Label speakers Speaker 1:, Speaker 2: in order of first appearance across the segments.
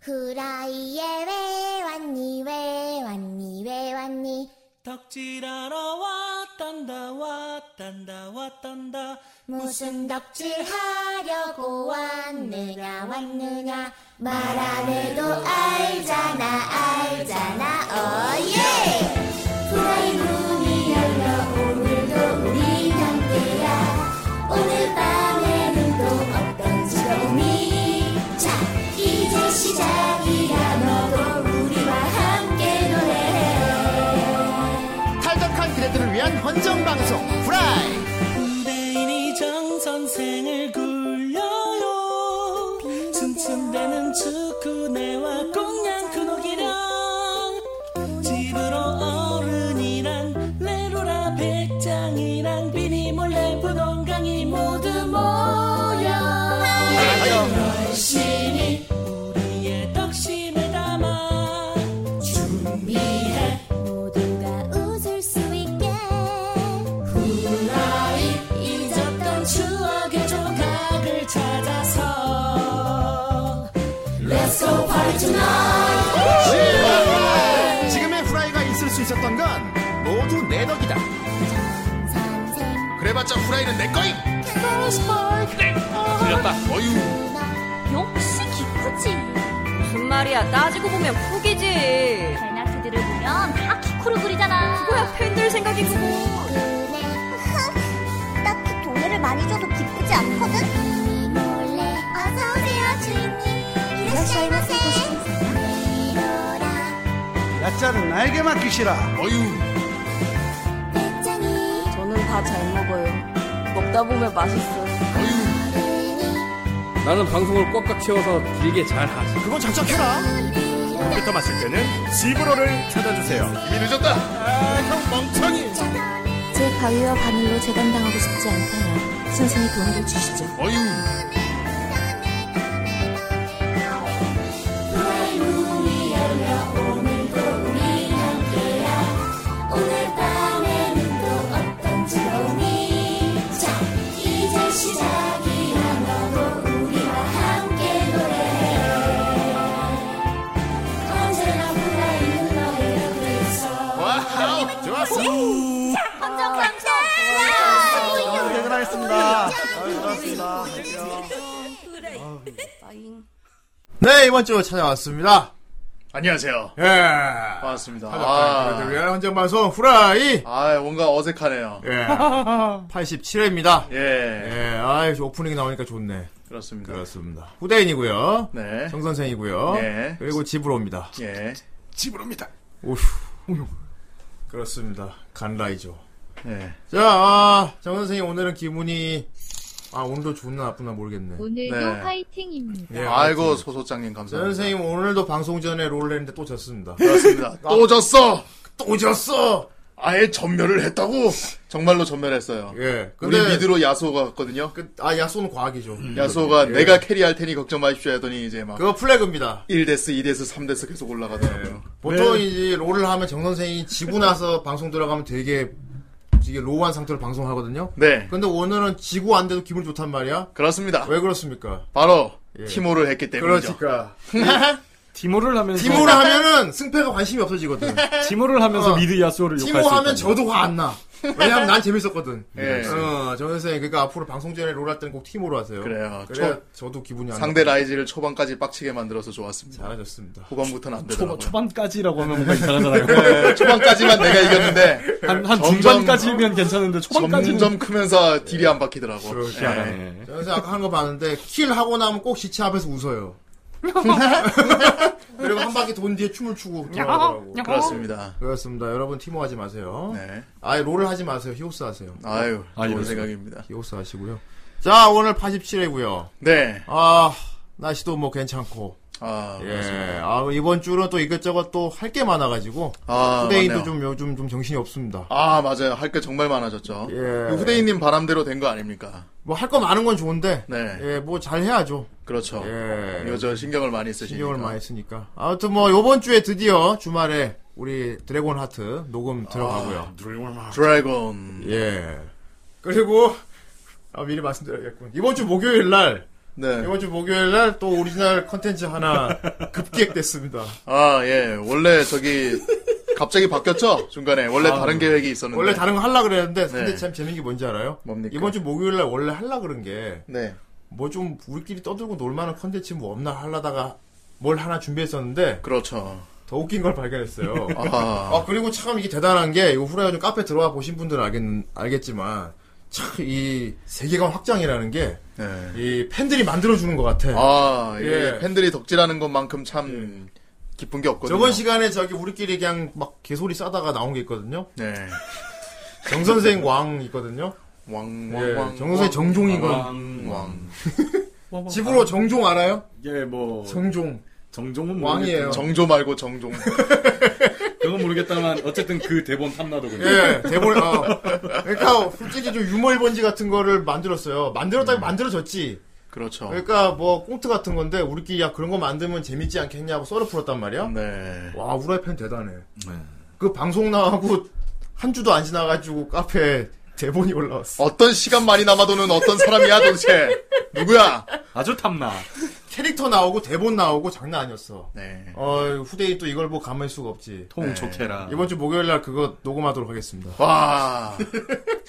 Speaker 1: 그 후라이에 왜 왔니 왜 왔니 왜 왔니
Speaker 2: 덕질하러 왔단다 왔단다 왔단다
Speaker 1: 무슨 덕질 하려고 왔느냐 왔느냐 말 안 해도 알잖아 알잖아 어예 후라이 문이 열려 오늘도 우리 함께야 오늘 밤에는 또 어떤 즐거움이 자 이제 시작이야 너도 우리와 함께 노래해
Speaker 3: 탈덕한 그대들을 위한 헌정 방송 프라이
Speaker 2: 군대인이 정선생을 굴려요 츤츤대는 축구네와 공양 큰옥이랑 집으로 어른이랑 레로라 백장이랑 비니 몰래 부동강이 모두 모여 열심히 우리의 덕심에 담아 준비해
Speaker 1: 모두가 웃을 수 있게
Speaker 2: 후라이 잊었던 추억의 조각을 찾아서 Let's go party tonight
Speaker 3: 지금의 프라이가 있을 수 있었던 건 모두 내 덕이다
Speaker 1: 선생
Speaker 3: 그래봤자 프라이는 내 거임 틀렸다 어휴
Speaker 4: 역시 키크지.
Speaker 5: 무슨 말이야 따지고 보면 푸기지
Speaker 4: 베나트들을 보면 다 키코로 그리잖아.
Speaker 5: 뭐야 팬들 생각이 그거
Speaker 4: 딱히 돈을 많이 줘도 기쁘지 않거든?
Speaker 1: 이 몰래 어서오세요 주인님 이라시아이마세 이로라
Speaker 6: 야자는 나에게 맡기시라.
Speaker 3: 어휴
Speaker 1: 배짱이
Speaker 5: 저는 다 잘 먹어요 먹다 보면 맛있어요
Speaker 1: 어른이
Speaker 7: 나는 방송을 꽉꽉 채워서 길게 잘 하지.
Speaker 3: 그건 장착해라
Speaker 1: 우리로
Speaker 3: 이미 늦었다 아형 멍청이
Speaker 8: 제 바위와 바늘로 재단당하고 싶지 않다면 선생이 도움을 주시죠.
Speaker 3: 어휴
Speaker 1: 오늘 밤에는 또 어떤 즐거움이 자 이제 시작이야 너도 우리와 함께 노래해 언제나 후라이는 너의 옆에 있어
Speaker 3: 와우 좋았어
Speaker 6: 아, 퇴근하겠습니다. 아, 고맙습니다.
Speaker 3: 네 이번 주 찾아왔습니다
Speaker 9: 안녕하세요.
Speaker 3: 예
Speaker 9: 반갑습니다.
Speaker 3: 탈덕한 아, 그대들을 위한 헌정 방송 프라이
Speaker 9: 아, 뭔가 어색하네요.
Speaker 3: 예 87회입니다
Speaker 9: 예,
Speaker 3: 예 아이 오프닝이 나오니까 좋네
Speaker 9: 그렇습니다.
Speaker 3: 그렇습니다 후대인이고요
Speaker 9: 네.
Speaker 3: 정 선생이고요
Speaker 9: 네.
Speaker 3: 그리고 집으로입니다
Speaker 9: 예,
Speaker 3: 집으로입니다 오휴 그렇습니다 간라이죠
Speaker 9: 예.
Speaker 3: 자, 아, 정 선생님 오늘은 기분이 아 오늘도 좋나 나쁘나 모르겠네.
Speaker 4: 오늘도
Speaker 9: 네.
Speaker 4: 파이팅입니다.
Speaker 3: 예,
Speaker 9: 아이고,
Speaker 3: 알겠습니다.
Speaker 9: 소소장님
Speaker 3: 정
Speaker 9: 감사합니다.
Speaker 3: 선생님 아. 오늘도 방송 전에 롤을 했는데 또 졌습니다.
Speaker 9: 그렇습니다. 또 졌어!
Speaker 3: 또 졌어.
Speaker 9: 아예 전멸을 했다고? 정말로 전멸했어요.
Speaker 3: 예.
Speaker 9: 우리
Speaker 3: 근데
Speaker 9: 미드로 야소가 갔거든요.
Speaker 3: 그, 아 야소는 과학이죠.
Speaker 9: 야소가
Speaker 3: 예.
Speaker 9: 내가 캐리할 테니 걱정 마십시오 했더니 이제 막
Speaker 3: 그거 플래그입니다.
Speaker 9: 1데스, 2데스, 3데스 계속 올라가더라고요.
Speaker 3: 예.
Speaker 9: 네.
Speaker 3: 보통 이제 롤을 하면 정 선생이 지고 나서 방송 들어가면 되게 되게 로우한 상태로 방송하거든요.
Speaker 9: 네,
Speaker 3: 근데 오늘은 지고 안 돼도 기분 좋단 말이야.
Speaker 9: 그렇습니다.
Speaker 3: 왜 그렇습니까?
Speaker 9: 바로
Speaker 3: 예.
Speaker 9: 티모를 했기 때문이죠.
Speaker 3: 그러니까
Speaker 7: 디모를 하면서
Speaker 3: 디모를 하면은 승패가 관심이 없어지거든.
Speaker 7: 디모를 하면서
Speaker 3: 어.
Speaker 7: 미드 야수를 욕할
Speaker 3: 티모
Speaker 7: 수
Speaker 3: 하면
Speaker 7: 있다.
Speaker 3: 저도 화 안 나. 왜냐면 난 재밌었거든.
Speaker 9: 예.
Speaker 3: 어, 정 선생님, 그러니까 앞으로 방송 전에 롤 할 때는 꼭 팀으로 하세요.
Speaker 9: 그래요.
Speaker 3: 그래야
Speaker 9: 초-
Speaker 3: 저도 기분이 안
Speaker 9: 상대 라이즈를 초반까지 빡치게 만들어서 좋았습니다.
Speaker 3: 나- 잘하셨습니다.
Speaker 9: 후반부터는 안 되더라고요.
Speaker 7: 뭐 초반, 초반까지라고 하면 뭔가 이상하잖아요.
Speaker 9: 네, 초반까지만 내가 이겼는데
Speaker 7: 한, 한
Speaker 9: 점점-
Speaker 7: 중반까지면 괜찮은데 초반까지는
Speaker 9: 점점 크면서 딜이 안 박히더라고.
Speaker 3: 그렇게
Speaker 9: 예.
Speaker 7: 희한하네.
Speaker 3: 정 선생 아까 하는 거 봤는데 킬 하고 나면 꼭 시체 앞에서 웃어요. 그리고 한 바퀴 돈 뒤에 춤을 추고 돌아가더라고.
Speaker 9: 그렇습니다.
Speaker 3: 그렇습니다. 여러분 팀워 하지 마세요.
Speaker 9: 네.
Speaker 3: 아예 롤을 하지 마세요. 히오스 하세요.
Speaker 9: 아유,
Speaker 7: 아,
Speaker 9: 좋은
Speaker 7: 이럴 수가.
Speaker 9: 생각입니다.
Speaker 3: 히오스 하시고요. 자, 오늘 87회고요.
Speaker 9: 네.
Speaker 3: 아, 날씨도 뭐 괜찮고.
Speaker 9: 아, 그렇습니다.
Speaker 3: 예. 아, 이번 주는 또 이것저것 또 할 게 많아가지고.
Speaker 9: 아,
Speaker 3: 후대인도
Speaker 9: 맞네요.
Speaker 3: 좀 요즘 좀 정신이 없습니다.
Speaker 9: 아, 맞아요. 할 게 정말 많아졌죠.
Speaker 3: 예.
Speaker 9: 그 후대인님 바람대로 된 거 아닙니까?
Speaker 3: 뭐 할 거 많은 건 좋은데,
Speaker 9: 네.
Speaker 3: 예, 뭐 잘 해야죠.
Speaker 9: 그렇죠.
Speaker 3: 예.
Speaker 9: 이거 저 신경을 많이 쓰시니까.
Speaker 3: 신경을 많이 쓰니까. 아무튼 뭐 요번 주에 드디어 주말에 우리 드래곤 하트 녹음 들어가고요.
Speaker 9: 아, 드래곤.
Speaker 3: 예. 그리고 아, 미리 말씀드려야겠군. 이번 주 목요일 날
Speaker 9: 네.
Speaker 3: 이번 주 목요일 날 또 오리지널 컨텐츠 하나 급기획됐습니다.
Speaker 9: 아, 예. 원래 저기, 갑자기 바뀌었죠? 중간에. 원래 다른 계획이 있었는데.
Speaker 3: 아, 네. 원래 다른 거 하려고 그랬는데 근데
Speaker 9: 네.
Speaker 3: 참 재밌는 게 뭔지 알아요?
Speaker 9: 뭡니까?
Speaker 3: 이번 주 목요일 날 원래 하려고 그런 게
Speaker 9: 네.
Speaker 3: 뭐 좀 우리끼리 떠들고 놀만한 컨텐츠 뭐 없나 하려다가 뭘 하나 준비했었는데
Speaker 9: 그렇죠.
Speaker 3: 더 웃긴 걸 발견했어요.
Speaker 9: 아하.
Speaker 3: 아 그리고 참 이게 대단한 게 이거 후라이어좀 카페 들어와 보신 분들은 알겠, 알겠지만 참 이 세계관 확장이라는 게 이
Speaker 9: 네.
Speaker 3: 팬들이 만들어주는 것 같아.
Speaker 9: 아, 이게
Speaker 3: 예.
Speaker 9: 팬들이 덕질하는 것만큼 참 기쁜 게 없거든요.
Speaker 3: 저번 시간에 저기 우리끼리 그냥 막 개소리 싸다가 나온 게 있거든요.
Speaker 9: 네.
Speaker 3: 정 선생 왕 있거든요.
Speaker 9: 왕, 왕,
Speaker 3: 예,
Speaker 9: 왕.
Speaker 3: 정 선생 정종인 거.
Speaker 7: 왕.
Speaker 9: 왕.
Speaker 3: 집으로 정종 알아요?
Speaker 7: 예, 뭐
Speaker 3: 정종.
Speaker 7: 정종은
Speaker 3: 왕이에요.
Speaker 7: 모르겠-
Speaker 9: 예. 정조 말고 정종.
Speaker 7: 그건 모르겠다만 어쨌든 그 대본 탐나더군요.
Speaker 3: 예, 대본, 어. 그러니까, 솔직히 좀 유머 일번지 같은 거를 만들었어요. 만들었다기 만들어졌지.
Speaker 9: 그렇죠.
Speaker 3: 그러니까, 뭐, 꽁트 같은 건데, 우리끼리, 야, 그런 거 만들면 재밌지 않겠냐 하고 썰을 풀었단 말이야.
Speaker 9: 네.
Speaker 3: 와, 우라이 팬 대단해. 그 방송 나가고, 한 주도 안 지나가지고, 카페에 대본이 올라왔어.
Speaker 9: 어떤 시간 많이 남아도는 어떤 사람이야 도대체 누구야?
Speaker 7: 아주 탐나.
Speaker 3: 캐릭터 나오고, 대본 나오고, 장난 아니었어.
Speaker 9: 네.
Speaker 3: 어, 후대인 또 이걸 보고 가만히 있을 수가 없지.
Speaker 7: 통
Speaker 9: 네.
Speaker 7: 좋게라.
Speaker 3: 이번 주 목요일 날 그거 녹음하도록 하겠습니다.
Speaker 9: 와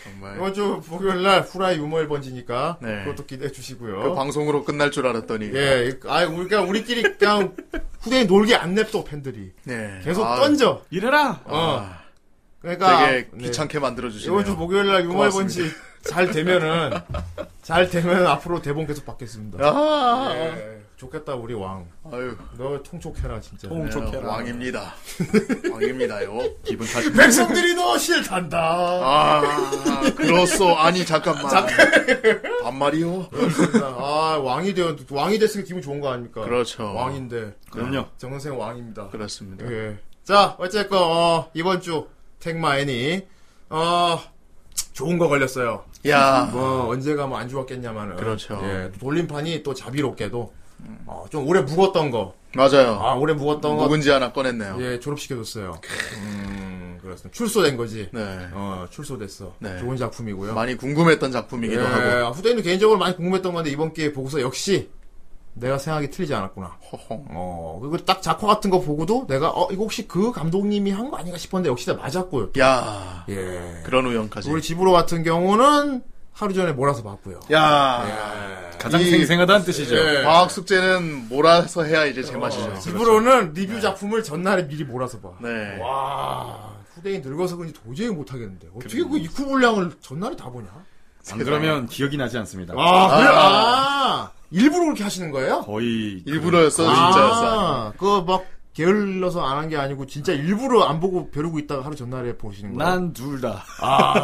Speaker 9: 정말
Speaker 3: 이번 주 목요일 날 후라이 유머 일번지니까
Speaker 9: 네.
Speaker 3: 그것도 기대해 주시고요.
Speaker 9: 그 방송으로 끝날 줄 알았더니
Speaker 3: 예, 아, 우리가 우리끼리 그냥 후대인 놀게 안 냅둬 팬들이
Speaker 9: 네.
Speaker 3: 계속
Speaker 9: 아,
Speaker 3: 던져.
Speaker 7: 이래라.
Speaker 3: 어, 그러니까
Speaker 9: 되게
Speaker 3: 네.
Speaker 9: 귀찮게 만들어 주시네요.
Speaker 3: 이번 주 목요일 날 유머일번지
Speaker 9: 고맙습니다.
Speaker 3: 잘 되면은 잘 되면 앞으로 대본 계속 받겠습니다.
Speaker 9: 아,
Speaker 3: 예, 좋겠다 우리 왕.
Speaker 9: 아유, 네,
Speaker 3: 너 통촉해라 진짜.
Speaker 9: 어,
Speaker 7: 통 좋게라.
Speaker 9: 왕입니다. 왕입니다요.
Speaker 7: 기분 탓입니다.
Speaker 3: 예. 백성들이 너 싫단다.
Speaker 9: 아, 그렇소. 아니 잠깐만. 반말이요.
Speaker 3: 아 왕이 되어 왕이 됐으니까 기분 좋은 거 아닙니까?
Speaker 9: 그렇죠.
Speaker 3: 왕인데 아,
Speaker 7: 그럼요.
Speaker 3: 정선생 왕입니다.
Speaker 9: 그렇습니다.
Speaker 3: 예. 자, 어쨌건 어, 이번 주 택마애니 어 좋은 거 걸렸어요.
Speaker 9: 야,
Speaker 3: 뭐 언제 가면 안 좋았겠냐마는.
Speaker 9: 아. 그렇죠.
Speaker 3: 예. 돌림판이 또 자비롭게도 어, 좀 오래 묵었던 거.
Speaker 9: 맞아요.
Speaker 3: 아, 오래 묵었던 거.
Speaker 9: 묵은지 하나 꺼냈네요.
Speaker 3: 예, 졸업시켜 줬어요. 음, 그렇습니다. 출소된 거지.
Speaker 9: 네.
Speaker 3: 어, 출소됐어.
Speaker 9: 네.
Speaker 3: 좋은 작품이고요.
Speaker 9: 많이 궁금했던 작품이기도
Speaker 3: 예,
Speaker 9: 하고.
Speaker 3: 후대인도 개인적으로 많이 궁금했던 건데 이번 기회에 보고서 역시 내가 생각이 틀리지 않았구나.
Speaker 9: 허허.
Speaker 3: 어, 그리고 딱 작화 같은 거 보고도 내가, 어, 이거 혹시 그 감독님이 한 거 아닌가 싶었는데 역시 다 맞았고요.
Speaker 9: 야,
Speaker 3: 예.
Speaker 9: 그런 우연까지.
Speaker 3: 우리 집으로 같은 경우는 하루 전에 몰아서 봤고요.
Speaker 9: 야,
Speaker 7: 가장
Speaker 9: 이-
Speaker 7: 생생하다는 뜻이죠.
Speaker 3: 예.
Speaker 9: 과학 숙제는 몰아서 해야 이제 제맛이죠.
Speaker 3: 어,
Speaker 9: 그렇죠.
Speaker 3: 집으로는 리뷰 작품을 전날에 미리 몰아서 봐.
Speaker 9: 네.
Speaker 3: 와, 후대인 늙어서 그런지 도저히 못하겠는데. 어떻게 그 이쿠 분량을 전날에 다 보냐?
Speaker 7: 안 그러면 기억이 나지 않습니다.
Speaker 3: 아, 그래? 아, 일부러 그렇게 하시는 거예요?
Speaker 7: 거의
Speaker 9: 일부러였어, 진짜였어.
Speaker 3: 아, 그거 막 게을러서 안 한 게 아니고 진짜 일부러 안 보고 벼르고 있다가 하루 전날에 보시는 거예요?
Speaker 7: 난 둘 다.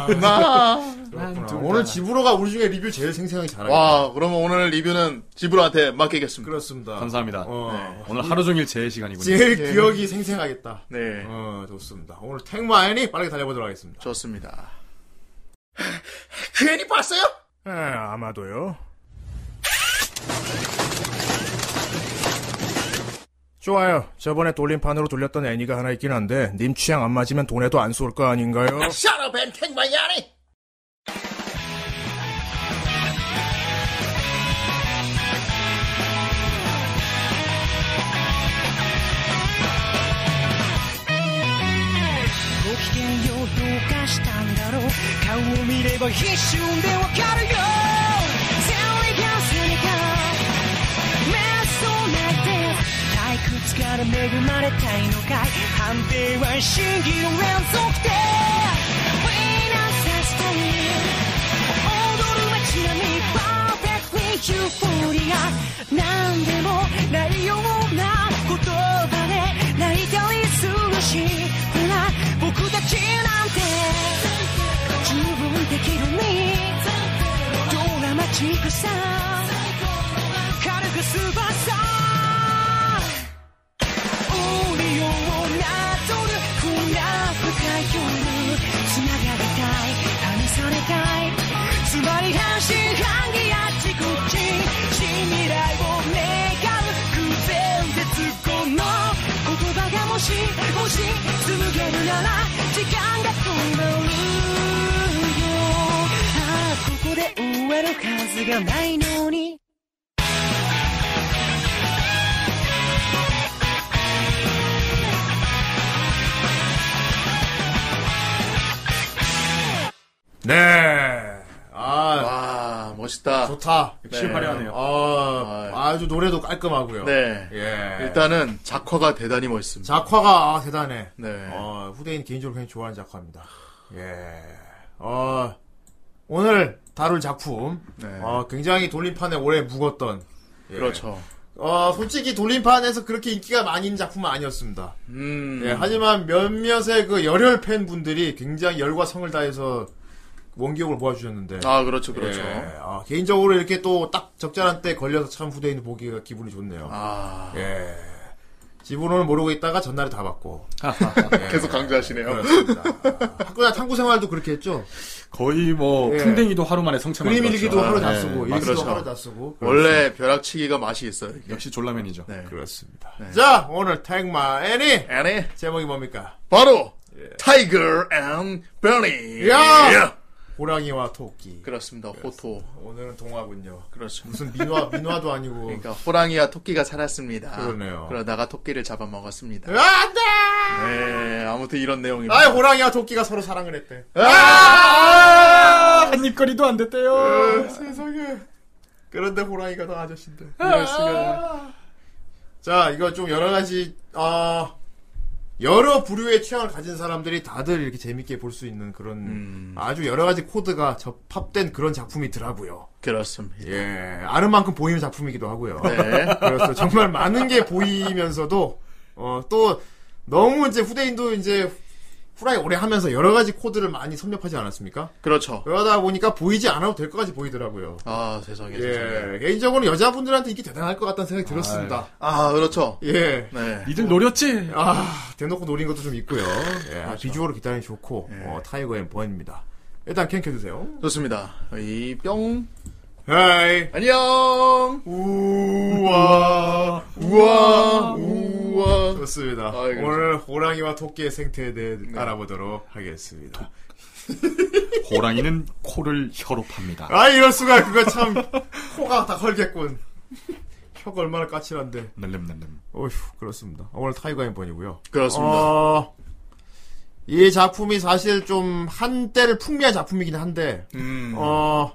Speaker 3: 그렇구나.
Speaker 7: 난
Speaker 3: 오늘 집으로가 우리 중에 리뷰 제일 생생하게 잘하요
Speaker 9: 와, 그러면 오늘 리뷰는 지브로한테 맡기겠습니다.
Speaker 3: 그렇습니다.
Speaker 7: 감사합니다. 네.
Speaker 3: 어,
Speaker 7: 오늘 하루 종일 제 시간이군요.
Speaker 3: 제일 기억이 생생하겠다.
Speaker 9: 네.
Speaker 3: 어, 좋습니다. 오늘 택마인이 빠르게 달려보도록 하겠습니다.
Speaker 9: 좋습니다. 괜히 봤어요?
Speaker 3: 에, 예, 아마도요. 좋아요. 저번에 돌림판으로 돌렸던 애니가 하나 있긴 한데 님 취향 안 맞으면 돈에도 안 쏠 거 아닌가요?
Speaker 9: 샤라 벤 탱마야니!
Speaker 10: ご機嫌ようどうかしたんだろう顔を見れば一瞬でわかるよセリがセリが目覚めて退屈から恵まれたいのかい判定は真偽の連続でフィナさせたい踊る街並みパーフェクトにユーフォリア何でもないような言葉で泣いたりするしほら僕たちなんて十分できるねドラマチックさ軽く翼降りようなドルこんな深い夜繋がりたい試されたいつまり半信半疑あっちこっち新未来を願う偶然絶後の言葉がもしもし紡げるなら時間が止まるよああここで終わるはずがないのに
Speaker 3: 네. 아, 좋다.
Speaker 7: 역시
Speaker 9: 네.
Speaker 7: 화려하네요.
Speaker 3: 아, 아주 노래도 깔끔하고요.
Speaker 9: 네.
Speaker 3: 예.
Speaker 9: 일단은 작화가 대단히 멋있습니다.
Speaker 3: 작화가 아, 대단해.
Speaker 9: 네.
Speaker 3: 어, 후대인 개인적으로 굉장히 좋아하는 작화입니다. 예. 어, 오늘 다룰 작품.
Speaker 9: 네.
Speaker 3: 어, 굉장히 돌림판에 오래 묵었던. 예.
Speaker 9: 그렇죠.
Speaker 3: 어, 솔직히 돌림판에서 그렇게 인기가 많은 작품은 아니었습니다.
Speaker 9: 음.
Speaker 3: 예, 하지만 몇몇의 그 열혈 팬분들이 굉장히 열과 성을 다해서 원기옥을 모아주셨는데.
Speaker 9: 아, 그렇죠, 그렇죠.
Speaker 3: 예, 아, 개인적으로 이렇게 또 딱 적절한 때 걸려서 참 후대인 보기가 기분이 좋네요.
Speaker 9: 아,
Speaker 3: 예. 집으로는 모르고 있다가 전날에 다 받고.
Speaker 9: 어.
Speaker 3: 예.
Speaker 9: 계속 강조하시네요.
Speaker 3: 그렇습니다. 아, 학교나 탐구 생활도 그렇게 했죠.
Speaker 7: 거의 뭐
Speaker 3: 예.
Speaker 7: 풍뎅이도 하루 만에 성참한
Speaker 3: 그림 일기도 하루 다
Speaker 9: 네,
Speaker 3: 쓰고,
Speaker 9: 맞-
Speaker 3: 일기도
Speaker 9: 그렇죠.
Speaker 3: 하루 다 쓰고.
Speaker 9: 원래 벼락치기가 맛이 있어요. 이게.
Speaker 7: 역시 졸라맨이죠.
Speaker 9: 네.
Speaker 3: 그렇습니다. 자, 오늘 택마 애니!
Speaker 9: 애니
Speaker 3: 제목이 뭡니까?
Speaker 9: 바로 타이거 앤 베니.
Speaker 3: 예. 야! 예.
Speaker 9: 야!
Speaker 3: 호랑이와 토끼.
Speaker 9: 예. 그렇습니다. 호토.
Speaker 3: 오늘은 동화군요.
Speaker 9: 그렇죠.
Speaker 3: 무슨 민화, 민화도 아니고.
Speaker 9: 그러니까 호랑이와 토끼가 살았습니다.
Speaker 3: 그러네요.
Speaker 9: 그러다가 토끼를 잡아먹었습니다.
Speaker 3: 아, 안 돼!
Speaker 9: 네, 아무튼 이런 내용입니다.
Speaker 3: 아이, 호랑이와 토끼가 서로 사랑을 했대.
Speaker 7: 아, 한 입거리도 안 됐대요.
Speaker 3: 아, 세상에. 그런데 호랑이가 더 아저씨인데.
Speaker 9: 이럴 수가.
Speaker 7: 아.
Speaker 3: 자, 이거 좀 여러 가지, 어, 여러 부류의 취향을 가진 사람들이 다들 이렇게 재밌게 볼 수 있는 그런
Speaker 9: 음.
Speaker 3: 아주 여러 가지 코드가 접합된 그런 작품이더라고요.
Speaker 9: 그렇습니다.
Speaker 3: 예, 아는 만큼 보이는 작품이기도 하고요.
Speaker 9: 네.
Speaker 3: 그래서 정말 많은 게 보이면서도, 어, 또, 너무 이제 후대인도 이제 후라이 오래 하면서 여러 가지 코드를 많이 섭렵하지 않았습니까?
Speaker 9: 그렇죠.
Speaker 3: 그러다 보니까 보이지 않아도 될 것까지 보이더라고요.
Speaker 9: 아, 세상에. 세상에.
Speaker 3: 예, 개인적으로 여자분들한테 인기 대단할 것 같다는 생각이 들었습니다.
Speaker 9: 아, 그렇죠.
Speaker 3: 예.
Speaker 9: 네.
Speaker 7: 니들 노렸지?
Speaker 3: 아, 대놓고 노린 것도 좀 있고요. 예,
Speaker 9: 그렇죠.
Speaker 3: 비주얼은 기타이 좋고
Speaker 9: 예.
Speaker 3: 어, 타이거 앤 번입니다. 일단 캔켜 주세요.
Speaker 9: 좋습니다. 이 뿅.
Speaker 3: 헤이
Speaker 9: 안녕.
Speaker 3: 우와
Speaker 9: 아, 우와 우와.
Speaker 3: 좋습니다.
Speaker 9: 아, 이거
Speaker 3: 오늘 호랑이와 토끼의 생태에 대해 알아보도록 하겠습니다.
Speaker 7: 호랑이는 코를 혀로 팝니다.
Speaker 3: 아 이럴 수가 그거 참 코가 다 헐겠군. 혀가 얼마나 까칠한데.
Speaker 7: 널름널름.
Speaker 3: 어휴 그렇습니다. 오늘 타이거 앤 번이고요.
Speaker 9: 그렇습니다.
Speaker 3: 어, 이 작품이 사실 좀 한때를 풍미한 작품이긴 한데
Speaker 9: 음.
Speaker 3: 어,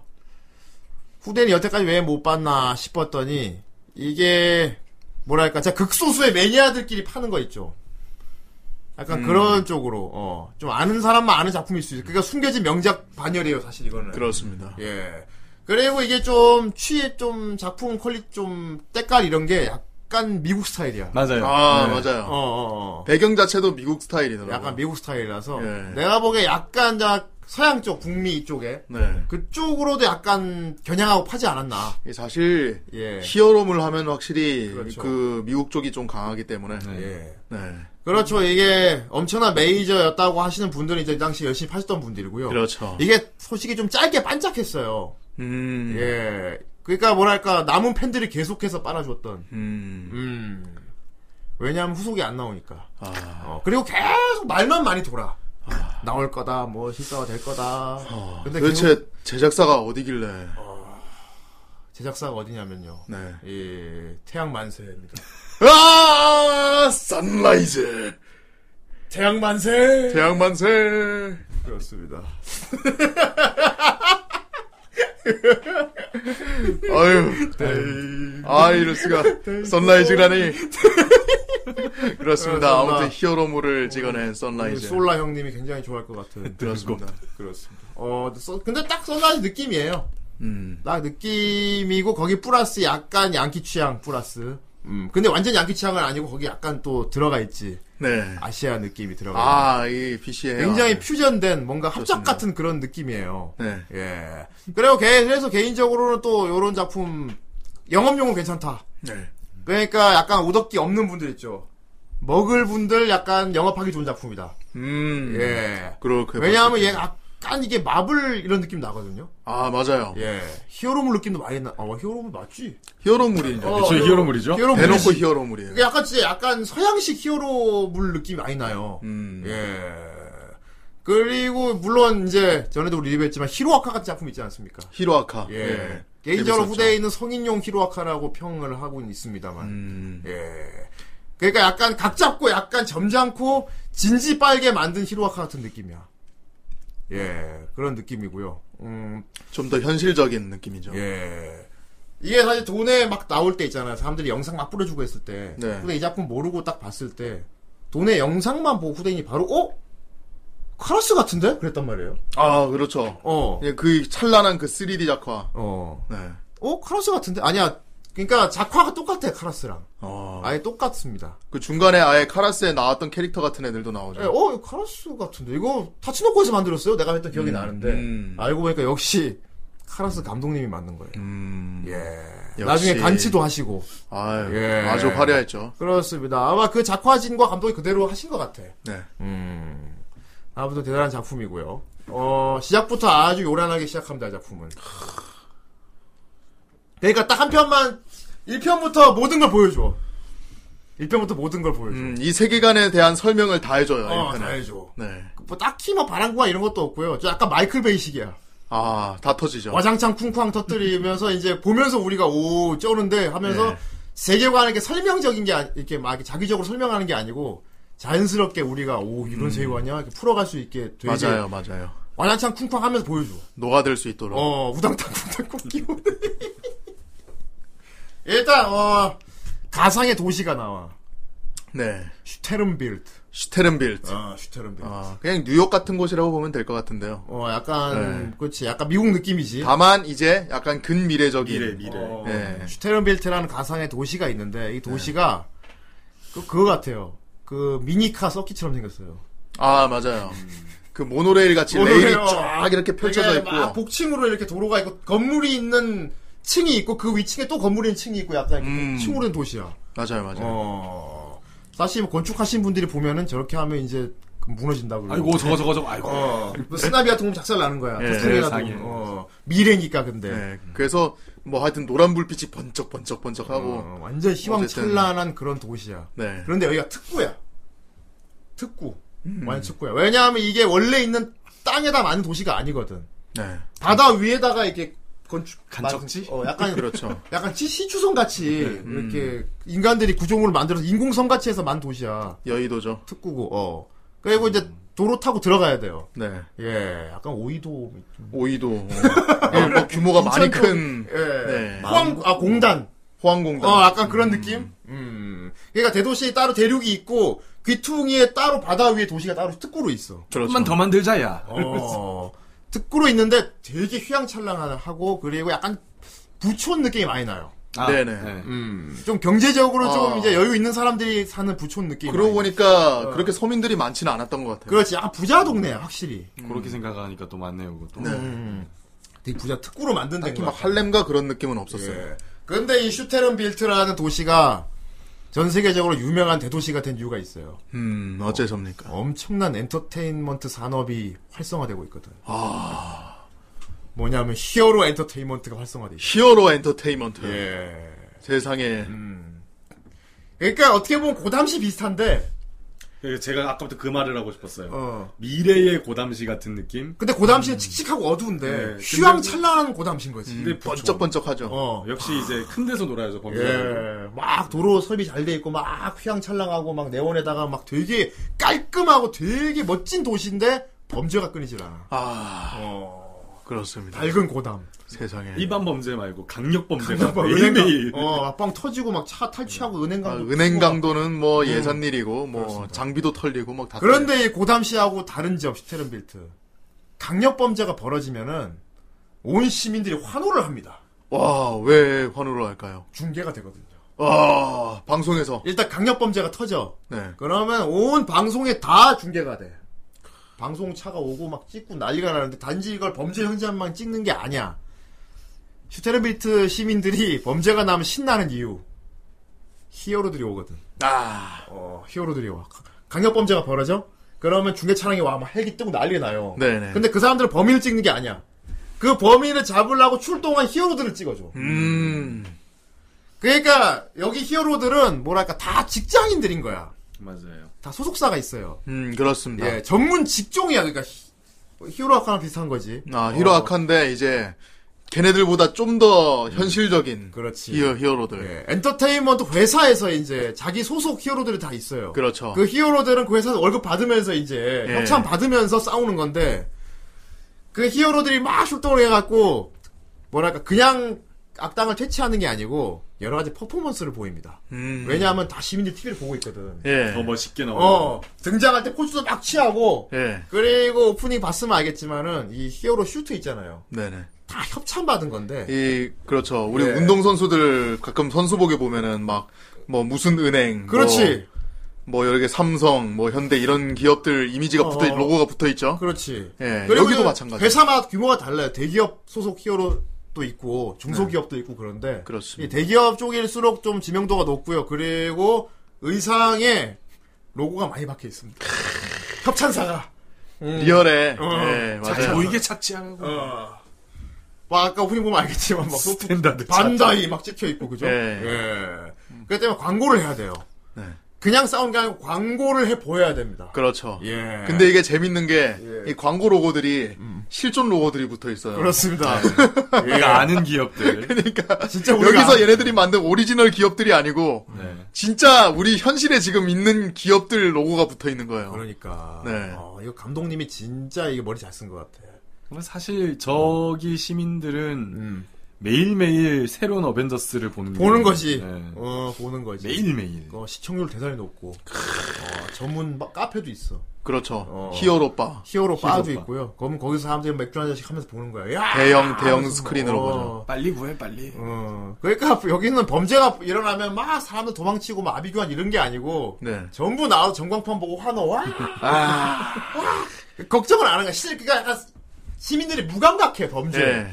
Speaker 3: 후대는 여태까지 왜 못 봤나 싶었더니, 이게, 뭐랄까, 자, 극소수의 매니아들끼리 파는 거 있죠. 약간
Speaker 9: 음.
Speaker 3: 그런 쪽으로, 어, 좀 아는 사람만 아는 작품일 수 있어요. 그러니까 숨겨진 명작 반열이에요, 사실 이거는.
Speaker 9: 그렇습니다.
Speaker 3: 예. 그리고 이게 좀, 취, 좀, 작품 퀄리티 좀, 때깔 이런 게 약간 미국 스타일이야.
Speaker 7: 맞아요.
Speaker 9: 아
Speaker 7: 네.
Speaker 9: 맞아요.
Speaker 3: 어, 어, 어.
Speaker 9: 배경 자체도 미국 스타일이더라고요.
Speaker 3: 약간 미국 스타일이라서,
Speaker 9: 예.
Speaker 3: 내가 보기에 약간, 자, 서양 쪽, 북미 쪽에,
Speaker 9: 네.
Speaker 3: 그쪽으로도 약간 겨냥하고 파지 않았나.
Speaker 9: 이게 사실
Speaker 3: 예.
Speaker 9: 히어로물 하면 확실히
Speaker 3: 그렇죠.
Speaker 9: 그 미국 쪽이 좀 강하기 때문에. 네.
Speaker 3: 예. 그렇죠. 이게 엄청난 메이저였다고 하시는 분들은 이제 당시 열심히 파셨던 분들이고요.
Speaker 9: 그렇죠.
Speaker 3: 이게 솔직히 좀 짧게 반짝했어요.
Speaker 9: 음.
Speaker 3: 예. 그러니까 뭐랄까 남은 팬들이 계속해서 빨아줬던.
Speaker 9: 음.
Speaker 3: 음. 왜냐하면 후속이 안 나오니까.
Speaker 9: 아.
Speaker 3: 어, 그리고 계속 말만 많이 돌아. 나올 거다, 뭐 실사가 될 거다. 근데
Speaker 9: 아. 도대체
Speaker 3: 계속
Speaker 9: 제작사가 어디길래?
Speaker 3: 제작사가 어디냐면요.
Speaker 9: 네.
Speaker 3: 예, 태양 만세입니다.
Speaker 9: 아, 선라이즈.
Speaker 3: 태양 만세.
Speaker 9: 대학 만세.
Speaker 3: 그렇습니다.
Speaker 9: 아유.
Speaker 3: 네.
Speaker 9: 아, 이럴 수가. 선라이즈라니. 그렇습니다.
Speaker 3: 어, 선라.
Speaker 9: 아무튼 히어로물을 찍어낸 선라이즈.
Speaker 3: 음, 솔라 형님이 굉장히 좋아할 것 같은.
Speaker 9: 그렇습니다.
Speaker 3: 그렇습니다. 어, 써- 근데 딱 선라이즈 느낌이에요.
Speaker 9: 음.
Speaker 3: 딱 느낌이고 거기 플러스 약간 양키 취향 플러스. 음, 근데 완전 양키 취향은 아니고 거기 약간 또 들어가 있지.
Speaker 9: 네.
Speaker 3: 아시아 느낌이 들어가.
Speaker 9: 아, 이 아, BCA. 요.
Speaker 3: 굉장히 퓨전된 뭔가 합작
Speaker 9: 좋습니다.
Speaker 3: 같은 그런 느낌이에요.
Speaker 9: 네.
Speaker 3: 예. 그리고 개- 그래서 개인적으로는 또 요런 작품 영업용은 괜찮다.
Speaker 9: 네.
Speaker 3: 그러니까 약간 오덕기 없는 분들 있죠. 먹을 분들 약간 영업하기 좋은 작품이다.
Speaker 9: 음.
Speaker 3: 예.
Speaker 9: 그렇게.
Speaker 3: 왜냐하면
Speaker 9: 봤을 때.
Speaker 3: 얘 약간 이게 마블 이런 느낌 나거든요.
Speaker 9: 아, 맞아요.
Speaker 3: 예. 히어로물 느낌도 많이 나. 아, 히어로물 맞지?
Speaker 9: 히어로물이죠.
Speaker 3: 어,
Speaker 7: 그쵸, 히어로물이죠?
Speaker 3: 히어로물.
Speaker 9: 대놓고 히어로물이에요.
Speaker 3: 이게 약간 진짜 약간 서양식 히어로물 느낌이 많이 나요.
Speaker 9: 음.
Speaker 3: 예. 그리고 물론 이제 전에도 우리 리뷰했지만 히로아카 같은 작품 있지 않습니까?
Speaker 9: 히로아카.
Speaker 3: 예.
Speaker 9: 예.
Speaker 3: 개인적으로
Speaker 9: 재밌었죠.
Speaker 3: 후대에 있는 성인용 히로아카라고 평을 하고는 있습니다만.
Speaker 9: 음.
Speaker 3: 예. 그러니까 약간 각 잡고 약간 점잖고 진지 빨게 만든 히로아카 같은 느낌이야. 예, 그런 느낌이고요. 음,
Speaker 9: 좀 더 현실적인 느낌이죠.
Speaker 3: 예. 이게 사실 돈에 막 나올 때 있잖아요. 사람들이 영상 막 뿌려주고 했을 때.
Speaker 9: 네.
Speaker 3: 근데 이 작품 모르고 딱 봤을 때, 돈의 영상만 보고 후대인이 바로, 어? 카라스 같은데? 그랬단 말이에요.
Speaker 9: 아 그렇죠.
Speaker 3: 어.
Speaker 9: 예, 그 찬란한 그 3D 작화.
Speaker 3: 어.
Speaker 9: 네.
Speaker 3: 어? 카라스 같은데? 아니야. 그니까 작화가 똑같아, 카라스랑.
Speaker 9: 어.
Speaker 3: 아예 똑같습니다.
Speaker 9: 그 중간에 아예 카라스에 나왔던 캐릭터 같은 애들도 나오죠.
Speaker 3: 예, 어, 이거 카라스 같은데. 이거 타치노코에서 만들었어요? 내가 했던 기억이
Speaker 9: 음,
Speaker 3: 나는데.
Speaker 9: 음.
Speaker 3: 알고 보니까 역시 카라스 감독님이 만든 거예요.
Speaker 9: 음.
Speaker 3: 예.
Speaker 9: 역시.
Speaker 3: 나중에 간치도 하시고.
Speaker 9: 아유,
Speaker 3: 예.
Speaker 9: 아주 화려했죠.
Speaker 3: 그렇습니다. 아마 그 작화진과 감독이 그대로 하신 것 같아.
Speaker 9: 네.
Speaker 3: 음. 아무튼 대단한 작품이고요. 어, 시작부터 아주 요란하게 시작합니다, 이 작품은. 그러니까 딱 한 편만, 1편부터 모든 걸 보여줘. 1편부터 모든 걸 보여줘.
Speaker 9: 음, 이 세계관에 대한 설명을 다 해줘요.
Speaker 3: 어,
Speaker 9: 이편에.
Speaker 3: 다 해줘.
Speaker 9: 네.
Speaker 3: 뭐 딱히 뭐 바람구가 이런 것도 없고요. 저 약간 마이클 베이식이야.
Speaker 9: 아, 다 터지죠.
Speaker 3: 와장창 쿵쾅 터뜨리면서 이제 보면서 우리가 오 쩌는데 하면서
Speaker 9: 네.
Speaker 3: 세계관에 이렇게 설명적인 게 아니- 이렇게 막 이렇게 자기적으로 설명하는 게 아니고 자연스럽게 우리가 오 이런 세계관이야 이렇게 풀어갈 수 있게 되게
Speaker 9: 음. 맞아요, 어. 맞아요.
Speaker 3: 와장창 쿵쾅 하면서 보여줘.
Speaker 9: 녹아들 수 있도록.
Speaker 3: 어 우당탕 우당탕 끼고 일단 어 가상의 도시가 나와
Speaker 9: 네.
Speaker 3: 슈테른빌드.
Speaker 9: 슈테른빌트.
Speaker 3: 아 슈테른빌드.
Speaker 9: 아, 그냥 뉴욕 같은 곳이라고 보면 될 것 같은데요.
Speaker 3: 어 약간 그렇지 약간 미국 느낌이지.
Speaker 9: 네. 다만 이제 약간 근미래적인
Speaker 7: 미래
Speaker 9: 예.
Speaker 7: 미래.
Speaker 3: 어.
Speaker 9: 네.
Speaker 3: 슈테른빌트라는 가상의 도시가 있는데 이 도시가 그 그거 같아요. 그 미니카 서킷처럼 생겼어요.
Speaker 9: 아 맞아요. 그 모노레일 같이
Speaker 3: 모노레일,
Speaker 9: 레일이
Speaker 3: 어.
Speaker 9: 쫙 이렇게 펼쳐져
Speaker 3: 되게 막
Speaker 9: 있고
Speaker 3: 복층으로 이렇게 도로가 있고 건물이 있는 층이 있고 그 위층에 또 건물이 있는 층이 있고 약간
Speaker 9: 음.
Speaker 3: 층으로 된 도시야.
Speaker 9: 맞아요 맞아요.
Speaker 3: 어. 사실 뭐 건축하신 분들이 보면은 저렇게 하면 이제 그 무너진다고. 그러고.
Speaker 7: 아이고 저거 저거 저거 아이고.
Speaker 3: 어. 뭐 스나비 같은 건 작살 나는 거야.
Speaker 9: 예,
Speaker 3: 테슬라 같은
Speaker 7: 세상에.
Speaker 3: 건. 어. 미래니까 근데.
Speaker 9: 네. 그래서 뭐 하여튼 노란 불빛이 번쩍 번쩍 번쩍하고
Speaker 3: 어, 완전 희망찬란한 그런 도시야.
Speaker 9: 네.
Speaker 3: 그런데 여기가 특구야. 특구.
Speaker 9: 음.
Speaker 3: 완전 특구야. 왜냐하면 이게 원래 있는 땅에다 많은 도시가 아니거든.
Speaker 9: 네.
Speaker 3: 바다 위에다가 이렇게 건축
Speaker 7: 간척지?
Speaker 3: 만- 어, 약간
Speaker 9: 그렇죠. 네. 음.
Speaker 3: 약간 시- 시추성 같이 이렇게 인간들이 구조물을 만들어서 인공성 같이 해서 만 도시야.
Speaker 9: 여의도죠.
Speaker 3: 특구고. 어. 그리고 이제
Speaker 9: 음.
Speaker 3: 도로 타고 들어가야 돼요.
Speaker 9: 네.
Speaker 3: 예, 약간 오이도.
Speaker 9: 오이도 어, 뭐 규모가 많이
Speaker 3: 음. 인천도-
Speaker 9: 큰
Speaker 3: 예,
Speaker 9: 네.
Speaker 3: 포항 아 공단.
Speaker 9: 호황공단.
Speaker 3: 어, 약간 그런 느낌? 음. 그러니까 대도시에 따로 대륙이 있고, 귀퉁이에 따로 바다 위에 도시가 따로 특구로 있어.
Speaker 7: 조금만 더 만들자야.
Speaker 3: 어. 특구로 있는데 되게 휘황찬란하고, 그리고 약간 부촌 느낌이 많이 나요.
Speaker 7: 아,
Speaker 9: 네네.
Speaker 3: 음. 어. 좀 경제적으로 좀
Speaker 9: 아.
Speaker 3: 이제 여유 있는 사람들이 사는 부촌 느낌.
Speaker 9: 그러고 보니까 그렇게 서민들이 많지는 않았던 것 같아요.
Speaker 3: 어. 그렇지. 약간 부자 동네야, 확실히.
Speaker 7: 그렇게 생각하니까 또 맞네요 그것도.
Speaker 3: 음. 되게 부자 특구로 만든
Speaker 9: 특히
Speaker 3: 데인
Speaker 9: 막
Speaker 3: 것 같아.
Speaker 9: 할렘과 그런 느낌은 없었어요.
Speaker 3: 예. 근데 이 슈테른빌트라는 도시가 전 세계적으로 유명한 대도시가 된 이유가 있어요.
Speaker 9: 음 어째서입니까?
Speaker 3: 엄청난 엔터테인먼트 산업이 활성화되고 있거든. 아. 뭐냐면 히어로 엔터테인먼트가 활성화돼 있어.
Speaker 9: 히어로 엔터테인먼트.
Speaker 3: 예. 음,
Speaker 9: 세상에
Speaker 3: 그러니까 어떻게 보면 고담시 비슷한데
Speaker 7: 그래서 제가 아까부터 그 말을 하고 싶었어요.
Speaker 3: 어.
Speaker 7: 미래의 고담시 같은 느낌.
Speaker 3: 근데 고담시는 칙칙하고
Speaker 7: 예.
Speaker 3: 어두운데 휘황찬란한 고담시인 거지.
Speaker 7: 근데 부촌.
Speaker 9: 번쩍번쩍하죠.
Speaker 3: 어.
Speaker 7: 역시 이제 큰 데서 놀아야죠 범죄자.
Speaker 3: 예. 막 도로 설비 잘 돼 있고 막 휘황찬란하고 막 네온에다가 막 되게 깔끔하고 되게 멋진 도시인데 범죄가 끊이질 않아.
Speaker 9: 아
Speaker 3: 어.
Speaker 9: 그렇습니다.
Speaker 3: 밝은 고담.
Speaker 9: 세상에
Speaker 7: 일반 범죄 말고 강력 범죄가
Speaker 3: 막
Speaker 7: 매일매일
Speaker 3: 은행가- 어, 막빵 터지고 막 차 탈취하고 은행
Speaker 9: 아,
Speaker 3: 강도
Speaker 9: 은행
Speaker 3: 터지고 음,
Speaker 9: 강도는 뭐 예산일이고 뭐 장비도 털리고 막다
Speaker 3: 그런데 이 고담시하고 다른 지역 시테른빌트 강력 범죄가 벌어지면은 온 시민들이 환호를 합니다.
Speaker 9: 와왜 환호를 할까요?
Speaker 3: 중계가 되거든요.
Speaker 9: 와 방송에서
Speaker 3: 일단 강력 범죄가 터져.
Speaker 9: 네
Speaker 3: 그러면 온 방송에 다 중계가 돼. 방송차가 오고 막 찍고 난리가 나는데 단지 이걸 범죄 현장만 찍는 게 아니야. 슈테른빌트 시민들이 범죄가 나면 신나는 이유. 히어로들이 오거든.
Speaker 9: 아,
Speaker 3: 어, 히어로들이 와. 강력 범죄가 벌어져? 그러면 중계 차량이 와. 막 헬기 뜨고 난리 나요.
Speaker 9: 네네.
Speaker 3: 근데 그 사람들은 범인을 찍는 게 아니야. 그 범인을 잡으려고 출동한 히어로들을 찍어줘.
Speaker 9: 음
Speaker 3: 그러니까 여기 히어로들은 뭐랄까 다 직장인들인 거야.
Speaker 7: 맞아요.
Speaker 3: 다 소속사가 있어요.
Speaker 9: 음, 그렇습니다.
Speaker 3: 예, 전문 직종이야. 그러니까 히, 히어로 아카랑 비슷한 거지.
Speaker 9: 아
Speaker 3: 어, 음,
Speaker 9: 히로 아칸데 이제 걔네들보다 좀 더 현실적인
Speaker 3: 그렇지.
Speaker 9: 히어 히어로들
Speaker 3: 예, 엔터테인먼트 회사에서 이제 자기 소속 히어로들이 다 있어요.
Speaker 9: 그렇죠.
Speaker 3: 그 히어로들은 그 회사에서 월급 받으면서 이제
Speaker 9: 예.
Speaker 3: 협찬 받으면서 싸우는 건데 그 히어로들이 막 출동을 해갖고 뭐랄까 그냥 악당을 퇴치하는 게 아니고 여러 가지 퍼포먼스를 보입니다.
Speaker 9: 음.
Speaker 3: 왜냐하면 다 시민들 TV를 보고 있거든.
Speaker 9: 예.
Speaker 7: 더 멋있게 나오고.
Speaker 3: 어 등장할 때 포즈도 막 취하고
Speaker 9: 예.
Speaker 3: 그리고 오프닝 봤으면 알겠지만은 이 히어로 슈트 있잖아요.
Speaker 9: 네네.
Speaker 3: 다 협찬 받은 건데.
Speaker 9: 이 그렇죠. 우리
Speaker 3: 예.
Speaker 9: 운동 선수들 가끔 선수복에 보면은 막 뭐 무슨 은행,
Speaker 3: 그렇지,
Speaker 9: 뭐, 뭐 여러 개 삼성, 뭐 현대 이런 기업들 이미지가 붙어
Speaker 3: 어.
Speaker 9: 로고가 붙어 있죠.
Speaker 3: 그렇지.
Speaker 9: 예.
Speaker 3: 그리고
Speaker 9: 여기도
Speaker 3: 이제
Speaker 9: 마찬가지.
Speaker 3: 회사마다 규모가 달라요. 대기업 소속 히어로도 있고 중소기업도 있고 그런데 이
Speaker 9: 네. 그렇습니다.
Speaker 3: 대기업 쪽일수록 좀 지명도가 높고요. 그리고 의상에 로고가 많이 박혀 있습니다. 협찬사가.
Speaker 9: 리얼해.
Speaker 3: 어.
Speaker 9: 예,
Speaker 3: 잘
Speaker 9: 맞아요.
Speaker 2: 보이게 착지하고
Speaker 3: 어. 막 아까 오프닝 보면 알겠지만 막 소품
Speaker 2: 스탠다드
Speaker 3: 반다이 막 찍혀 있고 그죠?
Speaker 9: 예.
Speaker 3: 예. 그렇기 때문에 광고를 해야 돼요.
Speaker 9: 네.
Speaker 3: 그냥 싸운 게 아니고 광고를 해 보여야 됩니다.
Speaker 9: 그렇죠.
Speaker 3: 예.
Speaker 9: 근데 이게 재밌는 게 이
Speaker 3: 예. 음.
Speaker 9: 광고 로고들이 실존 로고들이 붙어 있어요.
Speaker 3: 그렇습니다.
Speaker 2: 우리가 아는 기업들
Speaker 9: 그러니까
Speaker 3: 네. 진짜 우리가
Speaker 9: 여기서 얘네들이 만든 오리지널 기업들이 아니고
Speaker 7: 네.
Speaker 9: 진짜 우리 현실에 지금 있는 기업들 로고가 붙어 있는 거예요.
Speaker 3: 그러니까.
Speaker 9: 네.
Speaker 3: 어, 이거 감독님이 진짜 이게 머리 잘 쓴 것 같아.
Speaker 7: 그러면 사실 저기 시민들은 매일매일 새로운 어벤져스를 보는
Speaker 3: 음. 보는
Speaker 7: 게-
Speaker 3: 거지.
Speaker 7: 네.
Speaker 3: 어, 보는 거지.
Speaker 7: 매일매일.
Speaker 3: 어, 시청률 대단히 높고. 어, 전문 바- 카페도 있어.
Speaker 9: 그렇죠.
Speaker 3: 어.
Speaker 9: 히어로 바.
Speaker 3: 히어로 바도
Speaker 7: 바.
Speaker 3: 있고요. 그럼 거기서 사람들이 맥주 한 잔씩 하면서 보는 거야. 야!
Speaker 9: 대형 대형 스크린으로
Speaker 3: 어,
Speaker 9: 보죠.
Speaker 2: 빨리 구해 빨리
Speaker 3: 어, 그러니까 여기는 범죄가 일어나면 막 사람들 도망치고 막 아비규환 이런 게 아니고
Speaker 9: 네. 아.
Speaker 3: 전부 나와서 전광판 보고 환호 와, 와! 걱정을 안 하는 거야. 실 그러니까 약간 시민들이 무감각해 범죄.
Speaker 9: 예.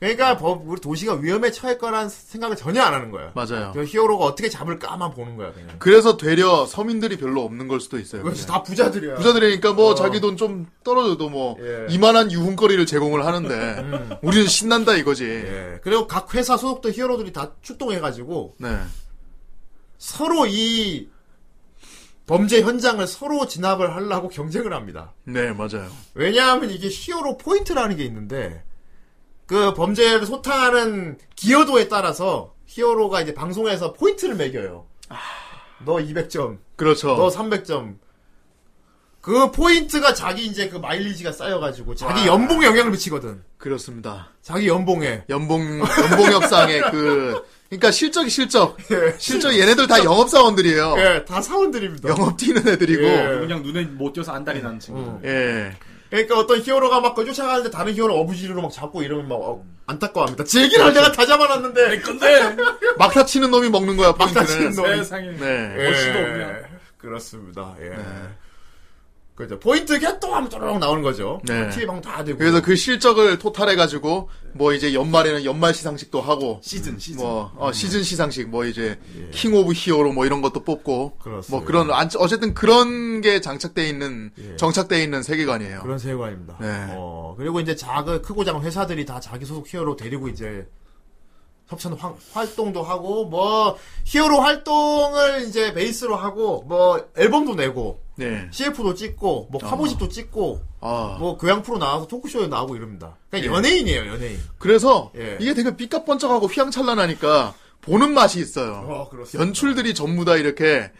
Speaker 3: 그러니까 범- 우리 도시가 위험에 처할 거란 생각을 전혀 안 하는 거예요.
Speaker 9: 맞아요.
Speaker 3: 그 히어로가 어떻게 잡을까만 보는 거야 그냥.
Speaker 9: 그래서 되려 서민들이 별로 없는 걸 수도 있어요.
Speaker 3: 그것이 다 그렇죠. 부자들이야.
Speaker 9: 부자들이니까 뭐
Speaker 3: 어.
Speaker 9: 자기 돈 좀 떨어져도 뭐
Speaker 3: 예. 음.
Speaker 9: 이만한 유흥거리를 제공을 하는데 우리는 신난다 이거지.
Speaker 3: 예. 그리고 각 회사 소속된 히어로들이 다 출동해가지고
Speaker 9: 네.
Speaker 3: 서로 이 범죄 현장을 서로 진압을 하려고 경쟁을 합니다.
Speaker 9: 네, 맞아요.
Speaker 3: 왜냐하면 이게 히어로 포인트라는 게 있는데 그 범죄를 소탕하는 기여도에 따라서 히어로가 이제 방송에서 포인트를 매겨요. 너 200점,
Speaker 9: 그렇죠.
Speaker 3: 너 300점. 그 포인트가 자기 이제 그 마일리지가 쌓여가지고 자기 연봉에 영향을 미치거든.
Speaker 9: 그렇습니다.
Speaker 3: 자기 연봉에.
Speaker 9: 연봉 연봉 협상의 그 그러니까 실적이 실적.
Speaker 3: 예.
Speaker 9: 실적 얘네들 다 영업 사원들이에요.
Speaker 3: 예, 다 사원들입니다.
Speaker 9: 어. 영업 뛰는 애들이고.
Speaker 3: 예.
Speaker 7: 그냥 눈에 못 띄어서 안달이 나는 친구.
Speaker 3: 음.
Speaker 9: 예.
Speaker 3: 그러니까 어떤 히어로가 막 쫓아가는데 다른 히어로 어부지리로 막 잡고 이러면 막 어, 안타까워합니다. 제 얘기를 내가 다 잡아놨는데.
Speaker 7: 근데
Speaker 9: 막타 치는 놈이 먹는 거야, 포인트를.
Speaker 3: 막다치는 놈.
Speaker 7: 세상에
Speaker 9: 네.
Speaker 7: 멋있어, 그냥.
Speaker 3: 예, 그렇습니다. 예. 그죠. 포인트 개똥하면 쪼르륵 나오는 거죠.
Speaker 9: 네.
Speaker 3: TV 방다 되고.
Speaker 9: 그래서 그 실적을 토탈해가지고, 뭐 이제 연말에는 연말 시상식도 하고,
Speaker 7: 시즌 시즌.
Speaker 9: 뭐,
Speaker 3: 음.
Speaker 9: 어, 시즌 시상식, 뭐 이제, 킹 오브 히어로 뭐 이런 것도 뽑고,
Speaker 3: 예. 그렇습니다.
Speaker 9: 뭐 그런, 안- 어쨌든 그런 게 장착돼 있는,
Speaker 3: 예.
Speaker 9: 정착돼 있는 세계관이에요.
Speaker 3: 그런 세계관입니다.
Speaker 9: 네.
Speaker 3: 어, 그리고 이제 작은 크고 작은 회사들이 다 자기 소속 히어로 데리고 이제 협찬 활- 활동도 하고 뭐 히어로 활동을 이제 베이스로 하고 뭐 앨범도 내고
Speaker 9: 네.
Speaker 3: CF도 찍고 뭐 화보집도 찍고
Speaker 9: 아.
Speaker 3: 뭐 교양 프로 나와서 토크쇼에 나오고 이럽니다. 그러니까 연예인이에요, 연예인.
Speaker 9: 그래서,
Speaker 3: 예.
Speaker 9: 이게 되게 삐까뻔쩍하고 휘황찬란하니까, 보는 맛이 있어요.
Speaker 3: 어, 그렇습니다.
Speaker 9: 연출들이 전부 다 이렇게,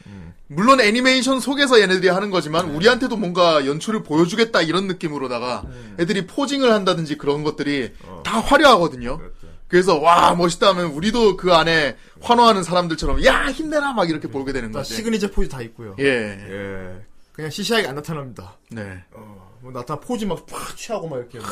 Speaker 9: 물론 애니메이션 속에서 얘네들이 하는 거지만, 우리한테도 뭔가 연출을 보여주겠다 이런 느낌으로다가,
Speaker 3: 네.
Speaker 9: 애들이 포징을 한다든지 그런 것들이
Speaker 3: 어.
Speaker 9: 다 화려하거든요.
Speaker 3: 네. 그렇죠.
Speaker 9: 그래서, 와, 멋있다 하면 우리도 그 안에 환호하는 사람들처럼, 야, 힘내라! 막 이렇게 보게 되는
Speaker 3: 다
Speaker 9: 거지.
Speaker 3: 아, 시그니처 포즈 다 있고요.
Speaker 9: 예.
Speaker 3: 예. 그냥 시시하게 안 나타납니다.
Speaker 9: 네.
Speaker 3: 뭐 나타나 포즈 막 팍 취하고 막 이렇게 막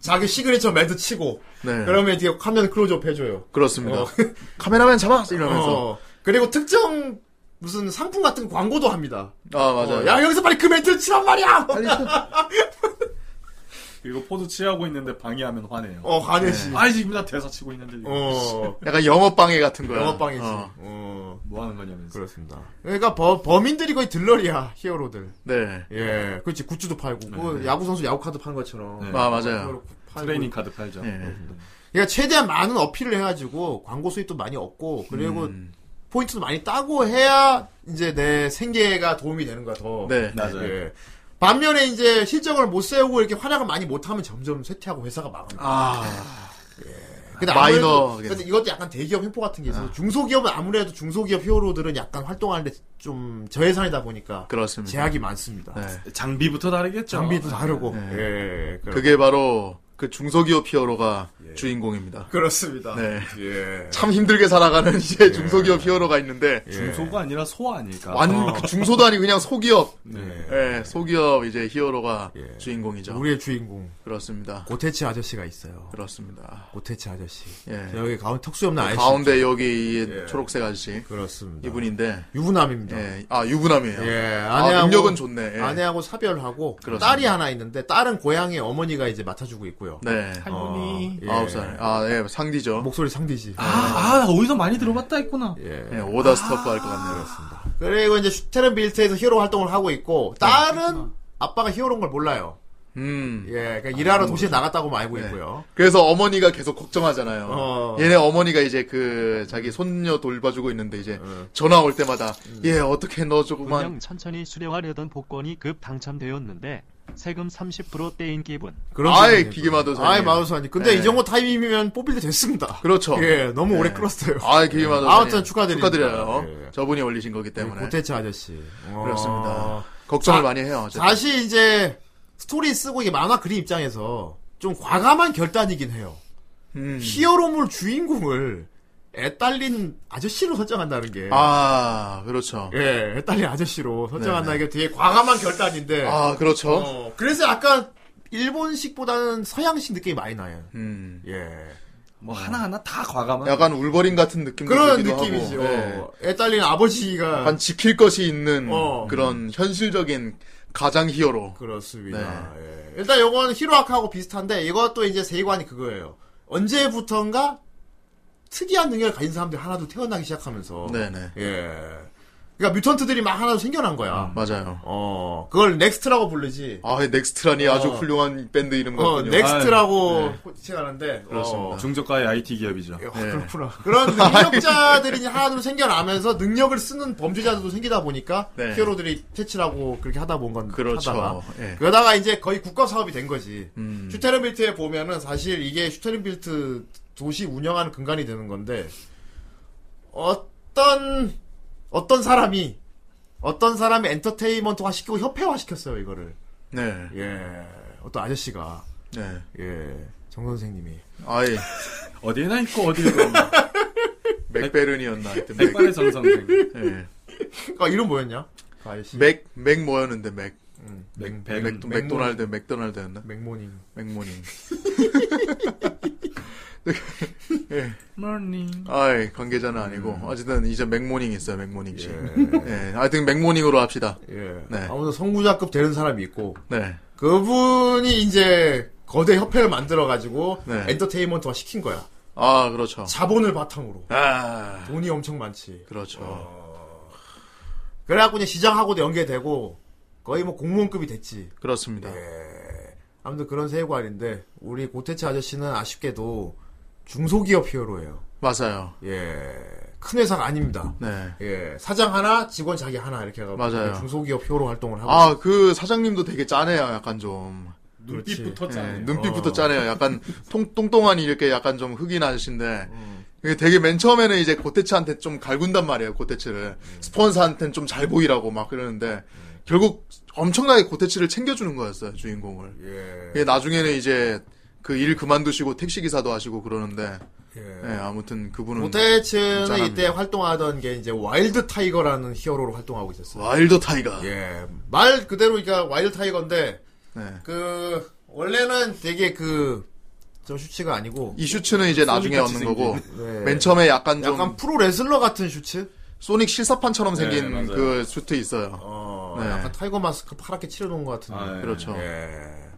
Speaker 3: 자기 시그니처 매드 치고
Speaker 9: 네.
Speaker 3: 그러면 이제 화면 클로즈업 해줘요.
Speaker 9: 그렇습니다.
Speaker 3: 어.
Speaker 9: 카메라맨 잡아! 이러면서.
Speaker 3: 어. 그리고 특정 무슨 상품 같은 광고도 합니다.
Speaker 9: 아, 맞아요.
Speaker 3: 어, 야 여기서 빨리 그 멘트를 치란 말이야.
Speaker 7: 그리고 포즈 취하고 있는데 방해하면 화내요.
Speaker 3: 어 가네시.
Speaker 7: 아이 지금 나 대사 치고 있는데 이거
Speaker 3: 어
Speaker 9: 약간 영업방해 같은 거야.
Speaker 3: 영업방이지.
Speaker 9: 어.
Speaker 3: 어.
Speaker 7: 뭐 하는 거냐면서.
Speaker 3: 그렇습니다. 그러니까 범, 범인들이 거의 들러리야 히어로들.
Speaker 9: 네.
Speaker 3: 예, 그렇지 굿즈도 팔고 그 야구 선수 야구 카드 파는 것처럼.
Speaker 7: 네.
Speaker 9: 아, 맞아요.
Speaker 3: 그걸 팔고.
Speaker 7: 트레이닝 카드 팔죠.
Speaker 9: 예.
Speaker 3: 그러니까 최대한 많은 어필을 해가지고 광고 수입도 많이 얻고 그리고
Speaker 9: 음.
Speaker 3: 포인트도 많이 따고 해야 이제 내 생계가 도움이 되는 거야 더.
Speaker 9: 네.
Speaker 7: 맞아요.
Speaker 3: 예. 반면에 이제 실적을 못 세우고 이렇게 활약을 많이 못하면 점점 쇠퇴하고 회사가 망합니다.
Speaker 9: 아.
Speaker 3: 예. 근데
Speaker 9: 마이너. 아.
Speaker 3: 마이너. 근데 이것도 약간 대기업 회포 같은 게 있어서 중소기업은 아무래도 중소기업 히어로들은 약간 활동하는데 좀 저예산이다 보니까
Speaker 9: 그렇습니다.
Speaker 3: 제약이 많습니다.
Speaker 9: 그렇죠. 네.
Speaker 2: 장비부터 다르겠죠.
Speaker 3: 장비도 다르고.
Speaker 9: 네.
Speaker 3: 예, 예,
Speaker 9: 그게 바로 그 중소기업 히어로가 주인공입니다.
Speaker 2: 그렇습니다.
Speaker 9: 네.
Speaker 3: 예.
Speaker 9: 참 힘들게 살아가는 이제 중소기업 히어로가 있는데
Speaker 2: 네. 중소가 아니라 소 아닐까.
Speaker 9: 완
Speaker 3: 어.
Speaker 9: 그 중소도 아니고 그냥 소기업
Speaker 3: 네. 예.
Speaker 9: 예, 소기업 이제 히어로가 주인공이죠.
Speaker 3: 우리의 주인공
Speaker 9: 그렇습니다.
Speaker 3: 고태치 아저씨가 있어요.
Speaker 9: 그렇습니다.
Speaker 3: 고태치 아저씨.
Speaker 9: 예.
Speaker 3: 저 여기 가운데 턱수 없는 아저씨. 예.
Speaker 9: 가운데 여기 이 초록색 아저씨
Speaker 3: 그렇습니다.
Speaker 9: 이분인데
Speaker 3: 유부남입니다.
Speaker 9: 예, 아 유부남이에요.
Speaker 3: 예, 아내하고
Speaker 9: 아, 능력은 좋네. 예.
Speaker 3: 아내하고 사별하고
Speaker 9: 그렇습니다.
Speaker 3: 딸이 하나 있는데 딸은 고향의 어머니가 이제 맡아주고 있고요.
Speaker 9: 네.
Speaker 2: 할머니.
Speaker 3: 어, 예.
Speaker 9: 아홉 살. 아, 예, 상디죠.
Speaker 3: 목소리 상디지.
Speaker 2: 아, 아, 어디서 많이 들어봤다 했구나.
Speaker 3: 예.
Speaker 9: 예, 오다 스토프 할 것 같네요.
Speaker 3: 그리고 이제 슈테른빌트에서 히어로 활동을 하고 있고
Speaker 9: 네,
Speaker 3: 딸은 아빠가 히어로인 걸 몰라요.
Speaker 9: 음.
Speaker 3: 예, 그러니까 일하러 도시에 나갔다고만
Speaker 9: 네.
Speaker 3: 알고 있고요.
Speaker 9: 그래서 어머니가 계속 걱정하잖아요.
Speaker 3: 어.
Speaker 9: 얘네 어머니가 이제 그 자기 손녀 돌봐주고 있는데 이제
Speaker 3: 어.
Speaker 9: 전화 올 때마다
Speaker 3: 음.
Speaker 9: 얘 어떻게 너 조금만
Speaker 11: 분명 천천히 수령하려던 복권이 급 당첨되었는데 세금 30% 떼인 기분.
Speaker 3: 그런
Speaker 9: 아이,
Speaker 3: 생각이
Speaker 9: 기계
Speaker 3: 들어요.
Speaker 9: 마도사님.
Speaker 3: 아이 마도사님. 근데
Speaker 9: 예.
Speaker 3: 이 정도 타이밍이면 뽑힐 때 됐습니다.
Speaker 9: 그렇죠.
Speaker 3: 예, 너무
Speaker 9: 예.
Speaker 3: 오래 끌었어요.
Speaker 9: 아, 기마다
Speaker 3: 예. 아무튼 축하드립니다.
Speaker 9: 축하드려요.
Speaker 3: 예.
Speaker 9: 저분이 올리신 거기 네, 때문에
Speaker 3: 고태치 아저씨. 어.
Speaker 9: 그렇습니다. 걱정을
Speaker 3: 자-
Speaker 9: 많이 해요. 어쨌든.
Speaker 3: 다시 이제 스토리 쓰고 이게 만화 그림 입장에서 좀 과감한 결단이긴 해요.
Speaker 9: 음.
Speaker 3: 히어로물 주인공을 애딸린 아저씨로 설정한다는 게.
Speaker 9: 아, 그렇죠.
Speaker 3: 예, 애딸린 아저씨로 설정한다는 게 되게 과감한 결단인데.
Speaker 9: 네. 아, 그렇죠.
Speaker 3: 예. 어, 그래서 약간 일본식보다는 서양식 느낌이 많이 나요.
Speaker 9: 음.
Speaker 3: 예.
Speaker 2: 뭐 하나하나 다 과감한.
Speaker 9: 약간 울버린 같은 느낌도
Speaker 3: 그런
Speaker 9: 들기도
Speaker 3: 느낌이죠.
Speaker 9: 하고, 예.
Speaker 3: 애딸린 아버지가.
Speaker 9: 약간 지킬 것이 있는
Speaker 3: 어.
Speaker 9: 그런 현실적인 가장 히어로.
Speaker 3: 그렇습니다.
Speaker 9: 네.
Speaker 3: 예. 일단 요건 히로아카하고 비슷한데 이것도 이제 세관이 그거예요. 언제부턴가 특이한 능력을 가진 사람들 하나도 태어나기 시작하면서
Speaker 9: 네네.
Speaker 3: 예. 그러니까 뮤턴트들이 막 하나도 생겨난 거야.
Speaker 9: 맞아요.
Speaker 3: 어. 그걸 넥스트라고 부르지.
Speaker 9: 음. 아, 넥스트라니 아주
Speaker 3: 어.
Speaker 9: 훌륭한 밴드 이름
Speaker 3: 어,
Speaker 9: 같군요. 아, 네.
Speaker 3: 넥스트라고 호칭하는데
Speaker 9: 그렇습니다. 네.
Speaker 3: 어.
Speaker 2: 중저가의 IT 기업이죠.
Speaker 3: 예, 그렇구나. 그런 능력자들이 하나둘 생겨나면서 능력을 쓰는 범죄자들도 생기다 보니까
Speaker 9: 네.
Speaker 3: 히어로들이 퇴치라고 그렇게 하다 본 건.
Speaker 9: 그렇죠.
Speaker 3: 하다가.
Speaker 9: 예.
Speaker 3: 그러다가 이제 거의 국가 사업이 된 거지.
Speaker 9: 음.
Speaker 3: 슈테른빌트에 보면은 사실 이게 슈테른빌트 도시 운영하는 근간이 되는 건데 어떤 어떤 사람이 어떤 사람이 엔터테인먼트화 시키고 협회화 시켰어요 이거를
Speaker 9: 네.
Speaker 3: 예 어떤 아저씨가
Speaker 9: 네.
Speaker 3: 예정 선생님이
Speaker 9: 아예
Speaker 2: 어디나 있고 어디에도 없는
Speaker 9: 맥베른이었나 하여튼 맥,
Speaker 2: 백발의 전성생.
Speaker 9: 예.
Speaker 3: 아 이름 뭐였냐 그 아저씨
Speaker 9: 맥, 맥 뭐였는데 맥,
Speaker 2: 맥,
Speaker 9: 맥,
Speaker 2: 백,
Speaker 9: 맥, 맥도날드 맥도날드였나
Speaker 3: 맥모닝
Speaker 9: 맥모닝
Speaker 2: 머닝.
Speaker 9: 아이
Speaker 3: 음.
Speaker 9: 관계자는 아니고 어쨌든 이제 맥모닝 있어요 맥모닝 씨 예. 하여튼 맥모닝으로 합시다
Speaker 3: 예
Speaker 9: 네.
Speaker 3: 아무튼 성부자급 되는 사람이 있고
Speaker 9: 네
Speaker 3: 그분이 이제 거대 협회를 만들어 가지고
Speaker 9: 네.
Speaker 3: 엔터테인먼트화 시킨 거야
Speaker 9: 아 그렇죠
Speaker 3: 자본을 바탕으로
Speaker 9: 아
Speaker 3: 돈이 엄청 많지
Speaker 9: 그렇죠
Speaker 3: 어. 그래갖고 이제 시장하고도 연계되고 거의 뭐 공무원급이 됐지.
Speaker 9: 그렇습니다
Speaker 3: 예. 아무튼 그런 세관인데 우리 고태치 아저씨는 아쉽게도 중소기업 히어로예요.
Speaker 9: 맞아요
Speaker 3: 예, 큰 회사가 아닙니다.
Speaker 9: 네
Speaker 3: 예, 사장 하나, 직원 자기 하나 이렇게 해가지고
Speaker 9: 맞아요.
Speaker 3: 중소기업 히어로 활동을 하고.
Speaker 9: 아 그 사장님도 되게 짜네요 약간 좀
Speaker 7: 눈빛부터
Speaker 9: 예,
Speaker 7: 짜네. 어.
Speaker 9: 눈빛부터 짜네요 약간 통, 똥똥한 이렇게 약간 좀 흑인 아저씨인데 이게 되게 맨 처음에는 이제 고테츠한테 좀 갈군단 말이에요 고테츠를 스폰서한테는 좀 잘 보이라고 막 그러는데 결국 엄청나게 고테츠를 챙겨주는 거였어요 주인공을
Speaker 3: 예,
Speaker 9: 예, 나중에는 이제 그 일 그만두시고 택시 기사도 하시고 그러는데
Speaker 3: 예.
Speaker 9: 예, 아무튼 그분은
Speaker 3: 고태츠는
Speaker 9: 음, 짠합니다.
Speaker 3: 이때 활동하던 게 이제 와일드 타이거라는 히어로로 활동하고 있었어요.
Speaker 9: 와일드 타이가
Speaker 3: 예, 말 그대로 그러니까 와일드 타이거인데
Speaker 9: 네.
Speaker 3: 그 원래는 되게 그저 슈츠가 아니고
Speaker 9: 이 슈츠는 이제 나중에
Speaker 2: 같이
Speaker 9: 얻는 거고
Speaker 3: 네.
Speaker 9: 맨 처음에 약간 좀
Speaker 3: 약간 프로 레슬러 같은 슈츠?
Speaker 9: 소닉 실사판처럼
Speaker 7: 네,
Speaker 9: 생긴
Speaker 7: 맞아요.
Speaker 9: 그 슈트 있어요
Speaker 3: 어,
Speaker 9: 네.
Speaker 3: 약간 타이거 마스크 파랗게 칠해놓은 것 같은.
Speaker 7: 아, 예.
Speaker 9: 그렇죠
Speaker 3: 네, 예.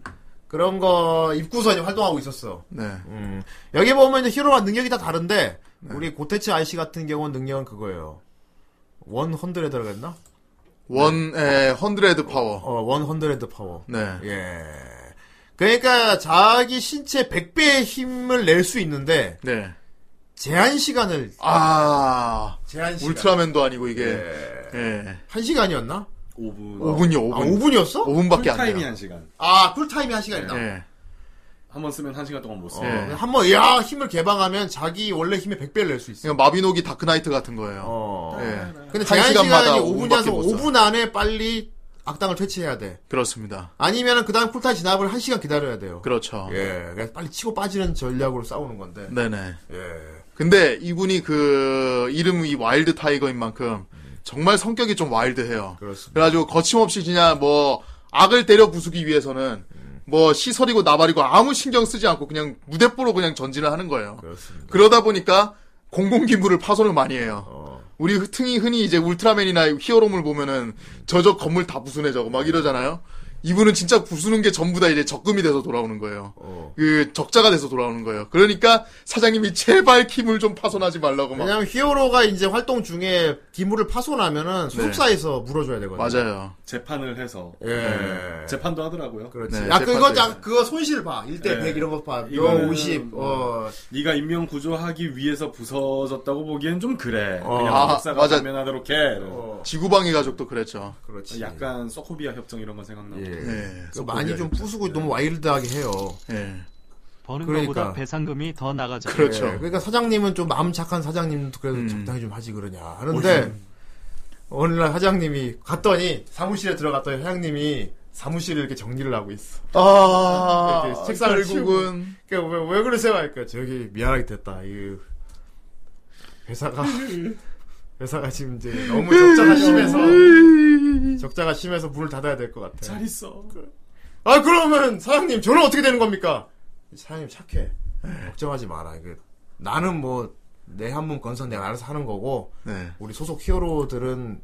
Speaker 3: 그런 거 입고서 이제 활동하고 있었어.
Speaker 9: 네
Speaker 3: 음. 여기 보면 이제 히로와 능력이 다 다른데, 우리 고테츠 아이씨 같은 경우는 능력은 그거예요. 원 헌드레드라고 했나?
Speaker 9: 원, 에, 헌드레드 파워.
Speaker 3: 어, 원 헌드레드 파워.
Speaker 9: 네.
Speaker 3: 예. 그러니까 자기 신체 100배의 힘을 낼 수 있는데,
Speaker 9: 네.
Speaker 3: 제한 시간을,
Speaker 9: 아,
Speaker 3: 제한 시간.
Speaker 9: 울트라맨도 아니고 이게,
Speaker 3: 예.
Speaker 9: 예.
Speaker 3: 한 시간이었나?
Speaker 7: 5분.
Speaker 9: 5분이요, 5분.
Speaker 3: 아, 5분이었어?
Speaker 9: 5분밖에 안
Speaker 7: 타임이
Speaker 9: 돼요.
Speaker 7: 한 시간.
Speaker 3: 아, 쿨타임이 한 시간이다.
Speaker 9: 예.
Speaker 7: 한 번 쓰면 한 시간 동안 못 써.
Speaker 9: 예.
Speaker 3: 한번 야 힘을 개방하면 자기 원래 힘의 100배를 낼 수 있어. 어.
Speaker 9: 그냥 마비노기 다크나이트 같은 거예요. 예.
Speaker 3: 근데
Speaker 9: 그러니까 한
Speaker 3: 제한
Speaker 9: 시간마다
Speaker 3: 시간이
Speaker 9: 5분
Speaker 3: 5분이라서
Speaker 9: 밖에 못 써.
Speaker 3: 5분 안에 빨리 악당을 퇴치해야 돼.
Speaker 9: 그렇습니다.
Speaker 3: 아니면은 그다음 쿨타임 진압을 1시간 기다려야 돼요.
Speaker 9: 그렇죠.
Speaker 3: 예. 그래서 빨리 치고 빠지는 전략으로 싸우는 건데.
Speaker 9: 네네.
Speaker 3: 예.
Speaker 9: 근데 이분이 그 이름이 와일드 타이거인 만큼 정말 성격이 좀 와일드해요.
Speaker 3: 그렇습니다.
Speaker 9: 그래가지고 거침없이 그냥 뭐 악을 때려 부수기 위해서는
Speaker 3: 음.
Speaker 9: 뭐 시설이고 나발이고 아무 신경 쓰지 않고 그냥 무대뽀로 그냥 전진을 하는 거예요.
Speaker 3: 그렇습니다.
Speaker 9: 그러다 보니까 공공기물을 파손을 많이 해요.
Speaker 3: 어.
Speaker 9: 우리 흔히 흔히 이제 울트라맨이나 히어로물 보면은 저저 건물 다 부수네 저거 막 이러잖아요. 이분은 진짜 부수는 게 전부 다 이제 적금이 돼서 돌아오는 거예요.
Speaker 3: 어.
Speaker 9: 그 적자가 돼서 돌아오는 거예요. 그러니까 사장님이 제발 기물 좀 파손하지 말라고 막
Speaker 3: 왜냐면 히어로가 이제 활동 중에 기물을 파손하면은 소속사에서 물어줘야 되거든요.
Speaker 9: 네. 맞아요.
Speaker 7: 재판을 해서
Speaker 3: 예.
Speaker 7: 네. 재판도 하더라고요.
Speaker 3: 그렇지.
Speaker 9: 네,
Speaker 3: 야, 그거,
Speaker 9: 재판도
Speaker 3: 야, 그거 손실 봐. 1대
Speaker 7: 네.
Speaker 3: 100 이런 거 봐. 이거
Speaker 7: 이거는
Speaker 9: 음.
Speaker 3: 50, 어.
Speaker 7: 네가 인명 구조하기 위해서 부서졌다고 보기엔 좀 그래.
Speaker 3: 어.
Speaker 7: 그냥
Speaker 9: 아,
Speaker 7: 박사가
Speaker 9: 맞아.
Speaker 7: 감면하도록 해.
Speaker 3: 어.
Speaker 9: 지구방위 가족도 그랬죠.
Speaker 3: 그렇지.
Speaker 7: 약간 서코비아 협정 이런 건 생각나.
Speaker 3: 예.
Speaker 9: 네,
Speaker 3: 그거 많이 좀
Speaker 9: 서포트하겠다.
Speaker 3: 부수고 너무 와일드하게 해요.
Speaker 9: 예.
Speaker 11: 버는
Speaker 3: 그러니까.
Speaker 11: 것보다 배상금이 더 나가죠.
Speaker 9: 그렇죠.
Speaker 3: 예, 그러니까 사장님은 좀 마음 착한 사장님도 그래도
Speaker 9: 음.
Speaker 3: 적당히 좀 하지 그러냐 하는데 어느 날 사장님이 갔더니 사무실에 들어갔더니 사장님이 사무실을 이렇게 정리를 하고 있어.
Speaker 9: 아,
Speaker 3: 이렇게 책상을
Speaker 9: 결국은
Speaker 3: 그러니까 왜, 왜 그러세요? 그러니까 저기 미안하게 됐다. 이 회사가 회사가 지금 이제 너무 적자가 심해서 적자가 심해서 문을 닫아야 될 것 같아.
Speaker 7: 잘 있어.
Speaker 9: 그-
Speaker 3: 아 그러면 사장님 저는 어떻게 되는 겁니까? 사장님 착해 걱정하지 마라 이게 나는 뭐 내 한문 건선 내가 알아서 하는 거고
Speaker 9: 네.
Speaker 3: 우리 소속 히어로들은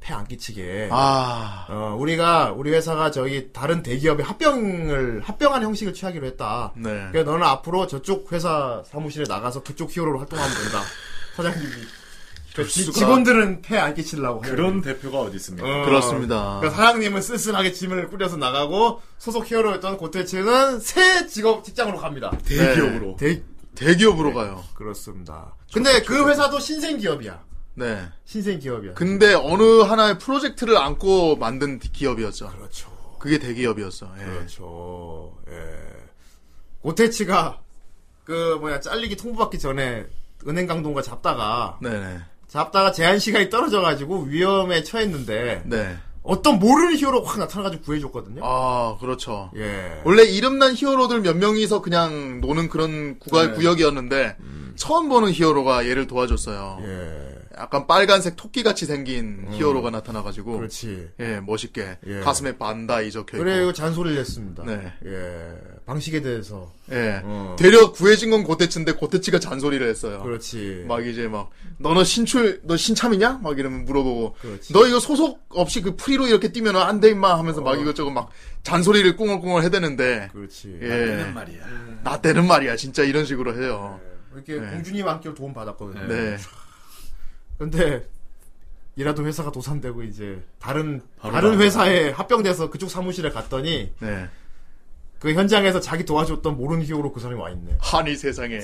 Speaker 3: 폐 안 끼치게
Speaker 9: 아,
Speaker 3: 어, 우리가 우리 회사가 저기 다른 대기업에 합병을 합병하는 형식을 취하기로 했다
Speaker 9: 네.
Speaker 3: 그러니까 너는 앞으로 저쪽 회사 사무실에 나가서 그쪽 히어로로 활동하면 된다 사장님이 그 지-
Speaker 9: 수가.
Speaker 3: 직원들은 폐 안 끼치려고
Speaker 7: 그런 대표가 어디 있습니까?
Speaker 3: 어,
Speaker 9: 그렇습니다.
Speaker 3: 그러니까 사장님은 쓸쓸하게 짐을 꾸려서 나가고 소속 히어로였던 고태치는 새 직업 직장으로 갑니다.
Speaker 7: 대기업으로.
Speaker 3: 대-
Speaker 9: 네. 대기업으로 가요.
Speaker 3: 그렇습니다. 근데 그 회사도 신생 기업이야.
Speaker 9: 네.
Speaker 3: 신생 기업이야.
Speaker 9: 근데 어느 하나의 프로젝트를 안고 만든 기업이었죠.
Speaker 3: 그렇죠.
Speaker 9: 그게 대기업이었어. 예.
Speaker 3: 그렇죠. 예. 고태치가 그 뭐냐 잘리기 통보받기 전에 은행 강동과 잡다가
Speaker 9: 네네.
Speaker 3: 잡다가 제한 시간이 떨어져 가지고 위험에 처했는데
Speaker 9: 네.
Speaker 3: 어떤 모르는 히어로가 확 나타나가지고 구해줬거든요.
Speaker 9: 아, 그렇죠.
Speaker 3: 예.
Speaker 9: 원래 이름난 히어로들 몇 명이서 그냥 노는 그런 구가,
Speaker 7: 네.
Speaker 9: 구역이었는데 처음 보는 히어로가 얘를 도와줬어요.
Speaker 3: 예. 음.
Speaker 9: 약간 빨간색 토끼 같이 생긴 히어로가 나타나가지고
Speaker 3: 그렇지.
Speaker 9: 예 멋있게
Speaker 3: 예.
Speaker 9: 가슴에 반다이 적혀 있고
Speaker 3: 그래요 잔소리를 냈습니다.
Speaker 9: 뭐. 네.
Speaker 3: 예 방식에 대해서
Speaker 9: 예
Speaker 3: 어. 그렇죠.
Speaker 9: 되려 구해진 건 고테츠인데 고테츠가 잔소리를 했어요.
Speaker 3: 그렇지.
Speaker 9: 막 이제 막 너는 신출 너 신참이냐 막 이러면 물어보고
Speaker 3: 그렇지.
Speaker 9: 너 이거 소속 없이 그 프리로 이렇게 뛰면 안 돼 임마 하면서 막 이것저것 막 잔소리를 꿍얼꿍얼 해대는데
Speaker 3: 어. 그렇지.
Speaker 9: 예.
Speaker 7: 말이야.
Speaker 9: 나 때는 말이야 진짜 이런 식으로 해요.
Speaker 3: 이렇게
Speaker 9: 네.
Speaker 3: 공주님 안길 도움 받았거든요.
Speaker 9: 네.
Speaker 3: 근데 이라도 회사가 도산되고 이제 다른
Speaker 7: 바로
Speaker 3: 다른
Speaker 7: 나가요.
Speaker 3: 회사에 합병돼서 그쪽 사무실에 갔더니
Speaker 9: 네.
Speaker 3: 그 현장에서 자기 도와줬던 모르는 히어로 그 사람이 와 있네.
Speaker 9: 한이 세상에.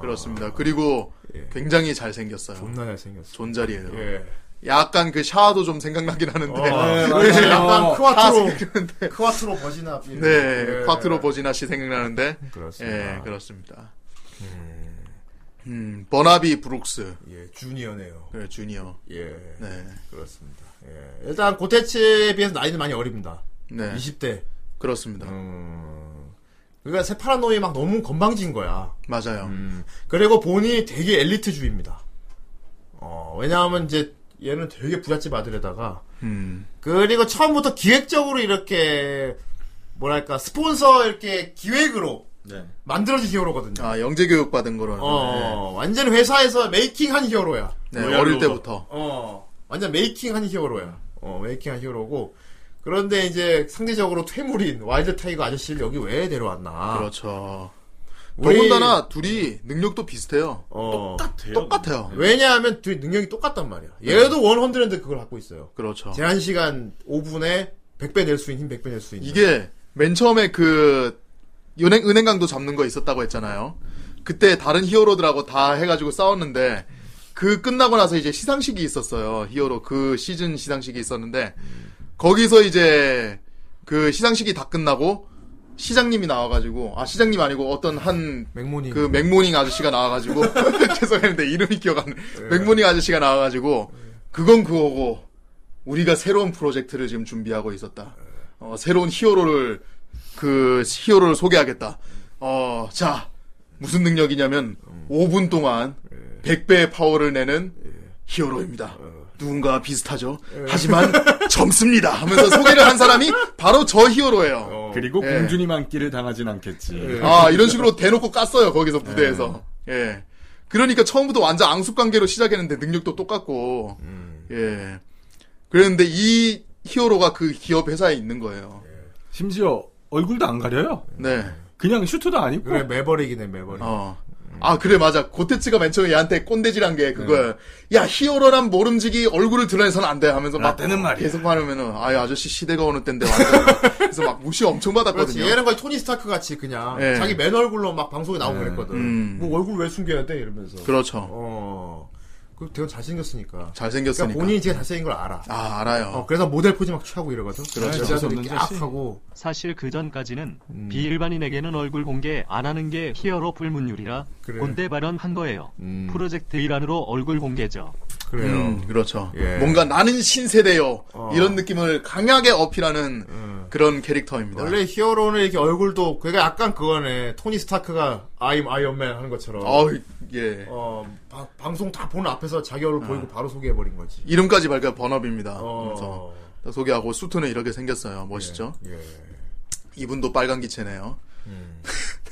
Speaker 9: 그렇습니다. 그리고
Speaker 3: 어. 예.
Speaker 9: 굉장히 잘생겼어요.
Speaker 3: 존나 잘생겼어.
Speaker 9: 존잘이에요.
Speaker 3: 예.
Speaker 9: 약간 그 샤도 좀 생각나긴
Speaker 3: 어,
Speaker 9: 하는데.
Speaker 7: 네,
Speaker 3: 그렇지.
Speaker 7: 맞아요.
Speaker 3: 약간
Speaker 9: 다
Speaker 3: 크와트로
Speaker 9: 생각나는데.
Speaker 3: 크와트로 버지나 빌.
Speaker 9: 네,
Speaker 3: 예.
Speaker 9: 콰트로 버지나 씨 생각나는데.
Speaker 3: 그렇습니다.
Speaker 9: 예, 그렇습니다. 음, 버나비 브룩스.
Speaker 3: 예, 주니어네요.
Speaker 9: 그래, 주니어.
Speaker 3: 예,
Speaker 9: 네.
Speaker 3: 그렇습니다. 예. 일단 고테츠에 비해서 나이는 많이 어립니다.
Speaker 9: 네. 음.
Speaker 3: 20대.
Speaker 9: 그렇습니다.
Speaker 3: 음. 그러니까 세파란 놈이 막 너무 건방진 거야.
Speaker 9: 맞아요.
Speaker 3: 음. 그리고 본인이 되게 엘리트주의입니다. 어, 왜냐하면 이제 얘는 되게 부잣집 아들에다가
Speaker 9: 음.
Speaker 3: 그리고 처음부터 기획적으로 이렇게 뭐랄까 스폰서 이렇게 기획으로
Speaker 9: 예.
Speaker 7: 네.
Speaker 3: 만들어진 히어로거든요.
Speaker 9: 아, 영재 교육 받은 거로.
Speaker 3: 어, 완전 회사에서 메이킹한 히어로야.
Speaker 9: 네,
Speaker 7: 로얄
Speaker 9: 어릴
Speaker 7: 로버.
Speaker 9: 때부터.
Speaker 3: 어, 완전 메이킹한 히어로야. 어, 메이킹한 히어로고. 그런데 이제 상대적으로 퇴물인 와일드 타이거 아저씨를 여기 왜 데려왔나.
Speaker 9: 그렇죠.
Speaker 3: 우리-
Speaker 9: 더군다나 둘이 능력도 비슷해요.
Speaker 3: 어,
Speaker 7: 똑같아요.
Speaker 9: 똑같아요.
Speaker 7: 네.
Speaker 3: 왜냐하면 둘이 능력이 똑같단 말이야. 얘도 원헌드랜드 그걸 갖고 있어요.
Speaker 9: 그렇죠.
Speaker 3: 제한 시간 5분에 100배 낼 수 있는 힘 100배 낼 수 있는.
Speaker 9: 이게 맨 처음에 그 은행 은행강도 잡는 거 있었다고 했잖아요. 그때 다른 히어로들하고 다 해가지고 싸웠는데 그 끝나고 나서 이제 시상식이 있었어요. 히어로 그 시즌 시상식이 있었는데 거기서 이제 그 시상식이 다 끝나고 시장님이 나와가지고 아 시장님 아니고 어떤 한
Speaker 3: 맥모닝
Speaker 9: 그 맥모닝 아저씨가 나와가지고 죄송한데 이름이 기억 안 나.
Speaker 3: 네.
Speaker 9: 맥모닝 아저씨가 나와가지고 그건 그거고 우리가 새로운 프로젝트를 지금 준비하고 있었다. 어, 새로운 히어로를 그 히어로를 소개하겠다. 어, 자 무슨 능력이냐면 5분 동안 100배의 파워를 내는 히어로입니다. 누군가와 비슷하죠. 하지만 젊습니다. 하면서 소개를 한 사람이 바로 저 히어로예요.
Speaker 2: 그리고
Speaker 9: 예.
Speaker 2: 공주님한 끼를 당하진 않겠지.
Speaker 9: 아 이런 식으로 대놓고 깠어요 거기서 무대에서
Speaker 3: 네.
Speaker 9: 예 그러니까 처음부터 완전 앙숙 관계로 시작했는데 능력도 똑같고
Speaker 3: 음.
Speaker 9: 예 그랬는데 이 히어로가 그 기업 회사에 있는 거예요
Speaker 2: 심지어 얼굴도 안 가려요.
Speaker 9: 네
Speaker 2: 그냥 슈트도 안 입고.
Speaker 3: 그래 뭐. 매버릭이네 매버릭.
Speaker 9: 어. 아 그래 맞아 고테츠가 맨 처음에 얘한테 꼰대질한 게 그거야
Speaker 3: 네.
Speaker 9: 야 히어로란 모름지기 얼굴을 드러내서는 안 돼
Speaker 3: 아,
Speaker 9: 하면서 막
Speaker 2: 라떼는 말이야.
Speaker 9: 계속 말하면은 아이 아저씨 시대가 어느 때인데 완전 그래서 막 무시 엄청
Speaker 3: 그렇지.
Speaker 9: 받았거든요
Speaker 3: 얘는 거의 토니 스타크 같이 그냥
Speaker 9: 예.
Speaker 3: 자기 맨 얼굴로 막 방송에 나오고 그랬거든.
Speaker 9: 음.
Speaker 3: 뭐 얼굴 왜 숨겨야 돼 이러면서.
Speaker 9: 그렇죠
Speaker 3: 어. 그 되게 잘생겼으니까.
Speaker 9: 잘생겼으니까
Speaker 3: 그러니까 본인이 제가 잘생긴 걸 알아.
Speaker 9: 아 알아요
Speaker 3: 어, 그래서 모델 포즈 막 취하고 이러거든.
Speaker 9: 그렇죠.
Speaker 3: 여자들이
Speaker 2: 할 수 없는
Speaker 3: 깍하고
Speaker 11: 사실 그 전까지는
Speaker 9: 음.
Speaker 11: 비일반인에게는 얼굴 공개 안 하는 게 히어로 불문율이라
Speaker 3: 그래.
Speaker 11: 꼰대 발언한 거예요.
Speaker 3: 음.
Speaker 11: 프로젝트 일환으로 얼굴 공개죠.
Speaker 3: 그래요.
Speaker 9: 음, 그렇죠.
Speaker 3: 예.
Speaker 9: 뭔가 나는 신세대요.
Speaker 3: 어.
Speaker 9: 이런 느낌을 강하게 어필하는
Speaker 3: 음.
Speaker 9: 그런 캐릭터입니다.
Speaker 3: 원래 히어로는 이렇게 얼굴도 그게 약간 그거네. 토니 스타크가 I'm 아이언맨 하는 것처럼.
Speaker 9: 어, 예.
Speaker 3: 어, 바- 방송 다 보는 앞에서 자기 얼굴 보이고 바로 소개해버린 거지.
Speaker 9: 음. 이름까지 밝혀 번업입니다.
Speaker 3: 어.
Speaker 9: 그래서 소개하고 수트는 이렇게 생겼어요. 멋있죠?
Speaker 3: 예. 음.
Speaker 9: 이분도 빨간 기체네요.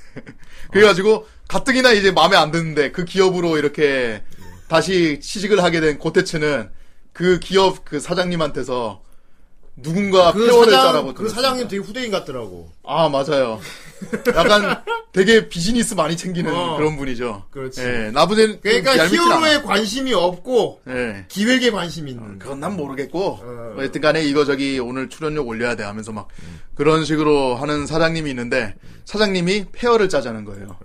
Speaker 9: 그래가지고 가뜩이나 이제 마음에 안 드는데 그 기업으로
Speaker 3: 예.
Speaker 9: 이렇게 다시 취직을 하게 된 고테츠는 그 기업 그 사장님한테서 누군가
Speaker 3: 그
Speaker 9: 폐허를
Speaker 3: 사장,
Speaker 9: 짜라고
Speaker 3: 그
Speaker 9: 들었습니다.
Speaker 3: 사장님 되게 후대인 같더라고.
Speaker 9: 아 맞아요. 약간 되게 비즈니스 많이 챙기는
Speaker 3: 어.
Speaker 9: 그런 분이죠.
Speaker 3: 그렇지.
Speaker 9: 예, 나부대는
Speaker 3: 그러니까 히어로에 관심이 없고
Speaker 9: 예.
Speaker 3: 기획에 관심이 있는.
Speaker 9: 음, 그건 난 모르겠고 뭐
Speaker 3: 어.
Speaker 9: 여튼간에 이거 저기 오늘 출연료 올려야 돼 하면서 막 그런 식으로 하는 사장님이 있는데 사장님이 페어를 짜자는 거예요.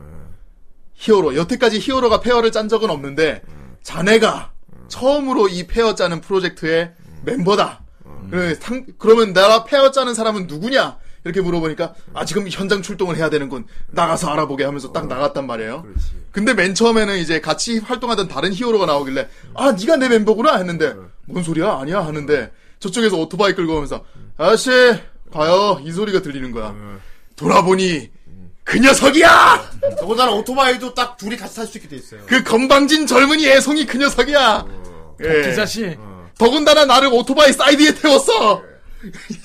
Speaker 9: 히어로 여태까지 히어로가 페어를 짠 적은 없는데 자네가 처음으로 이 페어 짜는 프로젝트의 멤버다.
Speaker 3: 음.
Speaker 9: 그래, 상- 그러면 나 페어 짜는 사람은 누구냐? 이렇게 물어보니까 아 지금 현장 출동을 해야 되는군 나가서 알아보게 하면서 딱 나갔단 말이에요.
Speaker 3: 어. 그렇지.
Speaker 9: 근데 맨 처음에는 이제 같이 활동하던 다른 히어로가 나오길래 아 네가 내 멤버구나 했는데 뭔 소리야 아니야 하는데 저쪽에서 오토바이 끌고 오면서 아저씨 가요 이 소리가 들리는 거야 돌아보니 그 녀석이야
Speaker 3: 더군다나 오토바이도 딱 둘이 같이 탈 수 있게 돼 있어요.
Speaker 9: 그 건방진 젊은이 애송이 그 녀석이야 예.
Speaker 2: 기자씨.
Speaker 9: 더군다나 나를 오토바이 사이드에 태웠어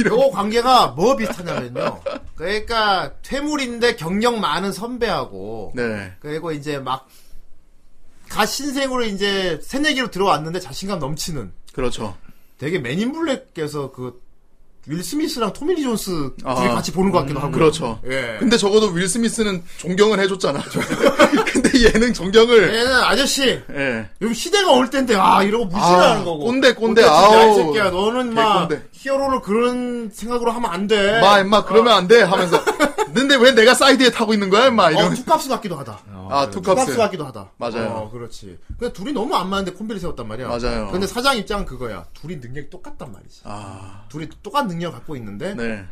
Speaker 3: 요 관계가 뭐 비슷하냐면요. 그러니까 퇴물인데 경력 많은 선배하고
Speaker 9: 네
Speaker 3: 그리고 이제 막갓 신생으로 이제 새내기로 들어왔는데 자신감 넘치는
Speaker 9: 그렇죠
Speaker 3: 되게 맨인블랙께서 그 윌 스미스랑 토미리 존스 둘이
Speaker 9: 아,
Speaker 3: 같이 보는 것 같기도 하고
Speaker 9: 그렇죠
Speaker 3: 예.
Speaker 9: 근데 적어도 윌 스미스는 존경을 해줬잖아 근데 얘는 존경을
Speaker 3: 얘는 아저씨
Speaker 9: 예.
Speaker 3: 요즘 시대가 올 텐데 아 이러고 무시하는
Speaker 9: 아,
Speaker 3: 거고
Speaker 9: 꼰대, 꼰대,
Speaker 3: 꼰대 진짜
Speaker 9: 아우.
Speaker 3: 이 새끼야 너는 막
Speaker 9: 개꼰대.
Speaker 3: 히어로를 그런 생각으로 하면 안돼
Speaker 9: 마, 임마, 그러면 안 돼! 하면서. 근데 왜 내가 사이드에 타고 있는 거야, 임마?
Speaker 3: 어,
Speaker 9: 이런.
Speaker 3: 투캅스 같기도 하다
Speaker 9: 아,
Speaker 3: 투캅스
Speaker 9: 투캅스.
Speaker 3: 같기도 하다
Speaker 9: 맞아요.
Speaker 3: 어, 그렇지 근데 둘이 너무 안 맞는데 콤비를 세웠단 말이야
Speaker 9: 맞아요.
Speaker 3: 근데 사장 입장은 그거야 둘이 능력이 똑같단 말이지
Speaker 9: 아,
Speaker 3: 둘이 똑같은 능력 갖고 있는데
Speaker 9: 네.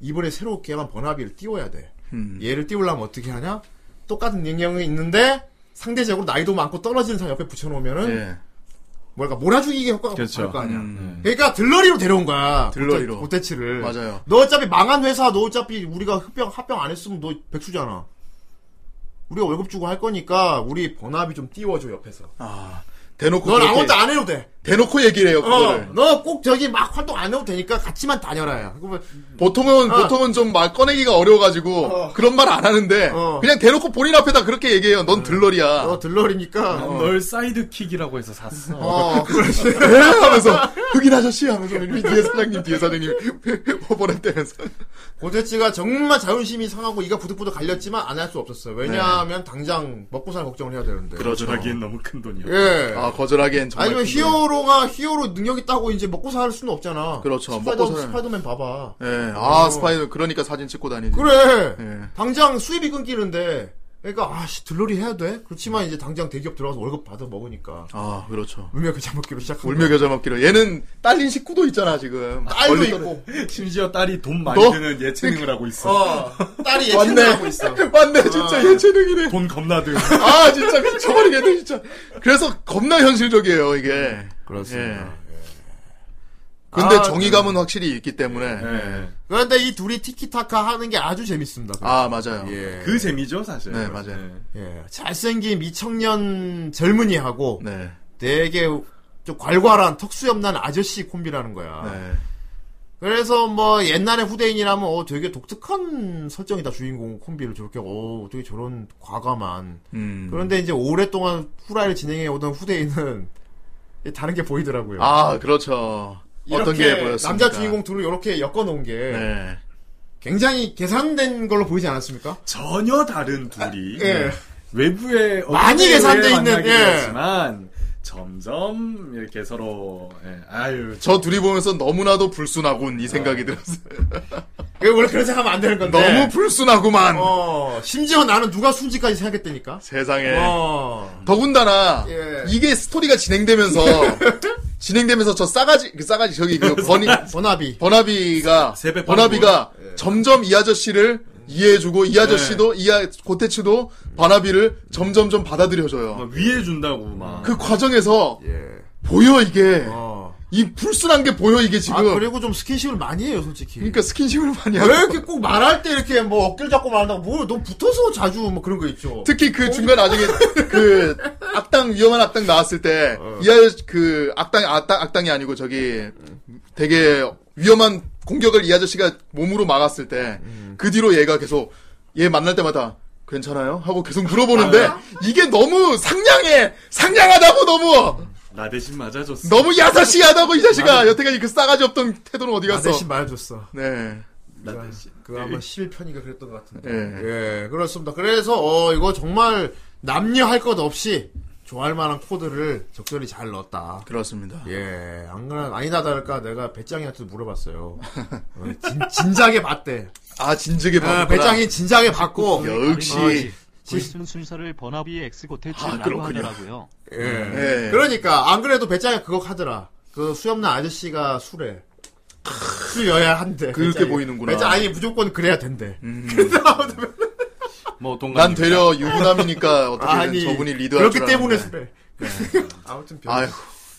Speaker 3: 이번에 새롭게 만 번합이를 띄워야 돼
Speaker 9: 음.
Speaker 3: 얘를 띄우려면 어떻게 하냐? 똑같은 능력이 있는데 상대적으로 나이도 많고 떨어지는 사람 옆에 붙여놓으면은
Speaker 9: 예.
Speaker 3: 뭐랄까 몰아주기 효과가
Speaker 2: 그렇죠.
Speaker 3: 갈거 아니야.
Speaker 9: 음.
Speaker 3: 그러니까 들러리로 데려온 거야.
Speaker 9: 들러리로.
Speaker 3: 고태- 고태치를.
Speaker 9: 맞아요.
Speaker 3: 너 어차피 망한 회사, 너 어차피 우리가 합병 합병 안 했으면 너 백수잖아. 우리가 월급 주고 할 거니까 우리 번합이 좀 띄워줘 옆에서.
Speaker 9: 아, 대놓고.
Speaker 3: 넌
Speaker 9: 그렇게- 네.
Speaker 3: 아무것도 안 해도 돼.
Speaker 9: 대놓고 얘기를 해요,
Speaker 3: 어,
Speaker 9: 그거를.
Speaker 3: 너 꼭 저기 막 활동 안 해도 되니까 같이만 다녀라야. 뭐, 그러면
Speaker 9: 보통은,
Speaker 3: 어.
Speaker 9: 보통은 좀 말 꺼내기가 어려워가지고,
Speaker 3: 어.
Speaker 9: 그런 말 안 하는데,
Speaker 3: 어.
Speaker 9: 그냥 대놓고 본인 앞에다 그렇게 얘기해요. 넌 들러리야.
Speaker 3: 너
Speaker 9: 아.
Speaker 3: 들러리니까. 어,
Speaker 2: 널 사이드킥이라고 해서 샀어.
Speaker 3: 어, 그렇지.
Speaker 9: 에? 네, 하면서, 흑인 아저씨 하면서, 이렇게 뒤에 사장님, 뒤에 사장님, 호버랩 때면서.
Speaker 3: 고대치가 정말 자존심이 상하고 이가 부득부득 갈렸지만 안 할 수 없었어요.
Speaker 9: 네.
Speaker 3: 왜냐하면 당장 먹고 살 걱정을 해야 되는데.
Speaker 2: 하기엔 너무 큰 돈이야.
Speaker 3: 예.
Speaker 9: 아, 거절하기엔 정말.
Speaker 3: 아니면
Speaker 9: 힘들어요.
Speaker 3: 히어로가 히어로 능력 있다고 이제 먹고 살 수는 없잖아.
Speaker 9: 그렇죠.
Speaker 3: 스파이더,
Speaker 9: 먹고 살-
Speaker 3: 스파이더맨 봐봐.
Speaker 9: 예, 아,
Speaker 3: 어.
Speaker 9: 스파이더, 그러니까 사진 찍고 다니지.
Speaker 3: 그래.
Speaker 9: 예.
Speaker 3: 당장 수입이 끊기는데 그러니까 아씨 들러리 해야 돼? 그렇지만 이제 당장 대기업 들어가서 월급 받아 먹으니까
Speaker 9: 아 그렇죠.
Speaker 3: 울며 겨자 먹기로 시작한
Speaker 9: 울며 겨자 먹기로. 얘는 딸린 식구도 있잖아 지금.
Speaker 3: 딸도
Speaker 9: 멀리
Speaker 3: 있고
Speaker 2: 예. 심지어 딸이 돈 많이
Speaker 9: 너?
Speaker 2: 드는 예체능을 하고 있어.
Speaker 3: 어 딸이
Speaker 9: 맞네.
Speaker 3: 예체능 하고 있어 아.
Speaker 9: 맞네 진짜 예체능이네.
Speaker 2: 돈 겁나 드.
Speaker 9: 아 진짜 미쳐버리겠네 진짜. 그래서 겁나 현실적이에요 이게.
Speaker 3: 그렇습니다
Speaker 9: 근데
Speaker 3: 네. 아, 네.
Speaker 9: 정의감은 확실히 있기 때문에.
Speaker 2: 예.
Speaker 3: 그런데 이 둘이 티키타카 하는 게 아주 재밌습니다
Speaker 9: 아 맞아요.
Speaker 3: 예.
Speaker 2: 그 재미죠 사실.
Speaker 9: 네 맞아요.
Speaker 3: 예. 잘생긴 미청년 젊은이하고
Speaker 9: 네.
Speaker 3: 되게 좀 괄괄한 턱수염난 아저씨 콤비라는 거야
Speaker 9: 네.
Speaker 3: 그래서 뭐 옛날에 후대인이라면 어 되게 독특한 설정이다 주인공 콤비를 저렇게 어 어떻게 저런 과감한
Speaker 9: 음.
Speaker 3: 그런데 이제 오랫동안 후라이를 진행해 오던 후대인은 이제 다른 게 보이더라고요.
Speaker 9: 아 그렇죠. 어떤 게
Speaker 3: 이렇게
Speaker 9: 보였습니까?
Speaker 3: 남자 주인공 둘을 이렇게 엮어 놓은 게
Speaker 9: 네.
Speaker 3: 굉장히 계산된 걸로 보이지 않았습니까?
Speaker 2: 전혀 다른
Speaker 9: 네.
Speaker 2: 둘이
Speaker 3: 예.
Speaker 2: 외부에
Speaker 3: 많이
Speaker 2: 어떤
Speaker 3: 계산돼
Speaker 2: 외에
Speaker 3: 있는,
Speaker 2: 만나게
Speaker 3: 예.
Speaker 2: 되었지만 점점 이렇게 서로 예. 아유
Speaker 9: 저 둘이 보면서 너무나도 불순하군 이
Speaker 3: 아.
Speaker 9: 생각이 들었어요.
Speaker 3: 이거 원래 그런 생각하면 안 되는 건데.
Speaker 9: 너무 불순하구만.
Speaker 3: 네. 어 심지어 나는 누가 순지까지 생각했다니까.
Speaker 9: 세상에.
Speaker 3: 어.
Speaker 9: 더군다나
Speaker 3: 예.
Speaker 9: 이게 스토리가 진행되면서 진행되면서 저 싸가지 그 싸가지 저기 그 버니
Speaker 3: 번합이.
Speaker 9: 버나비가
Speaker 2: 세배
Speaker 9: 버나비가
Speaker 3: 예.
Speaker 9: 점점 이 아저씨를 이해해주고 이 아저씨도 이 아, 고태치도 버나비를 점점 좀 받아들여줘요.
Speaker 2: 막 위해 준다고 막
Speaker 9: 그 과정에서
Speaker 3: 음. 예.
Speaker 9: 보여 이게
Speaker 3: 어.
Speaker 9: 이 불순한 게 보여 이게 지금.
Speaker 3: 아 그리고 좀 스킨십을 많이 해요 솔직히.
Speaker 9: 그러니까 스킨십을 많이
Speaker 3: 왜
Speaker 9: 하고
Speaker 3: 이렇게 꼭 말할 때 이렇게 뭐 어깨를 잡고 말한다고 뭐너 붙어서 자주 뭐 그런 거 있죠.
Speaker 9: 특히 그 중간 나중에 그 악당 위험한 악당 나왔을 때
Speaker 3: 어.
Speaker 9: 이하여 그 악당 악당 악당이 아니고 저기 되게 위험한 공격을 이 아저씨가 몸으로 막았을 때
Speaker 3: 음.
Speaker 9: 그 뒤로 얘가 계속 얘 만날 때마다 괜찮아요 하고 계속 물어보는데
Speaker 3: 아.
Speaker 9: 이게 너무 상냥해 상냥하다고 너무
Speaker 2: 나 대신 맞아줬어.
Speaker 9: 너무 야사시하다고 이 자식아 여태까지 그 싸가지 없던 태도는 어디
Speaker 3: 나
Speaker 9: 갔어?
Speaker 3: 대신 말해줬어.
Speaker 9: 네.
Speaker 2: 나 대신
Speaker 3: 그 아마 실편이가 그랬던 것 같은데.
Speaker 9: 예.
Speaker 3: 예, 그렇습니다. 그래서 어 이거 정말 남녀 할 것 없이 좋아할 만한 코드를 적절히 잘 넣었다.
Speaker 9: 그렇습니다.
Speaker 3: 예, 안 그래 아니나 다를까 내가 배짱이한테도 물어봤어요. 어, 진, 진작에 봤대.
Speaker 9: 아 진즉에
Speaker 3: 아,
Speaker 9: 봤구나.
Speaker 3: 배짱이 진작에 봤고. 어,
Speaker 9: 역시
Speaker 11: 글쓴 아, 순서를 번화비
Speaker 9: 아,
Speaker 11: 엑스고테츠라고
Speaker 9: 그렇군요.
Speaker 11: 하더라고요.
Speaker 3: 예.
Speaker 9: 예.
Speaker 3: 그러니까 안 그래도 배짱이 그거 하더라. 그 수염난 아저씨가 술에 술여야 한대.
Speaker 9: 그렇게
Speaker 3: 배짱이.
Speaker 9: 보이는구나. 음,
Speaker 3: 배짱 아니 무조건 그래야 된대.
Speaker 2: 뭐 동감.
Speaker 9: 난 되려 유부남이니까 어떻게든
Speaker 3: 아니
Speaker 9: 저분이 리드할 줄
Speaker 3: 그렇기 때문에
Speaker 9: 알았는데. 네.
Speaker 3: 술에. 아무튼 별.
Speaker 9: 아휴,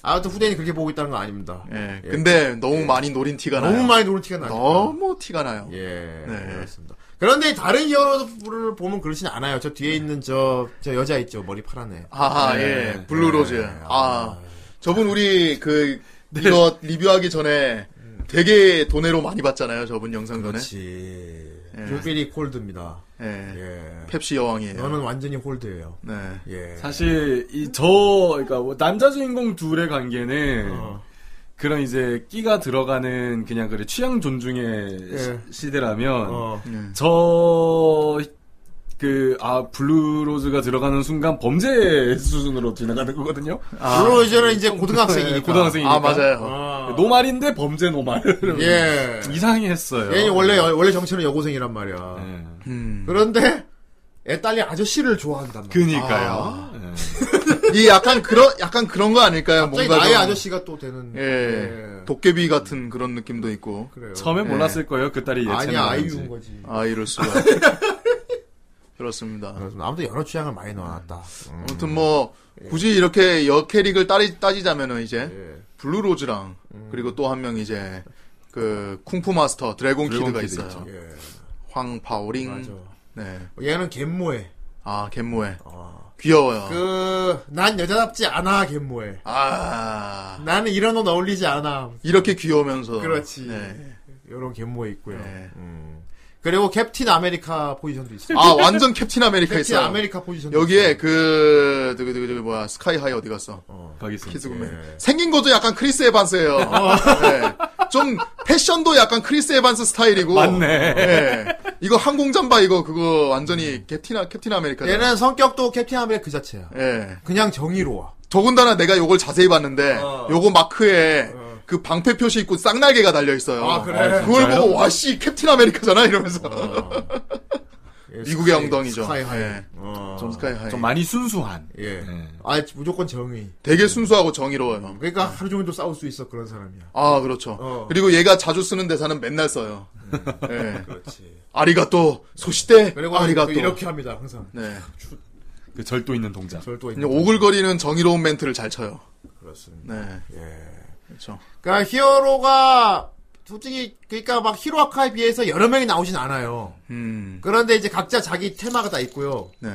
Speaker 3: 아무튼 후대인이 그렇게 보고 있다는 건 아닙니다.
Speaker 9: 예. 근데 너무 많이 노린 티가 나요.
Speaker 3: 그렇죠. 너무 많이 노는 티가 나니까.
Speaker 9: 너무 네. 티가 나요.
Speaker 3: 예, 그렇습니다. 그런데 다른 히어로를 보면 그렇진 않아요. 저 뒤에 있는 저, 저 여자 있죠. 머리 파란애.
Speaker 9: 아하,
Speaker 2: 네.
Speaker 9: 예. 블루로즈.
Speaker 3: 네.
Speaker 9: 아, 저분 우리 그, 이거 리뷰하기 전에 되게 돈으로 많이 봤잖아요. 저분 영상 전에.
Speaker 3: 그렇지.
Speaker 9: 예.
Speaker 3: 조필이 콜드입니다.
Speaker 9: 예.
Speaker 3: 예.
Speaker 9: 펩시 여왕이에요.
Speaker 3: 너는 완전히 홀드예요.
Speaker 9: 네.
Speaker 3: 예.
Speaker 2: 사실 이 저 그러니까 뭐 남자 주인공 둘의 관계는
Speaker 3: 어.
Speaker 2: 그런 이제 끼가 들어가는 그냥 그래 취향 존중의
Speaker 3: 예.
Speaker 2: 시, 대라면
Speaker 3: 어.
Speaker 2: 저, 그, 아, 블루로즈가 들어가는 순간 범죄 수준으로 지나가는 거거든요?
Speaker 3: 물론 이제는 이제 고등학생이니까.
Speaker 2: 네, 고등학생이니까.
Speaker 9: 아, 맞아요.
Speaker 3: 아.
Speaker 2: 노말인데 범죄 노말.
Speaker 3: 예.
Speaker 2: 이상했어요.
Speaker 3: 얘는 원래, 원래 정체는 여고생이란 말이야.
Speaker 2: 예.
Speaker 9: 음.
Speaker 3: 그런데, 애 딸이 아저씨를 좋아한단 말이야. 아.
Speaker 2: 그니까요. 예.
Speaker 9: 이 약간 그런, 약간 그런 거 아닐까요?
Speaker 3: 갑자기
Speaker 9: 뭔가.
Speaker 3: 나의
Speaker 9: 좀-
Speaker 3: 아저씨가 또 되는.
Speaker 9: 예. 도깨비 같은 그런 느낌도 있고.
Speaker 3: 그래요.
Speaker 2: 처음에 몰랐을 거예요. 그 딸이 예체능.
Speaker 3: 아니야 아이유인
Speaker 2: 하는지.
Speaker 3: 거지.
Speaker 9: 아, 이럴 수가. 그렇습니다.
Speaker 3: 그렇습니다. 아무튼 여러 취향을 많이 넣어놨다. 음,
Speaker 9: 아무튼 뭐 굳이 이렇게 여캐릭을 따리, 따지자면은 이제
Speaker 3: 예.
Speaker 9: 블루로즈랑 그리고 또 한 명 이제 그 쿵푸 마스터 드래곤,
Speaker 2: 드래곤
Speaker 9: 키드가
Speaker 2: 키드
Speaker 9: 있어요.
Speaker 2: 있죠.
Speaker 3: 예.
Speaker 9: 황 파오링.
Speaker 3: 맞아.
Speaker 9: 네.
Speaker 3: 얘는 갯모에.
Speaker 9: 아, 갯모에.
Speaker 3: 어.
Speaker 9: 귀여워요.
Speaker 3: 그, 난 여자답지 않아, 갯모에.
Speaker 9: 아.
Speaker 3: 나는 이런 옷 어울리지 않아.
Speaker 9: 이렇게 귀여우면서
Speaker 3: 그렇지.
Speaker 9: 네.
Speaker 3: 이런 갯모에 있고요.
Speaker 9: 네.
Speaker 3: 음. 그리고 캡틴 아메리카 포지션도 있어요.
Speaker 9: 아, 완전 캡틴 아메리카
Speaker 3: 캡틴
Speaker 9: 있어요.
Speaker 3: 아메리카 포지션.
Speaker 9: 여기에 그 저기 저기 저기 뭐야? 스카이 하이 어디 갔어?
Speaker 2: 거기 있습니다.
Speaker 9: 키즈군맨.
Speaker 3: 예.
Speaker 9: 네. 생긴 것도 약간 크리스 에반스예요.
Speaker 3: 어.
Speaker 9: 네. 좀 패션도 약간 크리스 에반스 스타일이고.
Speaker 2: 맞네.
Speaker 9: 예. 이거 항공 잠바 이거 그거 완전히 캡틴 아- 캡틴 아메리카.
Speaker 3: 얘는 성격도 캡틴 아메리카 그 자체야.
Speaker 9: 예.
Speaker 3: 그냥 정의로워.
Speaker 9: 더군다나 내가 요걸 자세히 봤는데
Speaker 3: 어.
Speaker 9: 요거 마크에 그 방패 표시 있고 쌍날개가 달려 있어요.
Speaker 3: 아, 그래? 어.
Speaker 9: 그걸 보고 와씨 캡틴 아메리카잖아 이러면서. 미국의 엉덩이죠.
Speaker 3: 스카이 하이.
Speaker 9: 예.
Speaker 3: 어.
Speaker 9: 좀 스카이 하이.
Speaker 2: 좀 많이 순수한.
Speaker 3: 예. 아, 무조건 정의.
Speaker 9: 되게 순수하고 정의로워요.
Speaker 3: 그러니까 하루 종일도 싸울 수 있어 그런 사람이야.
Speaker 9: 아, 그렇죠.
Speaker 3: 어.
Speaker 9: 그리고 얘가 자주 쓰는 대사는 맨날 써요. 예.
Speaker 3: 그렇지.
Speaker 9: 아리가또 소시대
Speaker 3: 그리고
Speaker 9: 아리가또
Speaker 3: 이렇게 합니다 항상.
Speaker 9: 네.
Speaker 2: 그 절도 있는 동작.
Speaker 3: 절도
Speaker 9: 그냥 오글거리는 정의로운 멘트를 잘 쳐요.
Speaker 3: 그렇습니다.
Speaker 9: 네.
Speaker 3: 예.
Speaker 9: 그렇죠.
Speaker 3: 그러니까 히어로가 솔직히 그러니까 막 히로아카에 비해서 여러 명이 나오진 않아요.
Speaker 9: 음.
Speaker 3: 그런데 이제 각자 자기 테마가 다 있고요.
Speaker 9: 네.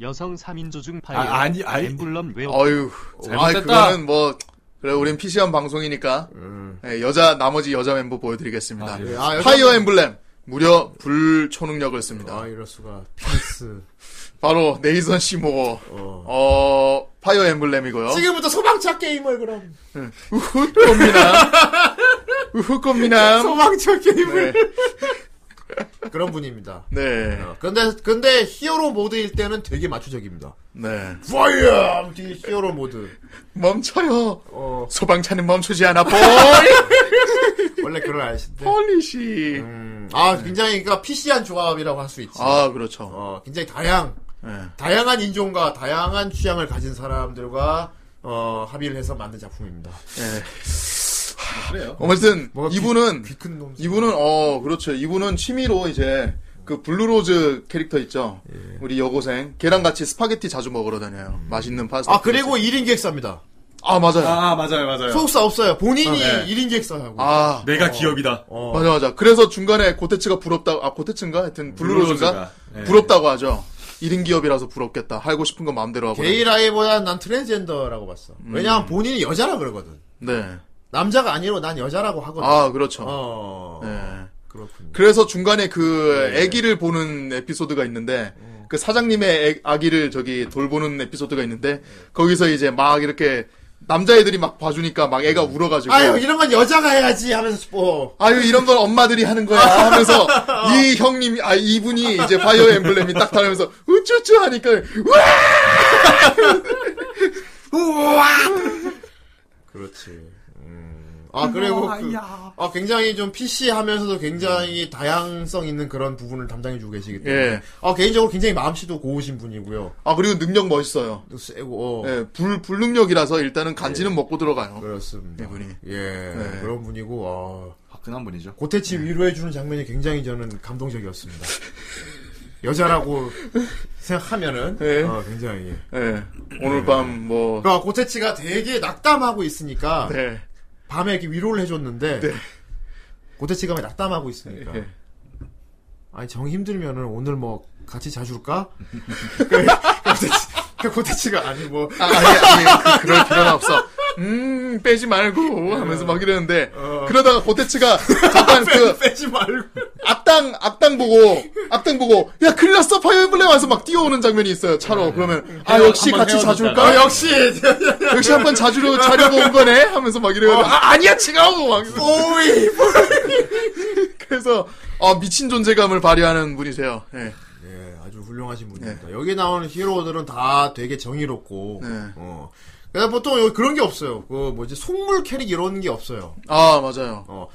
Speaker 11: 여성 3인조 중 파이어
Speaker 2: 아, 아니, 아니.
Speaker 11: 엠블럼 외
Speaker 9: 어유. 아,
Speaker 2: 잘못됐다.
Speaker 9: 그거는 뭐 그래 우린 PC한 방송이니까
Speaker 3: 음.
Speaker 9: 예, 여자 나머지 여자 멤버 보여드리겠습니다.
Speaker 2: 아,
Speaker 3: 예. 아, 여자-
Speaker 9: 파이어 엠블렘 무려 불 초능력을 씁니다.
Speaker 3: 아 이럴 수가 피스.
Speaker 9: 바로 네이선 시모어
Speaker 3: 어.
Speaker 9: 어 파이어 엠블렘이고요.
Speaker 3: 지금부터 소방차 게임을 그럼.
Speaker 9: 우후 꽃미남 우후 꽃미남
Speaker 3: 소방차
Speaker 9: 네.
Speaker 3: 게임을. 그런 분입니다.
Speaker 9: 네.
Speaker 3: 어, 근데 근데 히어로 모드일 때는 되게 마초적입니다.
Speaker 9: 네.
Speaker 3: 파이어 히어로 모드.
Speaker 9: 멈춰요.
Speaker 3: 어 네.
Speaker 9: 소방차는 멈추지 않아. 볼
Speaker 3: 원래 그런 아저씨인데.
Speaker 9: 폴리시.
Speaker 3: 음, 아 굉장히 그러니까 PC한 조합이라고 할 수 있지.
Speaker 9: 아 그렇죠.
Speaker 3: 어 굉장히 다양
Speaker 9: 예.
Speaker 3: 다양한 인종과 다양한 취향을 가진 사람들과 어, 합의를 해서 만든 작품입니다.
Speaker 9: 예.
Speaker 7: 그래요.
Speaker 9: 어쨌든
Speaker 3: 뭐가 귀-
Speaker 9: 이분은
Speaker 3: 귀 큰 놈.
Speaker 9: 이분은 어 그렇죠. 이분은 취미로 이제 그 블루로즈 캐릭터 있죠.
Speaker 3: 예.
Speaker 9: 우리 여고생 걔랑 같이 스파게티 자주 먹으러 다녀요. 맛있는 파스타.
Speaker 3: 아 그리고 1인 기획사입니다.
Speaker 9: 아 맞아요. 아,
Speaker 7: 아 맞아요 맞아요.
Speaker 3: 소속사 없어요. 본인이
Speaker 7: 아, 네.
Speaker 3: 1인 기획사하고.
Speaker 7: 내가 기업이다.
Speaker 3: 어.
Speaker 9: 맞아 맞아. 그래서 중간에 고테츠가 부럽다. 아 고테츠인가? 하여튼 블루로즈가 네.
Speaker 7: 네.
Speaker 9: 부럽다고 하죠. 1인 기업이라서 부럽겠다. 하고 싶은 건 마음대로 하고.
Speaker 3: 게이라기보다는 난 트랜스젠더라고 봤어.
Speaker 9: 음.
Speaker 3: 왜냐하면 본인이 여자라 그러거든.
Speaker 9: 네.
Speaker 3: 남자가 아니고 난 여자라고 하거든.
Speaker 9: 아 그렇죠.
Speaker 3: 어.
Speaker 9: 네.
Speaker 3: 그렇군요.
Speaker 9: 그래서 중간에 그
Speaker 3: 네.
Speaker 9: 아기를 보는 에피소드가 있는데
Speaker 3: 음.
Speaker 9: 그 사장님의 애- 아기를 저기 돌보는 에피소드가 있는데 거기서 이제 막 이렇게 남자애들이 막 봐주니까 막 애가 울어가지고
Speaker 3: 음. 아유 이런 건 여자가 해야지 하면서 뭐
Speaker 9: 아유, 이런 건 엄마들이 하는 거야 하면서 이 형님 아 이분이 이제 파이어 엠블렘이 딱 달면서 우쭈쭈 하니까 우와
Speaker 3: 그렇지. 음. 아 그리고 그, 아 굉장히 좀 PC 하면서도 굉장히 다양성 있는 그런 부분을 담당해 주고 계시기 때문에
Speaker 9: 예.
Speaker 3: 아 개인적으로 굉장히 마음씨도 고우신 분이고요.
Speaker 9: 아 그리고 능력 멋있어요
Speaker 3: 또 세고 어.
Speaker 9: 예, 불 불능력이라서 일단은
Speaker 3: 네.
Speaker 9: 간지는 먹고 들어가요
Speaker 3: 그렇습니다.
Speaker 9: 이분이.
Speaker 3: 예 그런 분이고 아,
Speaker 2: 화끈한 분이죠.
Speaker 3: 고태치 위로해 주는 장면이 굉장히 저는 감동적이었습니다. 여자라고 생각하면은
Speaker 9: 예.
Speaker 3: 어, 굉장히
Speaker 9: 예 오늘 밤뭐
Speaker 3: 그러니까 고태치가 되게 낙담하고 있으니까
Speaker 9: 네.
Speaker 3: 밤에 이렇게 위로를 해줬는데 고태치가 왜 낙담하고 있으니까
Speaker 9: 예.
Speaker 3: 아니 정 힘들면은 오늘 뭐 같이 자줄까? 그 고태치, 고태치가 아니 뭐
Speaker 9: 아, 아니, 아니, 그, 럴 필요는 없어. 음, 빼지 말고 하면서 막 이러는데, 그러다가 고테츠가 잠깐 그,
Speaker 3: 빼지 말고
Speaker 9: 악당, 악당 보고, 악당 보고, 야, 큰일 났어, 파이어 엠블렘 와서 막 뛰어오는 장면이 있어요, 차로. 그러면, 아, 역시
Speaker 7: 한번
Speaker 9: 같이
Speaker 7: 헤어졌다가.
Speaker 9: 자줄까?
Speaker 3: 아, 역시
Speaker 9: 역시 한번 자주려, 자려고 온 거네? 하면서 막 이래요. 아, 아니야, 지금! 하고 막.
Speaker 3: 오이
Speaker 9: 그래서, 어, 미친 존재감을 발휘하는 분이세요. 예.
Speaker 3: 예, 아주 훌륭하신 분입니다. 여기 나오는 히어로들은 다 되게 정의롭고,
Speaker 9: 네.
Speaker 3: 어. 그래서 보통 여기 그런 게 없어요. 그 뭐지, 속물 캐릭 이런 게 없어요.
Speaker 9: 아, 맞아요.
Speaker 3: 어.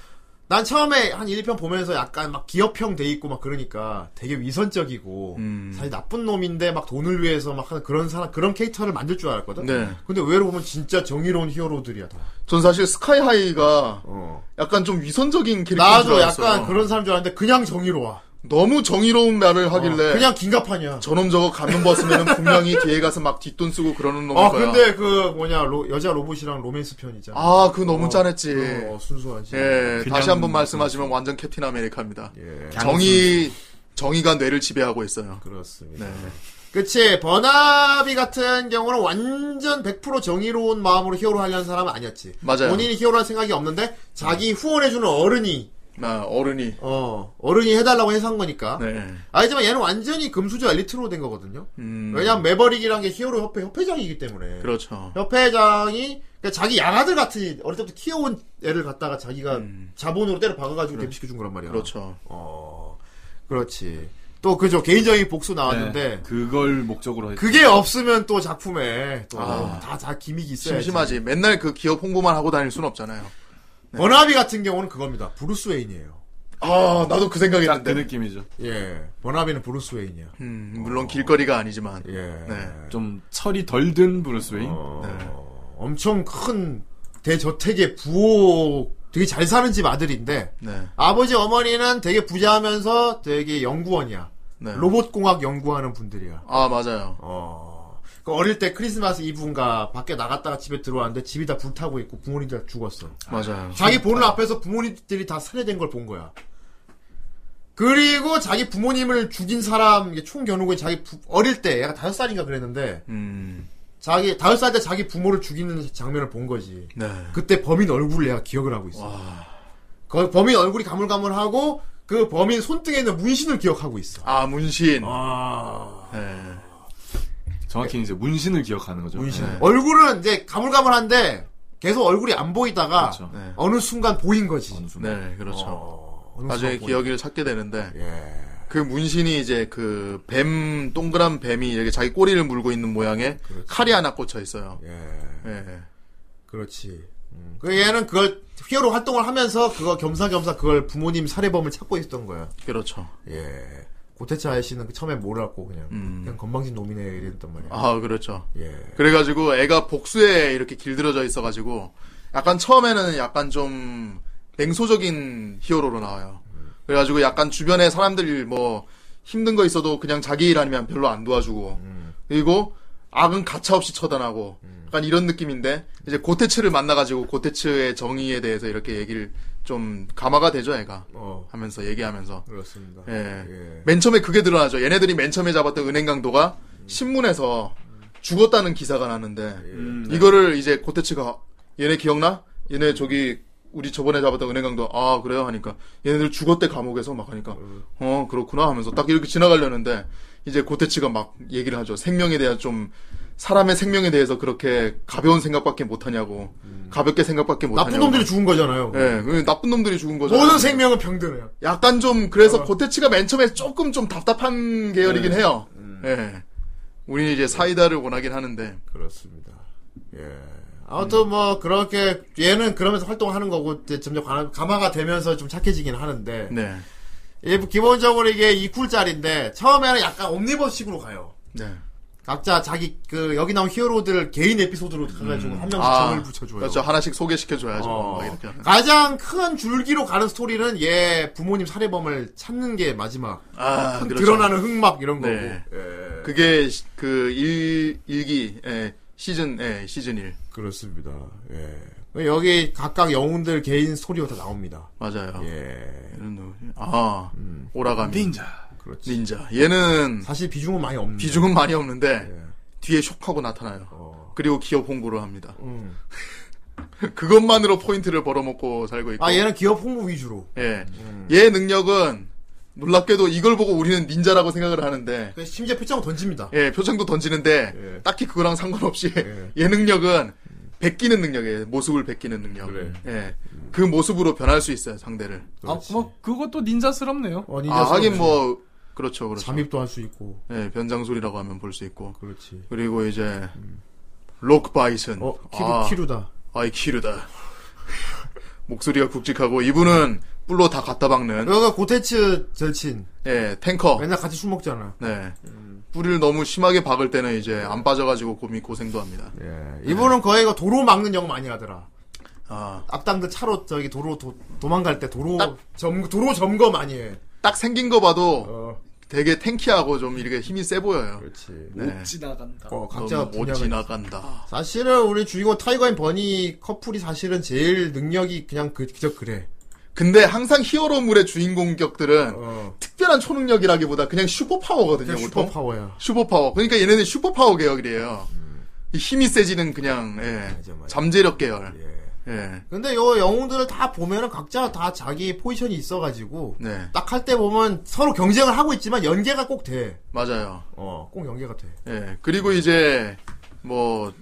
Speaker 3: 난 처음에 한 1편 보면서 약간 막 기업형 돼 있고 막 그러니까 되게 위선적이고,
Speaker 9: 음.
Speaker 3: 사실 나쁜 놈인데 막 돈을 위해서 막 하는 그런 사람, 그런 캐릭터를 만들 줄 알았거든.
Speaker 9: 네.
Speaker 3: 근데 의외로 보면 진짜 정의로운 히어로들이야, 다.
Speaker 9: 전 사실 스카이 하이가
Speaker 3: 어.
Speaker 9: 약간 좀 위선적인 캐릭터인 줄
Speaker 3: 나도
Speaker 9: 알았어요.
Speaker 3: 약간 그런 사람 줄 알았는데 그냥 정의로워.
Speaker 9: 너무 정의로운 말을 하길래.
Speaker 3: 어, 그냥 긴가판이야.
Speaker 9: 저놈 저거 가면 벗으면 분명히 뒤에 가서 막 뒷돈 쓰고 그러는 놈일
Speaker 3: 아,
Speaker 9: 거야.
Speaker 3: 근데 그 뭐냐, 로- 여자 로봇이랑 로맨스 편 있잖아.
Speaker 9: 아, 그거 너무 짠했지.
Speaker 3: 어, 순수하지.
Speaker 9: 예,
Speaker 2: 그냥-
Speaker 9: 다시 한 번 말씀하시면 완전 캡틴 아메리카입니다.
Speaker 3: 예,
Speaker 9: 정의, 정의가 뇌를 지배하고 있어요.
Speaker 3: 그렇습니다.
Speaker 9: 네.
Speaker 3: 그치, 버나비 같은 경우는 완전 100% 정의로운 마음으로 히어로 하려는 사람은 아니었지.
Speaker 9: 맞아요.
Speaker 3: 본인이 히어로 할 생각이 없는데, 자기 후원해주는 어른이,
Speaker 9: 나 어른이.
Speaker 3: 어, 어른이 해달라고 해서 한 거니까.
Speaker 9: 네.
Speaker 3: 알지만 얘는 완전히 금수저 엘리트로 된 거거든요.
Speaker 9: 음,
Speaker 3: 왜냐면 매버릭이란 게 히어로 협회 협회장이기 때문에.
Speaker 9: 그렇죠.
Speaker 3: 협회장이 그러니까 자기 양아들 같은 어릴 때부터 키워온 애를 갖다가 자기가 자본으로 때려 박아가지고 데뷔시켜준 거란 말이야.
Speaker 9: 음. 그렇죠.
Speaker 3: 어, 그렇지. 또 그죠 개인적인 복수 나왔는데
Speaker 2: 네, 그걸 목적으로 했
Speaker 3: 그게 없으면 또 작품에
Speaker 9: 아.
Speaker 3: 또다다 기믹이 있어야
Speaker 9: 심심하지. 맨날 그 기업 홍보만 하고 다닐 순 없잖아요.
Speaker 3: 버나비 같은 경우는 그겁니다. 브루스 웨인이에요.
Speaker 9: 아, 나도 그 생각했는데.
Speaker 2: 그 느낌이죠.
Speaker 3: 예. 버나비는 브루스 웨인이야.
Speaker 9: 음, 물론 길거리가 아니지만.
Speaker 3: 예.
Speaker 9: 네.
Speaker 2: 좀 철이 덜 든 브루스 웨인.
Speaker 9: 어.
Speaker 3: 어. 엄청 큰 대저택의 부호 되게 잘 사는 집 아들인데
Speaker 9: 네.
Speaker 3: 아버지 어머니는 되게 부자하면서 되게 연구원이야.
Speaker 9: 네.
Speaker 3: 로봇 공학 연구하는 분들이야.
Speaker 9: 아, 맞아요.
Speaker 3: 어. 그 어릴 때 크리스마스 이브인가 밖에 나갔다가 집에 들어왔는데 집이 다 불타고 있고 부모님들 다 죽었어.
Speaker 9: 맞아요.
Speaker 3: 자기 보는 앞에서 부모님들이 다 살해된 걸 본 거야. 그리고 자기 부모님을 죽인 사람, 이게 총 겨누고 자기 부- 어릴 때, 약간 다섯 살인가 그랬는데,
Speaker 9: 음.
Speaker 3: 자기, 다섯 살 때 자기 부모를 죽이는 장면을 본 거지.
Speaker 9: 네.
Speaker 3: 그때 범인 얼굴을 내가 기억을 하고 있어. 그 범인 얼굴이 가물가물하고, 그 범인 손등에 있는 문신을 기억하고 있어.
Speaker 9: 아, 문신.
Speaker 3: 아.
Speaker 9: 네.
Speaker 2: 정확히 이제 문신을 기억하는 거죠.
Speaker 3: 문신.
Speaker 2: 네.
Speaker 3: 얼굴은 이제 가물가물한데, 계속 얼굴이 안 보이다가,
Speaker 2: 그렇죠.
Speaker 9: 네.
Speaker 3: 어느 순간 보인 거지.
Speaker 2: 어느 순간.
Speaker 9: 네, 그렇죠.
Speaker 3: 어, 어느
Speaker 9: 나중에
Speaker 3: 순간 보인
Speaker 9: 기억을 찾게 되는데
Speaker 3: 예.
Speaker 9: 그 문신이 이제 그 뱀 동그란 뱀이 이렇게 자기 꼬리를 물고 있는 모양의
Speaker 3: 그렇죠.
Speaker 9: 칼이 하나 꽂혀 있어요.
Speaker 3: 예.
Speaker 9: 예.
Speaker 3: 그렇지. 음. 그 얘는 그걸 히어로 활동을 하면서 그거 겸사겸사 그걸 부모님 살해범을 찾고 있었던 거야.
Speaker 9: 그렇죠.
Speaker 3: 예. 고태차 아저씨는 그 처음에 몰랐고 그냥
Speaker 9: 음.
Speaker 3: 그냥 건방진 놈이네 이랬단 말이야.
Speaker 9: 아, 그렇죠.
Speaker 3: 예.
Speaker 9: 그래가지고 애가 복수에 이렇게 길들여져 있어가지고 약간 처음에는 약간 좀 냉소적인 히어로로 나와요. 그래가지고 약간 주변에 사람들이 뭐 힘든 거 있어도 그냥 자기 일 아니면 별로 안 도와주고 그리고 악은 가차없이 처단하고 약간 이런 느낌인데 이제 고테츠를 만나가지고 고테츠의 정의에 대해서 이렇게 얘기를 좀 감화가 되죠 애가
Speaker 3: 어.
Speaker 9: 하면서 얘기하면서
Speaker 3: 그렇습니다.
Speaker 9: 예.
Speaker 3: 예.
Speaker 9: 맨 처음에 그게 드러나죠. 얘네들이 맨 처음에 잡았던 은행 강도가 신문에서 죽었다는 기사가 나는데
Speaker 2: 음, 네.
Speaker 9: 이거를 이제 고테츠가 얘네 기억나? 얘네 저기 우리 저번에 잡았던 은행 강도 아 그래요 하니까 얘네들 죽었대 감옥에서 막 하니까 어 그렇구나 하면서 딱 이렇게 지나가려는데 이제 고테츠가 막 얘기를 하죠. 생명에 대한 좀 사람의 생명에 대해서 그렇게 가벼운 생각밖에 못하냐고
Speaker 2: 음.
Speaker 9: 가볍게 생각밖에 못하냐고
Speaker 3: 나쁜 놈들이 죽은 거잖아요.
Speaker 9: 예, 그 나쁜 놈들이 죽은 거죠.
Speaker 3: 모든 생명은 평등해요.
Speaker 9: 약간 좀 그래서
Speaker 2: 어.
Speaker 9: 고테츠가 맨 처음에 조금 좀 답답한
Speaker 2: 네.
Speaker 9: 계열이긴 해요.
Speaker 2: 음.
Speaker 9: 예. 우리는 이제 사이다를 원하긴 하는데.
Speaker 3: 그렇습니다. 예.
Speaker 9: 음.
Speaker 3: 아무튼 뭐 그렇게 얘는 그러면서 활동하는 거고 이제 점점 가- 감화가 되면서 좀 착해지긴 하는데
Speaker 9: 네.
Speaker 3: 예, 기본적으로 이게 2쿨짜리인데 처음에는 약간 옴니버식으로 가요.
Speaker 9: 네.
Speaker 3: 각자 자기 그 여기 나온 히어로들 개인 에피소드로 가가지고 한 명씩
Speaker 9: 아,
Speaker 3: 점을 붙여줘요.
Speaker 9: 그렇죠. 하나씩 소개시켜 줘야죠.
Speaker 3: 어.
Speaker 9: 이렇게 하는.
Speaker 3: 가장 큰 줄기로 가는 스토리는 얘 부모님 살해범을 찾는 게 마지막
Speaker 9: 아,
Speaker 3: 큰
Speaker 9: 그렇죠.
Speaker 3: 드러나는 흑막 이런 거고.
Speaker 9: 네.
Speaker 3: 예.
Speaker 9: 그게 시- 그 일, 일기 예, 시즌 예, 시즌 1.
Speaker 3: 그렇습니다. 예. 여기 각각 영웅들 개인 스토리가 다 나옵니다.
Speaker 9: 맞아요.
Speaker 3: 예.
Speaker 9: 이런 누구지? 아. 오라가미.
Speaker 2: 닌자.
Speaker 3: 그렇지.
Speaker 9: 닌자. 얘는
Speaker 3: 사실 비중은 많이 없는.
Speaker 9: 비중은 많이 없는데
Speaker 3: 예.
Speaker 9: 뒤에 쇽 하고 나타나요.
Speaker 3: 어.
Speaker 9: 그리고 기업 홍보를 합니다.
Speaker 3: 음.
Speaker 9: 그것만으로 포인트를 벌어먹고 살고 있고.
Speaker 3: 아 얘는 기업 홍보 위주로.
Speaker 9: 예.
Speaker 3: 음.
Speaker 9: 얘 능력은 놀랍게도 이걸 보고 우리는 닌자라고 생각을 하는데
Speaker 3: 그래서 심지어 표창을 던집니다.
Speaker 9: 예, 표창도 던지는데
Speaker 3: 예.
Speaker 9: 딱히 그거랑 상관없이
Speaker 3: 예.
Speaker 9: 얘 능력은 베끼는 능력이에요. 모습을 베끼는 능력.
Speaker 3: 그래.
Speaker 9: 예. 그 모습으로 변할 수 있어요, 상대를.
Speaker 2: 아, 뭐 그것도 닌자스럽네요.
Speaker 3: 어,
Speaker 9: 아, 하긴 뭐 그렇죠. 그렇죠.
Speaker 3: 잠입도 할 수 있고.
Speaker 9: 예, 변장술이라고 하면 볼 수 있고.
Speaker 3: 그렇지.
Speaker 9: 그리고 이제 록 바이슨.
Speaker 3: 음. 어, 키루,
Speaker 9: 아,
Speaker 3: 키루다.
Speaker 9: 아이 키르다. 목소리가 굵직하고 이분은 뿔로 다 갖다 박는
Speaker 3: 여기가 고테츠 절친.
Speaker 9: 예, 탱커.
Speaker 3: 맨날 음. 같이 술 먹잖아.
Speaker 9: 네. 뿌리를 너무 심하게 박을 때는 이제 안 빠져가지고 고민 고생도 합니다.
Speaker 3: 예. 이분은 거의 이거 도로 막는 역 많이 하더라.
Speaker 9: 아,
Speaker 3: 앞당들 차로 저기 도로 도, 도망갈 때 도로
Speaker 9: 딱.
Speaker 3: 점 도로 점거 많이 해.
Speaker 9: 딱 생긴 거 봐도
Speaker 3: 어,
Speaker 9: 되게 탱키하고 좀 이렇게 힘이 세 보여요.
Speaker 3: 그렇지.
Speaker 9: 네.
Speaker 2: 지나간다.
Speaker 3: 어, 그렇죠. 각자
Speaker 9: 너무 못
Speaker 3: 분야가
Speaker 9: 지나간다.
Speaker 3: 사실은 우리 주인공 타이거인 버니 커플이 사실은 제일 능력이 그냥 그, 그저 그래.
Speaker 9: 근데 항상 히어로물의 주인공격들은
Speaker 3: 어.
Speaker 9: 특별한 초능력이라기보다 그냥 슈퍼파워거든요.
Speaker 3: 그냥
Speaker 9: 보통.
Speaker 3: 슈퍼 파워야.
Speaker 9: 슈퍼파워. 그러니까 얘네는 슈퍼파워 계열이에요. 이 힘이 세지는 그냥 예,
Speaker 3: 음. 맞아, 맞아.
Speaker 9: 잠재력 계열.
Speaker 3: 예.
Speaker 9: 예.
Speaker 3: 근데 요 영웅들을 다 보면은 각자 다 자기 포지션이 있어가지고
Speaker 9: 네.
Speaker 3: 딱 할 때 보면 서로 경쟁을 하고 있지만 연계가 꼭 돼.
Speaker 9: 맞아요.
Speaker 3: 어, 꼭 연계가 돼.
Speaker 9: 예. 그리고 이제 뭐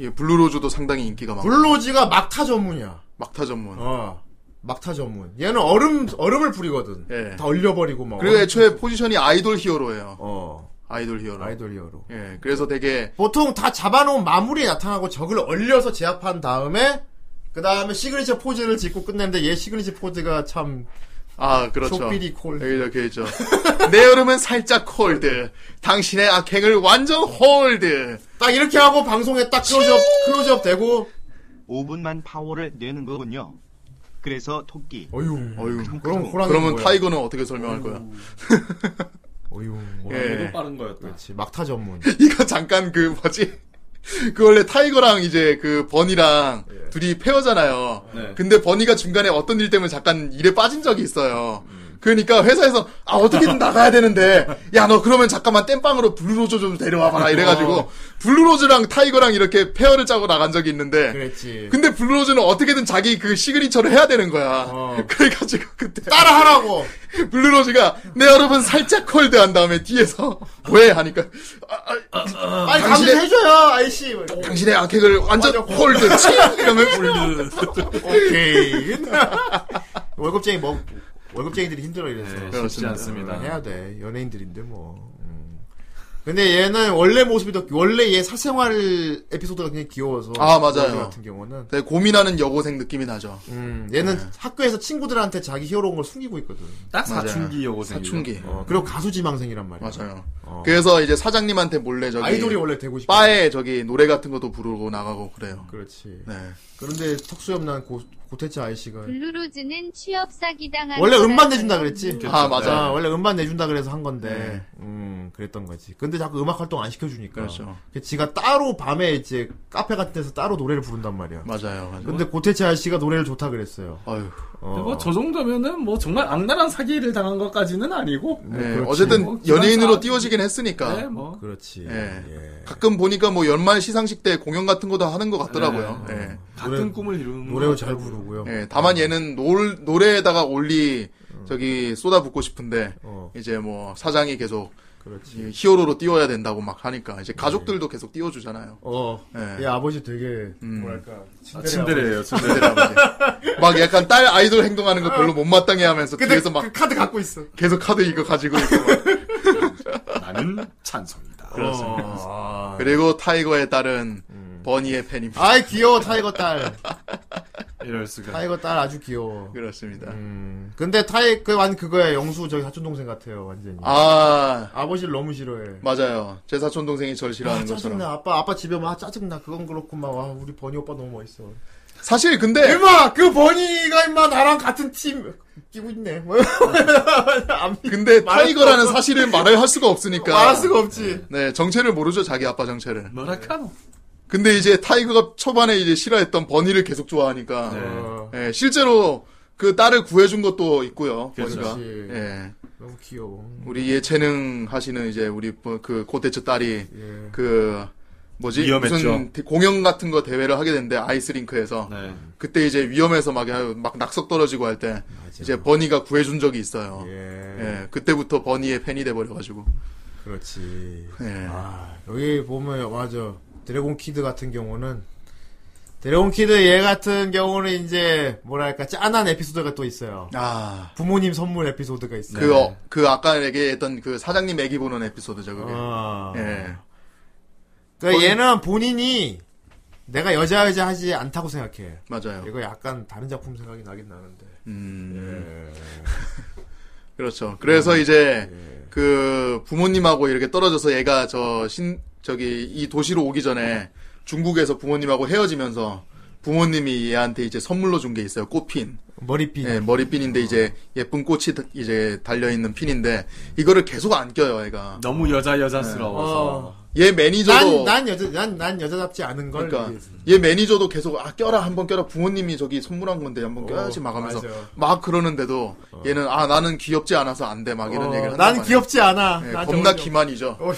Speaker 9: 예, 블루로즈도 상당히 인기가 많고
Speaker 3: 블로지가 막타 전문이야.
Speaker 9: 막타 전문.
Speaker 3: 어. 막타 전문. 얘는 얼음 얼음을 부리거든.
Speaker 9: 예.
Speaker 3: 다 얼려버리고 막.
Speaker 9: 그리고
Speaker 3: 얼음-
Speaker 9: 애초에 포지션이 아이돌 히어로예요.
Speaker 3: 어.
Speaker 9: 아이돌 히어로.
Speaker 3: 아이돌 히어로.
Speaker 9: 예, 그래서 되게
Speaker 3: 보통 다 잡아놓은 마무리에 나타나고 적을 얼려서 제압한 다음에 그 다음에 시그니처 포즈를 짓고 끝내는데 얘 시그니처 포즈가 참
Speaker 9: 아, 그렇죠.
Speaker 3: 촉비리 콜드.
Speaker 9: 여기 적혀 있죠. 내 여름은 살짝 콜드. 당신의 악행을 완전 홀드.
Speaker 3: 딱 이렇게 하고 방송에 딱 클로즈업, 클로즈업 되고.
Speaker 12: 5분만 파워를 내는 거군요. 그래서 토끼.
Speaker 3: 어휴,
Speaker 9: 음, 어휴.
Speaker 3: 그럼 호랑이는
Speaker 9: 그러면
Speaker 3: 뭐야? 음,
Speaker 9: 타이거는 어떻게 설명할 거야?
Speaker 3: 어휴,
Speaker 9: 예.
Speaker 7: 너무 빠른 거였다.
Speaker 3: 그렇지. 막타 전문.
Speaker 9: 이거 잠깐 그 뭐지? 그 원래 타이거랑 이제 그 버니랑
Speaker 3: 예.
Speaker 9: 둘이 페어잖아요.
Speaker 7: 네.
Speaker 9: 근데 버니가 중간에 어떤 일 때문에 잠깐 일에 빠진 적이 있어요.
Speaker 3: 음.
Speaker 9: 그러니까 회사에서 아 어떻게든 나가야 되는데 야 너 그러면 잠깐만 땜빵으로 블루로즈 좀 데려와봐라
Speaker 3: 어.
Speaker 9: 이래가지고 블루로즈랑 타이거랑 이렇게 페어를 짜고 나간 적이 있는데
Speaker 3: 그러니까. 그랬지.
Speaker 9: 근데 블루로즈는 어떻게든 자기 그 시그니처를 해야 되는 거야. 그래가지고 그때
Speaker 3: 어. 따라하라고.
Speaker 9: 블루로즈가 내 여러분 살짝 콜드한 다음에 뒤에서 왜 하니까 "아,
Speaker 3: 아니, 당신
Speaker 9: 당신의-
Speaker 3: 해줘요, 아이씨.
Speaker 9: 당신의 악행을 완전 홀드 칭 이러면
Speaker 3: 오케이. 월급쟁이 먹, 월급쟁이들이 힘들어 이래서.
Speaker 7: 네, 쉽지 그렇습니다. 않습니다.
Speaker 3: 해야 돼. 연예인들인데 뭐. 음. 근데 얘는 원래 모습이 더 원래 얘 사생활 에피소드가 굉장히 귀여워서
Speaker 9: 아
Speaker 3: 월드
Speaker 9: 맞아요.
Speaker 3: 같은 경우는
Speaker 9: 되게 고민하는 여고생 느낌이 나죠.
Speaker 3: 음, 얘는
Speaker 9: 네.
Speaker 3: 학교에서 친구들한테 자기 히어로인 걸 숨기고 있거든.
Speaker 7: 딱
Speaker 9: 맞아요.
Speaker 7: 사춘기 여고생.
Speaker 2: 네.
Speaker 9: 사춘기.
Speaker 3: 어, 그리고 가수 지망생이란 말이야.
Speaker 9: 맞아요.
Speaker 3: 어.
Speaker 9: 그래서 이제 사장님한테 몰래 저기
Speaker 3: 아이돌이 원래 되고 싶어.
Speaker 9: 바에 저기 노래 같은 것도 부르고 나가고 그래요.
Speaker 3: 그렇지.
Speaker 9: 네.
Speaker 3: 그런데 턱수염난 고 고태치 아이씨가
Speaker 9: 음.
Speaker 13: 블루로즈는 취업 사기당한
Speaker 3: 원래 음반 내준다 그랬지.
Speaker 9: 아, 맞아요. 네.
Speaker 3: 아, 원래 음반 내준다 그래서 한 건데, 음, 그랬던 거지. 근데 자꾸 음악 활동 안 시켜주니까.
Speaker 9: 그렇죠.
Speaker 3: 그 지가 따로 밤에 이제 카페 같은 데서 따로 노래를 부른단 말이야.
Speaker 9: 맞아요. 맞아요.
Speaker 3: 근데 고태치 아저씨가 노래를 좋다 그랬어요.
Speaker 9: 아유.
Speaker 3: 어.
Speaker 2: 그거 뭐, 저 정도면은 뭐 정말 악랄한 사기를 당한 것까지는 아니고.
Speaker 9: 네,
Speaker 3: 그렇지.
Speaker 9: 어쨌든
Speaker 2: 뭐 기관
Speaker 9: 연예인으로
Speaker 2: 사업.
Speaker 9: 띄워지긴 했으니까.
Speaker 2: 네, 뭐.
Speaker 3: 그렇지.
Speaker 9: 예.
Speaker 3: 예.
Speaker 9: 가끔 보니까 뭐 연말 시상식 때 공연 같은 것도 하는 것 같더라고요.
Speaker 3: 네.
Speaker 9: 예.
Speaker 2: 같은
Speaker 3: 노래-
Speaker 2: 꿈을 이루는
Speaker 3: 노래를
Speaker 2: 것
Speaker 3: 잘
Speaker 2: 같더라고요.
Speaker 3: 부르고요.
Speaker 9: 예, 다만 얘는 놀, 노래에다가 올리 저기 쏟아붓고 싶은데
Speaker 3: 어.
Speaker 9: 이제 뭐 사장이 계속
Speaker 3: 그렇지. 네.
Speaker 9: 이 히어로로 띄워야 된다고 막 하니까 이제 가족들도 계속 띄워주잖아요.
Speaker 3: 어.
Speaker 9: 예.
Speaker 3: 얘 아버지 되게,
Speaker 9: 음.
Speaker 3: 뭐랄까.
Speaker 7: 아, 침대래요. 침대.
Speaker 9: 아들, 아버지. 막 약간 딸 아이돌 행동하는 거 별로 못마땅해 하면서
Speaker 3: 근데
Speaker 9: 뒤에서 막
Speaker 3: 그 카드 갖고 있어.
Speaker 9: 계속 카드 이거 가지고 있고 막.
Speaker 7: 나는 찬성이다.
Speaker 3: 그렇습니다.
Speaker 9: 어, 그리고 타이거의 딸은 버니의 팬입니다.
Speaker 3: 아. 음. 아이, 귀여워, 타이거 딸.
Speaker 7: 이럴 수가.
Speaker 3: 타이거 딸 아주 귀여워.
Speaker 9: 그렇습니다.
Speaker 3: 음. 근데 타이, 그, 완, 그거야. 영수, 저기 사촌동생 같아요, 완전히.
Speaker 9: 아
Speaker 3: 아버지를 너무 싫어해.
Speaker 9: 맞아요. 제 사촌 동생이 절 싫어하는
Speaker 3: 아,
Speaker 9: 것처럼.
Speaker 3: 짜증나. 아빠, 아빠 집에 막 짜증나. 그건 그렇고, 막, 와, 우리 버니 오빠 너무 멋있어.
Speaker 9: 사실 근데
Speaker 3: 임마! 그 버니가 임마 나랑 같은 팀 끼고 있네. 뭐,
Speaker 9: 그러니까.
Speaker 3: 안 믿-
Speaker 9: 근데
Speaker 3: 말할
Speaker 9: 타이거라는
Speaker 3: 수가 없어.
Speaker 9: 사실을 말을 할 수가 없으니까.
Speaker 3: 말할 수가 없지.
Speaker 9: 네, 정체를 모르죠, 자기 아빠 정체를.
Speaker 2: 뭐라카노.
Speaker 9: 근데 이제 타이거가 초반에 이제 싫어했던 버니를 계속 좋아하니까.
Speaker 3: 어,
Speaker 9: 예, 실제로 그 딸을 구해준 것도 있고요,
Speaker 7: 그렇죠.
Speaker 9: 버니가.
Speaker 3: 그렇지.
Speaker 9: 예.
Speaker 3: 너무 귀여워.
Speaker 9: 우리 예체능 하시는 이제 우리 뭐- 그 고대처 딸이
Speaker 3: 예.
Speaker 9: 그 뭐지
Speaker 7: 위험했죠.
Speaker 9: 무슨 대- 공연 같은 거 대회를 하게 됐는데 아이스링크에서
Speaker 7: 네.
Speaker 9: 그때 이제 위험해서 막 막 낙석 떨어지고 할 때 이제 버니가 구해준 적이 있어요.
Speaker 3: 그렇죠. 예.
Speaker 9: 아, 예, 그때부터 버니의 팬이 돼버려가지고.
Speaker 3: 그렇지.
Speaker 9: 예.
Speaker 3: 아, 여기 보면, 맞아. 드래곤 키드 같은 경우는, 드래곤 키드 얘 같은 경우는 이제, 뭐랄까, 짠한 에피소드가 또 있어요.
Speaker 9: 아,
Speaker 3: 부모님 선물 에피소드가 있어요.
Speaker 9: 그, 어, 그 아까 얘기했던 그 사장님 애기 보는 에피소드죠, 그게.
Speaker 3: 아.
Speaker 9: 예.
Speaker 3: 그러니까 얘는 본인이 내가 여자 여자 하지 않다고 생각해.
Speaker 9: 맞아요.
Speaker 3: 이거 약간 다른 작품 생각이 나긴 나는데.
Speaker 9: 음,
Speaker 3: 예. 음,
Speaker 9: 그렇죠. 그래서 이제, 그, 부모님하고 이렇게 떨어져서 얘가 저, 신, 저기, 이 도시로 오기 전에 중국에서 부모님하고 헤어지면서 부모님이 얘한테 이제 선물로 준 게 있어요. 꽃핀.
Speaker 3: 머리핀.
Speaker 9: 예, 머리핀인데 이제 예쁜 꽃이 다- 이제 달려있는 핀인데, 이거를 계속 안 껴요, 얘가.
Speaker 2: 너무 여자 여자스러워서.
Speaker 7: 네. 어.
Speaker 9: 얘 매니저도.
Speaker 3: 어. 난, 난 여자, 난, 난 여자답지 않은 걸.
Speaker 9: 그러니까
Speaker 3: 위해서.
Speaker 9: 얘 매니저도 계속 아 껴라 한번 껴라 부모님이 저기 선물한 건데 한번 껴야지 막 하면서
Speaker 3: 어, 맞아.
Speaker 9: 막 그러는데도 얘는 아 나는 귀엽지 않아서 안 돼 막 이런
Speaker 3: 어,
Speaker 9: 얘기를
Speaker 3: 난 귀엽지 않아.
Speaker 9: 예,
Speaker 3: 난
Speaker 9: 겁나 그
Speaker 3: 저기-
Speaker 9: 기만이죠
Speaker 3: 어,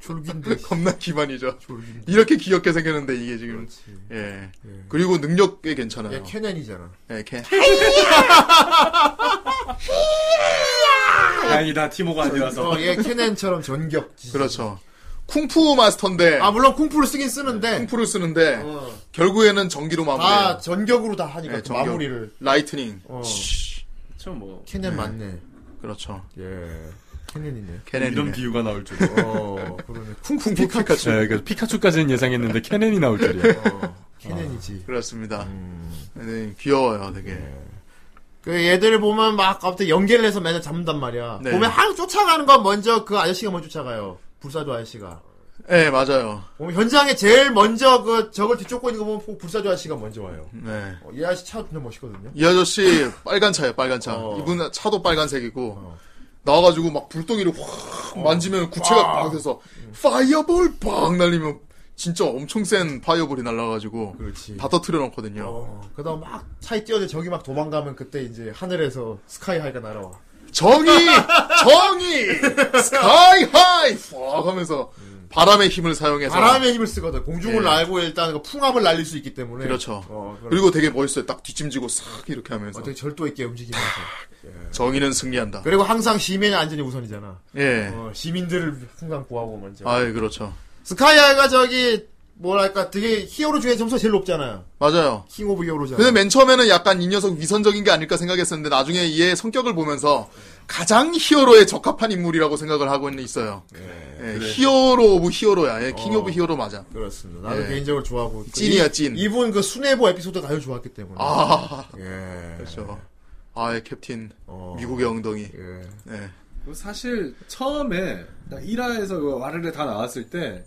Speaker 3: 졸긴데.
Speaker 9: 겁나 기만이죠
Speaker 3: 졸긴데.
Speaker 9: 이렇게 귀엽게 생겼는데 이게 지금 어. 예 그리고 능력 꽤 괜찮아요
Speaker 3: 얘 캐년이잖아.
Speaker 9: 예, 걔.
Speaker 7: 다행이다 티모가 아니라서.
Speaker 3: 어, 얘 캐년처럼 전격.
Speaker 9: 그렇죠 쿵푸 마스터인데
Speaker 3: 아, 물론 쿵푸를 쓰긴 쓰는데.
Speaker 9: 쿵푸를 쓰는데
Speaker 3: 어,
Speaker 9: 결국에는 전기로
Speaker 3: 다
Speaker 9: 마무리해요
Speaker 3: 전격으로 다 하니까
Speaker 9: 예,
Speaker 3: 그
Speaker 9: 전격.
Speaker 3: 마무리를.
Speaker 9: 라이트닝
Speaker 3: 어,
Speaker 7: 그렇죠 뭐.
Speaker 3: 캐년 맞네.
Speaker 9: 그렇죠
Speaker 3: 예. 캐년이네.
Speaker 9: 걔네는
Speaker 7: 이런 비유가 나올 줄이야.
Speaker 3: 어, 그러네.
Speaker 9: 쿵쿵 피카츄
Speaker 2: 네, 그래서 피카츄까지는 예상했는데 캐넨이 나올
Speaker 7: 어.
Speaker 2: 줄이야.
Speaker 3: 캐년이지.
Speaker 9: 그렇습니다
Speaker 3: 음.
Speaker 9: 네, 귀여워요 되게
Speaker 3: 그 얘들 보면 막 갑자기 연계를 해서 맨날 잡는단 말이야.
Speaker 9: 네.
Speaker 3: 보면 항상 쫓아가는 건 먼저 그 아저씨가 먼저 쫓아가요. 불사조 아저씨가.
Speaker 9: 네, 맞아요.
Speaker 3: 보면 현장에 제일 먼저 그 적을 뒤쫓고 있는 거 보면 부- 불사조 아저씨가 먼저 와요.
Speaker 9: 네.
Speaker 3: 어, 이 아저씨 차 진짜 멋있거든요.
Speaker 9: 이 아저씨 빨간 차예요, 빨간 차.
Speaker 3: 어.
Speaker 9: 이분 차도 빨간색이고 나와가지고 막 불덩이를 확
Speaker 3: 어.
Speaker 9: 만지면 구체가 막 돼서 파이어볼 팍 날리면 진짜 엄청 센 파이어볼이 날라가지고 다 터트려 놓거든요.
Speaker 3: 어. 그다음 막 차에 뛰어들 적이 막 도망가면 그때 이제 하늘에서 스카이 하이가 날아와.
Speaker 9: 정의, 정의, 스카이 하이 팍 하면서 바람의 힘을 사용해서
Speaker 3: 음. 바람의 힘을 쓰거든. 공중을
Speaker 9: 예.
Speaker 3: 날고 일단 그 풍압을 날릴 수 있기 때문에.
Speaker 9: 그렇죠.
Speaker 3: 어, 그럼- 어,
Speaker 9: 그리고 되게 멋있어요. 딱 뒤짐지고 싹 이렇게 하면서
Speaker 3: 되게 어. 절도 있게 움직이면서.
Speaker 9: 정의는 승리한다.
Speaker 3: 그리고 항상 시민의 안전이 우선이잖아.
Speaker 9: 예.
Speaker 3: 어, 시민들을 항상 구하고 먼저.
Speaker 9: 아, 예, 그렇죠.
Speaker 3: 스카이 하이가 저기 뭐랄까 되게 히어로 중에 점수가 제일 높잖아요.
Speaker 9: 맞아요.
Speaker 3: 킹 오브 히어로잖아.
Speaker 9: 근데 맨 처음에는 약간 이 녀석 위선적인 게 아닐까 생각했었는데 나중에 얘의 성격을 보면서 가장 히어로에 적합한 인물이라고 생각을 하고 있어요. 예,
Speaker 3: 네. 그래.
Speaker 9: 히어로 오브 히어로야. 예, 킹
Speaker 3: 어.
Speaker 9: 오브 히어로 맞아.
Speaker 3: 그렇습니다. 나도
Speaker 9: 예.
Speaker 3: 개인적으로 좋아하고
Speaker 9: 찐이야,
Speaker 3: 이-
Speaker 9: 찐.
Speaker 3: 이분 그 수뇌보 에피소드가 아주 좋았기 때문에.
Speaker 9: 아,
Speaker 3: 예.
Speaker 9: 그렇죠. 아, 예, 캡틴
Speaker 3: 어.
Speaker 9: 미국의 엉덩이. 예.
Speaker 7: 사실 처음에 1화에서 그 와르르 다 나왔을 때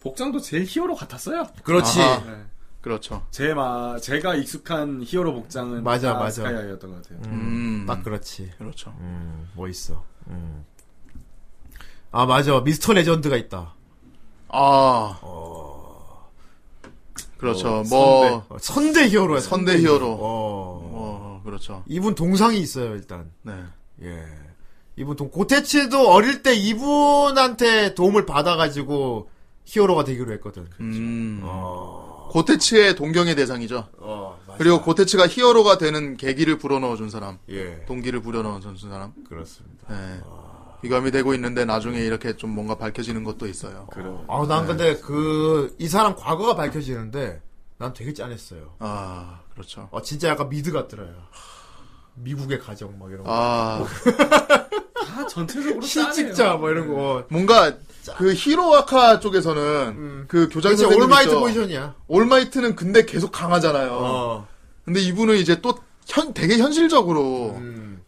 Speaker 7: 복장도 제일 히어로 같았어요.
Speaker 3: 그렇지.
Speaker 7: 아하.
Speaker 9: 그렇죠.
Speaker 7: 제 마, 제가 익숙한 히어로 복장은
Speaker 3: 맞아,
Speaker 7: 다
Speaker 3: 맞아.
Speaker 7: 스카이아이였던 것 같아요.
Speaker 3: 음, 딱 그렇지.
Speaker 9: 그렇죠.
Speaker 3: 음, 멋있어. 음. 아, 맞아. 미스터 레전드가 있다.
Speaker 9: 아. 그렇죠. 뭐
Speaker 3: 선대, 어, 선대 히어로야.
Speaker 9: 선대 히어로.
Speaker 3: 어.
Speaker 9: 어, 그렇죠.
Speaker 3: 이분 동상이 있어요, 일단.
Speaker 9: 네.
Speaker 3: 예. 이분 동, 고테츠도 어릴 때 이분한테 도움을 받아가지고 히어로가 되기로 했거든.
Speaker 9: 음. 고테츠의 동경의 대상이죠.
Speaker 3: 어, 맞아.
Speaker 9: 그리고 고테츠가 히어로가 되는 계기를 불어넣어 준 사람.
Speaker 3: 예.
Speaker 9: 동기를 불어넣어 준 사람.
Speaker 3: 그렇습니다.
Speaker 9: 예. 귀감이 되고 있는데 나중에 이렇게 좀 뭔가 밝혀지는 것도 있어요.
Speaker 3: 아,
Speaker 9: 네.
Speaker 3: 난 근데 그, 이 사람 과거가 밝혀지는데, 난 되게 짠했어요.
Speaker 9: 아, 그렇죠.
Speaker 3: 어, 진짜 약간 미드 같더라요. 미국의 가정, 막 이런 거.
Speaker 9: 아.
Speaker 7: 다 전체적으로
Speaker 3: 실직자, 뭐 이런 거.
Speaker 9: 뭔가 그 히로아카 쪽에서는 그 교장
Speaker 3: 그치,
Speaker 9: 선생님
Speaker 3: 음. 올마이트
Speaker 9: 있죠?
Speaker 3: 포지션이야.
Speaker 9: 올마이트는 근데 계속 강하잖아요.
Speaker 3: 어.
Speaker 9: 근데 이분은 이제 또 현, 되게 현실적으로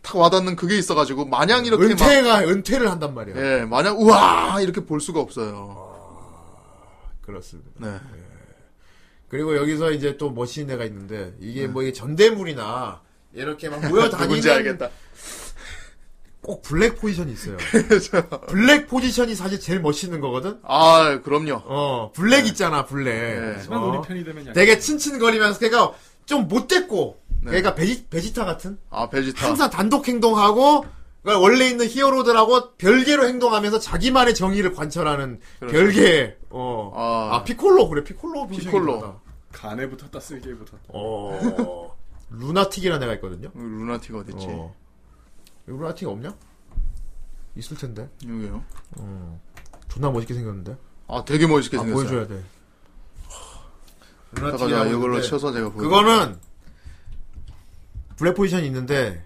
Speaker 9: 탁 와닿는 그게 있어가지고 마냥 이렇게
Speaker 3: 음. 은퇴가, 은퇴를 한단 말이야.
Speaker 9: 막 예, 마냥 우와 이렇게 볼 수가 없어요.
Speaker 3: 그렇습니다.
Speaker 9: 네.
Speaker 3: 그리고 여기서 이제 또 멋있는 애가 있는데, 이게 뭐 이게 전대물이나, 이렇게 막
Speaker 9: 네. 누군지
Speaker 3: 모여다니는
Speaker 9: 알겠다.
Speaker 3: 꼭 블랙 포지션이 있어요. 블랙 포지션이 사실 제일 멋있는 거거든?
Speaker 9: 아, 그럼요.
Speaker 3: 어, 블랙
Speaker 9: 네.
Speaker 3: 있잖아, 블랙.
Speaker 7: 하지만 우리 편이 되면 약간-
Speaker 3: 어. 되게 친친거리면서 걔가 좀 못됐고,
Speaker 9: 네.
Speaker 3: 걔가 베지, 베지타 같은?
Speaker 9: 아, 베지타.
Speaker 3: 항상 단독 행동하고, 그러니까 원래 있는 히어로들하고 별개로 행동하면서 자기만의 정의를 관철하는
Speaker 9: 그렇죠.
Speaker 3: 별개의, 어. 아,
Speaker 9: 아,
Speaker 3: 피콜로, 그래, 피콜로. 포지션이
Speaker 9: 피콜로.
Speaker 3: 그거다.
Speaker 7: 간에 붙었다 쓸개에 붙었다.
Speaker 3: 어. 루나틱이라는 애가 있거든요.
Speaker 9: 루나틱 어딨지?
Speaker 3: 어. 루나틱 없냐? 있을 텐데.
Speaker 9: 이게요.
Speaker 3: 어. 존나 멋있게 생겼는데.
Speaker 9: 아, 되게 멋있게
Speaker 3: 아,
Speaker 9: 생겼어요.
Speaker 3: 보여줘야 돼.
Speaker 9: 아까 제가 이걸로 쳐서 제가 보여드릴게요.
Speaker 3: 뭐 그거는 블랙 포지션이 있는데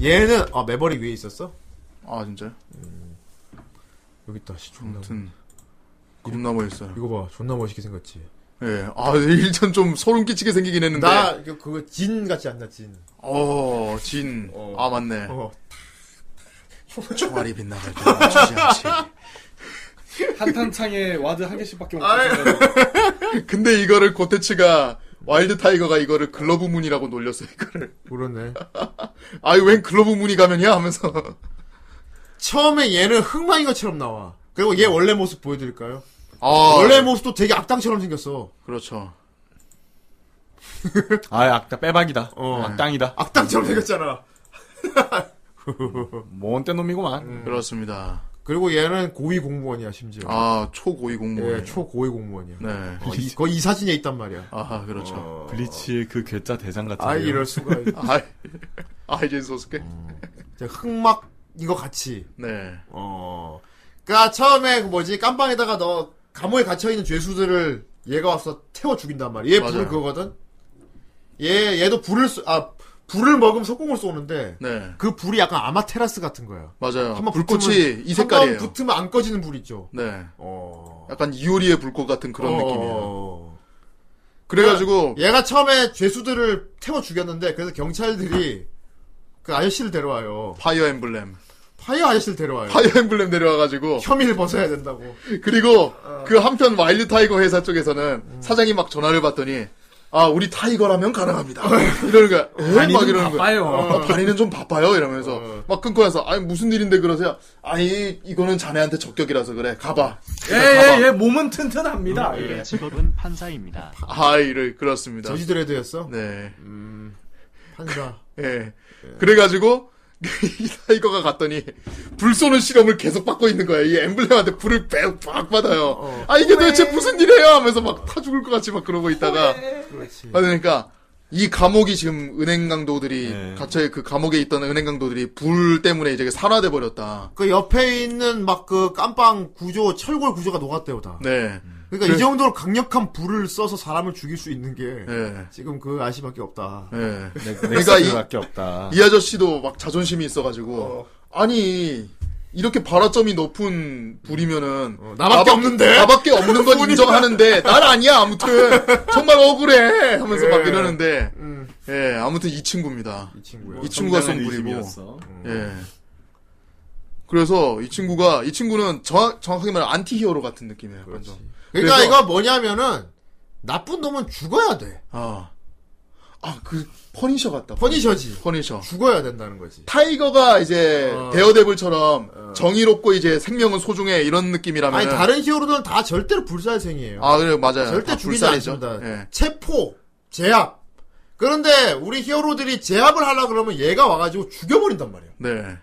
Speaker 3: 얘는 아 매버릭 위에 있었어?
Speaker 9: 아, 진짜요?
Speaker 3: 여기 있다. 씨, 존나.
Speaker 9: 아무튼 겁나 멋있어요.
Speaker 3: 이거 봐. 존나 멋있게 생겼지.
Speaker 9: 예. 아, 일전 좀 소름 끼치게 생기긴 했는데.
Speaker 3: 나 이거 그거 진 같지 않나 진.
Speaker 9: 어, 진. 아, 맞네.
Speaker 3: 어.
Speaker 9: 총알이 빛나가지고 주지 않지.
Speaker 7: 한탄창에 와드 한 개씩밖에 못 붙었어요.
Speaker 9: 근데 이거를 고테츠가 와일드 타이거가 이거를 글러브 무늬라고 놀렸어요. 이거를.
Speaker 3: 그러네.
Speaker 9: 아이 웬 글러브 무늬 가면이야 하면서.
Speaker 3: 처음에 얘는 흑마인 것처럼 나와. 그리고 얘 원래 모습 보여드릴까요?
Speaker 9: 아,
Speaker 3: 원래 모습도 되게 악당처럼 생겼어.
Speaker 9: 그렇죠.
Speaker 7: 아, 악당 빼박이다.
Speaker 3: 어.
Speaker 7: 악당이다.
Speaker 3: 악당처럼
Speaker 9: 네.
Speaker 3: 생겼잖아.
Speaker 7: 뭔 때놈이구만.
Speaker 9: 그렇습니다.
Speaker 3: 그리고 얘는 고위 공무원이야 심지어.
Speaker 9: 아, 초고위 공무원.
Speaker 3: 예, 초고위 공무원이야.
Speaker 9: 네.
Speaker 3: 어, 이, 거의 이 사진에 있단 말이야.
Speaker 9: 아, 그렇죠.
Speaker 3: 어.
Speaker 7: 블리치의 그 괴짜 대장 같은.
Speaker 3: 아 이럴 수가.
Speaker 9: 아, 아이젠 소스케.
Speaker 3: 진짜 흑막 이거 같이.
Speaker 9: 네.
Speaker 3: 어. 그러니까 처음에 그 뭐지 깜방에다가 너 감옥에 갇혀 있는 죄수들을 얘가 와서 태워 죽인단 말이야. 얘 불을
Speaker 9: 맞아요.
Speaker 3: 그거거든. 얘 얘도 불을 쏘, 아 불을 먹으면 석궁을 쏘는데
Speaker 9: 네.
Speaker 3: 그 불이 약간 아마테라스 같은 거야.
Speaker 9: 맞아요.
Speaker 3: 한번
Speaker 9: 불꽃이
Speaker 3: 붙으면-
Speaker 9: 이 색깔이에요.
Speaker 3: 한번 붙으면 안 꺼지는 불 있죠.
Speaker 9: 네.
Speaker 3: 어.
Speaker 9: 약간 이효리의 불꽃 같은 그런
Speaker 3: 어,
Speaker 9: 느낌이에요.
Speaker 3: 어, 어.
Speaker 9: 그래가지고
Speaker 3: 얘가 처음에 죄수들을 태워 죽였는데 그래서 경찰들이 그 아저씨를 데려와요.
Speaker 9: 파이어 엠블렘.
Speaker 3: 파이어 아저씨를 데려와요.
Speaker 9: 파이어 엠블렘 데려와가지고
Speaker 3: 혐의를 벗어야 된다고.
Speaker 9: 그리고 그 한편 와일드 타이거 회사 쪽에서는 사장이 막 전화를 받더니 아 우리 타이거라면 가능합니다. 이러는 거야. 에? 막 이러는 거야.
Speaker 7: 바빠요. 어.
Speaker 9: 어, 다니는 좀 바빠요 이러면서 막 끊고 나서 아니 무슨 일인데 그러세요? 아니 이거는 자네한테 적격이라서 그래 가봐.
Speaker 7: 예예예 몸은 튼튼합니다.
Speaker 9: 아,
Speaker 10: 음,
Speaker 11: 예. 직업은 판사입니다.
Speaker 9: 하이를 그렇습니다.
Speaker 3: 저지드레드였어?
Speaker 9: 네.
Speaker 3: 판사.
Speaker 9: 예. 그래가지고 이 타이거가 갔더니 불 쏘는 실험을 계속 받고 있는 거예요. 이 엠블렘한테 불을 빡 받아요. 아 이게 도대체 무슨 일이에요? 하면서 막 타 죽을 것 같이 막 그러고 있다가
Speaker 3: 그렇지.
Speaker 9: 아, 그러니까 이 감옥이 지금 은행 강도들이
Speaker 3: 네.
Speaker 9: 가처의 그 감옥에 있던 은행 강도들이 불 때문에 이제 산화돼 버렸다.
Speaker 3: 그 옆에 있는 막 그 깜빵 구조, 철골 구조가 녹았대요, 다.
Speaker 9: 네.
Speaker 3: 그러니까
Speaker 9: 그래-
Speaker 3: 이 정도로 강력한 불을 써서 사람을 죽일 수 있는 게
Speaker 9: 네.
Speaker 3: 지금 그 아시밖에 없다.
Speaker 9: 예.
Speaker 7: 그러니까
Speaker 9: 이-
Speaker 7: 밖에 없다.
Speaker 9: 이 아저씨도 막 자존심이 있어가지고 아니 이렇게 발화점이 높은 불이면은
Speaker 3: 어, 나밖에 없는데?
Speaker 9: 나밖에 없는 건 인정하는데 난 아니야 아무튼 정말 억울해 하면서 막
Speaker 3: 예.
Speaker 9: 이러는데
Speaker 3: 음.
Speaker 9: 예 아무튼 이 친구입니다
Speaker 3: 이 친구야.
Speaker 9: 이 친구가 쏜
Speaker 7: 성장한
Speaker 9: 불이고
Speaker 7: 이심이었어.
Speaker 3: 음.
Speaker 9: 예 그래서 이 친구가 이 친구는 정확, 정확하게 말하면 안티히어로 같은 느낌이에요 약간 좀.
Speaker 3: 그러니까
Speaker 9: 그래서-
Speaker 3: 이거 뭐냐면은 나쁜 놈은 죽어야 돼.
Speaker 9: 아. 아, 그, 퍼니셔 같다.
Speaker 3: 퍼니셔지.
Speaker 9: 퍼니셔.
Speaker 3: 죽어야 된다는 거지.
Speaker 9: 타이거가 이제
Speaker 3: 어.
Speaker 9: 데어데블처럼 정의롭고 이제 생명은 소중해 이런 느낌이라면
Speaker 3: 아니 다른 히어로들은 다 절대로 불살생이에요.
Speaker 9: 아 그래 요 맞아요
Speaker 3: 절대
Speaker 9: 다
Speaker 3: 죽이지
Speaker 9: 불살이죠.
Speaker 3: 않습니다.
Speaker 9: 예.
Speaker 3: 체포, 제압. 그런데 우리 히어로들이 제압을 하려 그러면 얘가 와가지고 죽여버린단 말이야.
Speaker 9: 네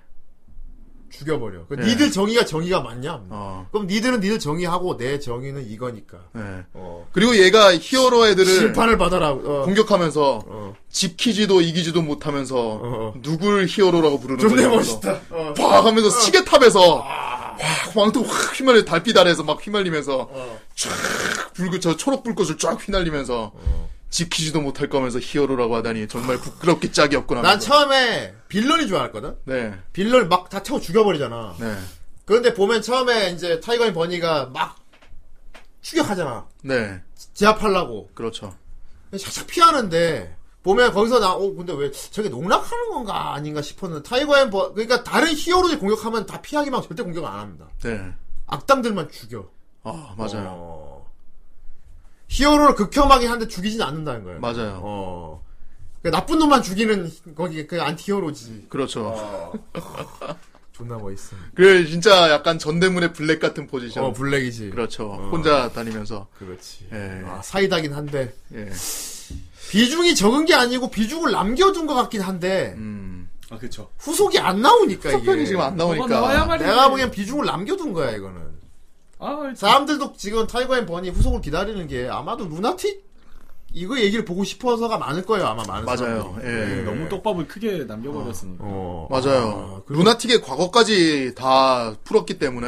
Speaker 3: 죽여버려. 그
Speaker 9: 예.
Speaker 3: 니들 정의가 정의가 맞냐?
Speaker 9: 어.
Speaker 3: 그럼 니들은 니들 정의하고 내 정의는 이거니까.
Speaker 9: 네.
Speaker 3: 어.
Speaker 9: 그리고 얘가 히어로 애들을
Speaker 3: 심판을 받아라. 어.
Speaker 9: 공격하면서
Speaker 3: 어.
Speaker 9: 지키지도 이기지도 못하면서 누굴 히어로라고 부르는 아,
Speaker 3: 존내
Speaker 9: 거냐면서
Speaker 3: 멋있다. 어. 아.
Speaker 9: 팍 하면서 시계탑에서 확 왕도 확 휘말려 달빛 아래에서 막 휘말리면서
Speaker 3: 어.
Speaker 9: 쫙 불꽃 저 초록 불꽃을 쫙 휘날리면서
Speaker 3: 어.
Speaker 9: 지키지도 못할 거면서 히어로라고 하다니 정말 부끄럽기 짝이 없구나.
Speaker 3: 난 처음에 빌런인 줄 알았거든.
Speaker 9: 네.
Speaker 3: 빌런 막 다 태워 죽여버리잖아.
Speaker 9: 네.
Speaker 3: 그런데 보면 처음에 이제 타이거인 버니가 막 추격하잖아.
Speaker 9: 네.
Speaker 3: 제압하려고.
Speaker 9: 그렇죠.
Speaker 3: 샥샥 피하는데 보면 거기서 나, 어, 근데 왜 저게 농락하는 건가 아닌가 싶었는데 타이거앤 버, 그러니까 다른 히어로들 공격하면 다 피하기만 하고 절대 공격 안 합니다.
Speaker 9: 네.
Speaker 3: 악당들만 죽여.
Speaker 9: 아, 맞아요.
Speaker 3: 어. 히어로를 극혐하긴 한데 죽이진 않는다는 거예요.
Speaker 9: 맞아요.
Speaker 3: 어. 그러니까 나쁜 놈만 죽이는 거기 그 안티히어로지.
Speaker 9: 그렇죠.
Speaker 3: 아. 존나 멋있어.
Speaker 9: 그래 진짜 약간 전대문의 블랙 같은 포지션.
Speaker 3: 어, 블랙이지.
Speaker 9: 그렇죠.
Speaker 3: 어.
Speaker 9: 혼자 다니면서.
Speaker 3: 그렇지.
Speaker 9: 예.
Speaker 3: 아, 사이다긴 한데
Speaker 9: 예.
Speaker 3: 비중이 적은 게 아니고 비중을 남겨둔 것 같긴 한데
Speaker 9: 음. 그러니까
Speaker 7: 아 그쵸.
Speaker 3: 후속이 안 나오니까
Speaker 9: 후속편이
Speaker 3: 이게
Speaker 9: 지금 안
Speaker 7: 뭐가 나와야
Speaker 9: 나오니까.
Speaker 7: 말이지.
Speaker 3: 내가 보기엔 비중을 남겨둔 거야 이거는.
Speaker 7: 아
Speaker 3: 사람들도 지금 타이거앤 버니 후속을 기다리는 게 아마도 루나틱 이거 얘기를 보고 싶어서가 많을 거예요 아마 많은
Speaker 9: 맞아요.
Speaker 3: 사람들이.
Speaker 9: 예.
Speaker 7: 음, 너무 떡밥을 크게 남겨버렸으니까.
Speaker 3: 어.
Speaker 9: 맞아요.
Speaker 3: 아, 그리고-
Speaker 9: 루나틱의 과거까지 다 풀었기 때문에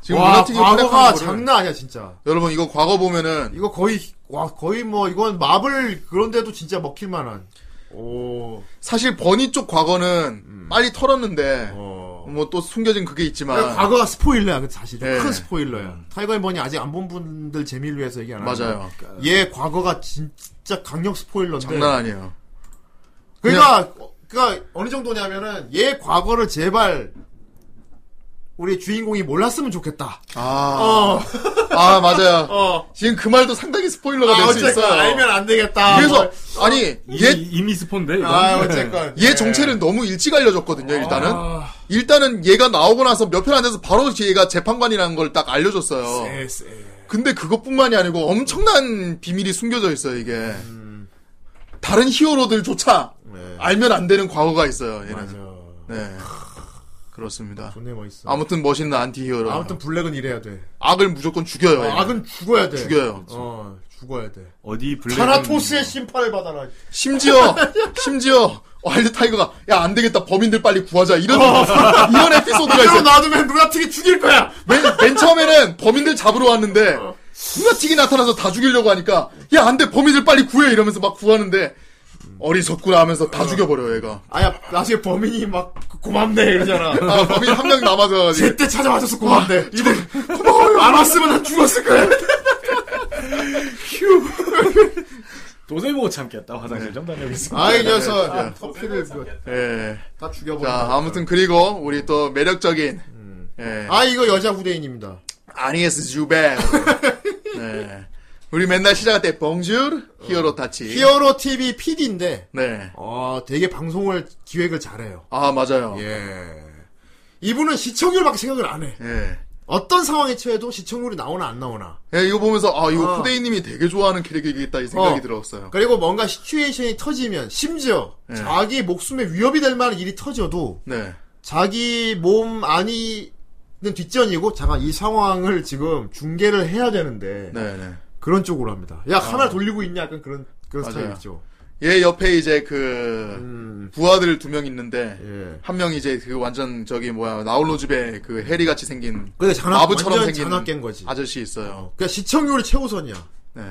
Speaker 9: 지금
Speaker 3: 음. 와
Speaker 9: 루나틱이
Speaker 3: 과거가
Speaker 9: 플랫한 거를
Speaker 3: 장난 아니야 진짜.
Speaker 9: 여러분 이거 과거 보면은
Speaker 3: 이거 거의 와 거의 뭐 이건 마블 그런데도 진짜 먹힐 만한. 오.
Speaker 9: 사실 버니 쪽 과거는 빨리 털었는데
Speaker 3: 음. 어.
Speaker 9: 뭐 또 숨겨진 그게 있지만
Speaker 3: 그러니까 과거가 스포일러야 근데 사실
Speaker 9: 예.
Speaker 3: 큰 스포일러야. 타이거앤 버니 아직 안 본 분들 재미를 위해서 얘기 안 하는
Speaker 9: 맞아요. 그러니까.
Speaker 3: 얘 과거가 진짜 강력 스포일러인데.
Speaker 9: 장난 아니에요.
Speaker 3: 그러니까 어, 그러니까 어느 정도냐면은 얘 과거를 제발 우리 주인공이 몰랐으면 좋겠다.
Speaker 9: 아,
Speaker 3: 어.
Speaker 9: 아 맞아요.
Speaker 3: 어.
Speaker 9: 지금 그 말도 상당히 스포일러가
Speaker 3: 아,
Speaker 9: 될 수
Speaker 3: 어쨌건
Speaker 9: 있어요.
Speaker 3: 알면 뭐, 안 되겠다.
Speaker 9: 그래서
Speaker 3: 뭘.
Speaker 9: 아니
Speaker 7: 이미,
Speaker 9: 얘
Speaker 7: 이미 스폰데.
Speaker 3: 아, 어쨌건
Speaker 9: 얘
Speaker 3: 예.
Speaker 9: 정체를 너무 일찍 알려줬거든요, 일단은.
Speaker 3: 아.
Speaker 9: 일단은 얘가 나오고 나서 몇 편 안 돼서 바로 얘가 재판관이라는 걸 딱 알려줬어요.
Speaker 3: 예, 쎄.
Speaker 9: 근데 그것뿐만이 아니고 엄청난 비밀이 숨겨져 있어요, 이게. 다른 히어로들조차
Speaker 3: 음. 네.
Speaker 9: 알면 안 되는 과거가 있어요, 얘는.
Speaker 3: 맞아.
Speaker 9: 네. 그렇습니다.
Speaker 3: 존내 멋있어.
Speaker 9: 아무튼 멋있는 안티 히어로.
Speaker 3: 아무튼 블랙은 이래야 돼.
Speaker 9: 악을 무조건 죽여요.
Speaker 3: 어,
Speaker 9: 얘는.
Speaker 3: 악은 죽어야 돼.
Speaker 9: 네. 죽여요. 뭐.
Speaker 3: 어, 죽어야 돼.
Speaker 7: 어디 블랙.
Speaker 3: 타나토스의 심판을 받아라.
Speaker 9: 심지어, 심지어, 와일드 타이거가, 야, 안 되겠다. 범인들 빨리 구하자. 이런, 이런 에피소드가
Speaker 3: 이대로
Speaker 9: 있어요.
Speaker 3: 놔두면 루나틱이 죽일 거야.
Speaker 9: 맨, 맨 처음에는 범인들 잡으러 왔는데 누나틱이 나타나서 다 죽이려고 하니까 야 안돼 범인들 빨리 구해 이러면서 막 구하는데 어리석구나 하면서 다 죽여버려 얘가
Speaker 3: 아야 나중에 범인이 막 고맙네 이러잖아.
Speaker 9: 아 범인 한 명 남아서
Speaker 3: 제때 찾아와줘서 고맙네. 이들 고마워요. 안 왔으면 난 죽었을 거야.
Speaker 7: 휴. 도저히 못 참겠다. 화장실 좀 다녀오겠습니다.
Speaker 9: 아이 녀석
Speaker 7: 예.
Speaker 3: 커피를 그,
Speaker 9: 예.
Speaker 3: 다 죽여버려.
Speaker 9: 네. 자 아무튼 그리고 우리 또 매력적인 예.
Speaker 3: 아 이거 여자 후대인입니다.
Speaker 9: 아니에스 주베 네. 우리 맨날 시작할 때 봉줄 히어로 타치
Speaker 3: 히어로 TV PD인데
Speaker 9: 네.
Speaker 3: 어, 되게 방송을 기획을 잘해요.
Speaker 9: 아 맞아요
Speaker 3: 예. 이분은 시청률밖에 생각을 안 해.
Speaker 9: 예.
Speaker 3: 어떤 상황에 처해도 시청률이 나오나 안 나오나.
Speaker 9: 예, 이거 보면서 아 이거
Speaker 3: 어.
Speaker 9: 후대인님이 되게 좋아하는 캐릭터이겠다 이 생각이
Speaker 3: 어.
Speaker 9: 들었어요
Speaker 3: 그리고 뭔가 시츄에이션이 터지면 심지어
Speaker 9: 네.
Speaker 3: 자기 목숨에 위협이 될 만한 일이 터져도
Speaker 9: 네.
Speaker 3: 자기 몸 안이는 뒷전이고 잠깐 이 상황을 지금 중계를 해야 되는데
Speaker 9: 네네
Speaker 3: 그런 쪽으로 합니다. 야
Speaker 9: 아.
Speaker 3: 카메라 돌리고 있냐 약간 그런 그런
Speaker 9: 맞아요.
Speaker 3: 스타일이죠. 음,
Speaker 9: 얘 옆에 이제 그 부하들 두 명 있는데
Speaker 3: 예.
Speaker 9: 한 명 이제 그 완전 저기 뭐야 나홀로 집에 그 해리 같이 생긴
Speaker 3: 근데 잔악-
Speaker 9: 마부처럼
Speaker 3: 완전
Speaker 9: 생긴
Speaker 3: 잔악깬 거지.
Speaker 9: 아저씨 있어요.
Speaker 3: 그러니까 시청률이 최우선이야.
Speaker 9: 네.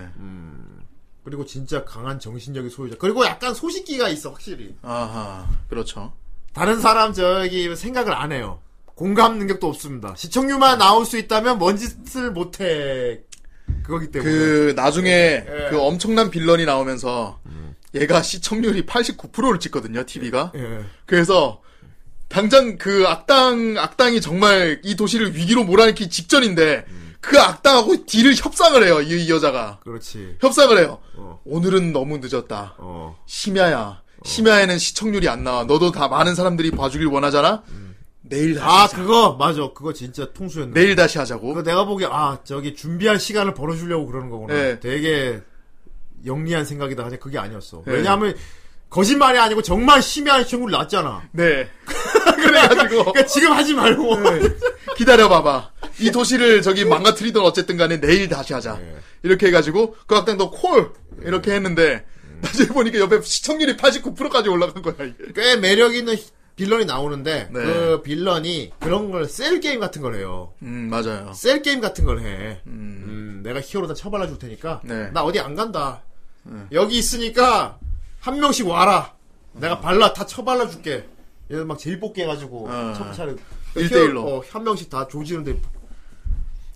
Speaker 3: 그리고 진짜 강한 정신력의 소유자. 그리고 약간 소식기가 있어 확실히.
Speaker 9: 아하 그렇죠.
Speaker 3: 다른 사람 저기 생각을 안 해요. 공감 능력도 없습니다. 시청률만 나올 수 있다면 뭔 짓을 못해. 그거기 때문에.
Speaker 9: 그 나중에
Speaker 3: 예. 음.
Speaker 9: 그 엄청난 빌런이 나오면서 얘가 시청률이 89%를 찍거든요 TV가.
Speaker 3: 예.
Speaker 9: 그래서 당장 그 악당 악당이 정말 이 도시를 위기로 몰아넣기 직전인데 그 악당하고 딜을 협상을 해요 이, 이 여자가
Speaker 3: 그렇지.
Speaker 9: 협상을 해요.
Speaker 3: 어.
Speaker 9: 오늘은 너무 늦었다. 심야야. 심야에는 시청률이 안 나와. 너도 다 많은 사람들이 봐주길 원하잖아. 내일 다시.
Speaker 3: 아
Speaker 9: 하자.
Speaker 3: 그거 맞아. 그거 진짜 통수였네.
Speaker 9: 내일 뭐? 다시 하자고.
Speaker 3: 그거 내가 보기에 아 저기 준비할 시간을 벌어주려고 그러는 거구나.
Speaker 9: 예.
Speaker 3: 되게 영리한 생각이다. 근데 그게 아니었어.
Speaker 9: 예.
Speaker 3: 왜냐하면 거짓말이 아니고 정말 심야한 시청률 낮잖아.
Speaker 9: 네. 그래가지고 네.
Speaker 3: 그러니까 지금 하지 말고.
Speaker 9: 기다려봐봐. 이 도시를 저기 망가뜨리든 어쨌든 간에 내일 다시 하자.
Speaker 3: 예.
Speaker 9: 이렇게 해가지고 그 악당도 콜 이렇게 했는데
Speaker 3: 음.
Speaker 9: 나중에 보니까 옆에 시청률이 89%까지 올라간 거야 이게.
Speaker 3: 꽤 매력 있는 히- 빌런이 나오는데
Speaker 9: 네.
Speaker 3: 그 빌런이 그런 걸 셀 게임 같은 걸 해요.
Speaker 9: 음 맞아요.
Speaker 3: 셀 게임 같은 걸 해. 음, 내가 히어로다 처발라 줄 테니까
Speaker 9: 네.
Speaker 3: 나 어디 안 간다.
Speaker 9: 네.
Speaker 3: 여기 있으니까 한 명씩 와라. 내가 발라 다 처발라 줄게. 얘들 막 제일 뽑기 해가지고
Speaker 9: 어.
Speaker 3: 첩차를
Speaker 9: 일대일로.
Speaker 3: 히어로, 어, 한 명씩 다 조지는데.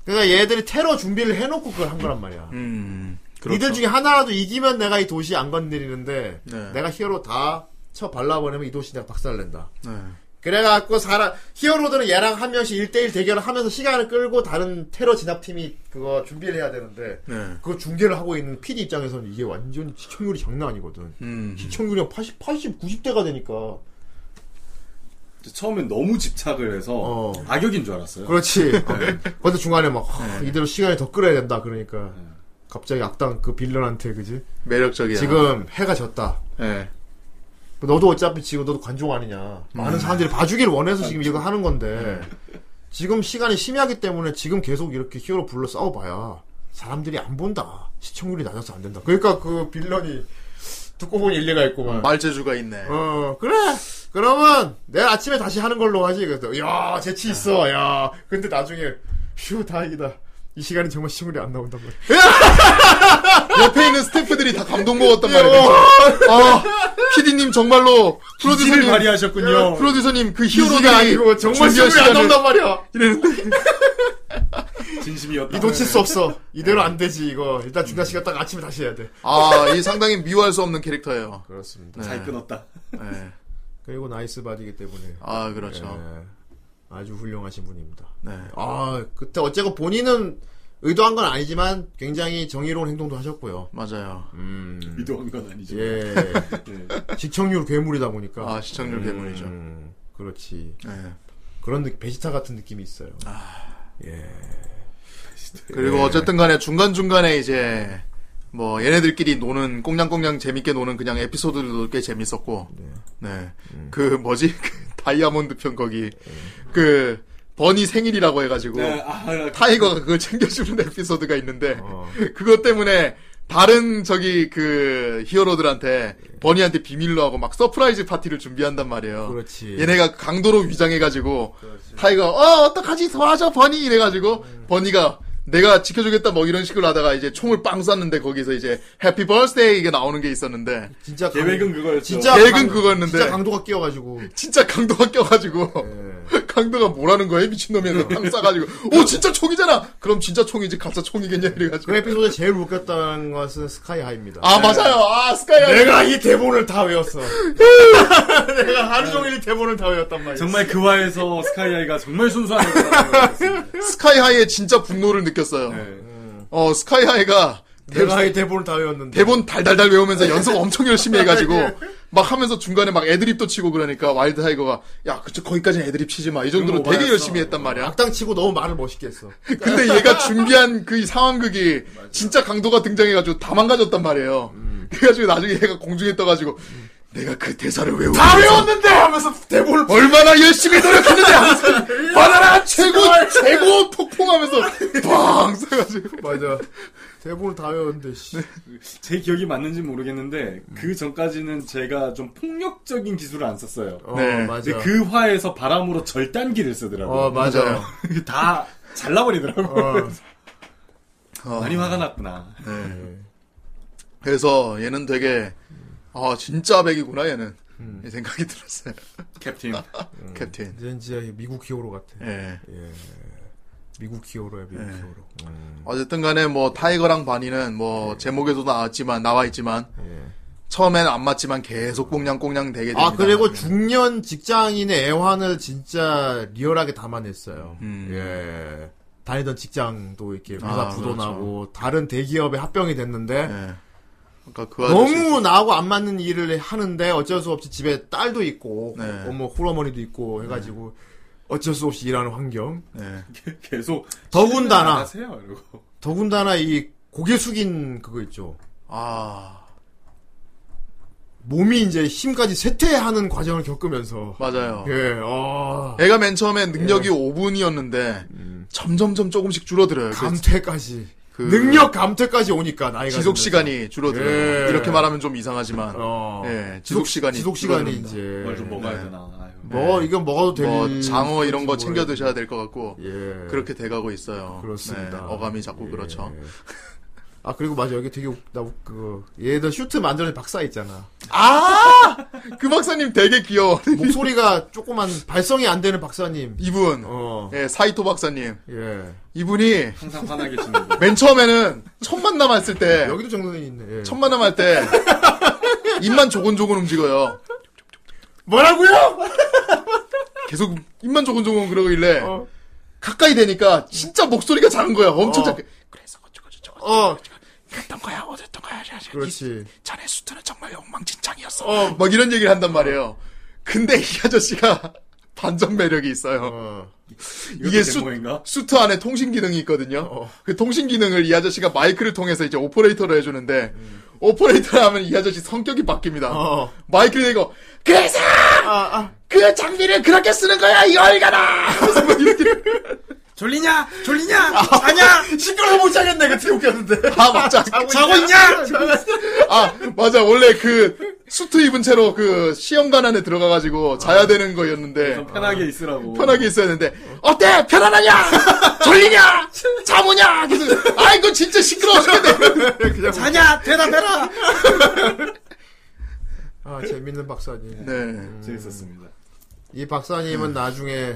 Speaker 3: 그러니까 얘들이 테러 준비를 해놓고 그걸 한 거란 말이야.
Speaker 9: 음.
Speaker 3: 이들 중에 하나라도 이기면 내가 이 도시 안 건드리는데
Speaker 9: 네.
Speaker 3: 내가 히어로 다 쳐 발라버리면 이 도시 내가 박살낸다.
Speaker 9: 네.
Speaker 3: 그래갖고 사람 히어로들은 얘랑 한 명씩 1대1 대결을 하면서 시간을 끌고 다른 테러 진압팀이 그거 준비를 해야 되는데
Speaker 9: 네.
Speaker 3: 그거 중계를 하고 있는 PD 입장에서는 이게 완전 시청률이 장난 아니거든.
Speaker 9: 음.
Speaker 3: 시청률이 한 80, 80, 90대가 되니까.
Speaker 7: 처음엔 너무 집착을 해서 악역인 줄 알았어요.
Speaker 3: 그렇지. 어. 근데 중간에 막 허, 이대로 시간이 더 끌어야 된다 그러니까 갑자기 악당 그 빌런한테 그지?
Speaker 9: 매력적이야.
Speaker 3: 지금 해가 졌다.
Speaker 9: 네.
Speaker 3: 뭐 너도 어차피 지금 너도 관종 아니냐. 많은
Speaker 9: 음.
Speaker 3: 사람들이 봐주길 원해서 지금 이거 하는 건데 지금 시간이 심해하기 때문에 지금 계속 이렇게 히어로 불러 싸워봐야 사람들이 안 본다. 시청률이 낮아서 안 된다. 그러니까 그 빌런이 듣고 보니 일리가 있구만.
Speaker 9: 말재주가 있네.
Speaker 3: 어 그래. 그러면 내일 아침에 다시 하는 걸로 하지. 그래서 야 재치 있어. 야 근데 나중에 휴 다행이다. 이 시간이 정말 시청률이 안 나온단 말이야.
Speaker 9: 옆에 있는 스태프들이 다 감동 먹었단
Speaker 3: 예,
Speaker 9: 말이에요.
Speaker 3: 어.
Speaker 9: 아, PD님 정말로
Speaker 7: 기질을
Speaker 9: 프로듀서님
Speaker 7: 발휘하셨군요.
Speaker 9: 프로듀서님 그
Speaker 3: 기질이
Speaker 9: 히어로들이
Speaker 3: 아니고 정말
Speaker 9: 준비한
Speaker 3: 시간이 안
Speaker 9: 시간을-
Speaker 3: 나온단 말이야.
Speaker 7: 진심이었다. 네.
Speaker 3: 이 놓칠 수 없어. 이대로 안 되지 이거. 일단 중간 시간 딱 아침에 다시 해야 돼.
Speaker 9: 아, 이 상당히 미워할 수 없는 캐릭터예요.
Speaker 3: 그렇습니다.
Speaker 7: 잘 끊었다.
Speaker 9: 네.
Speaker 3: 그리고 나이스 바디기 때문에.
Speaker 9: 아, 그렇죠.
Speaker 3: 예. 아주 훌륭하신 분입니다.
Speaker 9: 네.
Speaker 3: 아 그때 어쨌건 본인은 의도한 건 아니지만 굉장히 정의로운 행동도 하셨고요.
Speaker 9: 맞아요.
Speaker 3: 음.
Speaker 7: 의도한 건 네. 아니죠.
Speaker 3: 예. 시청률 괴물이다 보니까.
Speaker 9: 아, 시청률
Speaker 3: 음,
Speaker 9: 괴물이죠.
Speaker 3: 그렇지.
Speaker 9: 네.
Speaker 3: 그런 느- 베지타 같은 느낌이 있어요. 예.
Speaker 9: 그리고
Speaker 3: 예.
Speaker 9: 어쨌든 간에 중간중간에 이제 뭐 얘네들끼리 노는 꽁냥꽁냥 재밌게 노는 그냥 에피소드들도 꽤 재밌었고. 네.
Speaker 3: 음.
Speaker 9: 그 뭐지? 그 다이아몬드 편 거기. 그 버니 생일이라고 해 가지고
Speaker 7: 네, 아,
Speaker 9: 타이거가 그걸 챙겨주는 에피소드가 있는데
Speaker 3: 어.
Speaker 9: 그것 때문에 다른 저기 그 히어로들한테 버니한테 비밀로 하고 막 서프라이즈 파티를 준비한단 말이에요.
Speaker 3: 예. 그렇지.
Speaker 9: 얘네가 강도로 위장해가지고 타이거 어 어떡하지 도와줘 버니 이래가지고
Speaker 3: 음.
Speaker 9: 버니가 내가 지켜주겠다 뭐 이런 식으로 하다가 이제 총을 빵 쐈는데 거기서 이제 해피 버스데이 이게 나오는 게 있었는데
Speaker 3: 진짜 강-
Speaker 7: 계획은 그거였죠.
Speaker 3: 진짜
Speaker 9: 계획은
Speaker 3: 강-
Speaker 9: 그거였는데.
Speaker 3: 진짜 강도가 끼어가지고 예.
Speaker 9: 진짜 강도가 껴가지고 강도가 뭐라는 거야 미친놈이야 땅 싸가지고 오 진짜 총이잖아 그럼 진짜 총이지 가짜 총이겠냐 이래가지고
Speaker 3: 그 에피소드 제일 웃겼던 것은 스카이하입니다.
Speaker 9: 아 맞아요 아 스카이하
Speaker 3: 내가 이 대본을 다 외웠어. 내가 하루 종일 이 대본을 다 외웠단 말이야.
Speaker 7: 정말 그화에서 스카이하이가 정말 순수한
Speaker 9: 스카이하이의 진짜 분노를 느꼈어요
Speaker 3: 네.
Speaker 7: 네.
Speaker 9: 어 스카이하이가
Speaker 3: 내가 이 대본을 다 외웠는데.
Speaker 9: 대본 달달달 외우면서 연습 엄청 열심히 해가지고
Speaker 3: 네.
Speaker 9: 막 하면서 중간에 막 애드립도 치고 그러니까 와일드 하이거가 야 그쪽 거기까지는 애드립 치지 마 이 정도로 되게
Speaker 3: 오바였어.
Speaker 9: 열심히 했단 말이야
Speaker 3: 악당 치고 너무 말을 멋있게 했어.
Speaker 9: 근데 얘가 준비한 그 상황극이 진짜 강도가 등장해가지고 다 망가졌단 말이에요
Speaker 3: 음.
Speaker 9: 그래가지고 나중에 얘가 공중에 떠가지고 내가 그 대사를 외우고
Speaker 3: 다 외웠는데 하면서 대본을
Speaker 9: 얼마나 열심히 노력했는데 하면서 바나나 최고 최고 폭풍하면서 빵 써가지고
Speaker 3: 맞아. 대본을 다 외웠는데 씨.
Speaker 7: 제 기억이 맞는지 모르겠는데 그 전까지는 제가 좀 폭력적인 기술을 안 썼어요.
Speaker 3: 어, 네. 맞아.
Speaker 7: 근데 그 화에서 바람으로 절단기를 쓰더라고요. 그
Speaker 3: 어, 맞아요. 어.
Speaker 7: 다 잘라버리더라고요.
Speaker 9: 어.
Speaker 7: 많이 화가 났구나.
Speaker 9: 네. 그래서 얘는 되게 아 진짜 백이구나 얘는
Speaker 3: 음.
Speaker 9: 이 생각이 들었어요.
Speaker 7: 캡틴.
Speaker 9: 캡틴.
Speaker 3: 왠지 미국 히어로 같아.
Speaker 9: 예.
Speaker 3: 음. 미국 히어로야 미국 히어로. 음.
Speaker 9: 어쨌든 간에 뭐 타이거랑 바니는
Speaker 3: 예.
Speaker 9: 뭐 제목에도 나왔지만 나와 있지만 처음엔 안 맞지만 계속 꽁냥꽁냥 되게 됩니다.
Speaker 3: 아 그리고 중년 직장인의 애환을 진짜 리얼하게 담아냈어요. 예. 다니던 직장도 이렇게 회사
Speaker 9: 음. 아, 네.
Speaker 3: 부도나고 다른 대기업에 합병이 됐는데
Speaker 9: 그러니까 그 아저씨-
Speaker 3: 너무 나하고 안 맞는 일을 하는데 어쩔 수 없이 집에 딸도 있고
Speaker 9: 네.
Speaker 3: 어머 뭐 홀어머니도 있고 해가지고 어쩔 수 없이 일하는 환경.
Speaker 9: 네.
Speaker 7: 계속
Speaker 3: 더군다나.
Speaker 7: 하세요, 이러고.
Speaker 3: 더군다나 이 고개 숙인 그거 있죠.
Speaker 9: 아
Speaker 3: 몸이 이제 힘까지 쇠퇴하는 과정을 겪으면서
Speaker 9: 맞아요.
Speaker 3: 예, 아
Speaker 9: 애가 맨 처음에 능력이 5분이었는데 점점점 조금씩 줄어들어요.
Speaker 3: 감퇴까지
Speaker 9: 그
Speaker 3: 능력 감퇴까지 오니까 나이가
Speaker 9: 지속
Speaker 3: 들면서.
Speaker 9: 시간이 줄어들어요.
Speaker 3: 예.
Speaker 9: 이렇게 말하면 좀 이상하지만
Speaker 3: 어.
Speaker 9: 예, 지속 시간이
Speaker 3: 지속 시간이
Speaker 9: 줄어듭니다.
Speaker 3: 이제
Speaker 7: 뭘 좀 먹어야
Speaker 9: 네.
Speaker 7: 되나. 아유.
Speaker 3: 뭐 이건 먹어도 될
Speaker 9: 뭐 장어 이런 거
Speaker 3: 모르겠-
Speaker 9: 챙겨 드셔야 될 것 같고
Speaker 3: 그렇죠. 예.
Speaker 9: 그렇게 돼가고 있어요.
Speaker 3: 그렇습니다. 예.
Speaker 9: 네, 어감이 자꾸 그렇죠.
Speaker 3: 아 그리고 맞아 여기 되게 웃- 나 웃- 그거 얘들 슈트 만드는 박사 있잖아
Speaker 9: 아! 그 박사님 되게 귀여워.
Speaker 3: 뭐? 목소리가 조그만 발성이 안 되는 박사님
Speaker 9: 이분 네.
Speaker 3: 어.
Speaker 9: 예, 사이토 박사님
Speaker 3: 예.
Speaker 9: 이분이
Speaker 7: 항상 화나게 지내고.
Speaker 9: 맨 처음에는 첫 만남했을 때
Speaker 3: 여기도 정선이 있네 예.
Speaker 9: 첫 만남할 때 입만 조곤조곤 움직여요.
Speaker 3: 뭐라고요?
Speaker 9: 계속 입만 조곤조곤 그러길래
Speaker 3: 어.
Speaker 9: 가까이 되니까 진짜 목소리가 작은 거야. 엄청
Speaker 3: 어.
Speaker 9: 작게.
Speaker 3: 어
Speaker 9: 그랬던 거야, 어쨌던 거야. 야, 야, 이
Speaker 3: 그렇지
Speaker 9: 자네 수트는 정말 엉망진창이었어.
Speaker 3: 어.
Speaker 9: 막 이런 얘기를 한단 말이에요. 근데 이 아저씨가 반전 매력이 있어요.
Speaker 3: 어.
Speaker 9: 이게 수,
Speaker 7: 뭐인가?
Speaker 9: 수트 안에 통신 기능이 있거든요.
Speaker 3: 어.
Speaker 9: 그 통신 기능을 이 아저씨가 마이크를 통해서 이제 오퍼레이터를 해주는데 오퍼레이터를 하면 이 아저씨 성격이 바뀝니다.
Speaker 3: 어. 아,
Speaker 9: 마이크를 대고 그래서 그 장비를 그렇게 쓰는 거야 이 얼가나. 그래서 막 이렇게
Speaker 7: 졸리냐? 졸리냐? 자냐?
Speaker 3: 시끄러워 못 자겠네 그때 웃겼는데
Speaker 9: 다
Speaker 3: 아,
Speaker 9: 맞자.
Speaker 7: 자고 있냐?
Speaker 9: 아 맞아 원래 그 수트 입은 채로 그 시험관 안에 들어가가지고
Speaker 3: 아.
Speaker 9: 자야 되는 거였는데
Speaker 7: 좀 편하게 있으라고.
Speaker 9: 편하게 있어야 되는데 어때 편안하냐 졸리냐 자무냐 그래서 아 이거 진짜 시끄러워 죽겠네
Speaker 7: 자냐? 대답해라!
Speaker 3: 아 재밌는 박사님
Speaker 9: 네
Speaker 7: 재밌었습니다.
Speaker 3: 이 박사님은
Speaker 7: 음.
Speaker 3: 나중에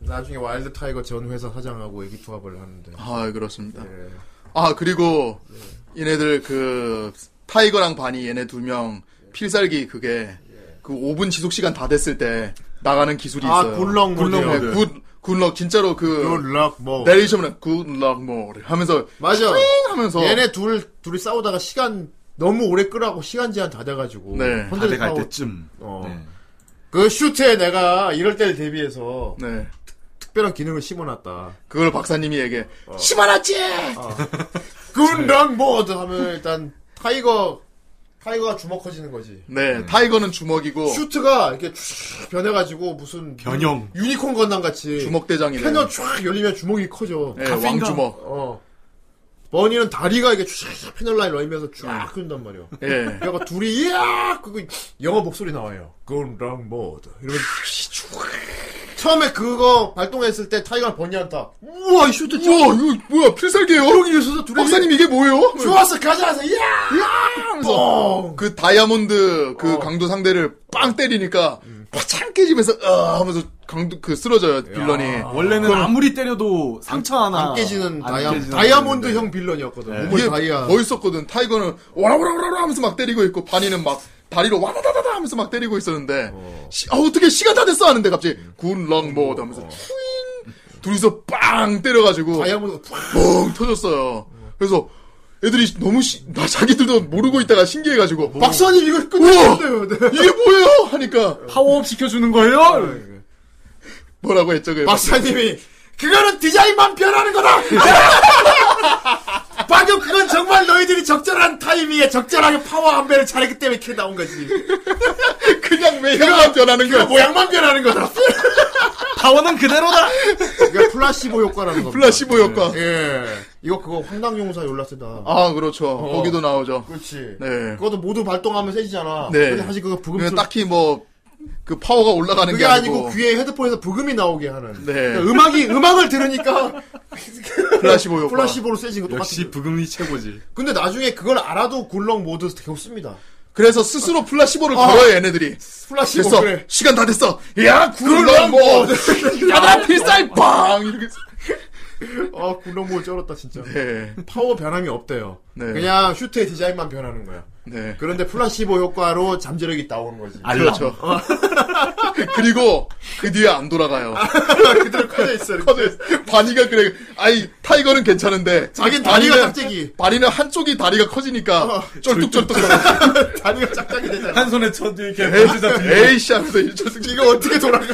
Speaker 3: 나중에 와일드 타이거 전 회사 사장하고 얘기 투합을 하는데
Speaker 9: 아 그렇습니다.
Speaker 3: 예.
Speaker 9: 아 그리고 얘네들 그 타이거랑 바니 얘네 두 명 필살기 그게 그 5분 지속 시간 다 됐을 때 나가는 기술이
Speaker 3: 아,
Speaker 9: 있어요.
Speaker 3: 굿럭 모드요.
Speaker 9: 네, 굿 굿럭 진짜로 그
Speaker 3: 굿락 뭐
Speaker 9: 내레이션은 굿럭 모드 하면서
Speaker 3: 맞아
Speaker 9: 띵 하면서
Speaker 3: 얘네 둘 둘이 싸우다가 시간 너무 오래 끄라고 시간 제한 다 돼가지고
Speaker 9: 네.
Speaker 7: 다
Speaker 3: 혼자
Speaker 7: 돼갈
Speaker 3: 싸우-
Speaker 7: 때쯤.
Speaker 3: 어.
Speaker 7: 네.
Speaker 3: 그 슈트에 내가 이럴 때를 대비해서
Speaker 9: 네
Speaker 3: 특별한 기능을 심어놨다
Speaker 9: 그걸 박사님이 얘기해
Speaker 3: 어.
Speaker 9: 심하놨지
Speaker 3: 굿락 모드 하면 일단 타이거 타이거가 주먹 커지는 거지
Speaker 9: 네 타이거는 주먹이고
Speaker 3: 음. 슈트가 이렇게 쭉 변해가지고 무슨
Speaker 7: 어. 변형.
Speaker 3: 유니콘 건담 같이
Speaker 9: 주먹 대장이네
Speaker 3: 캐논 쫙 열리면 주먹이 커져
Speaker 9: 네, 왕주먹
Speaker 3: 어. 버니는 다리가 이게 쫙 패널라인 열리면서 쫙 끈단 말이야.
Speaker 9: 예
Speaker 3: 그래가 둘이 이야 그거 영어 목소리 나와요. 건랑 모드 이러면 처음에 그거 발동했을 때 타이거 버니한테 우와 이 슈트
Speaker 9: 우와 이거 뭐야 필살기예요 박사님 이게 뭐예요?
Speaker 3: 좋았어 가져와서 이야 어. 음.
Speaker 9: 하면서 그 다이아몬드 그 강도 상대를 빵 때리니까 화창 깨지면서 어 하면서 강도 그 쓰러져요 빌런이.
Speaker 7: 원래는 아무리 때려도 상처 하나
Speaker 9: 안 깨지는 다이아-
Speaker 3: 다이아몬드 형 빌런이었거든.
Speaker 9: 네.
Speaker 3: 몸을
Speaker 9: 이게
Speaker 3: 다이아.
Speaker 9: 멋있었거든. 타이거는 와라와라와라 하면서 막 때리고 있고 바니는 막 다리로 와다다다다 하면서 막 때리고 있었는데 시, 아 어떻게 시간 다 됐어 하는데 갑자기
Speaker 3: 음.
Speaker 9: 굿럭 모드 하면서 푸잉! 둘이서 빵 때려가지고
Speaker 3: 어. 다이아몬드
Speaker 9: 뻥 터졌어요. 그래서 애들이 너무 시, 나 자기들도 모르고 있다가 신기해가지고
Speaker 3: 박사님 이거
Speaker 9: 끝났어요. 이게 뭐예요?
Speaker 3: 어.
Speaker 9: 하니까
Speaker 7: 파워업 시켜주는 거예요?
Speaker 9: 뭐라고 했죠 그
Speaker 3: 박사님이 그거는 디자인만 변하는 거다. 방금 그건 정말 너희들이 적절한 타이밍에 적절하게 파워 한 배를 잘했기 때문에 이렇게 나온 거지. 그
Speaker 9: 그냥 모양만 변하는 거야.
Speaker 3: 모양만 변하는 거다.
Speaker 7: 파워는 그대로다.
Speaker 3: 그러니까 플라시보 효과라는 거.
Speaker 9: 플라시보 효과.
Speaker 3: 예. 이거 그거 황당용사 율라스다.
Speaker 9: 네. 아 그렇죠. 거기도 나오죠.
Speaker 3: 그렇지.
Speaker 9: 네.
Speaker 3: 그것도 모두 발동하면 세지잖아.
Speaker 9: 네.
Speaker 3: 근데 사실 그거 부금.
Speaker 9: 그냥 딱히 뭐 그 파워가 올라가는
Speaker 3: 그게
Speaker 9: 게 아니고,
Speaker 3: 아니고 귀에 헤드폰에서 부금이 나오게 하는.
Speaker 9: 네.
Speaker 3: 그러니까 음악이 음악을 들으니까
Speaker 9: 플라시보 효과.
Speaker 3: 플라시보로 세진 거 똑같은.
Speaker 7: 역시
Speaker 3: 거예요.
Speaker 7: 부금이 최고지.
Speaker 3: 근데 나중에 그걸 알아도 굴렁 모드 되게 없습니다.
Speaker 9: 그래서 스스로 플라시보를
Speaker 3: 아.
Speaker 9: 걸어요 얘네들이.
Speaker 3: 플라시보,
Speaker 9: 됐어.
Speaker 3: 그래.
Speaker 9: 시간 다 됐어. 야
Speaker 3: 굴렁
Speaker 9: 굴렁 뭐. 야나 필살 빵 이렇게.
Speaker 3: 아 굴렁 모드 쩔었다 진짜.
Speaker 9: 네.
Speaker 3: 파워 변함이 없대요.
Speaker 9: 네.
Speaker 3: 그냥 슈트의 디자인만 변하는 거야.
Speaker 9: 네.
Speaker 3: 그런데 플라시보 효과로 잠재력이 나오는 거지.
Speaker 9: 알람. 그렇죠. 그리고 그 뒤에 안 돌아가요.
Speaker 3: 그러니까 그대로 커져 있어.
Speaker 9: 커져 있어. 바니가 그래. 아이 타이거는 괜찮은데.
Speaker 3: 자긴 다리가
Speaker 9: 바니는-
Speaker 3: 짝짝이.
Speaker 9: 바니는 한쪽이 다리가
Speaker 3: 어,
Speaker 9: 커지니까 쫄뚝쫄뚝.
Speaker 3: 다리가 짝짝이 되잖아.
Speaker 7: 한 손에 쳐 이렇게 번지자 들고.
Speaker 9: 에이, 에이씨 하면서 이 쫄뚝.
Speaker 3: 이거 어떻게 돌아가?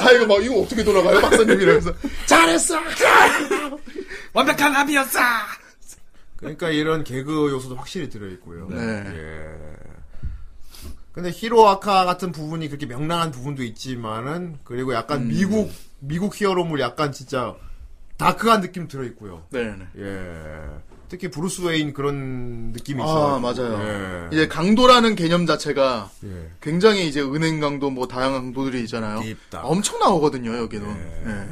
Speaker 9: 타이거 막 이거 어떻게 돌아가요 박사님 이러면서. 잘했어.
Speaker 7: 완벽한 합이었어.
Speaker 3: 그러니까 이런 개그 요소도 확실히 들어있고요.
Speaker 9: 네.
Speaker 3: 예. 근데 히로아카 같은 부분이 그렇게 명랑한 부분도 있지만은 그리고 약간
Speaker 9: 음.
Speaker 3: 미국 미국 히어로물 약간 진짜 다크한 느낌 들어있고요.
Speaker 9: 네.
Speaker 3: 예. 특히 브루스 웨인 그런 느낌이 있어요.
Speaker 9: 아 맞아요.
Speaker 3: 예.
Speaker 9: 이제 강도라는 개념 자체가
Speaker 3: 예.
Speaker 9: 굉장히 이제 은행 강도 뭐 다양한 강도들이 있잖아요. 엄청 나오거든요 여기는. 예.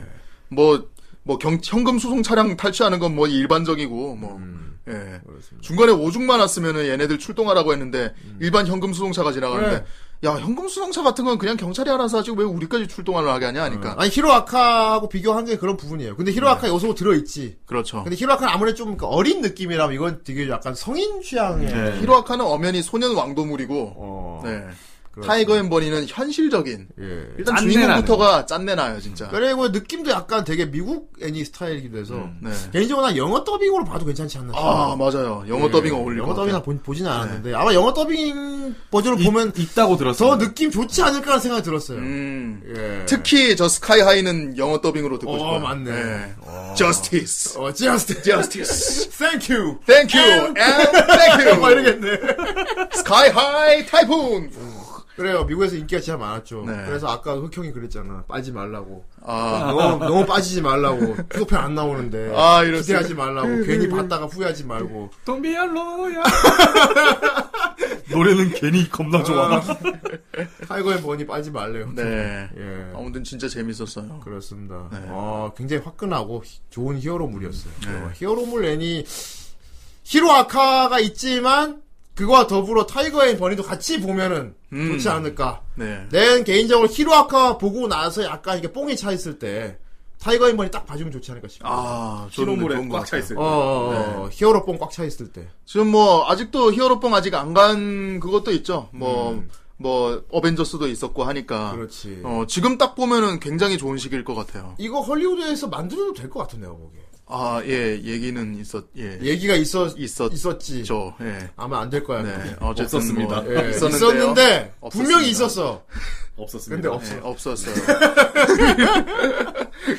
Speaker 9: 뭐. 뭐 경, 현금 수송 차량 탈취하는 건 뭐 일반적이고 뭐
Speaker 3: 음.
Speaker 9: 예. 중간에 오죽만 왔으면은 얘네들 출동하라고 했는데
Speaker 3: 음.
Speaker 9: 일반 현금 수송차가 지나가는데
Speaker 3: 네.
Speaker 9: 야 현금 수송차 같은 건 그냥 경찰이 알아서 하지 왜 우리까지 출동하려 하게 하냐 하니까 네.
Speaker 3: 아니 히로아카하고 비교한 게 그런 부분이에요. 근데 히로아카 요소 들어있지.
Speaker 9: 그렇죠.
Speaker 3: 근데 히로아카는 아무래도 좀그 어린 느낌이라면 이건 되게 약간 성인 취향의
Speaker 9: 네. 히로아카는 엄연히 소년 왕도물이고
Speaker 3: 어.
Speaker 9: 네. 타이거 앤 버니는 현실적인
Speaker 3: 예.
Speaker 9: 일단
Speaker 3: 짠내
Speaker 9: 주인공부터가 짠내 나요 진짜.
Speaker 3: 그리고 느낌도 약간 되게 미국 애니 스타일이기도 해서
Speaker 9: 네.
Speaker 3: 개인적으로 난 영어 더빙으로 봐도 괜찮지 않나
Speaker 9: 아
Speaker 3: 싶어요. 예.
Speaker 9: 맞아요. 영어 더빙 어울릴
Speaker 3: 영어
Speaker 9: 것
Speaker 3: 더빙 나
Speaker 9: 같아요. 네.
Speaker 3: 보, 보진 않았는데 아마 영어 더빙 버전을 보면
Speaker 7: 있다고
Speaker 3: 더
Speaker 7: 들었어.
Speaker 3: 느낌 좋지 않을까라는 생각이 들었어요.
Speaker 9: 네. 음.
Speaker 3: 예.
Speaker 9: 특히 저 스카이 하이는 영어 더빙으로 듣고
Speaker 3: 어,
Speaker 9: 싶어요.
Speaker 3: 맞네.
Speaker 9: 네.
Speaker 3: 어.
Speaker 9: Justice.
Speaker 3: 어, just,
Speaker 9: Justice.
Speaker 3: thank you,
Speaker 9: Thank you. And thank
Speaker 3: 막
Speaker 9: you.
Speaker 3: 이러겠네.
Speaker 9: Sky High Typhoon.
Speaker 3: 그래요. 미국에서 인기가 진짜 많았죠.
Speaker 9: 네.
Speaker 3: 그래서 아까 흑형이 그랬잖아. 빠지 말라고.
Speaker 9: 아.
Speaker 3: 너무, 너무 빠지지 말라고. 후속편 안 나오는데.
Speaker 9: 아, 이럴
Speaker 3: 기대하지
Speaker 9: 수가.
Speaker 3: 말라고. 괜히 봤다가 후회하지 말고.
Speaker 7: 돈비알로야. 노래는 괜히 겁나 좋아.
Speaker 3: 타이거 앤 버니 빠지 말래요.
Speaker 9: 네.
Speaker 3: 예.
Speaker 9: 아무튼 진짜 재밌었어요.
Speaker 3: 그렇습니다.
Speaker 9: 네.
Speaker 3: 아, 굉장히 화끈하고 히- 좋은 히어로물이었어요.
Speaker 9: 네.
Speaker 3: 어, 히어로물 애니 히로아카가 있지만 그거와 더불어 타이거 앤 버니도 같이 보면은
Speaker 9: 음.
Speaker 3: 좋지 않을까.
Speaker 9: 네.
Speaker 3: 내 개인적으로 히로아카 보고 나서 약간 이게 뽕이 차 있을 때 타이거 앤 버니 딱 봐주면 좋지 않을까 싶어요.
Speaker 9: 아, 네. 저는
Speaker 7: 신호물에
Speaker 9: 좋은 것
Speaker 7: 꽉 차
Speaker 9: 같아요.
Speaker 7: 있을
Speaker 3: 어,
Speaker 7: 때.
Speaker 3: 어, 어. 히어로 뽕 꽉 차 있을 때.
Speaker 9: 지금 뭐 아직도 히어로뽕 아직 안 간 그것도 있죠. 뭐 뭐 어벤져스도 있었고 하니까
Speaker 3: 그렇지.
Speaker 9: 어, 지금 딱 보면은 굉장히 좋은 시기일 것 같아요.
Speaker 3: 이거 헐리우드에서 만들어도 될 것 같은 내가 보기에.
Speaker 9: 아, 예, 얘기는 있었, 예.
Speaker 3: 얘기가 있었
Speaker 9: 있었죠.
Speaker 3: 있었지.
Speaker 9: 예.
Speaker 3: 아마 안 될 거야.
Speaker 9: 네. 어쨌든
Speaker 7: 없었습니다.
Speaker 9: 뭐,
Speaker 3: 예,
Speaker 9: 있었는데요.
Speaker 3: 있었는데
Speaker 9: 없었습니다.
Speaker 3: 분명히 있었어. 네.
Speaker 7: 없었습니다.
Speaker 3: 근데 없어.
Speaker 9: 예, 없었어요.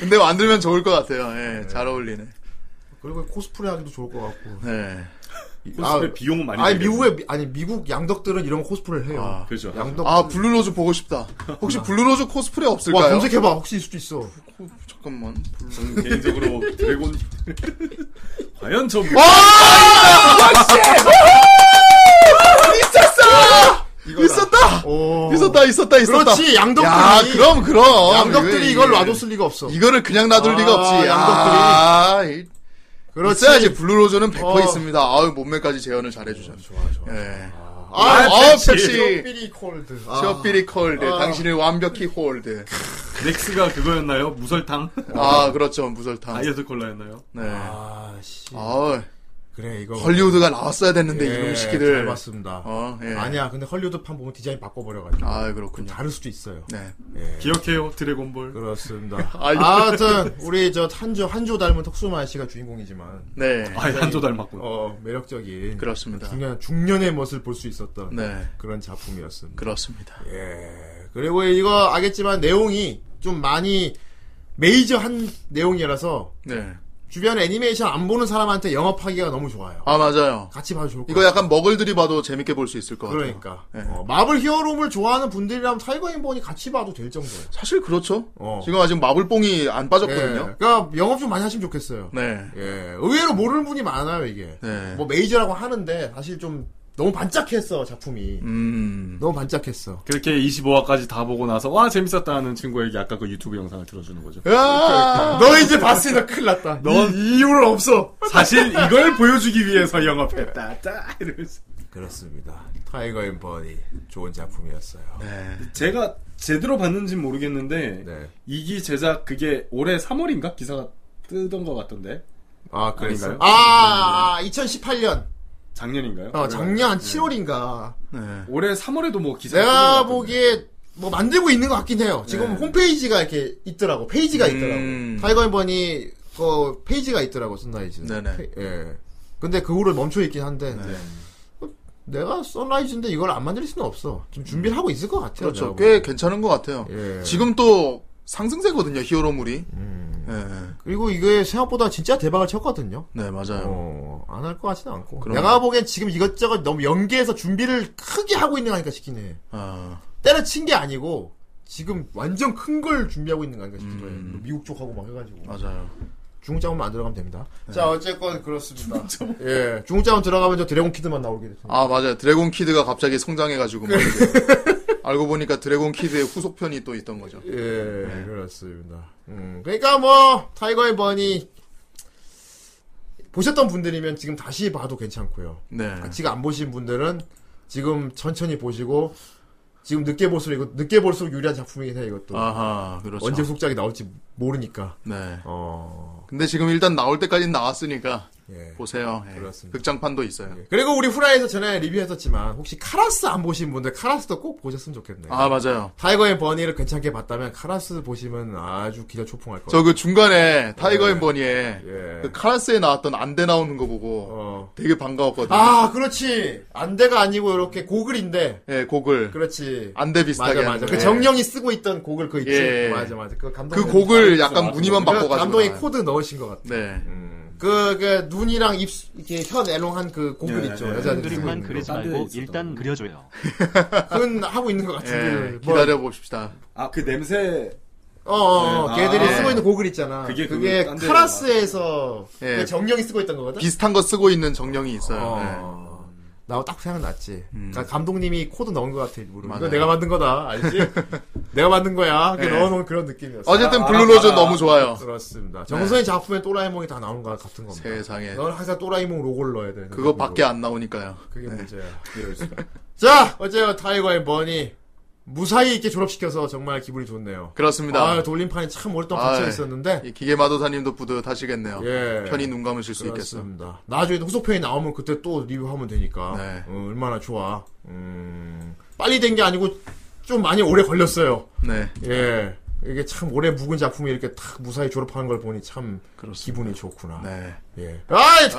Speaker 9: 근데 만들면 좋을 것 같아요. 예, 잘 어울리네.
Speaker 3: 그리고 코스프레 하기도 좋을 것 같고.
Speaker 9: 네.
Speaker 7: 코스프레 비용 많이.
Speaker 3: 아니
Speaker 7: 들겠네.
Speaker 3: 미국에 미- 아니 미국 양덕들은 이런 거 코스프레를 해요.
Speaker 9: 아,
Speaker 7: 그죠.
Speaker 3: 양덕
Speaker 9: 아, 블루로즈 보고 싶다. 혹시 블루로즈 코스프레
Speaker 3: 아. 와
Speaker 9: 없을까요?
Speaker 3: 검색해봐 혹시 있을 수도 있어.
Speaker 9: 어, 잠깐만. 블루...
Speaker 7: 저는 개인적으로 드래곤. 과연 저
Speaker 9: 와! 역시! 있었어! 있었다!
Speaker 3: 오.
Speaker 9: 있었다, 있었다, 있었다.
Speaker 3: 어. 그렇지, 양덕들이.
Speaker 9: 야, 그럼, 그럼.
Speaker 3: 어, 양덕들이
Speaker 9: 왜
Speaker 3: 이걸
Speaker 9: 이게-
Speaker 3: 놔뒀을 리가 없어.
Speaker 9: 이거를 그냥 놔둘
Speaker 3: 아,
Speaker 9: 리가 없지.
Speaker 3: 양덕들이.
Speaker 9: 아, 이-
Speaker 3: 그렇지.
Speaker 9: 있어야지 블루로즈는 100%
Speaker 3: 어.
Speaker 9: 있습니다. 아유 몸매까지 재현을 잘해주셨네.
Speaker 3: 좋아 좋아.
Speaker 9: 예.
Speaker 3: 아,
Speaker 9: 아, 아,
Speaker 3: 저
Speaker 9: 펩시.
Speaker 3: 삐리 콜드.
Speaker 9: 저 삐리 콜드.
Speaker 3: 아.
Speaker 9: 당신을 완벽히 홀드.
Speaker 2: 넥스가 그거였나요? 무설탕?
Speaker 9: 아, 그렇죠. 무설탕.
Speaker 2: 다이어트 콜라였나요?
Speaker 9: 네.
Speaker 3: 아, 씨.
Speaker 9: 아,
Speaker 3: 그래, 이거.
Speaker 9: 헐리우드가 나왔어야 됐는데,
Speaker 3: 예,
Speaker 9: 이놈 시키들.
Speaker 3: 잘 봤습니다.
Speaker 9: 어, 예.
Speaker 3: 아니야, 근데 헐리우드판 보면 디자인 바꿔버려가지고.
Speaker 9: 아, 그렇군요.
Speaker 3: 다를 수도 있어요.
Speaker 9: 네.
Speaker 3: 예.
Speaker 2: 기억해요, 드래곤볼.
Speaker 3: 그렇습니다.
Speaker 2: 아, 이거-
Speaker 3: 아, 아무튼 우리 저 한조 한조 닮은 턱수마 씨가 주인공이지만,
Speaker 9: 네.
Speaker 2: 아, 한조 닮았군.
Speaker 3: 어 매력적인
Speaker 9: 그렇습니다.
Speaker 3: 중년 중년의 멋을 볼 수 있었던
Speaker 9: 네.
Speaker 3: 그런 작품이었습니다.
Speaker 9: 그렇습니다.
Speaker 3: 예. 그리고 이거 알겠지만 내용이 좀 많이 메이저한 내용이라서
Speaker 9: 네.
Speaker 3: 주변 애니메이션 안 보는 사람한테 영업하기가 너무 좋아요.
Speaker 9: 아, 맞아요.
Speaker 3: 같이 봐도 좋을 것
Speaker 9: 이거 약간 먹을들이 봐도 재밌게 볼 수 있을 것 같아요.
Speaker 3: 그러니까.
Speaker 9: 예.
Speaker 3: 어, 마블 히어로물 좋아하는 분들이라면 타이거 인본이 같이 봐도 될 정도예요.
Speaker 9: 사실 그렇죠.
Speaker 3: 어.
Speaker 9: 지금 아직 마블뽕이 안 빠졌거든요.
Speaker 3: 예. 그러니까 영업 좀 많이 하시면 좋겠어요.
Speaker 9: 네.
Speaker 3: 예, 의외로 모르는 분이 많아요 이게.
Speaker 9: 네.
Speaker 3: 뭐 메이저라고 하는데 사실 좀 너무 반짝했어 작품이.
Speaker 9: 음.
Speaker 3: 너무 반짝했어.
Speaker 2: 그렇게 25화까지 다 보고 나서 와 재밌었다는 친구에게 아까 그 유튜브 영상을 들어주는 거죠.
Speaker 3: 야, 너 이제 봤으니까 큰일 났다.
Speaker 2: 넌
Speaker 3: 이, 유는 없어.
Speaker 2: 사실 이걸 보여주기 위해서 영업했다. 짜 이러면서.
Speaker 3: 그렇습니다. 타이거 앤 버니 좋은 작품이었어요.
Speaker 9: 네.
Speaker 2: 제가 제대로 봤는지 모르겠는데
Speaker 3: 네.
Speaker 2: 이기 제작 그게 올해 3월인가 기사가 뜨던 것 같던데
Speaker 3: 아, 그랬어요?
Speaker 2: 아닌가요?
Speaker 3: 아, 아, 2018년.
Speaker 2: 작년인가요?
Speaker 3: 어, 작년
Speaker 9: 예.
Speaker 3: 한 7월인가.
Speaker 9: 네.
Speaker 2: 올해 3월에도 뭐 기사
Speaker 3: 내가 보기에 뭐 만들고 있는 것 같긴 해요. 지금
Speaker 2: 네.
Speaker 3: 홈페이지가 이렇게 있더라고. 페이지가 있더라고.
Speaker 9: 음.
Speaker 3: 타이거 앤 버니 거 페이지가 있더라고 선라이즈.
Speaker 9: 네네. 네.
Speaker 3: 페- 예. 근데 그 후로 멈춰 있긴 한데 어, 내가 선라이즈인데 이걸 안 만들 수는 없어. 좀 준비를 하고 있을 것 같아요.
Speaker 9: 그렇죠.
Speaker 3: 내가
Speaker 9: 꽤 괜찮은 것 같아요.
Speaker 3: 보기엔. 예.
Speaker 9: 지금 또 상승세거든요, 히어로물이.
Speaker 3: 음.
Speaker 9: 예.
Speaker 3: 그리고 이게 생각보다 진짜 대박을 쳤거든요.
Speaker 9: 네, 맞아요.
Speaker 3: 어, 안 할 것 같지는 않고.
Speaker 9: 그럼요.
Speaker 3: 내가 보기엔 지금 이것저것 너무 연계해서 준비를 크게 하고 있는 거 아닐까 싶긴 해.
Speaker 9: 아,
Speaker 3: 때려친 게 아니고 지금 완전 큰 걸 준비하고 있는 거 아닌가 싶어요. 뭐
Speaker 9: 음.
Speaker 3: 미국 쪽하고 막 해가지고
Speaker 9: 맞아요. 네.
Speaker 3: 중국 자원만 안 들어가면 됩니다. 자 어쨌건 그렇습니다. 예, 중국 자원 들어가면 저 드래곤 키드만 나오게 됐습니다.
Speaker 9: 아, 맞아요. 드래곤 키드가 갑자기 성장해가지고. 막 이제 알고 보니까 드래곤 키드의 후속편이 또 있던 거죠.
Speaker 3: 예,
Speaker 9: 네.
Speaker 3: 그렇습니다. 음, 그러니까 뭐 타이거 앤 버니 보셨던 분들이면 지금 다시 봐도 괜찮고요.
Speaker 9: 네.
Speaker 3: 지금 안 보신 분들은 지금 천천히 보시고 지금 늦게 볼수록 이거 늦게 볼수록 유리한 작품이긴 해 이것도
Speaker 9: 아하, 그렇죠.
Speaker 3: 언제 속작이 나올지 모르니까.
Speaker 9: 네.
Speaker 3: 어.
Speaker 9: 근데 지금 일단 나올 때까지는 나왔으니까
Speaker 3: 예.
Speaker 9: 보세요. 예.
Speaker 3: 그렇습니다. 예.
Speaker 9: 극장판도 있어요.
Speaker 3: 그리고 우리 후라이에서 전에 리뷰했었지만 혹시 카라스 안 보신 분들 카라스도 꼭 보셨으면 좋겠네요.
Speaker 9: 아, 맞아요.
Speaker 3: 타이거 앤 버니를 괜찮게 봤다면 카라스 보시면 아주 기가 초풍할 거예요.
Speaker 9: 저 그 중간에 타이거 앤 버니에
Speaker 3: 예.
Speaker 9: 그 카라스에 나왔던 안대 나오는 거 보고
Speaker 3: 어.
Speaker 9: 되게 반가웠거든요.
Speaker 3: 아, 그렇지. 안대가 아니고 이렇게 고글인데.
Speaker 9: 예, 곡을
Speaker 3: 그렇지.
Speaker 9: 안대 비슷하게
Speaker 3: 맞아,
Speaker 9: 하는
Speaker 3: 맞아.
Speaker 9: 거.
Speaker 3: 그
Speaker 9: 예.
Speaker 3: 정령이 쓰고 있던 고글 그 있지.
Speaker 9: 예.
Speaker 3: 맞아, 맞아. 그 감독.
Speaker 9: 그 곡을 약간 무늬만 바꿔가지고
Speaker 3: 감독이
Speaker 9: 나와요.
Speaker 3: 코드 넣으신 것 같아.
Speaker 9: 네.
Speaker 3: 그, 그, 눈이랑 입, 이렇게 현 엘롱한 그 고글
Speaker 2: 예,
Speaker 3: 있죠.
Speaker 2: 예.
Speaker 3: 여자들이 쓰고
Speaker 11: 그림만
Speaker 3: 있는
Speaker 11: 그리지
Speaker 3: 거.
Speaker 2: 딴데
Speaker 11: 말고
Speaker 2: 있었던
Speaker 11: 일단
Speaker 2: 거.
Speaker 11: 그려줘요.
Speaker 3: 그건 하고 있는 것
Speaker 9: 예,
Speaker 3: 같은데. 뭐,
Speaker 9: 기다려 봅시다.
Speaker 2: 아그 냄새
Speaker 3: 어, 어, 어.
Speaker 2: 네.
Speaker 3: 걔들이
Speaker 2: 아.
Speaker 3: 쓰고 있는 고글 있잖아. 그게,
Speaker 2: 그게 그걸 딴 데로
Speaker 3: 카라스에서
Speaker 9: 예.
Speaker 3: 그 정령이 쓰고 있던 거거든?
Speaker 9: 비슷한 거 쓰고 있는 정령이 있어요. 네.
Speaker 3: 어. 나하고 딱 생각났지. 그러니까 감독님이 코드 넣은 것 같아, 일부러.
Speaker 9: 맞아요.
Speaker 3: 이거 내가 만든 거다, 알지? 내가 만든 거야. 이렇게
Speaker 9: 예.
Speaker 3: 넣어놓은 그런 느낌이었어.
Speaker 9: 쨌든
Speaker 2: 아,
Speaker 9: 블루로즈
Speaker 2: 아,
Speaker 9: 너무 좋아요.
Speaker 3: 그렇습니다. 정선이 작품에 또라이몽이 다 나온 것 같은 겁니다.
Speaker 9: 세상에
Speaker 3: 넌 항상 또라이몽 로고를 넣어야 돼.
Speaker 9: 그거밖에 안 나오니까요.
Speaker 3: 그게 문제야.
Speaker 2: 이럴 수가.
Speaker 3: 자, 어제 타이거 앤 버니. 무사히 있게 졸업시켜서 정말 기분이 좋네요.
Speaker 9: 그렇습니다.
Speaker 3: 아, 돌림판이 참 오랫동안
Speaker 9: 아이. 예.
Speaker 3: 갇혀 있었는데.
Speaker 9: 이 기계 마도사님도 뿌듯하시겠네요.
Speaker 3: 예.
Speaker 9: 편히 눈 감으실 수 있겠어.
Speaker 3: 그렇습니다. 나중에 후속편이 나오면 그때 또 리뷰하면 되니까
Speaker 9: 네.
Speaker 3: 어, 얼마나 좋아. 음, 빨리 된 게 아니고 좀 많이 오래 걸렸어요.
Speaker 9: 네,
Speaker 3: 예, 이게 참 오래 묵은 작품이 이렇게 탁 무사히 졸업하는 걸 보니 참
Speaker 9: 그렇습니다.
Speaker 3: 기분이 좋구나.
Speaker 9: 네.
Speaker 3: 예. 아이
Speaker 9: 아이,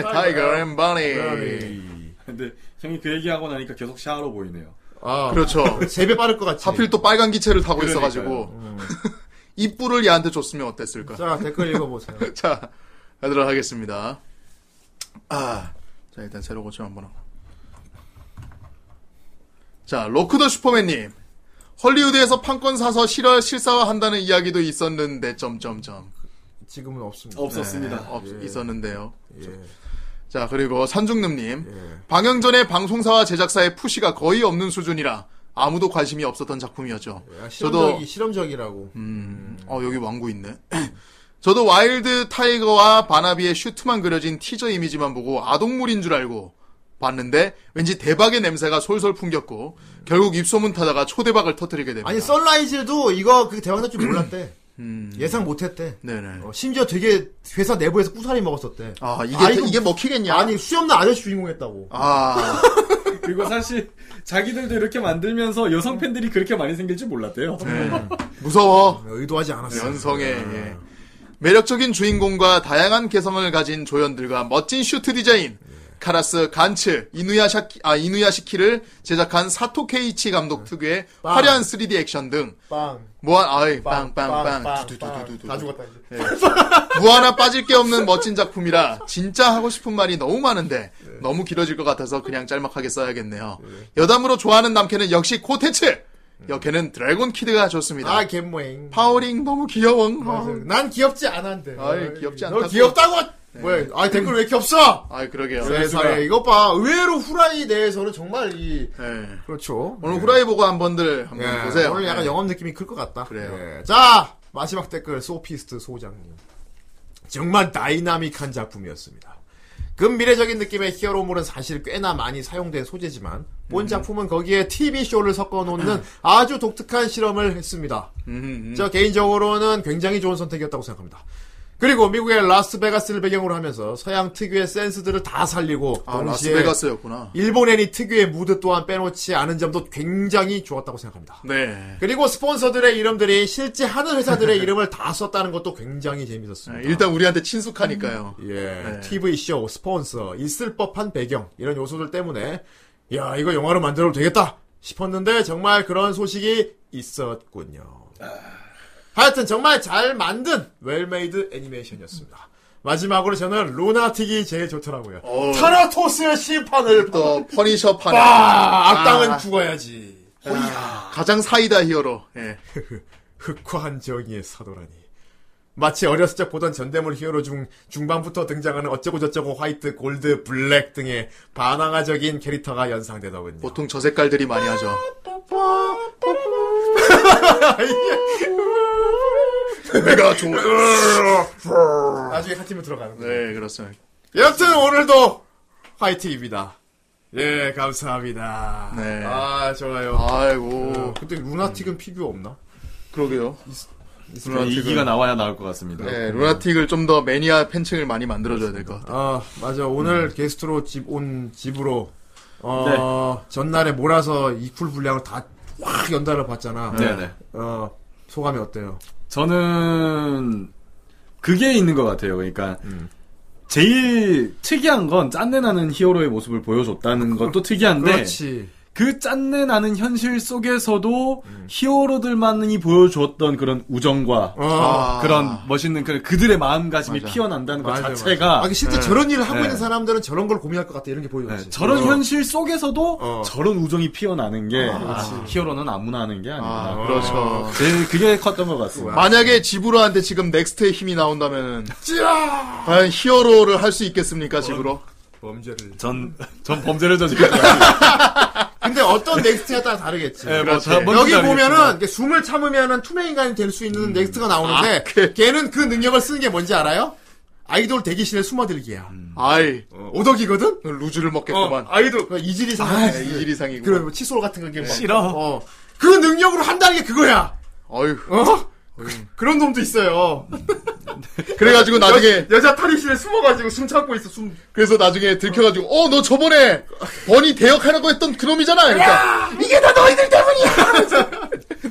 Speaker 3: 타이거,
Speaker 9: 타이거 앤 버니.
Speaker 3: 버니.
Speaker 2: 근데 형이 그 얘기하고 나니까 계속 샤로 보이네요.
Speaker 3: 아,
Speaker 9: 그렇죠.
Speaker 3: 세배 빠를 것 같지.
Speaker 9: 하필 또 빨간 기체를 타고
Speaker 2: 그러니까요.
Speaker 9: 있어가지고
Speaker 3: 음.
Speaker 9: 입불을 얘한테 줬으면 어땠을까?
Speaker 3: 자 댓글 읽어보세요.
Speaker 9: 자, 가도록 하겠습니다. 아, 자 일단 새로 고침 한번 하고. 자, 로크더 슈퍼맨님. 헐리우드에서 판권 사서 실화 실사화한다는 이야기도 있었는데 점점점
Speaker 3: 지금은 없습니다.
Speaker 2: 없었습니다.
Speaker 9: 네, 없- 있었는데요.
Speaker 3: 예,
Speaker 9: 자, 그리고 산중름님.
Speaker 3: 예.
Speaker 9: 방영 전에 방송사와 제작사의 푸시가 거의 없는 수준이라 아무도 관심이 없었던 작품이었죠. 저도
Speaker 3: 야, 실험적이 실험적이라고.
Speaker 9: 음, 어, 여기 왕구 있네. 저도 와일드 타이거와 바나비의 슈트만 그려진 티저 이미지만 보고 아동물인 줄 알고 봤는데 왠지 대박의 냄새가 솔솔 풍겼고 결국 입소문 타다가 초대박을 터뜨리게 됩니다.
Speaker 3: 아니 썬라이즈도 이거 그 대박 날줄 몰랐대.
Speaker 9: 음.
Speaker 3: 예상 못했대.
Speaker 9: 네네.
Speaker 3: 어, 심지어 되게 회사 내부에서 꾸사리 먹었었대.
Speaker 9: 아 이게
Speaker 3: 이거-
Speaker 9: 이게 먹히겠냐?
Speaker 3: 아니 수염난 아저씨 주인공했다고.
Speaker 9: 아
Speaker 7: 그리고 사실 자기들도 이렇게 만들면서 여성 팬들이 그렇게 많이 생길 줄 몰랐대요.
Speaker 3: 네.
Speaker 9: 네. 무서워.
Speaker 3: 아, 의도하지 않았어요.
Speaker 9: 네,
Speaker 3: 네.
Speaker 9: 연성의 예. 매력적인 주인공과 다양한 개성을 가진 조연들과 멋진 슈트 디자인, 카라스 간츠, 이누야샤키, 아 이누야시키를 제작한 사토 케이치 감독 특유의
Speaker 3: 빵.
Speaker 9: 화려한 3D 액션 등
Speaker 3: 빵.
Speaker 9: 무한 아이 빵빵빵 두두두두두 네.
Speaker 3: 다 죽었다 이제.
Speaker 9: 무하나 빠질 게 없는 멋진 작품이라 진짜 하고 싶은 말이 너무 많은데 너무 길어질 것 같아서 그냥 짤막하게 써야겠네요.
Speaker 3: 예.
Speaker 9: 여담으로 좋아하는 남캐는 역시 코테츠. 여캐는 드래곤 키드가 좋습니다.
Speaker 3: 아 갯모잉.
Speaker 9: 파워링 너무 귀여워.
Speaker 3: 난 귀엽지 않은데.
Speaker 9: 아이 귀엽지 네. 않다.
Speaker 3: 너 귀엽다고? 뭐야? 아 댓글 왜 이렇게 없어?
Speaker 9: 아 그러게요.
Speaker 3: 세상에 이거 봐. 의외로 후라이 내에서는 정말 이
Speaker 9: 예.
Speaker 3: 그렇죠.
Speaker 9: 오늘 후라이 보고 한 번들 한번
Speaker 3: 예,
Speaker 9: 보세요.
Speaker 3: 오늘 약간
Speaker 9: 예.
Speaker 3: 영업 느낌이 클 것 같다.
Speaker 9: 그래요.
Speaker 3: 예, 자 마지막 댓글 소피스트 소장님. 정말 다이나믹한 작품이었습니다. 근미래적인 느낌의 히어로물은 사실 꽤나 많이 사용된 소재지만
Speaker 9: 음.
Speaker 3: 본 작품은 거기에 TV 쇼를 섞어 놓는 아주 독특한 실험을 했습니다.
Speaker 9: 음,
Speaker 3: 저 개인적으로는 굉장히 좋은 선택이었다고 생각합니다. 그리고 미국의 라스베가스를 배경으로 하면서 서양 특유의 센스들을 다 살리고
Speaker 9: 아
Speaker 3: 동시에
Speaker 9: 라스베가스였구나.
Speaker 3: 일본 애니 특유의 무드 또한 빼놓지 않은 점도 굉장히 좋았다고 생각합니다.
Speaker 9: 네.
Speaker 3: 그리고 스폰서들의 이름들이 실제 하는 회사들의 이름을 다 썼다는 것도 굉장히
Speaker 9: 예,
Speaker 3: 재밌었습니다.
Speaker 9: 일단 네. 우리한테 친숙하니까요.
Speaker 3: 예, TV 쇼, 스폰서, 있을 법한 배경 이런 요소들 때문에 야 이거 영화로 만들어도 되겠다 싶었는데 정말 그런 소식이 있었군요.
Speaker 9: 아.
Speaker 3: 하여튼 정말 잘 만든 웰메이드 애니메이션이었습니다. 마지막으로 저는 루나틱이 제일 좋더라고요. 타라토스의 심판을
Speaker 9: 또 퍼니셔 판에
Speaker 3: 빠 악당은
Speaker 9: 아.
Speaker 3: 죽어야지.
Speaker 9: 가장 사이다 히어로. 예.
Speaker 3: 흑화한 정의의 사도라니. 마치 어렸을 적 보던 전대물 히어로 중 중반부터 등장하는 어쩌고저쩌고 화이트, 골드, 블랙 등의 반항아적인 캐릭터가 연상되더군요.
Speaker 9: 보통 저 색깔들이 많이 하죠. 내가 좋아.
Speaker 3: 나중에 한 팀에 들어가는 거예요.
Speaker 9: 네 그렇습니다.
Speaker 3: 여튼 오늘도 화이팅입니다. 예, 감사합니다.
Speaker 9: 네.
Speaker 3: 아, 좋아요.
Speaker 9: 아이고.
Speaker 3: 어, 근데 루나틱은 피규어 없나?
Speaker 9: 그러게요.
Speaker 2: 네,
Speaker 7: 좀 이기가 나와야 나올 것 같습니다.
Speaker 9: 네, 루나틱을 좀 더 매니아 팬층을 많이 만들어줘야 될 것 같아요.
Speaker 3: 아, 맞아. 오늘
Speaker 7: 음.
Speaker 3: 게스트로 집 온 집으로 어,
Speaker 7: 네.
Speaker 3: 전날에 몰아서 이쿨 분량을 다 확 연달아 봤잖아.
Speaker 7: 네네.
Speaker 3: 어, 소감이 어때요?
Speaker 7: 저는 그게 있는 것 같아요. 그러니까
Speaker 3: 음.
Speaker 7: 제일 특이한 건 짠내 나는 히어로의 모습을 보여줬다는 것도 특이한데
Speaker 3: 그렇지.
Speaker 7: 그 짠내 나는 현실 속에서도
Speaker 3: 음.
Speaker 7: 히어로들만이 보여주었던 그런 우정과 어,
Speaker 3: 아.
Speaker 7: 그런 멋있는 그 그들의 마음가짐이
Speaker 3: 맞아.
Speaker 7: 피어난다는 것
Speaker 3: 맞아,
Speaker 7: 그 자체가
Speaker 3: 맞아. 아, 실제 저런 일을 하고
Speaker 7: 네.
Speaker 3: 있는 사람들은 저런 걸 고민할 것 같다 이런 게 보여줬지.
Speaker 7: 저런
Speaker 3: 어. 아,
Speaker 7: 현실 속에서도 저런 우정이 피어나는 게 히어로는 아무나 하는 게 아니다.
Speaker 9: 아, 그렇죠.
Speaker 7: 제일 그게 컸던 것 같습니다.
Speaker 9: 만약에 지브로한테 지금 넥스트의 힘이 나온다면
Speaker 3: 찌라!
Speaker 9: 과연 히어로를 할 수 있겠습니까, 지브로?
Speaker 3: 범죄를.
Speaker 7: 전, 전 범죄를 저지르고
Speaker 3: 근데 어떤 넥스트에 따라 다르겠지.
Speaker 7: 예,
Speaker 9: 그렇지.
Speaker 7: 뭐, 저- 뭔지
Speaker 3: 여기 보면은
Speaker 7: 알겠지만. 음.
Speaker 3: 이게 숨을 참으면은 투명인간이 될 수 있는 넥스트가 나오는데
Speaker 7: 아,
Speaker 3: 걔는 그 능력을 쓰는 게 뭔지 알아요? 아이돌 대기실에 숨어들기야.
Speaker 7: 음.
Speaker 9: 아이,
Speaker 3: 어, 오덕이거든?
Speaker 9: 루즈를 먹겠구만.
Speaker 3: 아이돌 그 이질 이상
Speaker 9: 아, 이질 이상이고.
Speaker 3: 그런 뭐 칫솔 같은 게 막.
Speaker 7: 싫어.
Speaker 3: 어. 그 능력으로 한다는 게 그거야.
Speaker 9: 어휴.
Speaker 3: 어? 그, 런 놈도 있어요.
Speaker 9: 그래가지고 나중에
Speaker 3: 여, 자 탈의실에 숨어가지고 숨 참고 있어. 숨.
Speaker 9: 그래서 나중에 들켜가지고 어 너 저번에 버니 대역하라고 했던 그놈이잖아. 그러니까 이게 다 너희들 때문이야. 하면서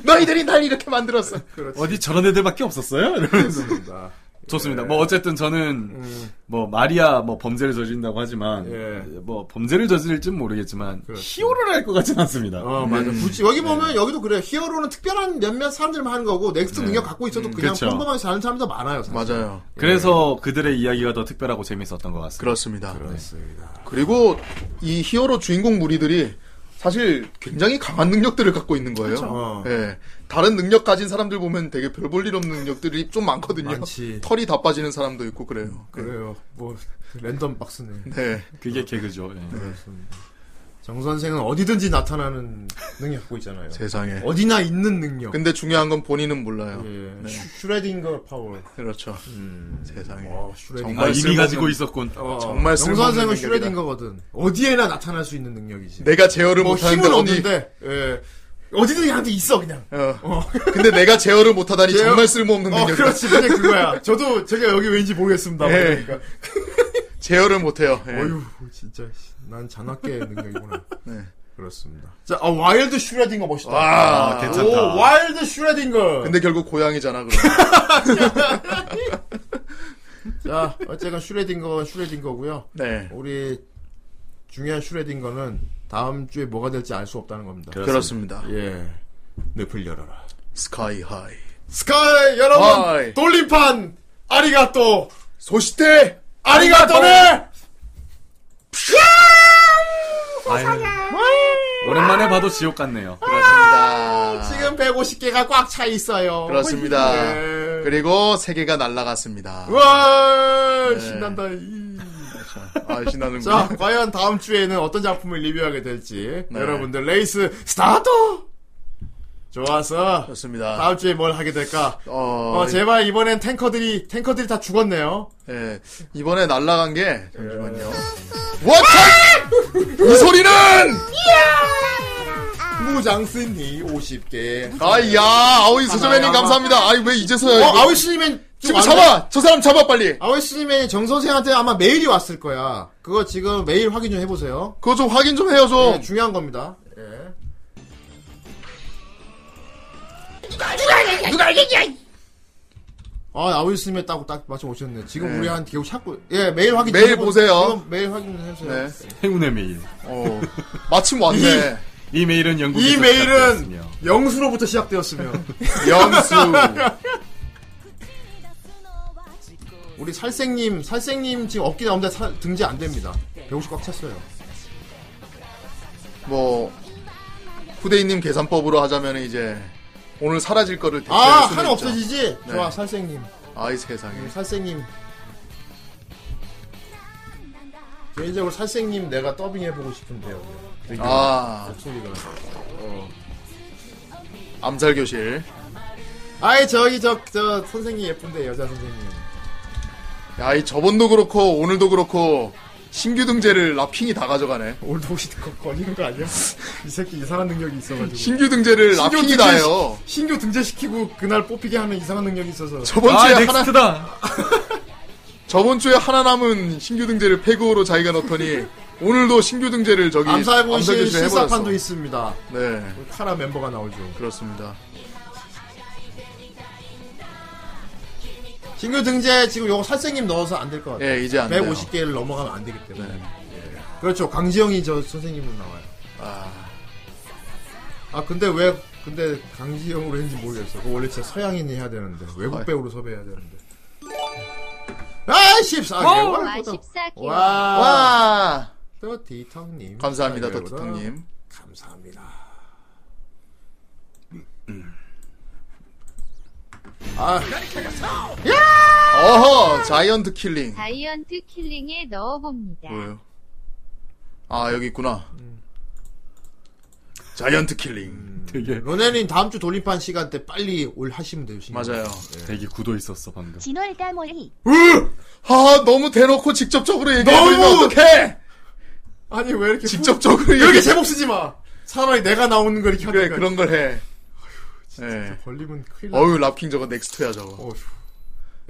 Speaker 9: 너희들이 날 이렇게 만들었어.
Speaker 7: 어디 저런 애들밖에 없었어요? 이러면서.
Speaker 3: 그렇습니다.
Speaker 7: 좋습니다. 뭐 어쨌든 저는 뭐 마리아 뭐 범죄를 저지른다고 하지만
Speaker 3: 예.
Speaker 7: 뭐 범죄를 저지를진 모르겠지만
Speaker 3: 그렇죠.
Speaker 7: 히어로를 네. 할 것 같지는 않습니다.
Speaker 3: 어 맞아.
Speaker 9: 음.
Speaker 3: 굳이 여기 보면 여기도 그래. 히어로는 특별한 몇몇 사람들만 하는 거고 넥스트 능력 갖고 있어도 그냥
Speaker 7: 그쵸.
Speaker 3: 평범하게 사는 사람도 많아요. 사실.
Speaker 9: 맞아요.
Speaker 7: 그래서 그들의 이야기가 더 특별하고 재밌었던 것 같습니다.
Speaker 9: 그렇습니다.
Speaker 3: 그렇습니다.
Speaker 9: 그리고 이 히어로 주인공 무리들이 사실 굉장히 강한 능력들을 갖고 있는 거예요.
Speaker 3: 어.
Speaker 9: 예. 다른 능력 가진 사람들 보면 되게 별 볼 일 없는 능력들이 좀 많거든요.
Speaker 3: 많지.
Speaker 9: 털이 다 빠지는 사람도 있고 그래요.
Speaker 3: 그래요. 뭐 랜덤 박스네.
Speaker 9: 네.
Speaker 7: 아, 그게 개그죠. 예.
Speaker 3: 정 선생은 어디든지 나타나는 능력 갖고 있잖아요.
Speaker 9: 세상에.
Speaker 3: 어디나 있는 능력.
Speaker 9: 근데 중요한 건 본인은 몰라요.
Speaker 3: 네. 슈레딩거 파워.
Speaker 9: 그렇죠. 세상에.
Speaker 7: 아, 이미 가지고 있었군.
Speaker 3: 어,
Speaker 9: 네. 정말
Speaker 3: 정
Speaker 9: 쓸모없는
Speaker 3: 선생은
Speaker 9: 능력이다.
Speaker 3: 슈레딩거거든. 어디에나 나타날 수 있는 능력이지.
Speaker 9: 내가 제어를
Speaker 3: 뭐
Speaker 9: 못하는데
Speaker 3: 힘은
Speaker 9: 어디-
Speaker 3: 없는데 예. 어디든 한테 있어 그냥.
Speaker 9: 어. 근데 내가 제어를 못하다니
Speaker 3: 제어-
Speaker 9: 정말 쓸모없는
Speaker 3: 어,
Speaker 9: 능력이다.
Speaker 3: 그렇지. 그게 그거야. 저도 제가 여기 왠지 모르겠습니다.
Speaker 9: 예.
Speaker 3: 그러니까.
Speaker 9: 제어를 못해요. 예.
Speaker 3: 어휴, 진짜 씨, 난 잔악계 능력이구나.
Speaker 9: 네.
Speaker 3: 그렇습니다. 자, 아, 와일드 슈레딩거 멋있다.
Speaker 9: 예.
Speaker 3: 아,
Speaker 9: 와, 괜찮다.
Speaker 3: 오, 와일드 슈레딩거.
Speaker 9: 근데 결국 고양이잖아, 그럼.
Speaker 3: 자, 어쨌건 슈레딩거는 슈레딩거고요.
Speaker 9: 네.
Speaker 3: 우리 중요한 슈레딩거는 다음 주에 뭐가 될지 알 수 없다는 겁니다.
Speaker 9: 어, 그렇습니다.
Speaker 3: 예. 늪을 열어라.
Speaker 9: 스카이 하이.
Speaker 3: 스카이 여러분
Speaker 9: 하이.
Speaker 3: 돌림판 아리가또
Speaker 9: 소시테!
Speaker 3: 아리가또네.
Speaker 7: 아유, 오랜만에 봐도 지옥 같네요.
Speaker 9: 그렇습니다.
Speaker 3: 아, 지금 150개가 꽉 차 있어요.
Speaker 9: 아. 그렇습니다.
Speaker 3: 예.
Speaker 9: 그리고 세 개가 날아갔습니다.
Speaker 3: 우와
Speaker 9: 네.
Speaker 3: 신난다. 이.
Speaker 9: 아, 신나는
Speaker 3: 자,
Speaker 9: 거.
Speaker 3: 과연 다음 주에는 어떤 작품을 리뷰하게 될지
Speaker 9: 네.
Speaker 3: 여러분들 레이스 스타트. 좋아서
Speaker 9: 좋습니다.
Speaker 3: 다음 주에 뭘 하게 될까?
Speaker 9: 어,
Speaker 3: 어, 제발 이번엔 탱커들이 탱커들이 다 죽었네요.
Speaker 9: 예. 이번에 날아간 게
Speaker 3: 예.
Speaker 9: 잠시만요. 워터!
Speaker 3: 아!
Speaker 9: 이 소리는!
Speaker 3: 무장스니 50개.
Speaker 9: 아이야, 아오이 서점에님
Speaker 3: 하나야.
Speaker 9: 감사합니다. 아이 왜 이제서야
Speaker 3: 어,
Speaker 9: 이거-
Speaker 3: 아웨스님은
Speaker 9: 지금 잡아! 저 사람 잡아 빨리!
Speaker 3: 아웨스님의 정 선생한테 아마 메일이 왔을 거야. 그거 지금 메일 확인 좀 해보세요.
Speaker 9: 그거 좀 확인 좀 해요 좀.
Speaker 3: 네, 중요한 겁니다. 예. 아, 아우스님에 따고 딱 맞춰 오셨네. 지금
Speaker 9: 네.
Speaker 3: 우리 한 겨우 찾고, 예, 메일 확인.
Speaker 9: 메일
Speaker 3: 해보-
Speaker 9: 보세요.
Speaker 3: 이건 메일 확인해주세요.
Speaker 9: 네.
Speaker 7: 행운의 메일.
Speaker 9: 어. 마침 왔네.
Speaker 7: 이 메일은 영국에서
Speaker 3: 이 메일은
Speaker 7: 시작되었으며.
Speaker 3: 영수로부터 시작되었으며.
Speaker 9: 영수.
Speaker 3: 우리 살생님, 살생님 지금 업기 나오는데 사- 등재 안 됩니다. 150 꽉 찼어요.
Speaker 9: 뭐, 후대인님 계산법으로 하자면 이제, 오늘 사라질 거를 대체할
Speaker 3: 아,
Speaker 9: 수는 있죠.
Speaker 3: 하나 없어지지?
Speaker 9: 네.
Speaker 3: 좋아, 살생님.
Speaker 9: 아이 세상에.
Speaker 3: 음, 살생님. 개인적으로 살생님 내가 더빙해보고 싶은데요. 되게
Speaker 9: 아.
Speaker 3: 목소리가. 어.
Speaker 9: 암살교실.
Speaker 3: 아이, 저기, 저, 저, 선생님 예쁜데, 여자 선생님.
Speaker 9: 야, 이 저번도 그렇고, 오늘도 그렇고, 신규 등재를 라핑이 다 가져가네.
Speaker 3: 오늘도 혹시 거- 걸리는 거 아니야? 이 새끼 이상한 능력이 있어가지고.
Speaker 9: 신규 등재를
Speaker 3: 신규
Speaker 9: 라핑이
Speaker 3: 등재-
Speaker 9: 다 해요.
Speaker 3: 신규 등재시키고 그날 뽑히게 하는 이상한 능력이 있어서.
Speaker 9: 저번
Speaker 7: 아,
Speaker 9: 주에 하나,
Speaker 7: 넥스트다.
Speaker 9: 저번 주에 하나 남은 신규 등재를 패고로 자기가 넣더니, 오늘도 신규 등재를 저기,
Speaker 3: 암살본실
Speaker 9: 암살교실에 해버렸어.
Speaker 3: 실사판도 있습니다.
Speaker 9: 네,
Speaker 3: 카라 멤버가 나오죠.
Speaker 9: 그렇습니다.
Speaker 3: 신규 등재 지금 요거 살생님 넣어서 안 될 것 같아요.
Speaker 9: 예, 이제 안 돼요.
Speaker 3: 150개를 넘어가면 안 되기 때문에.
Speaker 9: 네.
Speaker 3: 그렇죠. 강지영이 저 선생님으로 나와요.
Speaker 9: 아,
Speaker 3: 아 근데 왜 근데 강지영으로 했는지 모르겠어. 그거 원래 진짜 서양인이 해야 되는데 외국
Speaker 9: 아이.
Speaker 3: 배우로 섭외해야 되는데. 아 14개월
Speaker 13: 어, 와,
Speaker 3: 보다.
Speaker 13: 14kg.
Speaker 3: 와.
Speaker 9: 와!
Speaker 3: 또 디텅님.
Speaker 9: 감사합니다,
Speaker 3: 덕
Speaker 9: 더트탕님.
Speaker 3: 감사합니다. 아,
Speaker 9: 어허, 자이언트 킬링.
Speaker 13: 다이언트 킬링에 넣어봅니다.
Speaker 3: 음.
Speaker 9: 뭐예요? 아, 여기 있구나. 자이언트 킬링.
Speaker 7: 되게
Speaker 3: 로네님 다음 주 돌림판 시간 때 빨리 올 하시면 돼요. 신경.
Speaker 9: 맞아요.
Speaker 7: 되게 굳어 있었어 방금.
Speaker 14: 진월 까머리
Speaker 9: 아, 너무 대놓고 직접적으로 얘기하면
Speaker 3: 너무!
Speaker 9: 어떡해!
Speaker 3: 아니 왜 이렇게
Speaker 9: 직접적으로
Speaker 3: 이렇게
Speaker 9: 얘기해.
Speaker 3: 제목 쓰지 마. 차라리 내가 나오는 걸 이렇게
Speaker 9: 그래,
Speaker 3: 하니까.
Speaker 9: 그런 걸 해. 예.
Speaker 3: 걸리면 큰일 나.
Speaker 9: 어휴, 랍킹 저거 넥스트야, 저거.
Speaker 3: 어휴.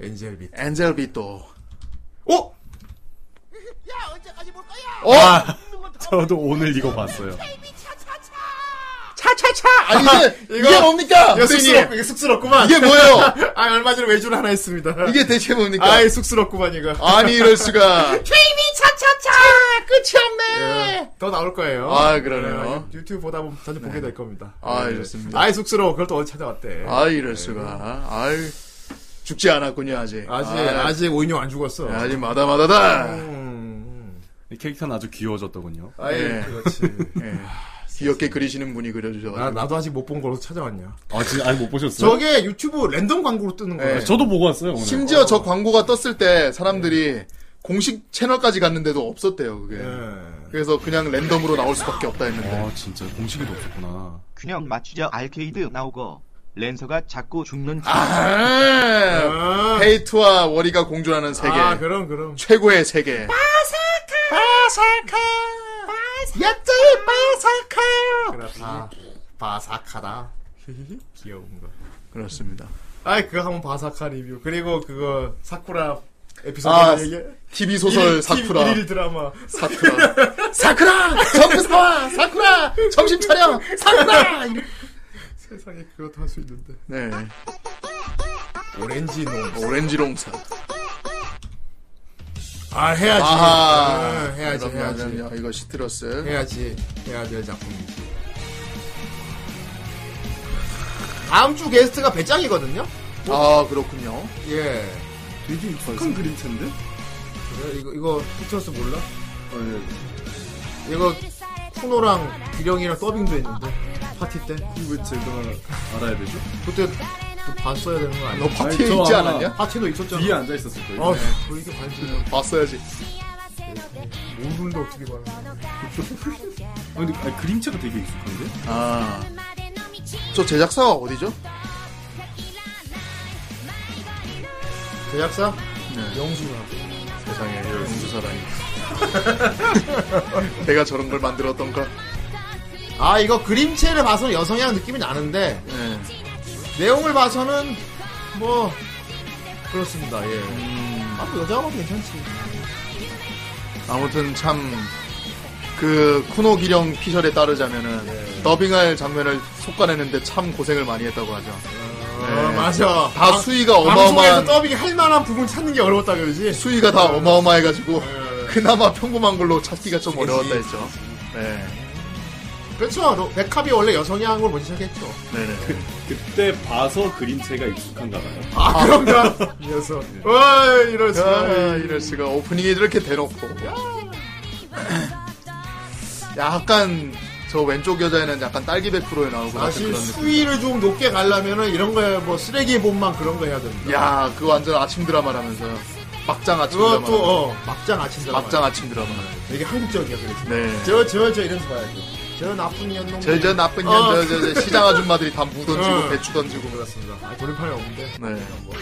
Speaker 3: 엔젤 빛.
Speaker 9: 엔젤 비또.
Speaker 3: 어?
Speaker 9: 어!
Speaker 7: 아, 저도 오늘 이거 봤어요.
Speaker 9: 차차차! 아니, 이게,
Speaker 3: 이거-
Speaker 9: 이게 뭡니까?
Speaker 3: 이거
Speaker 9: 선생님.
Speaker 3: 쑥스럽, 이게 쑥스럽구만.
Speaker 9: 아, 이게 뭐예요?
Speaker 3: 아, 얼마 전에 외주를 하나 했습니다.
Speaker 9: 이게 대체 뭡니까?
Speaker 3: 아이, 쑥스럽구만, 이거.
Speaker 9: 아니, 이럴 수가.
Speaker 3: 예, 더 나올 거예요.
Speaker 9: 아, 그러네요.
Speaker 3: 예, 유튜브 보다 보면 자주 보게 될 겁니다.
Speaker 9: 아,
Speaker 3: 예.
Speaker 9: 이렇습니다.
Speaker 3: 아이, 쑥스러워. 그걸 또 어디 찾아왔대.
Speaker 9: 아, 이럴 수가. 아유, 죽지 않았군요, 아직.
Speaker 3: 아직,
Speaker 9: 아, 네,
Speaker 3: 아, 직 오인용 안 죽었어.
Speaker 9: 아직 마다마다다.
Speaker 3: 음,
Speaker 7: 이 캐릭터는 아주 귀여워졌더군요.
Speaker 3: 아이,
Speaker 9: 예.
Speaker 3: 그렇지.
Speaker 9: 예. 귀엽게 그리시는 분이 그려주셔가지고. 어.
Speaker 3: 나, 나도 아직 못 본 걸로 찾아왔냐.
Speaker 7: 아, 진짜 아니 못
Speaker 9: 네.
Speaker 7: 보셨어요?
Speaker 3: 저게 유튜브 랜덤 광고로 뜨는 거야.
Speaker 9: 예.
Speaker 7: 저도 보고 왔어요 오늘.
Speaker 9: 심지어 저 예. 광고가 떴을 때 사람들이 공식 채널까지 갔는데도 없었대요, 그게.
Speaker 3: 예.
Speaker 9: 그러니까 그래서 그냥 랜덤으로 나올 수밖에 없다 했는데.
Speaker 2: 아, 진짜 공식이 없었구나.
Speaker 12: 그냥 맞추자 알케이드 나오고 랜서가 자꾸 죽는
Speaker 9: 아, 페이트와 워리가 공존하는 세계.
Speaker 3: 아, 그럼, 그럼.
Speaker 9: 최고의 세계.
Speaker 10: 바삭하 바삭 옆자리 바삭하
Speaker 3: 그렇다. 바삭하다. 귀여운 거.
Speaker 9: 그렇습니다.
Speaker 3: 아이, 그거 한번 바삭한 리뷰. 그리고 그거, 사쿠라 에피소드
Speaker 9: 아,
Speaker 3: 얘기
Speaker 9: TV 소설 사쿠라.
Speaker 3: 1일 드라마.
Speaker 9: 사쿠라. 사쿠라! 점프스파! 사쿠라! 정신 차려! 사쿠라!
Speaker 3: 세상에 그것도 할 수 있는데.
Speaker 9: 네.
Speaker 3: 오렌지 농.
Speaker 9: 오렌지 롱사.
Speaker 3: 아, 해야지.
Speaker 9: 아하. 예.
Speaker 3: 아, 해야지,
Speaker 9: 그럼요,
Speaker 3: 해야지.
Speaker 9: 그럼요. 이거 시트러스.
Speaker 3: 해야지. 해야 될 작품이지. 다음 주 게스트가 배짱이거든요?
Speaker 9: 아, 그렇군요.
Speaker 3: 예.
Speaker 2: 되게 익숙한
Speaker 3: 벌써.
Speaker 2: 그림체인데? 아,
Speaker 3: 그래? 이거, 이거, 피처스 몰라?
Speaker 2: 예.
Speaker 3: 이거, 쿠노랑 기령이랑 더빙도 했는데, 파티 때.
Speaker 2: 이거 제가 알아야 되죠?
Speaker 3: 그때, 또 봤어야 되는 거 아니야?
Speaker 9: 너 파티에 있지 않았냐?
Speaker 3: 파티도 있었잖아.
Speaker 2: 뒤에 앉아 있었을 거예요. 네.
Speaker 3: 아, 왜 이렇게 관심이
Speaker 9: 봤어야지.
Speaker 3: 모르는데 어떻게 봤냐.
Speaker 2: 아, 근데 아니, 그림체가 되게 익숙한데?
Speaker 9: 아. 저 제작사가 어디죠?
Speaker 3: 제작사?
Speaker 9: 네.
Speaker 3: 영수랑.
Speaker 9: 세상에, 영수 사랑이. 음. 내가 저런 걸 만들었던가?
Speaker 3: 아, 이거 그림체를 봐서는 여성향 느낌이 나는데,
Speaker 9: 네.
Speaker 3: 내용을 봐서는, 뭐, 그렇습니다, 예. 아, 또 여자하고 괜찮지.
Speaker 9: 아무튼 참, 그, 쿠노 기령 피셜에 따르자면은,
Speaker 3: 네.
Speaker 9: 더빙할 장면을 속가내는데 참 고생을 많이 했다고 하죠.
Speaker 3: 어, 맞아.
Speaker 9: 다
Speaker 3: 방-
Speaker 9: 수위가
Speaker 3: 방송에서
Speaker 9: 어마어마한,
Speaker 3: 더빙이 할 만한 부분 찾는 게 어려웠다 그러지?
Speaker 9: 수위가 다
Speaker 3: 네.
Speaker 9: 어마어마해가지고, 그나마 평범한 걸로 찾기가 좀 어려웠다 했죠. 네.
Speaker 3: 그렇죠. 로- 백합이 원래 여성향으로 먼저 시작했죠.
Speaker 9: 네네.
Speaker 2: 그때 봐서 그림체가 익숙한가 봐요.
Speaker 3: 아, 그런가? 이어서. 와, 이럴 수가.
Speaker 9: 아, 이럴 수가 오프닝에 이렇게 대놓고 약간 저 왼쪽 여자애는 약간 딸기 100%에 나오고 같은
Speaker 3: 사실
Speaker 9: 그런 느낌.
Speaker 3: 수위를 좀 높게 가려면은 이런 거야, 뭐, 쓰레기 본만 그런 거 해야 된다.
Speaker 9: 야 그거 완전 아침 드라마라면서 막장 아침 드라마
Speaker 3: 그것도, 어, 막장 아침 드라마.
Speaker 9: 막장 아침 드라마
Speaker 3: 되게 한국적이야, 그래서.
Speaker 9: 네.
Speaker 3: 저, 저, 저 이러면서 봐야죠. 저 나쁜 년놈.
Speaker 9: 저 저 나쁜
Speaker 3: 어.
Speaker 9: 년저 저, 저 시장 아줌마들이 다 무 던지고
Speaker 3: 어.
Speaker 9: 배추 던지고
Speaker 3: 그렇습니다. 아, 돌림판이 없는데.
Speaker 9: 네.
Speaker 3: 뭐.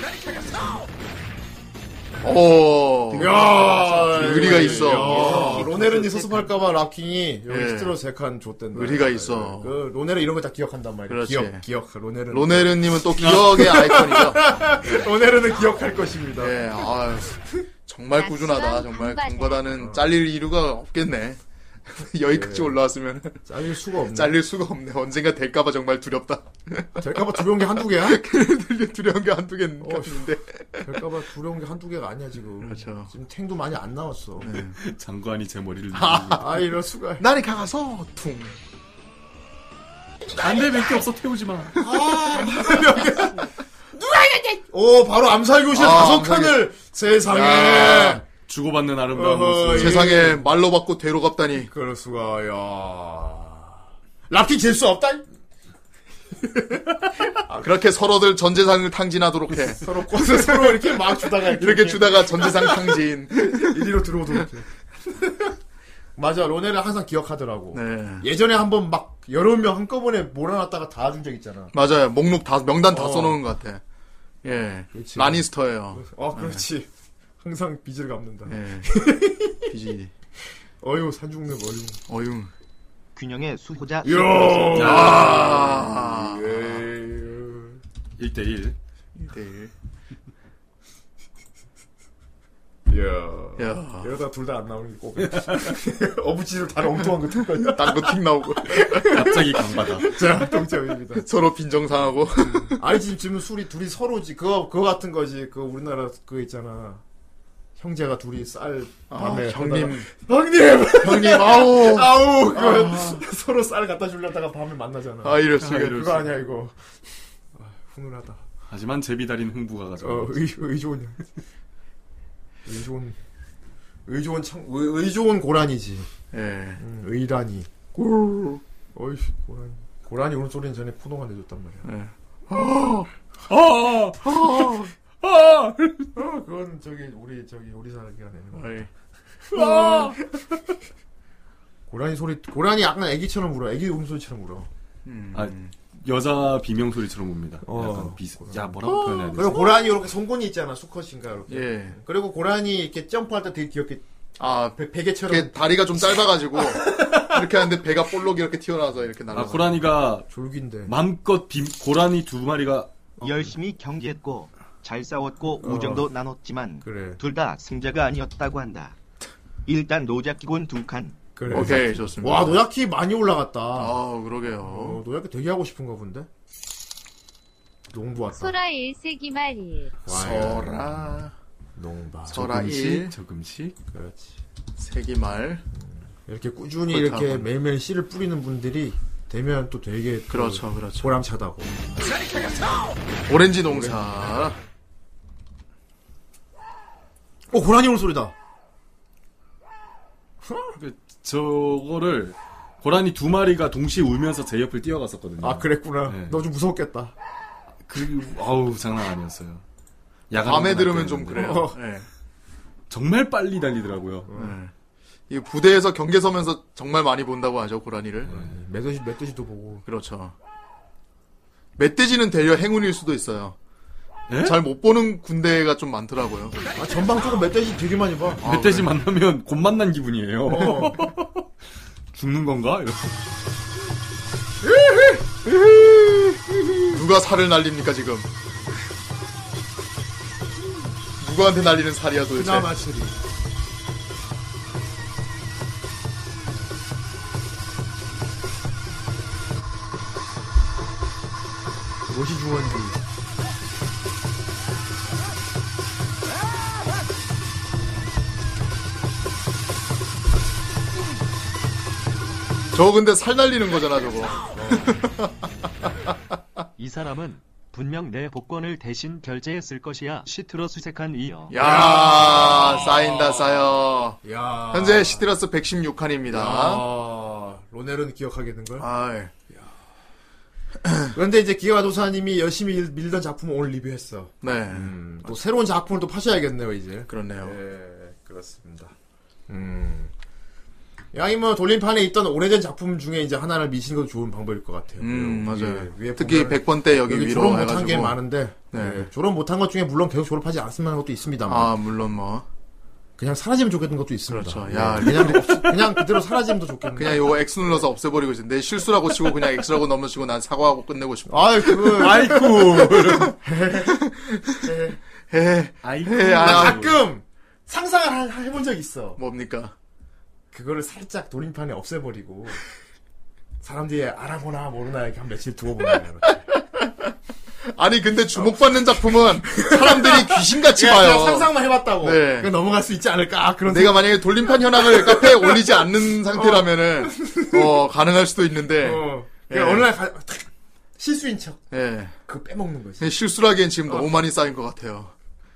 Speaker 9: 오
Speaker 3: 야
Speaker 9: 의리가 있어.
Speaker 3: 야, 로넬은 이 수습할까봐 락킹이 여기
Speaker 9: 예.
Speaker 3: 스트로 세칸 줬댄다.
Speaker 9: 의리가 있어.
Speaker 3: 그 로넬은 이런 거 다 기억한단 말이야.
Speaker 9: 그렇지.
Speaker 3: 기억, 기억. 로넬은.
Speaker 9: 로네르님은 또 기억의 아이콘이죠
Speaker 3: 로넬은 기억할 것입니다.
Speaker 9: 네, 아 정말 꾸준하다 정말
Speaker 3: 어.
Speaker 9: 공과다는 잘릴 이유가 없겠네 여기까지 올라왔으면
Speaker 3: 잘릴 수가 네. 없네.
Speaker 9: 잘릴 수가 없네. 언젠가 될까봐 정말 두렵다.
Speaker 3: 될까봐 두려운 게 한두 개야?
Speaker 9: 두려운 게 한두 개인데.
Speaker 3: 될까봐 두려운 게 한두 개가 아니야, 지금.
Speaker 9: 그렇죠. 네.
Speaker 3: 지금 탱도 많이 안 나왔어.
Speaker 2: 장관이 제 머리를
Speaker 3: 아, 이럴 수가.
Speaker 9: 나를 가가서 퉁.
Speaker 2: 안돼 밖에 없어 태우지 마.
Speaker 3: 오, 바로 암살교실
Speaker 9: 아,
Speaker 3: 다섯
Speaker 9: 암살교실.
Speaker 3: 칸을! 세상에!
Speaker 9: 야.
Speaker 2: 주고받는 아름다운
Speaker 3: 어허,
Speaker 2: 모습.
Speaker 3: 예.
Speaker 9: 세상에 말로 받고 대로 갚다니.
Speaker 3: 그럴 수가, 야 락킹 질 수 없다!
Speaker 9: 그렇게 서로들 전재산을 탕진하도록 해.
Speaker 3: 서로 꽂아 아. 서로 이렇게 막 주다가
Speaker 9: 이렇게 주다가 전재산 탕진.
Speaker 3: 이리로 들어오도록 해. 맞아 로네를 항상 기억하더라고
Speaker 9: 네.
Speaker 3: 예전에 한번 막 여러 명 한꺼번에 몰아놨다가 다 준 적 있잖아
Speaker 9: 맞아요. 목록 다 명단 다
Speaker 3: 어.
Speaker 9: 써놓은 것 같아. 예.
Speaker 3: 그렇지.
Speaker 9: 라니스터예요.
Speaker 3: 아 그렇지
Speaker 9: 네.
Speaker 3: 항상 빚을 갚는다
Speaker 9: 예. 비지
Speaker 3: 어휴 산중내 어휴
Speaker 9: 어융.
Speaker 12: 균형의 수호자
Speaker 3: 이야
Speaker 9: 아.
Speaker 3: 예, 에이.
Speaker 2: 1대1.
Speaker 9: 네.
Speaker 3: 야
Speaker 9: 야.
Speaker 3: 이러다 예. 둘 다 안 나오는 게꼭 어부지를 다 엉뚱한 거 들고 있냐
Speaker 9: 딴거팅 나오고
Speaker 2: 갑자기 강바다.
Speaker 3: 자 동점입니다
Speaker 9: 서로 빈정상하고.
Speaker 3: 아니 지금 지금 술이 둘이 서로지 그거 그거 같은 거지 그 우리나라 그거 있잖아 형제가 둘이 쌀
Speaker 9: 아,
Speaker 3: 밤에
Speaker 9: 형님,
Speaker 3: 하다가, 형님
Speaker 9: 형님, 아우.
Speaker 3: 네, 아우 그거 서로 쌀 갖다 주려다가 밤에 만나잖아
Speaker 9: 아 이럴 수가
Speaker 3: 아,
Speaker 9: 이럴
Speaker 3: 그거
Speaker 9: 수가.
Speaker 3: 아니야 이거 아, 훈훈하다 어
Speaker 2: 하지만 제비다린 흥부가 가져.
Speaker 3: 의, 의존 의존 의존 청 의, 의존 고란이지
Speaker 9: 예.
Speaker 3: 음, 의란이 어이 고란 고란이 오는 소리는 전에 포동안 해줬단 말이야
Speaker 9: 네.
Speaker 3: 아!
Speaker 2: 아! 아!
Speaker 3: 어, 그건 저기 우리 저기 우리 사람이가 내는 거
Speaker 9: 어이.
Speaker 3: 고라니 소리 고라니 약간 애기처럼 울어 애기 울음소리처럼 울어
Speaker 7: 아,
Speaker 2: 음.
Speaker 7: 여자 비명 소리처럼 옵니다.
Speaker 2: 어.
Speaker 7: 약간 비슷. 야 뭐라고 표현해야 되지?
Speaker 3: 그리고 고라니 이렇게 송곳니 있잖아 수컷인가 이렇게
Speaker 9: 어? 예.
Speaker 3: 그리고 고라니 이렇게 점프할 때 되게 귀엽게
Speaker 9: 아
Speaker 3: 배, 베개처럼
Speaker 9: 걔 다리가 좀 짧아가지고 이렇게 하는데 배가 볼록 이렇게 튀어나와서 이렇게 날아.
Speaker 7: 아 고라니가
Speaker 3: 졸긴데
Speaker 7: 맘껏 비, 고라니 두 마리가
Speaker 12: 열심히 경기했고 잘 싸웠고
Speaker 3: 어.
Speaker 12: 우정도 나눴지만 둘 다 승자가 아니었다고 한다. 일단 노자키군 두 칸.
Speaker 3: 그래.
Speaker 9: 오케이 좋습니다.
Speaker 3: 와 노약키 많이 올라갔다
Speaker 9: 아 그러게요.
Speaker 3: 어, 노약키 되게 하고 싶은가 본데 농부 왔다
Speaker 13: 소라 일세기 말이
Speaker 9: 소라
Speaker 3: 농바
Speaker 9: 소라 일.
Speaker 7: 조금씩
Speaker 3: 그렇지
Speaker 9: 세기말
Speaker 3: 이렇게 꾸준히
Speaker 9: 그렇다.
Speaker 3: 이렇게 매일매일 씨를 뿌리는 분들이 되면 또 되게 또
Speaker 9: 그렇죠, 그렇죠.
Speaker 3: 보람차다고
Speaker 9: 오렌지 농사
Speaker 3: 오 어, 고라니 울 소리다
Speaker 7: 그, 저거를 고라니 두 마리가 동시에 울면서 제 옆을 뛰어갔었거든요.
Speaker 3: 아 그랬구나
Speaker 9: 네.
Speaker 3: 너 좀 무서웠겠다
Speaker 7: 그 아우 장난 아니었어요. 야간
Speaker 9: 밤에 들으면
Speaker 7: 운동할 때였는데.
Speaker 9: 좀 그래요.
Speaker 7: 어.
Speaker 9: 네.
Speaker 7: 정말 빨리 달리더라고요.
Speaker 9: 이 부대에서 경계 서면서 정말 많이 본다고 하죠 고라니를.
Speaker 3: 멧돼지 멧돼지도 보고
Speaker 9: 그렇죠. 멧돼지는 대려 행운일 수도 있어요.
Speaker 7: 네?
Speaker 9: 잘 못 보는 군대가 좀 많더라고요.
Speaker 3: 아 전방 쪽은 멧돼지 되게 많이 봐
Speaker 9: 네.
Speaker 7: 아,
Speaker 9: 아,
Speaker 7: 멧돼지 그 만나면 곧 만난 기분이에요.
Speaker 3: 어.
Speaker 7: 죽는 건가? 이러고.
Speaker 9: 누가 살을 날립니까 지금? 누구한테 날리는 살이야 도대체?
Speaker 3: 그나마 실이 무엇이 중요한지
Speaker 9: 저 근데 살 날리는 거잖아 저거.
Speaker 11: 이 사람은 분명 내 복권을 대신 결제했을 것이야. 시트로 수색한 이어.
Speaker 9: 야 쌓인다 쌓여.
Speaker 3: 야.
Speaker 9: 현재 시트러스 116칸입니다.
Speaker 3: 아, 로넬은 기억하겠는걸?
Speaker 9: 아,
Speaker 3: 그런데 이제 기와도사님이 열심히 일- 밀던 작품을 오늘 리뷰했어.
Speaker 9: 네.
Speaker 3: 또 새로운 작품을 또 파셔야겠네요, 이제.
Speaker 9: 그렇네요.
Speaker 3: 예, 그렇습니다. 음. 양이 뭐 돌림판에 있던 오래된 작품 중에 이제 하나를 미시는 것도 좋은 방법일 것 같아요.
Speaker 9: 음,
Speaker 3: 그리고
Speaker 9: 맞아요.
Speaker 3: 예, 위에- 위에
Speaker 9: 특히
Speaker 3: 보면은
Speaker 9: 100번 대 여기 위로
Speaker 3: 졸업 못한
Speaker 9: 해가지고.
Speaker 3: 게 많은데
Speaker 9: 네.
Speaker 3: 예, 졸업 못한 것 중에 물론 계속 졸업하지 않았으면 하는 것도 있습니다만
Speaker 9: 아 물론 뭐
Speaker 3: 그냥 사라지면 좋겠는 것도 있습니다.
Speaker 9: 그렇죠. 야,
Speaker 3: 예, 그냥 없- 그냥 그대로 사라지면 더 좋겠네.
Speaker 9: 그냥 요거 X 눌러서 없애버리고 있어. 내 실수라고 치고 그냥 X라고 넘어치고 난 사과하고 끝내고 싶어.
Speaker 3: 아이 그
Speaker 7: 아이쿠.
Speaker 3: 예.
Speaker 9: 헤
Speaker 7: 아이쿠.
Speaker 9: 헤
Speaker 3: 나
Speaker 9: 아,
Speaker 3: 가끔 상상을 하- 해본 적 있어.
Speaker 9: 뭡니까?
Speaker 3: 그거를 살짝 돌림판에 없애버리고 사람들이 알아보나 모르나 이렇게 한 며칠 두고 보는 거야.
Speaker 9: 아니 근데 주목받는 작품은 사람들이 귀신같이
Speaker 3: 예, 그냥 그냥
Speaker 9: 봐요.
Speaker 3: 상상만 해봤다고.
Speaker 9: 네.
Speaker 3: 그냥 넘어갈 수 있지 않을까 그런
Speaker 9: 내가 만약에 돌림판 현황을 카페에 올리지 않는 상태라면은 어 가능할 수도 있는데
Speaker 3: 생각. 어.
Speaker 9: 예.
Speaker 3: 그냥 어느 날 가, 탁, 실수인 척
Speaker 9: 예
Speaker 3: 그거 빼먹는 거지.
Speaker 9: 근데 실수라기엔 지금
Speaker 3: 어.
Speaker 9: 너무 많이 쌓인 것 같아요.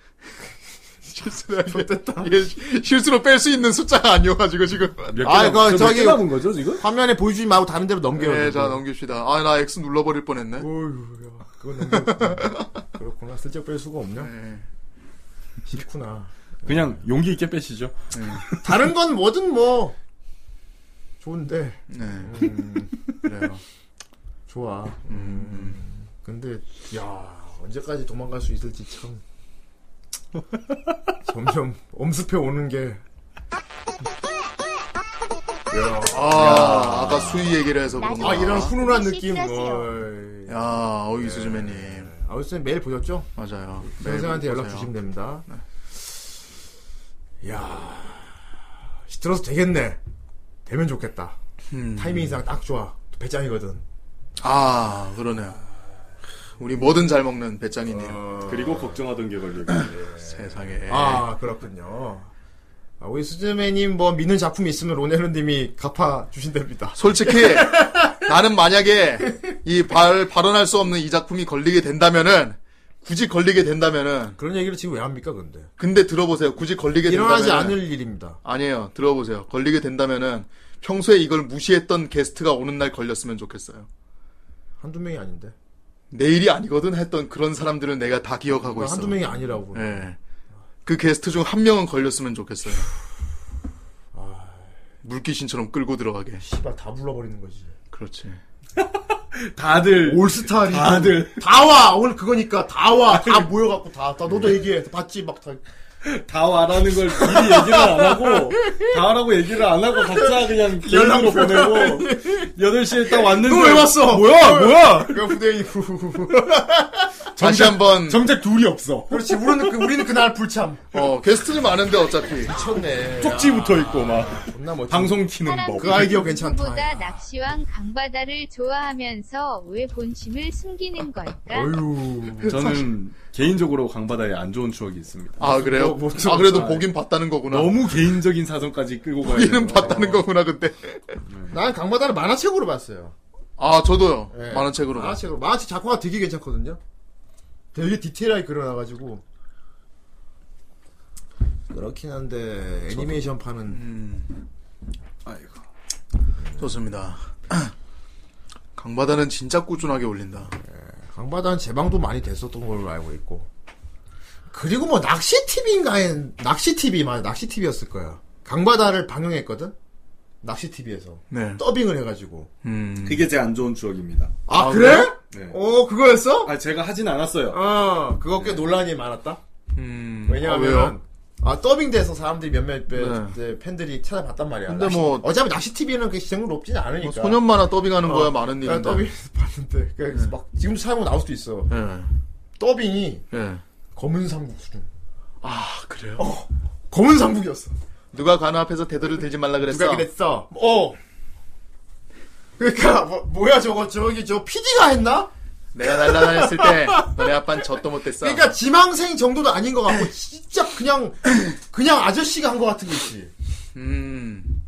Speaker 9: 실수라기엔 이게 시- 예, 실수로 뺄 수 있는 숫자가 아니어가지고 그, 지금
Speaker 3: 아,
Speaker 7: 저
Speaker 3: 이거
Speaker 7: 몇
Speaker 3: 저기
Speaker 7: 개 남은 거죠 지금?
Speaker 3: 화면에 보여주지 말고 네, 다른 데로 넘겨요.
Speaker 9: 예, 자 넘깁시다. 아 나 X 눌러버릴 뻔했네.
Speaker 3: 어휴, 야, 그건 넘겨. 그렇구나. 슬쩍 뺄 수가 없냐?
Speaker 9: 예.
Speaker 3: 싫구나.
Speaker 7: 그냥 용기 있게 빼시죠.
Speaker 3: 다른 건 뭐든 뭐 좋은데
Speaker 9: 네.
Speaker 3: 음,
Speaker 9: 그래요.
Speaker 3: 좋아.
Speaker 9: 음.
Speaker 3: 근데 야 언제까지 도망갈 수 있을지 참 점점 엄습해 오는 게. 야,
Speaker 9: 아, 아까 수위 얘기를 해서 그런가.
Speaker 3: 아 이런 훈훈한 느낌.
Speaker 13: 식사하세요.
Speaker 3: 어이.
Speaker 9: 야, 어이 수즈맨님.
Speaker 3: 아우쌤 메일 보셨죠?
Speaker 9: 맞아요.
Speaker 3: 선생한테
Speaker 9: 메일 보세요.
Speaker 3: 연락
Speaker 9: 네.
Speaker 3: 주시면 됩니다. 야 들어서 되겠네. 되면 좋겠다.
Speaker 9: 음. 네.
Speaker 3: 타이밍상 딱 좋아. 또 배짱이거든.
Speaker 9: 아, 그러네요. 우리 뭐든 잘 먹는 배짱이님.
Speaker 7: 그리고 걱정하던 게 걸리고.
Speaker 9: 세상에.
Speaker 3: 어. 아 그렇군요. 아, 우리 수즈맨님 뭐 믿는 작품이 있으면 로네르님이 갚아 주신답니다.
Speaker 9: 솔직히 나는 만약에 이 발 발언할 수 없는 이 작품이 걸리게 된다면은 굳이 걸리게 된다면은
Speaker 3: 그런 얘기를 지금 왜 합니까 근데?
Speaker 9: 근데 들어보세요. 굳이 걸리게 된다면
Speaker 3: 일어나지 않을 일입니다.
Speaker 9: 아니에요. 들어보세요. 걸리게 된다면은 평소에 이걸 무시했던 게스트가 오는 날 걸렸으면 좋겠어요.
Speaker 3: 한두 명이 아닌데.
Speaker 9: 뭐 내일이 아니거든 했던 그런 사람들은 내가 다 기억하고 있어.
Speaker 3: 그러니까 한두 명이 아니라고.
Speaker 9: 예. 그 게스트 중 한 명은 걸렸으면 좋겠어요. 물귀신처럼 끌고 들어가게.
Speaker 3: 씨발 다 불러버리는 거지.
Speaker 9: 그렇지. 아,
Speaker 7: 다들
Speaker 3: 올스타 리그
Speaker 7: 다들
Speaker 3: 다와 오늘 그거니까 다 와 다 모여갖고 다, 다
Speaker 9: 예.
Speaker 3: 너도 얘기해 봤지 막다
Speaker 7: 다 와라는 걸 미리 얘기를 안 하고 다 와라고 얘기를 안 하고 각자 그냥 연락으로 보내고 8시에 딱 왔는데
Speaker 3: 너왜 왔어?
Speaker 7: 뭐야 뭐야
Speaker 3: 그
Speaker 9: 네,
Speaker 3: 부대인 후
Speaker 9: 다시 한번
Speaker 7: 정작 둘이 없어
Speaker 3: 그렇지 우리는 그, 우리는 그날 불참
Speaker 9: 어 게스트는 많은데 어차피
Speaker 3: 미쳤네
Speaker 7: 쪽지 붙어 있고 막
Speaker 3: 존나 멋지
Speaker 7: 방송 튀는 법
Speaker 3: 그 아이디어 괜찮다.
Speaker 13: 보다 낚시왕 강바다를 좋아하면서 왜 본심을 숨기는 걸까?
Speaker 3: 어휴
Speaker 7: 저는 개인적으로 강바다에 안 좋은 추억이 있습니다
Speaker 9: 아 그래요?
Speaker 7: 뭐, 뭐,
Speaker 9: 아 그래도
Speaker 7: 아,
Speaker 9: 보긴 봤다는 거구나.
Speaker 7: 너무 개인적인 사정까지 끌고 가야
Speaker 9: 보기는
Speaker 7: 되는 거.
Speaker 9: 봤다는 거구나 근데.
Speaker 3: 난 강마다를 만화책으로 봤어요
Speaker 9: 아 저도요.
Speaker 3: 예.
Speaker 9: 만화책으로.
Speaker 3: 만화책으로 만화책 작화가 되게 괜찮거든요 되게 디테일하게 그려놔가지고 그렇긴 한데 애니메이션 파는
Speaker 9: 음. 아이고. 좋습니다. 강바다는 진짜 꾸준하게 올린다.
Speaker 3: 강바다는 재방도 많이 됐었던 걸로 알고 있고. 그리고 뭐 낚시 TV인가엔 낚시 TV 맞아 낚시 TV였을 거야. 강바다를 방영했거든. 낚시 TV에서
Speaker 9: 네.
Speaker 3: 더빙을 해가지고.
Speaker 9: 음.
Speaker 7: 그게 제 안 좋은 추억입니다
Speaker 3: 아,
Speaker 9: 아,
Speaker 3: 그래?
Speaker 7: 네.
Speaker 3: 어 그거였어?
Speaker 7: 아 제가 하진 않았어요
Speaker 3: 어 그거 꽤 논란이 많았다.
Speaker 9: 음. 아,
Speaker 3: 왜냐하면
Speaker 9: 네. 왜요? 네.
Speaker 3: 아 더빙돼서 사람들이 몇몇 몇- 팬들이 찾아봤단 말이야.
Speaker 9: 근데
Speaker 3: 낚시-
Speaker 9: 뭐-
Speaker 3: 어차피 낚시 TV는 그 시청률 높지는
Speaker 9: 뭐
Speaker 3: 않으니까.
Speaker 9: 소년 만화 아, 더빙하는
Speaker 3: 어,
Speaker 9: 거야 많은
Speaker 3: 그냥
Speaker 9: 일인데. 네.
Speaker 3: 더빙해서 봤는데 그냥 막 지금 사용 나올 수도 있어.
Speaker 9: 예.
Speaker 3: 더빙이
Speaker 9: 예.
Speaker 3: 검은 삼국 수준.
Speaker 9: 아 그래요?
Speaker 3: 어, 검은 삼국이었어.
Speaker 9: 누가 관우 앞에서 대들을 들지 말라 그랬어.
Speaker 3: 누가 그랬어? 어. 그러니까 뭐, 야 저거 저기 저 PD가 했나?
Speaker 9: 내가 날라다녔을 때 너네 아빠는 젖도 못했어.
Speaker 3: 그러니까 지망생 정도도 아닌 것 같고 진짜 그냥 그냥 아저씨가 한 것 같은 게 있지.
Speaker 9: 음.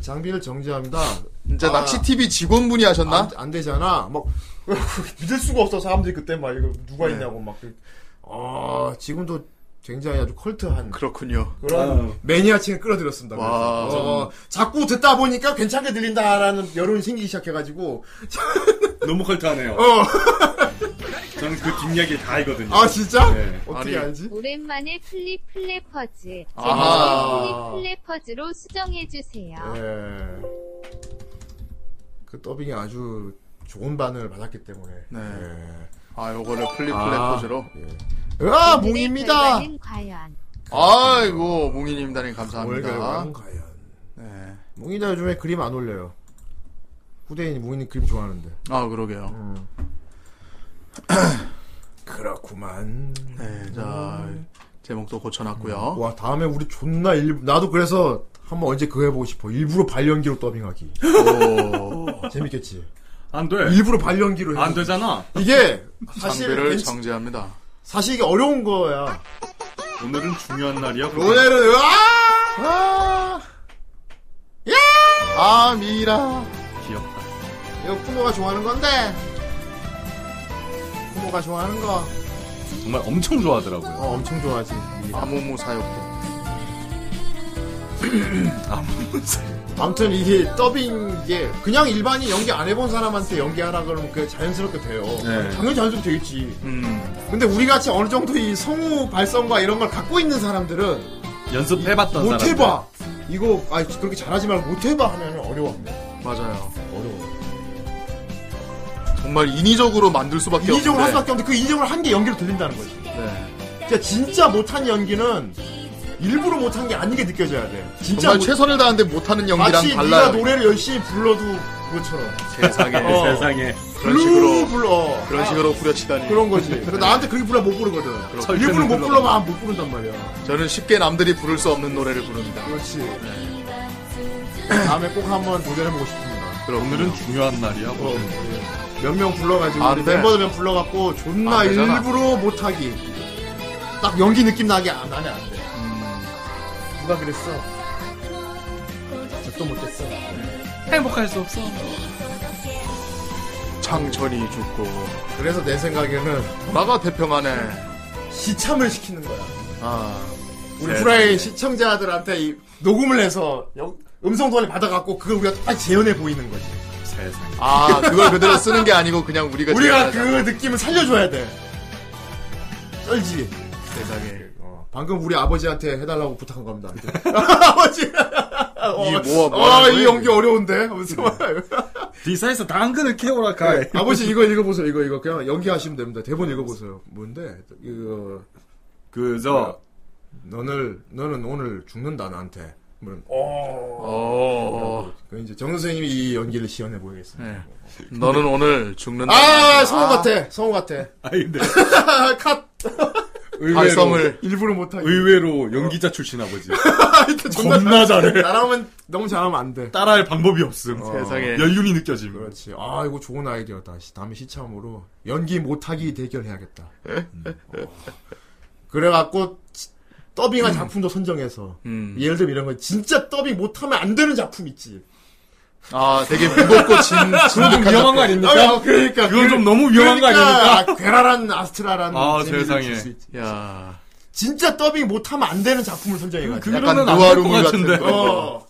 Speaker 3: 장비를 정지합니다.
Speaker 9: 진짜
Speaker 3: 아,
Speaker 9: 낚시 TV 직원분이 하셨나?
Speaker 3: 안, 안 되잖아. 막 믿을 수가 없어 사람들이 그때 막 이거 누가
Speaker 9: 네.
Speaker 3: 있냐고 막. 그- 아 지금도 굉장히 아주 컬트한
Speaker 9: 그렇군요.
Speaker 3: 그런
Speaker 7: 아.
Speaker 3: 매니아층을 끌어들였습니다.
Speaker 9: 와.
Speaker 3: 그래서. 어, 자꾸 듣다 보니까 괜찮게 들린다라는 여론이 생기기 시작해가지고
Speaker 7: 너무 컬트하네요
Speaker 3: 어.
Speaker 7: 저는 그 뒷이야기 다 알거든요
Speaker 3: 아 진짜?
Speaker 7: 네.
Speaker 3: 어떻게
Speaker 9: 아니.
Speaker 3: 알지?
Speaker 13: 오랜만에 플립 플래퍼즈.
Speaker 9: 아하.
Speaker 13: 제목을 플립 플래퍼즈로 수정해주세요.
Speaker 3: 예. 그 더빙이 아주 좋은 반응을 받았기 때문에.
Speaker 9: 네.
Speaker 3: 예.
Speaker 9: 아 요거를 플립
Speaker 3: 아.
Speaker 9: 플랫포즈로.
Speaker 3: 으아,
Speaker 13: 오늘의
Speaker 3: 몽입니다!
Speaker 13: 결과는 과연
Speaker 9: 아이고 몽이님단님
Speaker 3: 월
Speaker 9: 감사합니다.
Speaker 3: 결과는 과연.
Speaker 9: 네.
Speaker 3: 몽이다 요즘에 그림 안 올려요. 후대인이 몽이는 그림 좋아하는데.
Speaker 9: 아 그러게요.
Speaker 3: 그렇구만.
Speaker 9: 네. 자 제목도 고쳐놨고요.
Speaker 3: 와, 다음에 우리 존나 일 나도 그래서 한번 언제 그거 해보고 싶어. 일부러 발연기로 더빙하기.
Speaker 9: 오.
Speaker 3: 재밌겠지?
Speaker 7: 안돼
Speaker 3: 일부러 발연기로 해.
Speaker 7: 안 되잖아
Speaker 3: 이게, 사실,
Speaker 9: 장비를
Speaker 3: 괜찮-
Speaker 9: 그 정지합니다.
Speaker 3: 사실 이게 어려운 거야.
Speaker 7: 오늘은 중요한 날이야
Speaker 3: 오늘은, 아!
Speaker 9: 아. 아 미라.
Speaker 7: 귀엽다
Speaker 3: 이거 부모가 좋아하는 건데. 부모가 좋아하는 거.
Speaker 7: 정말 엄청 좋아하더라고요
Speaker 3: 어, 엄청 좋아하지.
Speaker 9: 아무무 사역도.
Speaker 3: 아무튼 이게 더빙 이게 그냥 일반인 연기 안 해본 사람한테 연기하라 그러면 그게 자연스럽게 돼요.
Speaker 7: 네.
Speaker 3: 당연히 자연스럽게 되겠지.
Speaker 9: 음.
Speaker 3: 근데 우리 같이 어느 정도 이 성우 발성과 이런 걸 갖고 있는 사람들은
Speaker 7: 연습해봤던
Speaker 3: 못
Speaker 7: 사람
Speaker 3: 해봐. 이거 아 그렇게 잘하지 말고 못 해봐 하면 어려워.
Speaker 7: 네,
Speaker 9: 맞아요.
Speaker 3: 어려워.
Speaker 9: 정말 인위적으로 만들 수밖에
Speaker 3: 인정을 할
Speaker 9: 없는데.
Speaker 3: 수밖에 없는데 그 인정을 한 게 연기로 들린다는 거지.
Speaker 9: 네.
Speaker 3: 그러니까 진짜 못한 연기는 일부러 못한 게 아닌 게 느껴져야 돼. 진짜
Speaker 9: 정말
Speaker 3: 못-
Speaker 9: 최선을 다하는데 못하는 연기랑
Speaker 3: 마치
Speaker 9: 달라요.
Speaker 3: 네가 노래를 열심히 불러도 그것처럼
Speaker 9: 세상에
Speaker 7: 네, 세상에
Speaker 9: 그런
Speaker 3: 블루
Speaker 9: 식으로
Speaker 3: 불러
Speaker 9: 그런 식으로 후려치다니.
Speaker 3: 그런 거지. 그래서 나한테 그렇게 불러 못 부르거든.
Speaker 7: 절대
Speaker 3: 일부러 못
Speaker 7: 못
Speaker 3: 불러만 못 부른단 말이야.
Speaker 9: 저는 쉽게 남들이 부를 수 없는 노래를 부릅니다.
Speaker 3: 그렇지.
Speaker 9: 네.
Speaker 3: 다음에 꼭 한번 도전해보고 싶습니다. 예.
Speaker 9: 그럼
Speaker 7: 오늘은 중요한 날이야 뭐.
Speaker 9: 음.
Speaker 3: 몇 명 불러가지고
Speaker 9: 안
Speaker 3: 우리
Speaker 9: 돼.
Speaker 3: 멤버들 몇 불러갖고 존나
Speaker 9: 안 아, 네. 되잖아.
Speaker 3: 일부러 못하기. 딱 연기 느낌 나게 안, 나네 안 돼. 누가 그랬어? 또 못했어.
Speaker 7: 행복할 수 없어
Speaker 9: 창천이 죽고
Speaker 3: 그래서 내 생각에는
Speaker 9: 나가 태평하네.
Speaker 3: 시참을 시키는 거야.
Speaker 9: 아
Speaker 3: 우리
Speaker 9: 네.
Speaker 3: 후라이 시청자들한테 이 녹음을 해서 영- 음성 돈을 받아갖고 그걸 우리가 다시 재현해 보이는 거지.
Speaker 7: 세상에
Speaker 9: 아 그걸 그대로 쓰는 게 아니고 그냥 우리가
Speaker 3: 우리가 그
Speaker 9: 제안하자.
Speaker 3: 느낌을 살려줘야 돼. 쩔지. 어,
Speaker 9: 세상에
Speaker 3: 방금 우리 아버지한테 해달라고 부탁한 겁니다. 아버지. 어,
Speaker 9: 이게 뭐야, 뭐 하는
Speaker 3: 아,
Speaker 9: 거야,
Speaker 3: 이 연기 어려운데?
Speaker 9: 네.
Speaker 3: 하면서 막.
Speaker 7: 디사에서 당근을 캐오라 카.
Speaker 3: 네, 아버지 이거 읽어보세요. 이거 이거 그냥 연기하시면 됩니다. 대본 읽어보세요. 뭔데? 이거
Speaker 7: 그저
Speaker 3: 너는 너는 오늘 죽는다 나한테. 그러면 어.
Speaker 9: 어.
Speaker 3: 그 이제 정 선생님이 이 연기를 시연해 보겠습니다.
Speaker 9: 네. 너는 오늘 죽는다.
Speaker 3: 아 성우 같아. 성우 같아.
Speaker 7: 아 근데
Speaker 3: 컷.
Speaker 9: 발성을
Speaker 3: 일부러 못하게.
Speaker 7: 의외로 연기자 출신 아버지.
Speaker 3: 존나
Speaker 7: 겁나 네. 잘해.
Speaker 3: 나라면 너무 잘하면 안 돼.
Speaker 7: 따라할 방법이 없음.
Speaker 3: 어.
Speaker 9: 세상에.
Speaker 7: 연륜이 느껴짐.
Speaker 3: 그렇지. 아 이거 좋은 아이디어다. 씨, 다음에 시참으로 연기 못하기 대결해야겠다. 음. 어. 그래갖고 지- 더빙한 작품도 선정해서
Speaker 9: 음.
Speaker 3: 예를 들면 이런 거 진짜 더빙 못하면 안 되는 작품 있지.
Speaker 9: 아, 되게 무겁고 진,
Speaker 7: 그건 좀 위험한 거 아닙니까?
Speaker 3: 아, 그러니까
Speaker 7: 그건 그러니까. 좀 너무 위험한 거 아닙니까?
Speaker 3: 괴랄한 아스트라라는
Speaker 7: 아,
Speaker 3: 재미를
Speaker 7: 세상에.
Speaker 3: 줄수 있지.
Speaker 9: 야.
Speaker 3: 진짜 더빙 못하면 안 되는 작품을 선정해가지고.
Speaker 7: 그거는
Speaker 9: 약간
Speaker 7: 안될것
Speaker 9: 누아르물 같은
Speaker 7: 같은데.
Speaker 9: 거.
Speaker 3: 어.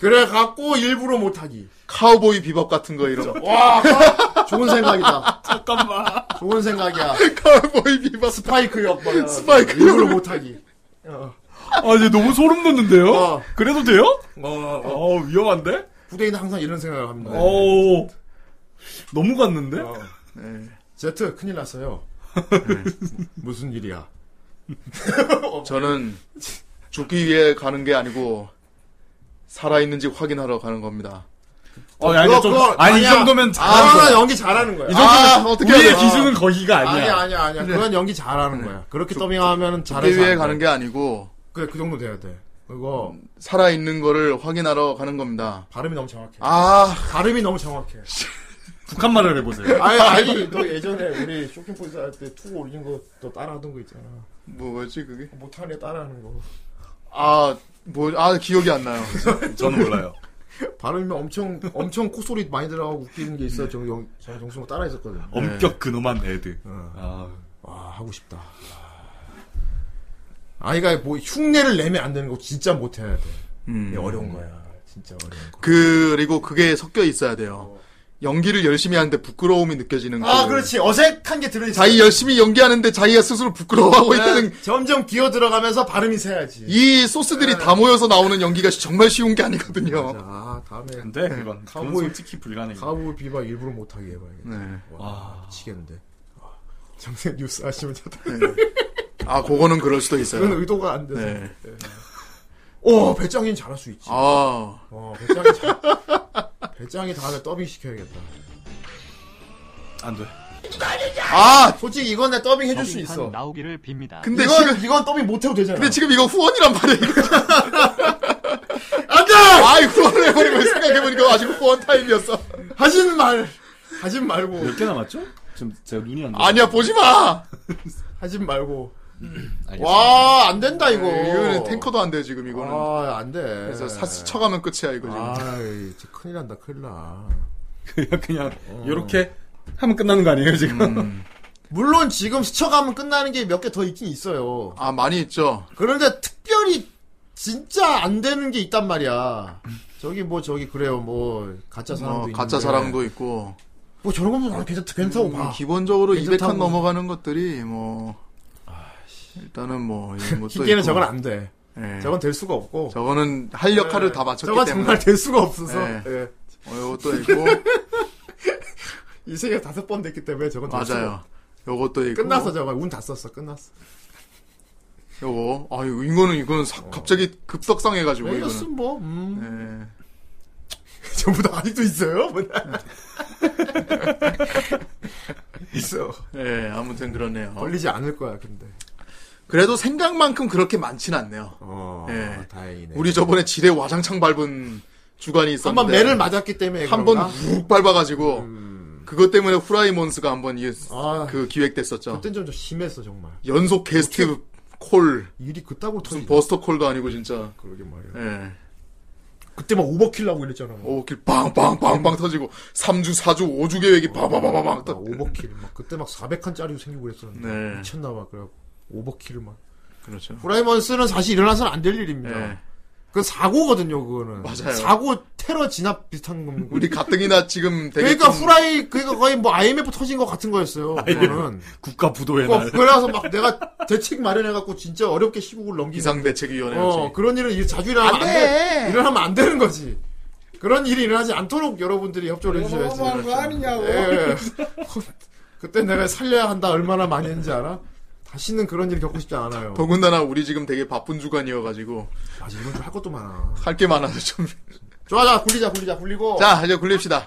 Speaker 3: 그래갖고 일부러 못하기.
Speaker 9: 카우보이 비법 같은 거 이런 거.
Speaker 3: 와, 좋은 생각이다. 잠깐만. 좋은 생각이야.
Speaker 9: 카우보이 비법.
Speaker 3: 스파이크 역발.
Speaker 9: 스파이크
Speaker 3: 일부러 못하기.
Speaker 7: 아, 이제 너무 소름 돋는데요?
Speaker 3: 어.
Speaker 7: 그래도 돼요?
Speaker 3: 어, 어.
Speaker 7: 어, 위험한데?
Speaker 3: 후대인은 항상 이런 생각을 합니다.
Speaker 7: 어 너무 갔는데?
Speaker 3: 어.
Speaker 9: 네.
Speaker 3: 제트 큰일 났어요. 무슨 일이야?
Speaker 9: 저는 죽기 위해 가는 게 아니고 살아있는지 확인하러 가는 겁니다.
Speaker 7: 어, 아니,
Speaker 3: 그거,
Speaker 7: 좀,
Speaker 3: 그거
Speaker 7: 아니, 이
Speaker 3: 아니야.
Speaker 7: 정도면 잘하는
Speaker 3: 아,
Speaker 7: 거야.
Speaker 3: 연기 잘하는 거야.
Speaker 7: 이 정도면
Speaker 9: 아, 어떻게
Speaker 7: 우리의
Speaker 9: 하냐.
Speaker 7: 기준은 거기가 아니야. 네.
Speaker 3: 아니야, 아니야, 아니야. 그건 연기 잘하는 거야. 그렇게 더빙하면 잘해서.
Speaker 9: 죽기 위해
Speaker 3: 안 돼.
Speaker 9: 가는 게 아니고
Speaker 3: 그래, 그 정도 돼야 돼. 그거,
Speaker 9: 살아있는 거를 확인하러 가는 겁니다.
Speaker 3: 발음이 너무 정확해.
Speaker 9: 아,
Speaker 3: 발음이 너무 정확해.
Speaker 7: 북한 말을 해보세요.
Speaker 3: 아니, 아니, 너 예전에 우리 쇼킹포즈 할 때 투고 올린 거 너 따라하던 거 있잖아.
Speaker 9: 뭐였지 그게?
Speaker 3: 못하는 애 따라하는 거.
Speaker 9: 아, 뭐, 아, 기억이 안 나요.
Speaker 7: 저는 몰라요.
Speaker 3: 발음이 엄청, 엄청 콧소리 많이 들어가고 웃기는 게 있어. 저 영, 제가 정수가 따라 했었거든. 네.
Speaker 7: 엄격 근엄한 애들. 아,
Speaker 3: 와, 하고 싶다. 아이가 뭐 흉내를 내면 안 되는 거 진짜 못해야 돼.
Speaker 9: 음.
Speaker 3: 이게 어려운 거야. 진짜 어려운 거.
Speaker 9: 그리고 그게 섞여 있어야 돼요. 연기를 열심히 하는데 부끄러움이 느껴지는 거.
Speaker 3: 아, 그렇지. 어색한 게 들어있어.
Speaker 9: 자기 열심히 연기하는데 자기가 스스로 부끄러워하고 있다는
Speaker 3: 네, 점점 기어 들어가면서 발음이 새야지.
Speaker 9: 이 소스들이 다 모여서 나오는 연기가 정말 쉬운 게 아니거든요.
Speaker 3: 아, 다음에
Speaker 7: 근데 그건, 그건
Speaker 3: 가오보이-
Speaker 7: 솔직히 불가능해.
Speaker 3: 가부 비바 일부러 못하게 해봐야겠다.
Speaker 9: 음. 네.
Speaker 3: 와, 미치겠는데. 와, 정생 뉴스 하시면 저도
Speaker 9: 네. 아, 그거는 그럴 수도
Speaker 3: 그런
Speaker 9: 있어요.
Speaker 3: 의도가 안 돼서.
Speaker 9: 네.
Speaker 3: 오, 배짱이는 잘할 수 있지.
Speaker 9: 아,
Speaker 3: 어, 배짱이 잘. 배짱이 다음에 더빙 시켜야겠다.
Speaker 7: 안 돼.
Speaker 9: 아,
Speaker 3: 솔직히 이건 내 더빙 해줄 수
Speaker 11: 더빙판
Speaker 3: 있어.
Speaker 11: 나오기를 빕니다.
Speaker 9: 근데
Speaker 3: 이건
Speaker 9: 지금
Speaker 3: 이건 더빙 못 해도 되잖아.
Speaker 9: 근데 지금 이거 후원이란 말이에요. 이거.
Speaker 3: 안돼.
Speaker 9: 아이 후원을 해버리고 생각해보니까 아직 후원 타임이었어.
Speaker 3: 하진 말. 하진 말고.
Speaker 7: 몇 개 남았죠? 지금 제가 눈이 안 나.
Speaker 9: 아니야 보지 마.
Speaker 3: 하진 말고.
Speaker 7: 알겠습니다.
Speaker 3: 와, 안 된다 이거.
Speaker 9: 네, 이거는 탱커도 안 돼 지금 이거는.
Speaker 3: 아, 안 돼.
Speaker 9: 그래서 사스 쳐가면 끝이야 이거 지금.
Speaker 3: 아이, 진짜 큰일 난다, 큰일 나.
Speaker 7: 그냥, 그냥, 요렇게 하면 끝나는 거 아니에요, 지금?
Speaker 3: 물론 지금 스쳐가면 끝나는 게 몇 개 더 있긴 있어요.
Speaker 9: 아 많이 있죠.
Speaker 3: 그런데 특별히 진짜 안 되는 게 있단 말이야. 저기 뭐 저기 그래요 뭐 가짜 사랑도
Speaker 9: 뭐
Speaker 3: 있는데.
Speaker 9: 가짜 사랑도 있고.
Speaker 3: 뭐 저런 건난 괜찮 괜찮고
Speaker 9: 음,
Speaker 3: 봐.
Speaker 9: 기본적으로 200칸
Speaker 3: 괜찮다고.
Speaker 9: 넘어가는 것들이 뭐 일단은 뭐 이런 것도
Speaker 3: 기계는
Speaker 9: 있고.
Speaker 3: 저건 안 돼.
Speaker 9: 예.
Speaker 3: 저건 될 수가 없고.
Speaker 9: 저거는 할 역할을
Speaker 3: 예.
Speaker 9: 다 맞췄기
Speaker 3: 저건
Speaker 9: 때문에
Speaker 3: 정말 될 수가 없어서
Speaker 9: 예.
Speaker 3: 예.
Speaker 9: 어, 이것도 있고
Speaker 3: 이 세계 다섯 번 됐기 때문에 저건 될 수가 없어.
Speaker 9: 맞아요. 요것도 있고
Speaker 3: 끝났어 저건 운 다 썼어 끝났어.
Speaker 9: 요거 아 이거 이거는 이거는 사-
Speaker 3: 어.
Speaker 9: 갑자기 급석상해가지고
Speaker 3: 이겼음
Speaker 9: 이거는
Speaker 3: 뭐. 음.
Speaker 9: 예.
Speaker 3: 전부 다 아직도 있어요? 뭐냐? 있어.
Speaker 9: 예, 아무튼 그러네요.
Speaker 3: 걸리지 않을 거야
Speaker 9: 네.
Speaker 3: 근데.
Speaker 9: 그래도 생각만큼 그렇게 많진 않네요.
Speaker 3: 어.
Speaker 9: 예.
Speaker 3: 다행이네.
Speaker 9: 우리 저번에 지뢰 와장창 밟은 주간이 있었는데
Speaker 3: 한번 매를 맞았기 때문에 그런가?
Speaker 9: 네.
Speaker 3: 음.
Speaker 9: 한번훅 밟아가지고 그것 때문에 후라이몬스가 한번 이,
Speaker 3: 아.
Speaker 9: 그 기획됐었죠.
Speaker 3: 그땐 좀, 좀 심했어 정말
Speaker 9: 연속 게스트 콜
Speaker 3: 일이 그따구로
Speaker 9: 무슨
Speaker 3: 터지
Speaker 9: 버스터 콜도 아니고 진짜
Speaker 3: 그러게 말이야
Speaker 9: 예
Speaker 3: 그때 막 오버킬하고 이랬잖아 막.
Speaker 9: 오버킬 빵빵빵빵 터지고 3주 4주 5주 계획이
Speaker 3: 막
Speaker 9: 빠바바바방 터
Speaker 3: 아, 오버킬 막 그때 막 400칸짜리도 생기고 그랬었는데
Speaker 9: 네.
Speaker 3: 미쳤나봐 그래갖고 오버킬을 막
Speaker 9: 그렇죠
Speaker 3: 브라이먼스는 사실 일어나서는 안 될 일입니다
Speaker 9: 예
Speaker 3: 그 사고거든요, 그거는.
Speaker 9: 맞아요.
Speaker 3: 사고 테러 진압 비슷한 겁니다.
Speaker 9: 우리 가뜩이나 지금 되게
Speaker 3: 그러니까
Speaker 9: 좀-
Speaker 3: 후라이 그러니까 거의 뭐 IMF 터진 것 같은 거였어요. 그거는.
Speaker 7: 국가 부도의
Speaker 3: 그거
Speaker 7: 날.
Speaker 3: 그래서 막 내가 대책 마련해갖고 진짜 어렵게 시국을 넘기는
Speaker 9: 이상 대책위원회.
Speaker 3: 어, 그런 일은 일- 자주 일어나면 안,
Speaker 9: 안
Speaker 3: 돼.
Speaker 9: 돼.
Speaker 3: 일어나면 안 되는 거지. 그런 일이 일어나지 않도록 여러분들이 협조를 해주셔야지.
Speaker 9: 어마어마한 거 아니냐고.
Speaker 3: 예. 그때 내가 살려야 한다 얼마나 많이 했는지 알아? 다시는 그런 일 겪고 싶지 않아요.
Speaker 9: 더군다나 우리 지금 되게 바쁜 주간이어가지고
Speaker 3: 맞아 이번 주 할 것도 많아.
Speaker 9: 할 게 많아서 좀.
Speaker 3: 좋아, 자 굴리자, 굴리자, 굴리고.
Speaker 9: 자 이제 굴립시다.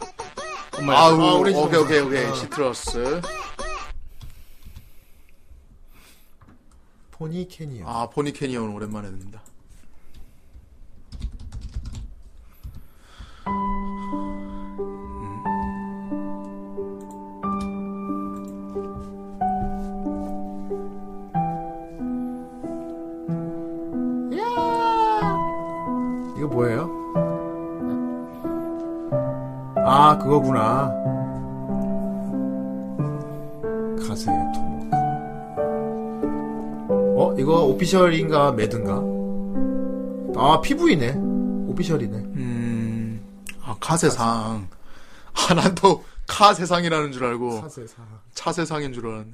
Speaker 9: 아우
Speaker 3: 아, 오렌지
Speaker 9: 오케이 오케이
Speaker 3: 정상.
Speaker 9: 오케이
Speaker 3: 아.
Speaker 9: 시트러스.
Speaker 3: 포니 캐니언.
Speaker 9: 아 포니 캐니언 오랜만에 듣는다.
Speaker 3: 이거 뭐예요? 아, 그거구나. 가세 토모카. 어, 이거 오피셜인가 매든가? 아, 피부이네. 오피셜이네.
Speaker 9: 아 카세상. 아 난 또 카세상이라는 줄 알고
Speaker 3: 카세상.
Speaker 9: 차세상인 줄 알았네.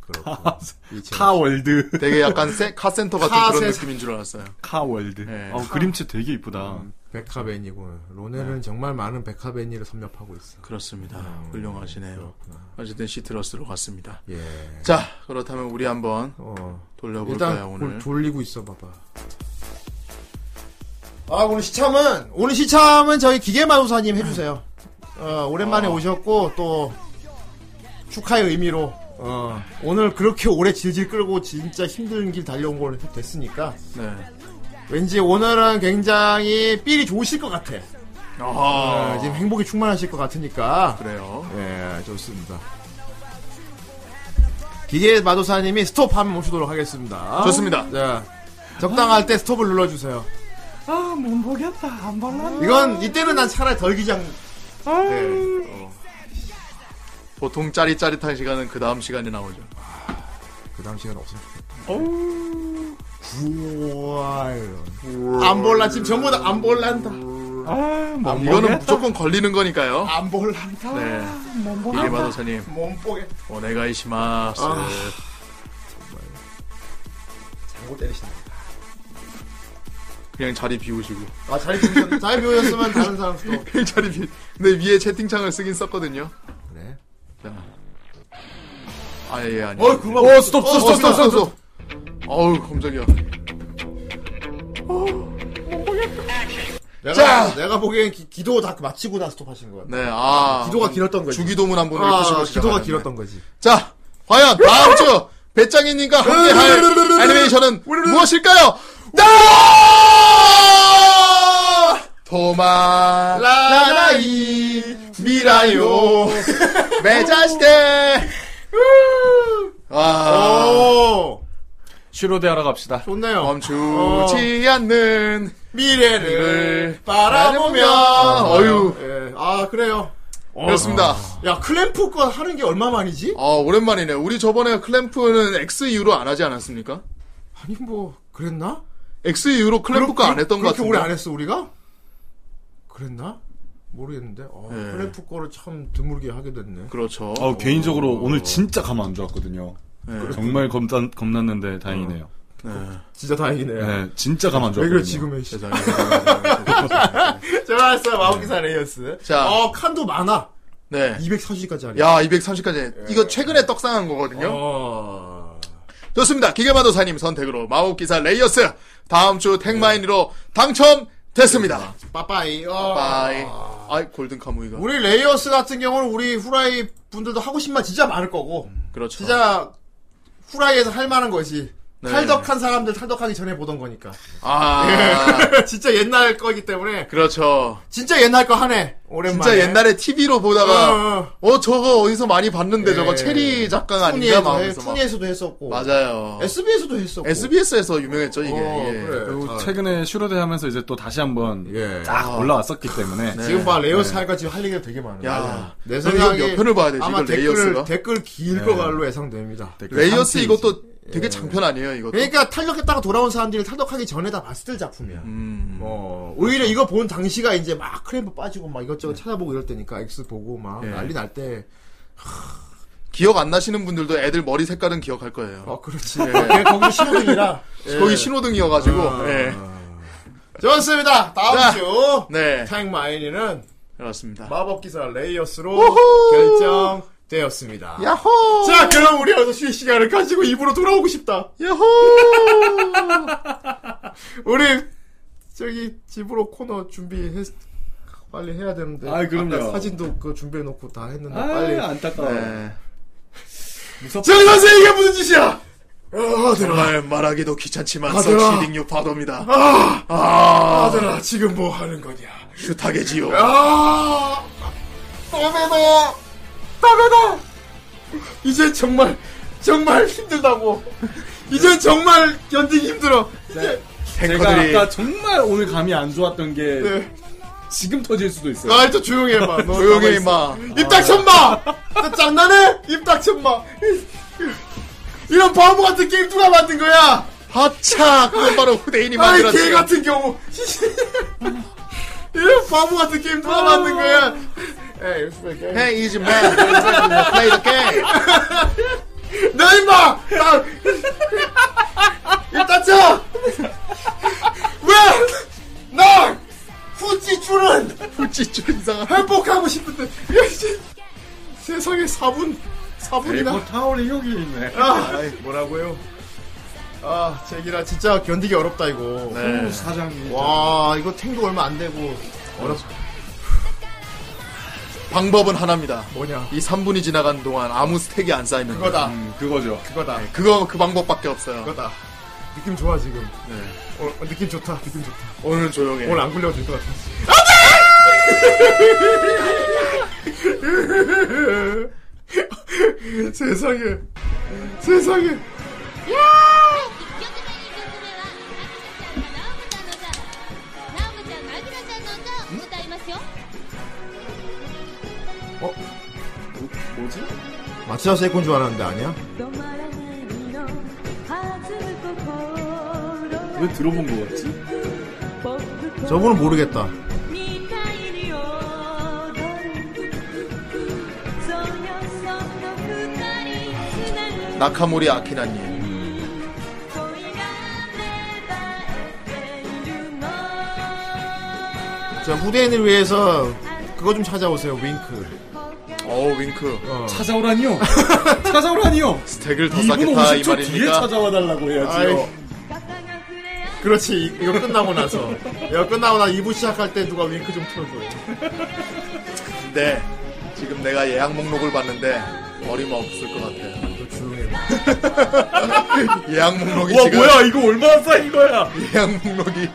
Speaker 3: 그렇고.
Speaker 7: 카월드.
Speaker 9: 되게 약간 세- 카센터 같은
Speaker 3: 카세-
Speaker 9: 그런 느낌인 줄 알았어요.
Speaker 7: 카월드. 음. 어, 그림체 되게 이쁘다.
Speaker 3: 백화벤이고 로넬은 정말 많은 백화벤이를 섭렵하고 있어.
Speaker 9: 그렇습니다. 훌륭하시네요. 어쨌든 시트러스로 갔습니다.
Speaker 3: 예. 어.
Speaker 9: 자 그렇다면 우리 한번 돌려볼까요
Speaker 3: 일단
Speaker 9: 오늘?
Speaker 3: 골 돌리고 있어 봐봐. 아 오늘 시참은 오늘 시참은 저희 기계마우사님 해주세요. 어,
Speaker 9: 아.
Speaker 3: 오랜만에 오셨고 또 축하의 의미로 어, 오늘 그렇게 오래 질질 끌고 진짜 힘든 길 달려온 걸 됐으니까
Speaker 9: 네.
Speaker 3: 왠지 오늘은 굉장히 삘이 좋으실 것 같아.
Speaker 9: 아.
Speaker 3: 어, 지금 행복이 충만하실 것 같으니까.
Speaker 9: 그래요.
Speaker 3: 예, 좋습니다. 기계 마도사님이 스톱하면 멈추도록 하겠습니다.
Speaker 9: 좋습니다.
Speaker 3: 자, 적당할 때 스톱을 눌러주세요.
Speaker 10: 아, 못 보겠다. 안 볼라. 아.
Speaker 3: 이건 이때는 난 차라리 덜 기장.
Speaker 9: 네. 어. 보통 짜릿짜릿한 시간은 그 다음 시간에 나오죠.
Speaker 3: 그 다음 시간 없으면
Speaker 10: 어우.
Speaker 3: 좋겠다. 안 볼라 지금 전부 다 안 볼란다.
Speaker 10: 아,
Speaker 9: 아, 이거는 무조건 걸리는 거니까요.
Speaker 3: 안 볼란다.
Speaker 9: 네.
Speaker 10: 못
Speaker 9: 이게 마도사님. 어,
Speaker 3: 몸 보게.
Speaker 9: 오네가이시마스.
Speaker 3: 아. 장고 때리신다.
Speaker 9: 그냥 자리 비우시고.
Speaker 3: 아, 잘 비우셨, 잘 비우셨으면 다른 사람 스톱.
Speaker 9: 자리 비. 근데 위에 채팅창을 쓰긴 썼거든요.
Speaker 3: 그래.
Speaker 9: 자. 아예 아니.
Speaker 3: 어, 그만.
Speaker 9: 어 스톱
Speaker 3: 어,
Speaker 9: 스톱 스톱
Speaker 3: 스톱,
Speaker 9: 스톱 스톱. 어우 깜짝이야.
Speaker 3: 내가,
Speaker 9: 자!
Speaker 3: 내가 보기엔 기, 기도 다 마치고 나 스톱하신 것 같아.
Speaker 9: 네, 아.
Speaker 3: 기도가 길었던 거지.
Speaker 9: 주기도문 한 번을
Speaker 3: 아,
Speaker 9: 끄시고
Speaker 3: 기도가
Speaker 9: 시작하네.
Speaker 3: 길었던 거지.
Speaker 9: 자, 과연 다음 주 배짱이님과 함께할 애니메이션은 무엇일까요? 나! 도마 라라이 미라요 메자시대 아, 와
Speaker 3: 오,
Speaker 7: 슈로데하러 갑시다.
Speaker 3: 어, 좋네요.
Speaker 9: 멈추지 않는
Speaker 3: 미래를 바라보며.
Speaker 9: 바라보며. 어휴.
Speaker 3: 예. 아, 그래요.
Speaker 9: 그렇습니다
Speaker 3: 야, 클램프 거 하는 게 얼마 만이지?
Speaker 9: 아 오랜만이네 우리 저번에 클램프는 X 이후로 안 하지 않았습니까?
Speaker 3: 아니, 뭐, 그랬나?
Speaker 9: X 이후로 클램프가 안 했던 것
Speaker 3: 그렇게
Speaker 9: 같은데
Speaker 3: 오래 안 했어, 우리가? 그랬나? 모르겠는데. 어,
Speaker 9: 예.
Speaker 3: 클램프 거를 참 드물게 하게 됐네.
Speaker 9: 그렇죠
Speaker 7: 어, 개인적으로 오늘 진짜 감 안 좋았거든요.
Speaker 9: 네.
Speaker 7: 정말 겁나, 겁났는데 다행이네요.
Speaker 9: 네.
Speaker 3: 진짜 다행이네요.
Speaker 7: 네, 진짜 감 안
Speaker 3: 왜
Speaker 7: 좋았거든요.
Speaker 3: 그래, 지금의 시
Speaker 9: 세상에.
Speaker 3: 좋았어, 마오기사 레이어스.
Speaker 9: 자.
Speaker 3: 어, 칸도 많아.
Speaker 9: 네.
Speaker 3: 240까지 하래.
Speaker 9: 야, 230까지. 이거 최근에 떡상한 거거든요.
Speaker 3: 예. 어.
Speaker 9: 좋습니다. 기계마도사님 선택으로 마법기사 레이어스 다음 주 택마인으로 당첨됐습니다.
Speaker 3: 빠빠이. 어.
Speaker 9: 빠이. 아이, 골든 카무이가.
Speaker 3: 우리 레이어스 같은 경우는 우리 후라이 분들도 하고 싶은 말 진짜 많을 거고
Speaker 9: 그렇죠.
Speaker 3: 진짜 후라이에서 할 만한 거지
Speaker 9: 네.
Speaker 3: 탈덕한 사람들 탈덕하기 전에 보던 거니까
Speaker 9: 아,
Speaker 3: 진짜 옛날 거기 때문에
Speaker 9: 그렇죠.
Speaker 3: 진짜 옛날 거 하네 오랜만에
Speaker 9: 진짜 옛날에 TV로 보다가
Speaker 3: 어, 어. 예.
Speaker 9: 어 저거 어디서 많이 봤는데 저거 체리 작가 아닌가
Speaker 3: 투니에도, 해,
Speaker 9: 마음에서 막.
Speaker 3: 투니에서도 했었고
Speaker 9: 맞아요.
Speaker 3: SBS도 했었고
Speaker 9: SBS에서 유명했죠 이게.
Speaker 3: 어,
Speaker 9: 예.
Speaker 3: 그래.
Speaker 7: 그리고
Speaker 3: 아,
Speaker 7: 최근에 슈로데 하면서 이제 또 다시 한번
Speaker 3: 예.
Speaker 7: 쫙 올라왔었기 때문에
Speaker 9: 네.
Speaker 3: 지금 봐 레이어스 할까 지금 할 얘기가 되게 많아요
Speaker 9: 야,
Speaker 3: 내
Speaker 9: 그럼 이거
Speaker 3: 생각에
Speaker 9: 몇 편을 봐야 되지,
Speaker 3: 아마
Speaker 9: 이거
Speaker 3: 댓글
Speaker 9: 레이어스가? 네.
Speaker 3: 댓글 길 거 걸로 예상됩니다
Speaker 7: 댓글
Speaker 9: 그 레이어스
Speaker 7: 삼 페이지.
Speaker 9: 이것도
Speaker 3: 예.
Speaker 9: 되게 장편 아니에요, 이것도.
Speaker 3: 그러니까 탈덕했다가 돌아온 사람들이 탈덕하기 전에 다 봤을 작품이야.
Speaker 9: 음.
Speaker 3: 어, 오히려 이거 본 당시가 이제 막 크램프 빠지고 막 이것저것
Speaker 9: 네.
Speaker 3: 찾아보고 이럴 때니까 엑스 보고 막
Speaker 9: 예.
Speaker 3: 난리 날 때.
Speaker 9: 기억 안 나시는 분들도 애들 머리 색깔은 기억할 거예요.
Speaker 3: 아, 그렇지. 예, 거기 신호등이라. 예.
Speaker 9: 어. 네. 거기 신호등이어가지고.
Speaker 3: 아.
Speaker 9: 예.
Speaker 3: 네. 좋습니다. 다음
Speaker 9: 자,
Speaker 3: 주.
Speaker 9: 네.
Speaker 3: 탱 마이니는.
Speaker 9: 그렇습니다.
Speaker 3: 마법기사 레이어스로
Speaker 9: 우후!
Speaker 3: 결정되었습니다.
Speaker 9: 야호!
Speaker 3: 자, 그럼 우리 어서 쉴 시간을 가지고 입으로 돌아오고 싶다.
Speaker 9: 야호!
Speaker 3: 우리 저기 집으로 코너 준비했 빨리 해야 되는데.
Speaker 7: 아이, 그럼요.
Speaker 3: 아까 사진도 그 준비해 놓고 다 했는데
Speaker 7: 아,
Speaker 3: 빨리
Speaker 7: 안타까워.
Speaker 9: 네.
Speaker 7: 무섭다.
Speaker 3: 정 선생 이게 무슨 짓이야? 아, 아들아.
Speaker 9: 정말 말하기도 귀찮지만
Speaker 3: 아들아.
Speaker 9: 썩시딩류 파도입니다.
Speaker 3: 아,
Speaker 9: 아.
Speaker 3: 아들아, 지금 뭐 하는 거냐?
Speaker 9: 슈타게지요.
Speaker 3: 아, 다메다, 다메다. 이제 정말 정말 힘들다고. 이제 정말 견디기 힘들어. 이제
Speaker 7: 제가
Speaker 9: 탱커들이
Speaker 7: 아까 정말 오늘 감이 안 좋았던 게
Speaker 3: 네.
Speaker 7: 지금 터질 수도 있어요.
Speaker 3: 아, 일단 조용히 해봐. 너
Speaker 9: 조용히
Speaker 3: 가만히
Speaker 9: 임마.
Speaker 3: 있어. 입 닥쳐 마. 너 장난해? 입 닥쳐 마. 이런 바보 같은 게임 누가 만든 거야?
Speaker 9: 하차! 그건 바로 후대인이
Speaker 3: 아이 개
Speaker 9: 만들었어요.
Speaker 3: 같은 경우. 이런 바보 같은 게임 누가 만든 거야? 에이, 무슨 게임?
Speaker 9: Hey, easy man. Play the game.
Speaker 3: 너 네, 임마! 나... 입 닫혀! 왜! 나! 후지줄은
Speaker 9: 후지줄 이상한.
Speaker 3: 회복하고 싶은데 야, 씨. 세상에 4분 4분이나
Speaker 7: 네, 타올이 여기 있네.
Speaker 3: 아, 뭐라고요? 아 제기라 진짜 견디기 어렵다 이거
Speaker 9: 네.
Speaker 7: 사장님.
Speaker 3: 와 이거 탱도 얼마 안 되고 어렵다
Speaker 9: 방법은 하나입니다.
Speaker 3: 뭐냐
Speaker 9: 이 3분이 지나간 동안 아무 스택이 안 쌓이는 거예요.
Speaker 3: 그거다
Speaker 7: 음, 그거죠.
Speaker 3: 그거다
Speaker 9: 그거 그 방법밖에 없어요.
Speaker 3: 그거다 느낌 좋아 지금
Speaker 9: 네.
Speaker 3: 어, 어, 느낌 좋다 느낌 좋다
Speaker 9: 오늘은 조용해.
Speaker 3: 오늘 안 굴려도 될 것 같아 안돼 세상에 세상에
Speaker 4: ナオムちゃんのアキラちゃんの歌を歌いますよ
Speaker 7: 뭐지?
Speaker 3: 마치다 세콘 줄 알았는데 아니야?
Speaker 7: 왜 들어본 거 같지?
Speaker 3: 저분은 모르겠다.
Speaker 9: 나카모리 아키나님.
Speaker 3: 자 후대인을 위해서 그거 좀 찾아오세요. 윙크.
Speaker 9: 어우 윙크.
Speaker 3: 어.
Speaker 7: 찾아오라니요. 찾아오라니요.
Speaker 9: 스택을 더
Speaker 7: 2분
Speaker 9: 쌓겠다 이
Speaker 7: 50초 뒤에
Speaker 9: 말입니까?
Speaker 7: 찾아와 달라고 해야지요.
Speaker 3: 아이. 그렇지 이- 이거 끝나고 나서 이거 끝나고 나 2부 시작할 때 누가 윙크 좀 틀어줘요.
Speaker 9: 근데 네. 지금 내가 예약 목록을 봤는데 어림없을 것 같아요.
Speaker 3: 이거 조용해.
Speaker 9: 예약 목록이
Speaker 7: 와
Speaker 9: 지금
Speaker 7: 뭐야 이거 얼마나 쌓인 거야?
Speaker 9: 예약 목록이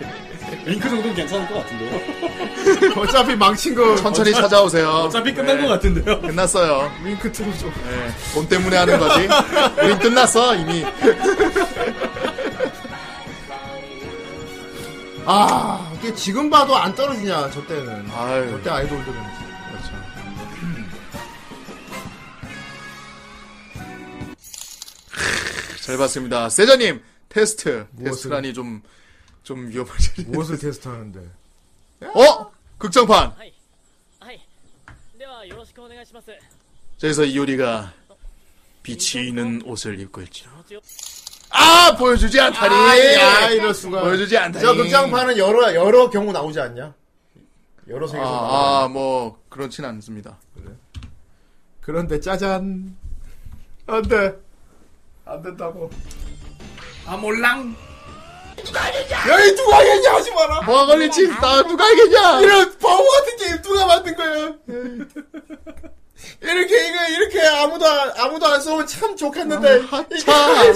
Speaker 7: 링크 정도는 괜찮을 것 같은데요.
Speaker 3: 어차피 망친 거
Speaker 9: 천천히 찾아오세요. 네.
Speaker 7: 어차피 끝난 것 같은데요.
Speaker 9: 끝났어요.
Speaker 3: 윙크 틀어줘.
Speaker 9: 돈 때문에 하는 거지. 우린 끝났어 이미.
Speaker 3: 아 이게 지금 봐도 안 떨어지냐 저 때는.
Speaker 9: 아유.
Speaker 3: 저때 아이돌들은. 그렇죠.
Speaker 9: 잘 봤습니다. 세자님 테스트.
Speaker 3: 무엇을?
Speaker 9: 테스트라니 좀. 좀 위험하지.
Speaker 3: 무엇을 테스트하는데?
Speaker 9: 어? 극장판.
Speaker 15: はいはいではよろしくお願いします
Speaker 9: 저기서 이효리가 빛이 있는 옷을 입고 있죠.
Speaker 15: 気持ちよ
Speaker 9: 아 보여주지 않다니.
Speaker 3: 아 이럴 수가.
Speaker 9: 보여주지 않다니.
Speaker 3: 저 극장판은 여러 여러 경우 나오지 않냐? 여러 세계에서 나오는.
Speaker 9: 아, 아뭐 그렇진 않습니다.
Speaker 3: 그런데 짜잔 안돼 안 된다고
Speaker 7: 아 몰랑.
Speaker 3: 야이 누가 얘기 하지 마라
Speaker 9: 뭐가 걸릴지 나 누가 알겠냐?
Speaker 3: 이런 바보 같은 게임 누가 만든 거야 이렇게 이거 이렇게 아무도 안- 아무도 안 써면 참 좋겠는데
Speaker 9: 참.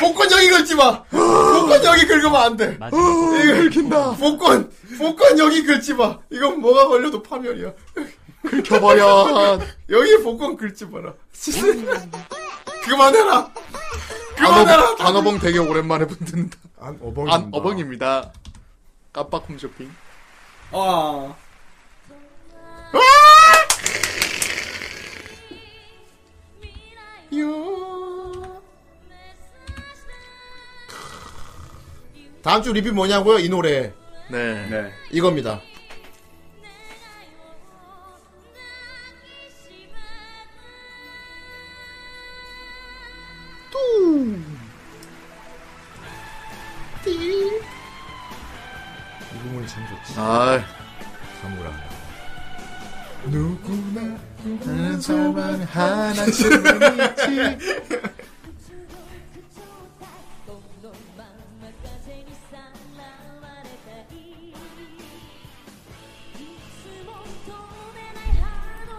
Speaker 3: 복권 여기 긁지 마 복권 여기 긁으면 안돼 이거 긁힌다 복권 복권 여기 긁지 마 이건 뭐가 걸려도 파멸이야
Speaker 9: 켜버려.
Speaker 3: 여기 복권 긁지 마라 음. 그만해라 그만해라
Speaker 9: 단어봉, 단어봉 되게 오랜만에 붙는다.
Speaker 3: 안 어벙이
Speaker 9: 안 아, 어벙입니다. 깜빡 홈쇼핑.
Speaker 7: 아.
Speaker 3: 다음 주 리뷰 뭐냐고요? 이 노래.
Speaker 9: 네.
Speaker 7: 네.
Speaker 3: 이겁니다. 이 부분이 참 좋지.
Speaker 9: 아,
Speaker 3: 사무라.
Speaker 9: 누구나
Speaker 7: 음,
Speaker 3: 나는
Speaker 9: 사람
Speaker 3: 하나쯤은
Speaker 9: 있지.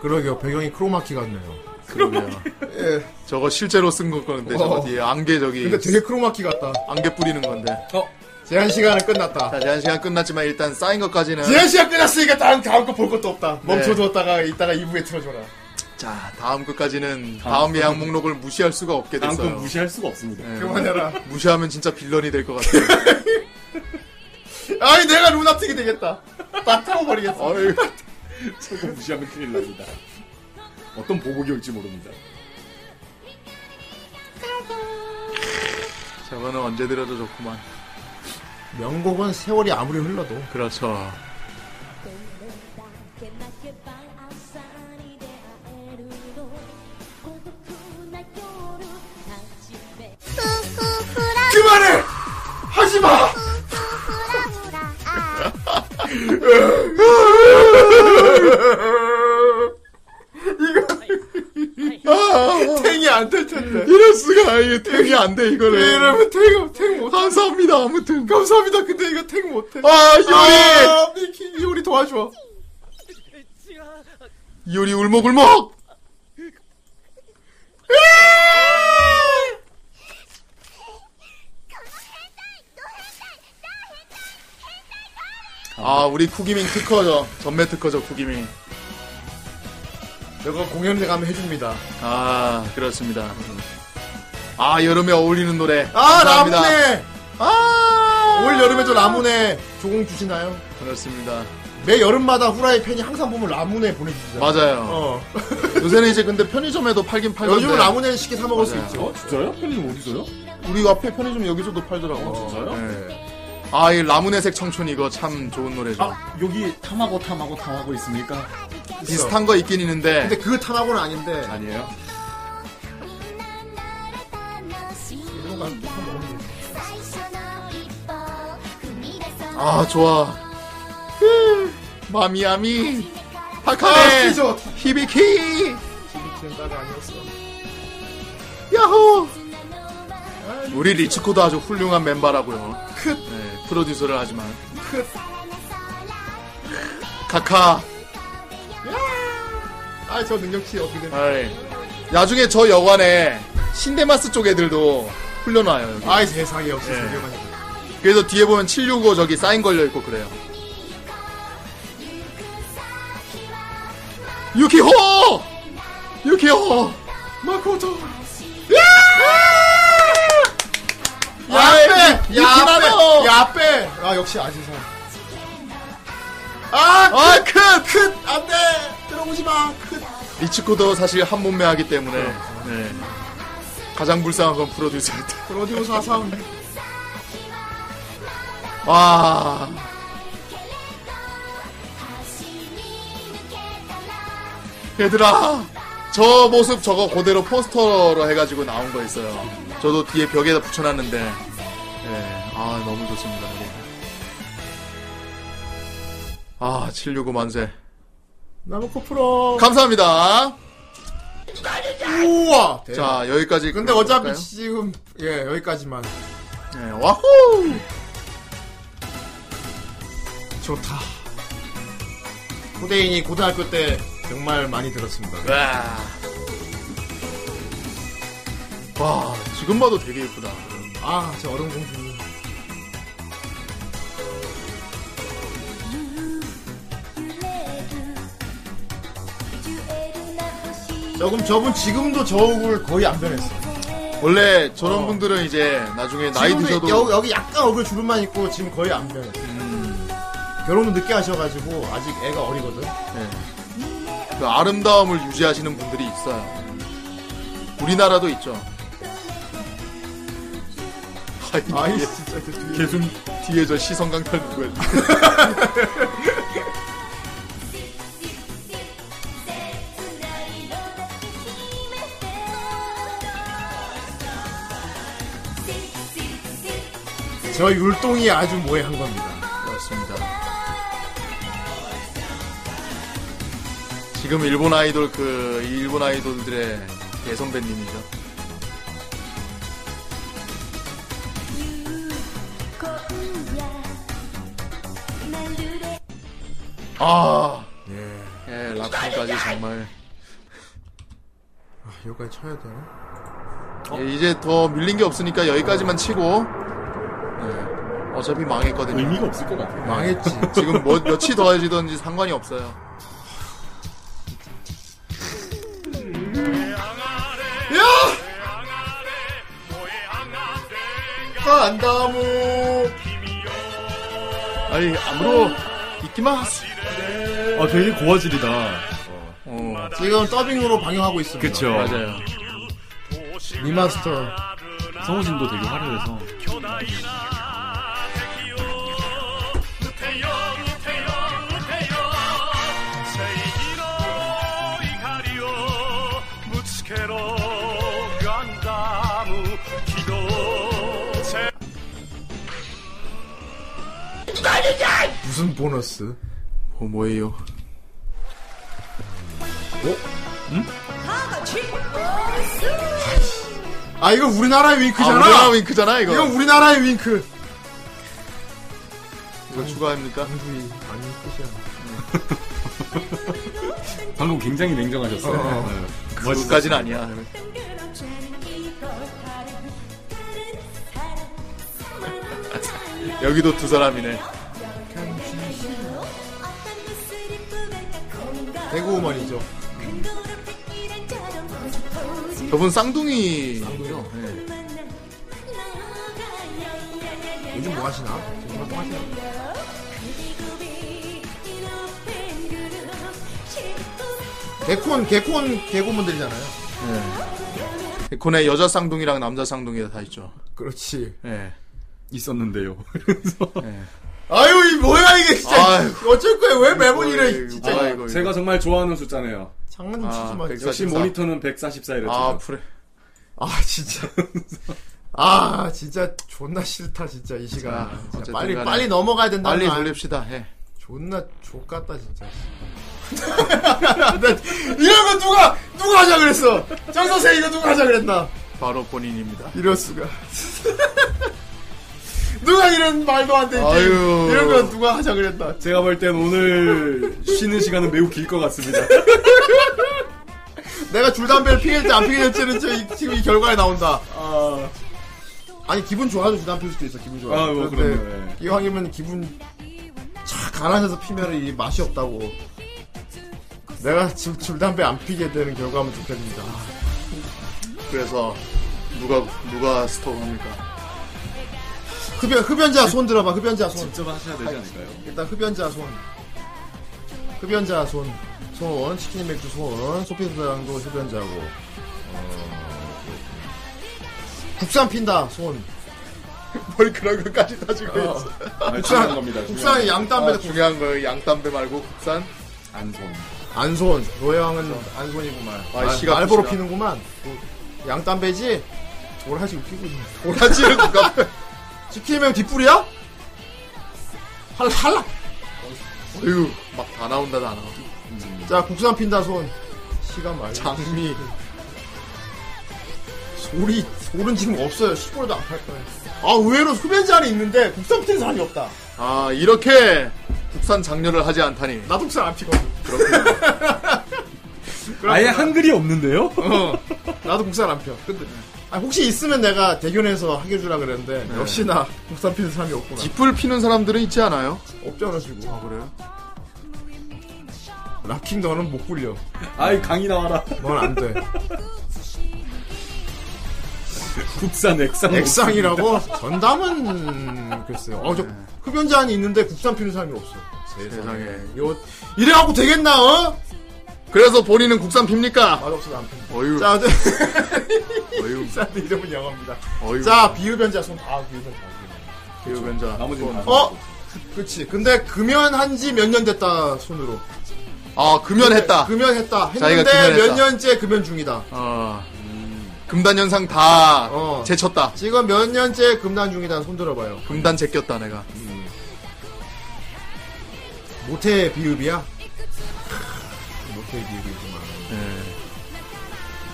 Speaker 3: 그러게요. 배경이 크로마키 같네요.
Speaker 9: 그러게요.
Speaker 3: 예.
Speaker 9: 저거 실제로 쓴 거 같은데
Speaker 3: 어.
Speaker 9: 저거 뒤에 안개 저기.
Speaker 3: 근데 되게 크로마키 같다.
Speaker 9: 안개 뿌리는 건데.
Speaker 7: 어.
Speaker 3: 제한 시간은 끝났다.
Speaker 9: 자, 제한 시간 끝났지만 일단 쌓인 것까지는
Speaker 3: 지난 시간 끝났으니까 다음 다음 거 볼 것도 없다.
Speaker 9: 네.
Speaker 3: 멈춰두었다가 이따가 2부에 틀어줘라.
Speaker 9: 자, 다음 끝까지는 다음 예약 목록을 무시할 수가 없게
Speaker 7: 다음
Speaker 9: 됐어요.
Speaker 7: 건 무시할 수가 없습니다.
Speaker 9: 네.
Speaker 3: 그만해라.
Speaker 9: 무시하면 진짜 빌런이 될 것 같아요.
Speaker 3: 아니 내가 루나틱이 되겠다. 딱 틀어버리겠어.
Speaker 9: 어이,
Speaker 7: 저거 무시하면 큰일 납니다. 어떤 보복이 올지 모릅니다.
Speaker 9: 저거는 언제 들어도 좋구만.
Speaker 3: 명곡은 세월이 아무리 흘러도
Speaker 9: 그렇죠.
Speaker 3: 그만해! 하지 마! 이거 탱이 안 될 텐데.
Speaker 9: 어, 이럴 수가 이게 탱이 안 돼 이거를.
Speaker 3: 이러면 탱, 탱 못해.
Speaker 9: 감사합니다 아무튼.
Speaker 3: 감사합니다. 근데 이거 탱 못해.
Speaker 9: 아 요리
Speaker 3: 아, 미키, 요리 도와줘.
Speaker 9: 요리 울먹울먹. 아 우리 쿠기민 특허죠 전매 특허죠 쿠기민.
Speaker 3: 내가 공연에 가면 해줍니다.
Speaker 9: 아 그렇습니다. 아 여름에 어울리는 노래.
Speaker 3: 아,
Speaker 9: 감사합니다.
Speaker 3: 라무네! 아! 올 여름에도 라무네 조공 주시나요?
Speaker 9: 그렇습니다.
Speaker 3: 매 여름마다 후라이 팬이 항상 보면 라무네 보내주시잖아요.
Speaker 9: 맞아요.
Speaker 3: 어.
Speaker 9: 요새는 이제 근데 편의점에도 팔긴 팔던데.
Speaker 3: 요즘은 라무네 쉽게 사먹을 수
Speaker 9: 맞아요.
Speaker 3: 있죠.
Speaker 7: 어, 진짜요? 편의점 어디서요?
Speaker 9: 우리 앞에 편의점 여기저도 팔더라고.
Speaker 7: 진짜요?
Speaker 3: 네.
Speaker 9: 아, 이 라무네색 청춘 이거 참 좋은 노래죠.
Speaker 7: 아, 여기 탐하고 탐하고 탐하고 있습니까?
Speaker 9: 비슷한 거 있긴 있는데.
Speaker 3: 근데 그 탄하고는 아닌데.
Speaker 7: 아니에요?
Speaker 9: 아, 좋아. 마미야미.
Speaker 3: 아,
Speaker 9: 하카네.
Speaker 3: 시조!
Speaker 9: 히비키.
Speaker 3: 지비키는 따가 아니었어.
Speaker 9: 야호. 우리 리츠코도 아주 훌륭한 멤버라고요. 네, 프로듀서를 하지만. 카카.
Speaker 3: 아, 저 능력치 어떻게 되나?
Speaker 9: 아이. 나중에 저 여관에 신데마스 쪽 애들도 훈련와요. 여기.
Speaker 3: 아이, 세상에 역시
Speaker 9: 예.
Speaker 3: 생겨만 네.
Speaker 9: 그래서 뒤에 보면 765 저기 사인 걸려 있고 그래요. 유키호! 유키호!
Speaker 3: 마코토!
Speaker 9: 야,
Speaker 3: 야빼!
Speaker 9: 아, 이- 이키라노!
Speaker 3: 아, 야빼! 야빼! 아, 역시 아지사. 아!
Speaker 9: 아, 큰! 큰!
Speaker 3: 안 돼! 들어오지 마! 끝!
Speaker 9: 리츠코도 사실 한 몸매하기 때문에 네. 가장 불쌍한 건 프로듀서였다.
Speaker 3: 프로듀오 사상.
Speaker 9: 와. 얘들아, 저 모습 저거 그대로 포스터로 해가지고 나온 거 있어요. 저도 뒤에 벽에다 붙여놨는데, 예, 아, 너무 좋습니다. 우리. 아, 765 만세.
Speaker 3: 나무코 프로.
Speaker 9: 감사합니다.
Speaker 3: 우와! 자.
Speaker 9: 자, 여기까지.
Speaker 3: 근데
Speaker 9: 그럼
Speaker 3: 어차피
Speaker 9: 볼까요?
Speaker 3: 지금, 예, 여기까지만.
Speaker 9: 예, 와호!
Speaker 3: 좋다. 후대인이 고등학교 때 정말 많이 들었습니다.
Speaker 9: 네. 와. 와, 지금 봐도 되게 예쁘다.
Speaker 3: 아, 저 어른 공주님. 저, 그럼 저분 지금도 저 얼굴 거의 안 변했어.
Speaker 9: 원래 저런
Speaker 3: 어.
Speaker 9: 분들은 이제 나중에 나이
Speaker 3: 지금도
Speaker 9: 드셔도
Speaker 3: 여, 여기 약간 얼굴 주름만 있고 지금 거의 안 변했어.
Speaker 9: 음.
Speaker 3: 결혼도 늦게 하셔가지고 아직 애가 어리거든.
Speaker 9: 예. 그 아름다움을 유지하시는 분들이 있어요. 우리나라도 있죠. 아이,
Speaker 3: 아,
Speaker 9: 예.
Speaker 3: 아이, 진짜. 그 뒤에.
Speaker 7: 계속
Speaker 9: 아, 뒤에 저 시선 강탈 누구야? 예.
Speaker 3: 저 율동이 아주 모해한 겁니다.
Speaker 9: 맞습니다. 지금 일본 아이돌 그 일본 아이돌들의 대선배님이죠. 아,
Speaker 3: 예.
Speaker 9: 예, 라쿤까지 정말.
Speaker 3: 아, 여기까지 쳐야 되나?
Speaker 9: 예, 이제 더 밀린 게 없으니까 여기까지만 치고. 네. 어차피 망했거든요.
Speaker 7: 의미가 없을 것 같아요.
Speaker 3: 망했지.
Speaker 9: 지금 뭐, 몇이 더 해지던지 상관이 없어요.
Speaker 3: 야!
Speaker 9: 아,
Speaker 3: 간다무.
Speaker 9: 아니, 아무로 있기만 하세
Speaker 7: 아, 되게 고화질이다.
Speaker 9: 어.
Speaker 3: 지금 더빙으로 방영하고 있습니다.
Speaker 7: 그쵸.
Speaker 9: 맞아요.
Speaker 3: 리마스터.
Speaker 7: 성우진도 되게 화려해서.
Speaker 3: 무슨 보너스? 어,
Speaker 9: 뭐, 뭐예요?
Speaker 3: 아, 이거 우리나라의
Speaker 9: 아,
Speaker 3: 윙크잖아.
Speaker 9: 우리나라 윙크잖아, 이거.
Speaker 3: 이거 우리나라의 윙크.
Speaker 9: 이거 추가합니까?
Speaker 3: 한국이 아닌 뜻이야.
Speaker 7: 방금 굉장히 냉정하셨어요.
Speaker 9: 어, 어.
Speaker 7: 네.
Speaker 9: 그것까지는 아니야. 여기도 두 사람이네.
Speaker 3: 대구 우먼이죠.
Speaker 9: 저분 쌍둥이. 네.
Speaker 3: 요즘 뭐 하시나? 지금 활동하세요? 개콘, 개콘, 개콘분들이잖아요.
Speaker 9: 데콘에 여자 쌍둥이랑 남자 쌍둥이 다 있죠.
Speaker 3: 그렇지.
Speaker 7: 네.
Speaker 9: 예.
Speaker 7: 있었는데요.
Speaker 9: 예.
Speaker 3: 아유, 이 뭐야, 이게 진짜.
Speaker 9: 아유.
Speaker 3: 어쩔 거야, 왜 매번
Speaker 9: 이거,
Speaker 3: 이래,
Speaker 9: 이거,
Speaker 3: 진짜.
Speaker 9: 뭐야, 이거, 이거.
Speaker 7: 제가 정말 좋아하는 숫자네요.
Speaker 3: 장난 좀
Speaker 9: 아,
Speaker 3: 치지 마.
Speaker 9: 백사-
Speaker 7: 역시
Speaker 9: 144.
Speaker 7: 모니터는 144이랬죠.
Speaker 9: 아, 프레.
Speaker 3: 아, 진짜. 아, 진짜 존나 싫다, 진짜, 이 시간.
Speaker 9: 자,
Speaker 3: 진짜
Speaker 9: 어쨌든
Speaker 3: 빨리,
Speaker 9: 간에.
Speaker 3: 빨리 넘어가야 된다.
Speaker 9: 빨리 돌립시다. 예.
Speaker 3: 존나 족같다, 진짜. 나 이런 거 누가, 누가 하자 그랬어! 정선생 이거 누가 하자 그랬나?
Speaker 9: 바로 본인입니다.
Speaker 3: 이럴 수가. 누가 이런 말도 안 되는
Speaker 9: 아유.
Speaker 3: 게임, 이런 거 누가 하자 그랬나?
Speaker 7: 제가 볼 땐 오늘 쉬는 시간은 매우 길 것 같습니다.
Speaker 3: 내가 줄 담배를 피겠지 안 피겠지는 저 이- 지금 이 결과에 나온다. 아니 기분 좋아도 줄 담배 필 수도 있어 기분 아. 좋아.
Speaker 7: 아, 뭐,
Speaker 3: 그런데
Speaker 7: 그럼요, 예.
Speaker 3: 이왕이면 기분 착 가라앉아서 피면 이 맛이 없다고. 내가 지금 줄 담배 안 피게 되는 결과면 좋겠습니다.
Speaker 9: 그래서 누가 누가 스톱합니까?
Speaker 3: 흡연 흡연자 손 들어봐 흡연자 손.
Speaker 7: 직접 하셔야 되지 않을까요?
Speaker 3: 일단 흡연자 손. 흡연자 손. 손, 치킨 맥주 손, 소피스랑도 흡연자고. 어, 그렇군요. 국산 핀다, 손.
Speaker 9: 뭘 그런 것까지 따지고
Speaker 3: 어.
Speaker 9: 있어.
Speaker 7: 아, 중요한 겁니다.
Speaker 3: 국산 양담배,
Speaker 9: 아, 중요한 거예요. 양담배 말고 국산.
Speaker 7: 안손.
Speaker 3: 안손. 노양은 안손이구만.
Speaker 9: 아,
Speaker 3: 아,
Speaker 9: 시각
Speaker 3: 알보로
Speaker 9: 시각.
Speaker 3: 피는구만. 그 양담배지? 도라지 웃기고 있네.
Speaker 9: 오라지를 누가
Speaker 3: 치킨 맥 뒷불이야? 할라, 할라!
Speaker 9: 어휴 막 다 나온다 다 나와.
Speaker 3: 자, 국산 핀다, 손. 시간 말고.
Speaker 9: 장미.
Speaker 3: 소리, 소는 지금 없어요. 시골에도 안 팔 거예요. 아, 의외로 흡연자는 있는데 국산 피는 사람이 없다.
Speaker 9: 아 이렇게 국산 장려를 하지 않다니.
Speaker 3: 나도 국산 안 피거든.
Speaker 9: 그렇군요.
Speaker 7: 아예 한글이 없는데요?
Speaker 3: 어. 나도 국산 안 펴. 근데 아, 혹시 있으면 내가 대견해서 하게 주라 그랬는데 역시나 국산 피는 사람이 없구나.
Speaker 9: 짚을 피는 사람들은 있지 않아요?
Speaker 3: 없지 않아 지고. 아 그래요? 락킹 너는 못 굴려.
Speaker 7: 아이 강이 나와라.
Speaker 3: 넌 안 돼.
Speaker 7: 국산 액상.
Speaker 3: 액상이라고? 전담은 글쎄요. 어저 흡연자는 있는데 국산 피는 사람이 없어.
Speaker 9: 세상에.
Speaker 3: 요 이래 갖고 되겠나? 어?
Speaker 9: 그래서 본인은 국산 핍니까?
Speaker 3: 맛없어 안 핀.
Speaker 9: 어휴
Speaker 3: 자, 네.
Speaker 9: 어휴
Speaker 3: 국산 이름은 영어입니다.
Speaker 9: 어휴.
Speaker 3: 자 아, 비흡연자 손 다 비흡연자.
Speaker 9: 대유변자.
Speaker 7: 나머지는 다
Speaker 3: 어? 그치. 근데 금연한 지 몇 년 됐다, 손으로.
Speaker 9: 아, 금연했다.
Speaker 3: 금연했다.
Speaker 9: 자기가
Speaker 3: 했는데
Speaker 9: 금연했다.
Speaker 3: 몇 년째 금연 중이다.
Speaker 9: 어. 금단 현상 다
Speaker 3: 어.
Speaker 9: 제쳤다.
Speaker 3: 지금 몇 년째 금단 중이다, 손 들어봐요.
Speaker 9: 금단 제꼈다 내가.
Speaker 3: 모태 비읍이야? 모태 비읍이구만.
Speaker 7: 네.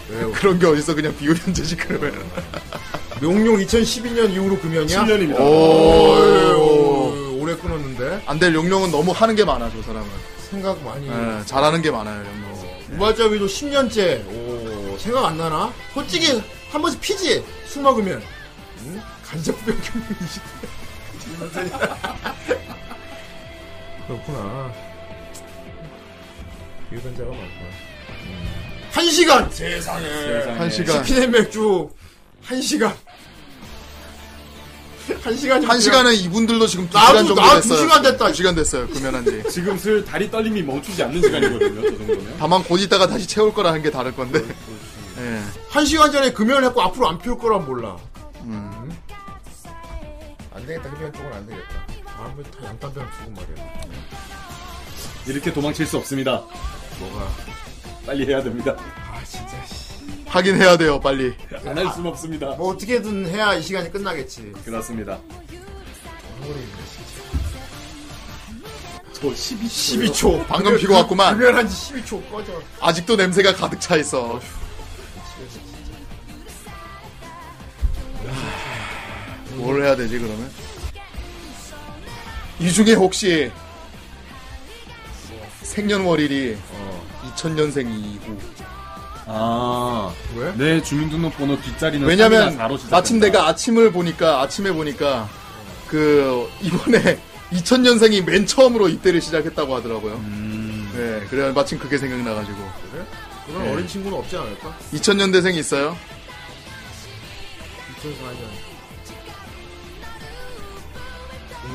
Speaker 3: 왜요?
Speaker 9: 그런 게 어딨어 그냥 비호연재지 그러면.
Speaker 3: 네. 명용 2012년 이후로 금연이야?
Speaker 7: 7년
Speaker 9: 어,
Speaker 7: 입니다.
Speaker 3: 오, 오래 끊었는데?
Speaker 9: 안될 용룡은 너무 하는 게 많아 저 사람은.
Speaker 3: 생각 많이.
Speaker 7: 네.
Speaker 9: 예, 잘하는 게 많아요 용룡.
Speaker 3: 무발자위도 10년째. 오, 생각 안 나나? 솔직히 한 번씩 피지? 술 먹으면. 응? 간접병 경험이지. 그렇구나. 유전자가 많구나. 음. 한 시간! 세상에.
Speaker 9: 한 시간.
Speaker 3: 치킨의 맥주. 한 시간. 한 시간이
Speaker 9: 한 시간은 이분들도 지금 두
Speaker 3: 나도-
Speaker 9: 시간 정도
Speaker 3: 나도 두
Speaker 9: 됐어요.
Speaker 3: 시간 됐다.
Speaker 9: 두 시간 됐어요 금연한지.
Speaker 7: 지금 슬 다리 떨림이 멈추지 않는 시간이거든요. 저 정도면.
Speaker 9: 다만 곧 있다가 다시 채울 거라는 게 다를 건데.
Speaker 3: 네.
Speaker 9: 예.
Speaker 3: 한 시간 전에 금연을 했고 앞으로 안 피울 거란 몰라.
Speaker 9: 음.
Speaker 3: 안 되겠다. 흡연 쪽은 안 되겠다. 아, 다음에 다 양탄병 주고 말이야.
Speaker 7: 이렇게 도망칠 수 없습니다.
Speaker 3: 뭐가?
Speaker 7: 빨리 해야 됩니다.
Speaker 3: 아 진짜. 씨.
Speaker 9: 하긴 해야 돼요 빨리.
Speaker 7: 안 할 수는 없습니다.
Speaker 3: 뭐 어떻게든 해야 이 시간이 끝나겠지.
Speaker 7: 그렇습니다. 저 12,
Speaker 3: 12초.
Speaker 9: 방금 피고 왔구만.
Speaker 3: 금연한 지 12초 꺼져.
Speaker 9: 아직도 냄새가 가득 차 있어. 아, 뭘 해야 되지 그러면? 이 중에 혹시 생년월일이
Speaker 7: 어.
Speaker 9: 2000년생 이후
Speaker 7: 아,
Speaker 3: 왜?
Speaker 7: 내 주민등록번호 뒷자리는
Speaker 9: 왜냐면
Speaker 7: 4로 시작합니다.
Speaker 9: 마침 내가 아침을 보니까 아침에 보니까 그 이번에 2000년생이 맨 처음으로 입대를 시작했다고 하더라고요.
Speaker 7: 음.
Speaker 9: 네, 그래 마침 그게 생각나가지고
Speaker 3: 그래? 그런
Speaker 9: 네.
Speaker 3: 어린 친구는 없지 않을까?
Speaker 9: 2000년대생 있어요?
Speaker 3: 2004년.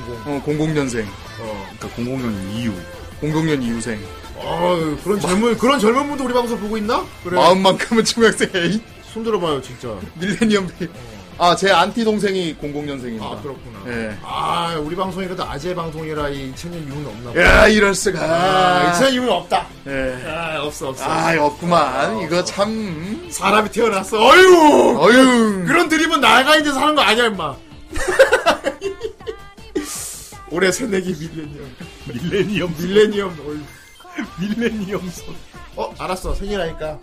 Speaker 3: 00.
Speaker 9: 어, 00년생,
Speaker 3: 어.
Speaker 7: 그러니까 00년 이후.
Speaker 9: 00년 이후생.
Speaker 3: 아유, 어, 그런 젊은 그런 젊은 분도 우리 방송 보고 있나? 그래.
Speaker 9: 마음만큼은 중학생. 에이,
Speaker 3: 손 들어봐요, 진짜.
Speaker 9: 밀레니엄 베이. 아, 제 안티 동생이 00년생입니다.
Speaker 3: 어. 아 그렇구나.
Speaker 9: 예.
Speaker 3: 아 우리 방송이 그래도 아재 방송이라 이 2000년 이후는 없나 보다.
Speaker 9: 야, 이럴 수가.
Speaker 3: 예. 아, 2000년 이후는 없다.
Speaker 9: 예.
Speaker 3: 아 없어 없어.
Speaker 9: 아,
Speaker 3: 어.
Speaker 9: 없구만. 이거 참. 음.
Speaker 3: 사람이 태어났어. 어휴.
Speaker 9: 어휴.
Speaker 3: 그런 드립은 나가 이제 사는 거 아니야 임마. 올해 새내기 밀레니엄. 밀레니엄 밀레니엄 어휴.
Speaker 7: 밀레니엄 선.
Speaker 3: 어 알았어 생일하니까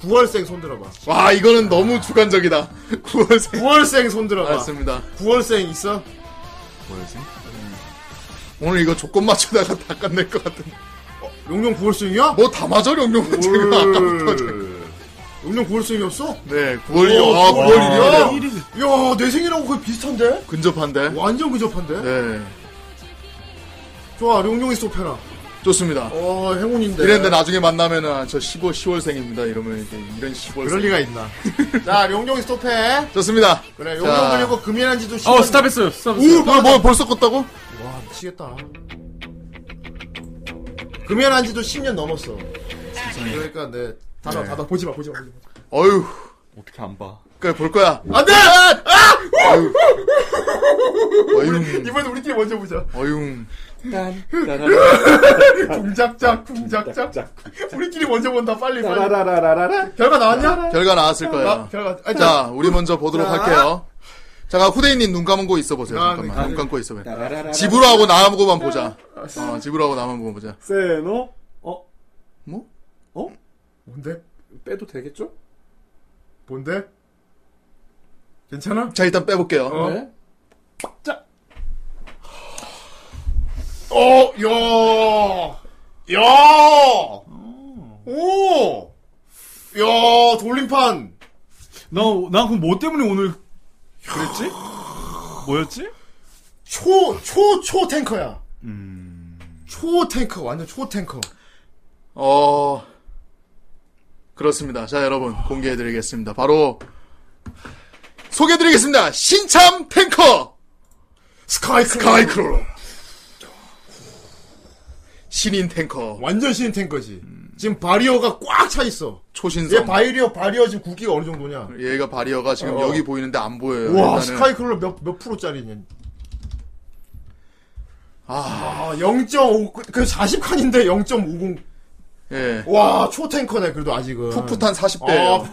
Speaker 3: 9월생 손 들어봐.
Speaker 9: 와, 이거는 너무 주관적이다. 9월생.
Speaker 3: 9월생 손 들어봐.
Speaker 9: 맞습니다.
Speaker 3: 9월생 있어?
Speaker 9: 오늘 이거 조건 맞추다가 다 끝낼 것 같은데.
Speaker 3: 용룡 9월생이야?
Speaker 9: 뭐 다 맞아, 용룡은 제가 아까부터.
Speaker 3: 용룡 9월생이었어?
Speaker 9: 네, 9월, 이- 아, 9월
Speaker 3: 야,
Speaker 9: 1일이야.
Speaker 3: 야, 내 생일하고 거의 비슷한데?
Speaker 9: 근접한데.
Speaker 3: 완전 근접한데?
Speaker 9: 네.
Speaker 3: 좋아, 용룡이 소페라.
Speaker 9: 좋습니다.
Speaker 3: 어, 행운인데.
Speaker 9: 이랬는데 나중에 만나면은 아, 저 15, 10월생입니다. 이러면 이제 이런 10월생.
Speaker 3: 그럴 리가 있나. 자, 용룡이 소페.
Speaker 9: 좋습니다.
Speaker 3: 그래,
Speaker 9: 자.
Speaker 3: 용룡 걸리고 금연한 지도 시간.
Speaker 7: 어, 스탑했어요. 스탑했어요.
Speaker 9: 오, 뭐야, 뭐야, 벌써 껐다고?
Speaker 3: 와, 미치겠다. 금연한 지도 10년 넘었어. 그러니까, 네. 닫아,
Speaker 9: 네.
Speaker 3: 닫아. 보지 마, 보지 마. 보지 마.
Speaker 9: 어휴,
Speaker 7: 어떻게 안 봐?
Speaker 9: 그래, 볼 거야.
Speaker 3: 안 돼!
Speaker 9: 어휴. 어휴,
Speaker 3: 이번엔 우리끼리 먼저 보자.
Speaker 9: 어휴.
Speaker 3: 궁작작, 궁작작. 우리끼리 먼저 본다, 빨리, 빨리. 결과 나왔냐?
Speaker 9: 결과 나왔을
Speaker 3: 나-
Speaker 9: 거야.
Speaker 3: 결과. 아,
Speaker 9: 자, 우리 먼저 보도록
Speaker 3: 자.
Speaker 9: 할게요. 자, 후대인님 눈 감은 거 있어 보세요.
Speaker 3: 아,
Speaker 9: 잠깐만.
Speaker 3: 네.
Speaker 9: 눈 감고 있어 봐. 집으로 하고 나무고만 보자. 어, 집으로 하고 나무고만 보자.
Speaker 7: 세노? 어?
Speaker 9: 뭐?
Speaker 3: 뭔데?
Speaker 7: 빼도 되겠죠?
Speaker 3: 뭔데? 괜찮아?
Speaker 9: 자, 일단 빼볼게요.
Speaker 7: 네.
Speaker 3: 어, 야, 야, 오, 야, 돌림판.
Speaker 7: 나, 나 그럼 뭐 때문에 오늘 그랬지? 뭐였지?
Speaker 3: 초, 초, 초 탱커야. 음. 초 탱커, 완전 초 탱커.
Speaker 9: 어, 그렇습니다. 자, 여러분, 공개해드리겠습니다. 바로, 소개해드리겠습니다. 신참 탱커!
Speaker 3: 스카이,
Speaker 9: 스카이 크롤러. 신인 탱커.
Speaker 3: 완전 신 탱커지. 지금 바리어가 꽉 차 있어. 얘
Speaker 9: 초신성. 예,
Speaker 3: 바이리어, 바리어 지금 굵기가 어느 정도냐?
Speaker 9: 얘가 바리어가 지금
Speaker 3: 어.
Speaker 9: 여기 보이는데 안 보여요.
Speaker 3: 와,
Speaker 9: 네, 일단은.
Speaker 3: 스카이 크롤러 몇, 몇 프로짜리냐? 아, 0.5, 그, 그 40칸인데 0.50.
Speaker 9: 예.
Speaker 3: 와, 초탱커네, 그래도 아직은.
Speaker 9: 풋풋한 40대예요.
Speaker 3: 어. 아,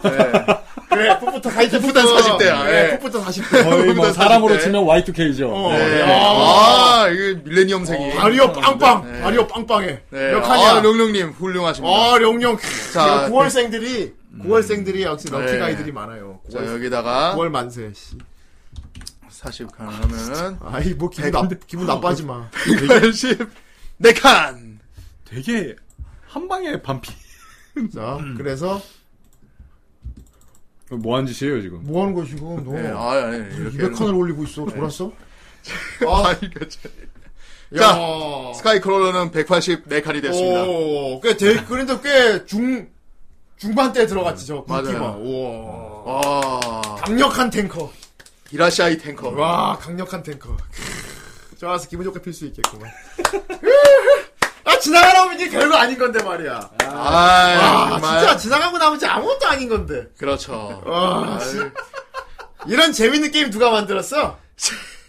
Speaker 3: 그래, 풋풋한, 하이
Speaker 9: 풋풋한 40대야.
Speaker 3: 예,
Speaker 9: 예.
Speaker 3: 풋풋한 40대.
Speaker 7: 거의 뭐
Speaker 9: 40대.
Speaker 7: 사람으로 치면 Y2K죠.
Speaker 3: 어,
Speaker 9: 네.
Speaker 3: 네.
Speaker 9: 아, 이게 밀레니엄생이.
Speaker 3: 아리어 빵빵!
Speaker 9: 네.
Speaker 3: 아리어 빵빵해.
Speaker 9: 네.
Speaker 3: 몇 칸이야?
Speaker 9: 아, 룡룡님, 훌륭하십니다.
Speaker 3: 아, 룡룡.
Speaker 9: 자, 음.
Speaker 3: 자, 9월생들이, 9월생들이 역시 럭키
Speaker 9: 네.
Speaker 3: 가이들이 많아요.
Speaker 9: 자,
Speaker 3: 9월생.
Speaker 9: 여기다가.
Speaker 3: 9월 만세, 씨.
Speaker 9: 40 가능하면.
Speaker 3: 아이, 뭐, 기분, 나, 기분 나빠하지 마.
Speaker 9: 180. 네 칸!
Speaker 7: 되게 한 방에 반피.
Speaker 3: 자,
Speaker 9: 음.
Speaker 3: 그래서,
Speaker 7: 뭐 하는 짓이에요 지금?
Speaker 3: 뭐 하는 것이고, 너.
Speaker 9: 네, 아, 아니, 이렇게. 네.
Speaker 3: 200칸을 올리고 있어. 돌았어?
Speaker 9: 아, 이거 참. 자, 스카이크롤러는 184칸이 됐습니다.
Speaker 3: 오, 꽤 대, 그런데 꽤 중, 중반대에 들어갔지, 저,
Speaker 9: 맞아요.
Speaker 3: 굴키버. 우와.
Speaker 9: 와.
Speaker 3: 강력한 탱커.
Speaker 9: 아, 히라시아이 탱커.
Speaker 3: 와, 강력한 탱커. 좋아서 기분 좋게 필 수 있겠구만. 아, 지나가다 보면 이게 별거 아닌 건데 말이야.
Speaker 9: 아,
Speaker 3: 아,
Speaker 9: 정말.
Speaker 3: 진짜 지나가고 나면 진짜 아무것도 아닌 건데.
Speaker 9: 그렇죠.
Speaker 3: 아,
Speaker 9: 아이,
Speaker 3: 씨. 이런 재밌는 게임 누가 만들었어?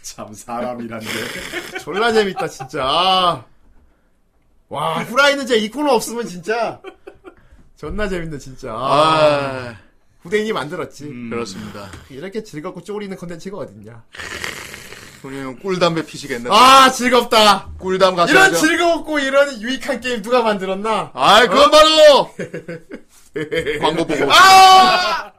Speaker 7: 참 사람이란데.
Speaker 3: 졸라 재밌다, 진짜. 아. 와, 후라이는 진짜 이 코너 없으면 진짜. 존나 재밌네, 진짜. 아. 음.
Speaker 9: 아,
Speaker 3: 후대인이 만들었지.
Speaker 9: 그렇습니다.
Speaker 3: 이렇게 즐겁고 쪼리는 컨텐츠가 어딨냐.
Speaker 9: 우리는 꿀담배 피시겠네.
Speaker 3: 아, 즐겁다.
Speaker 9: 꿀담 가서.
Speaker 3: 이런 즐겁고 이런 유익한 게임 누가 만들었나?
Speaker 9: 아이, 그건
Speaker 3: 어?
Speaker 9: 바로! 광고 보고.
Speaker 3: 아!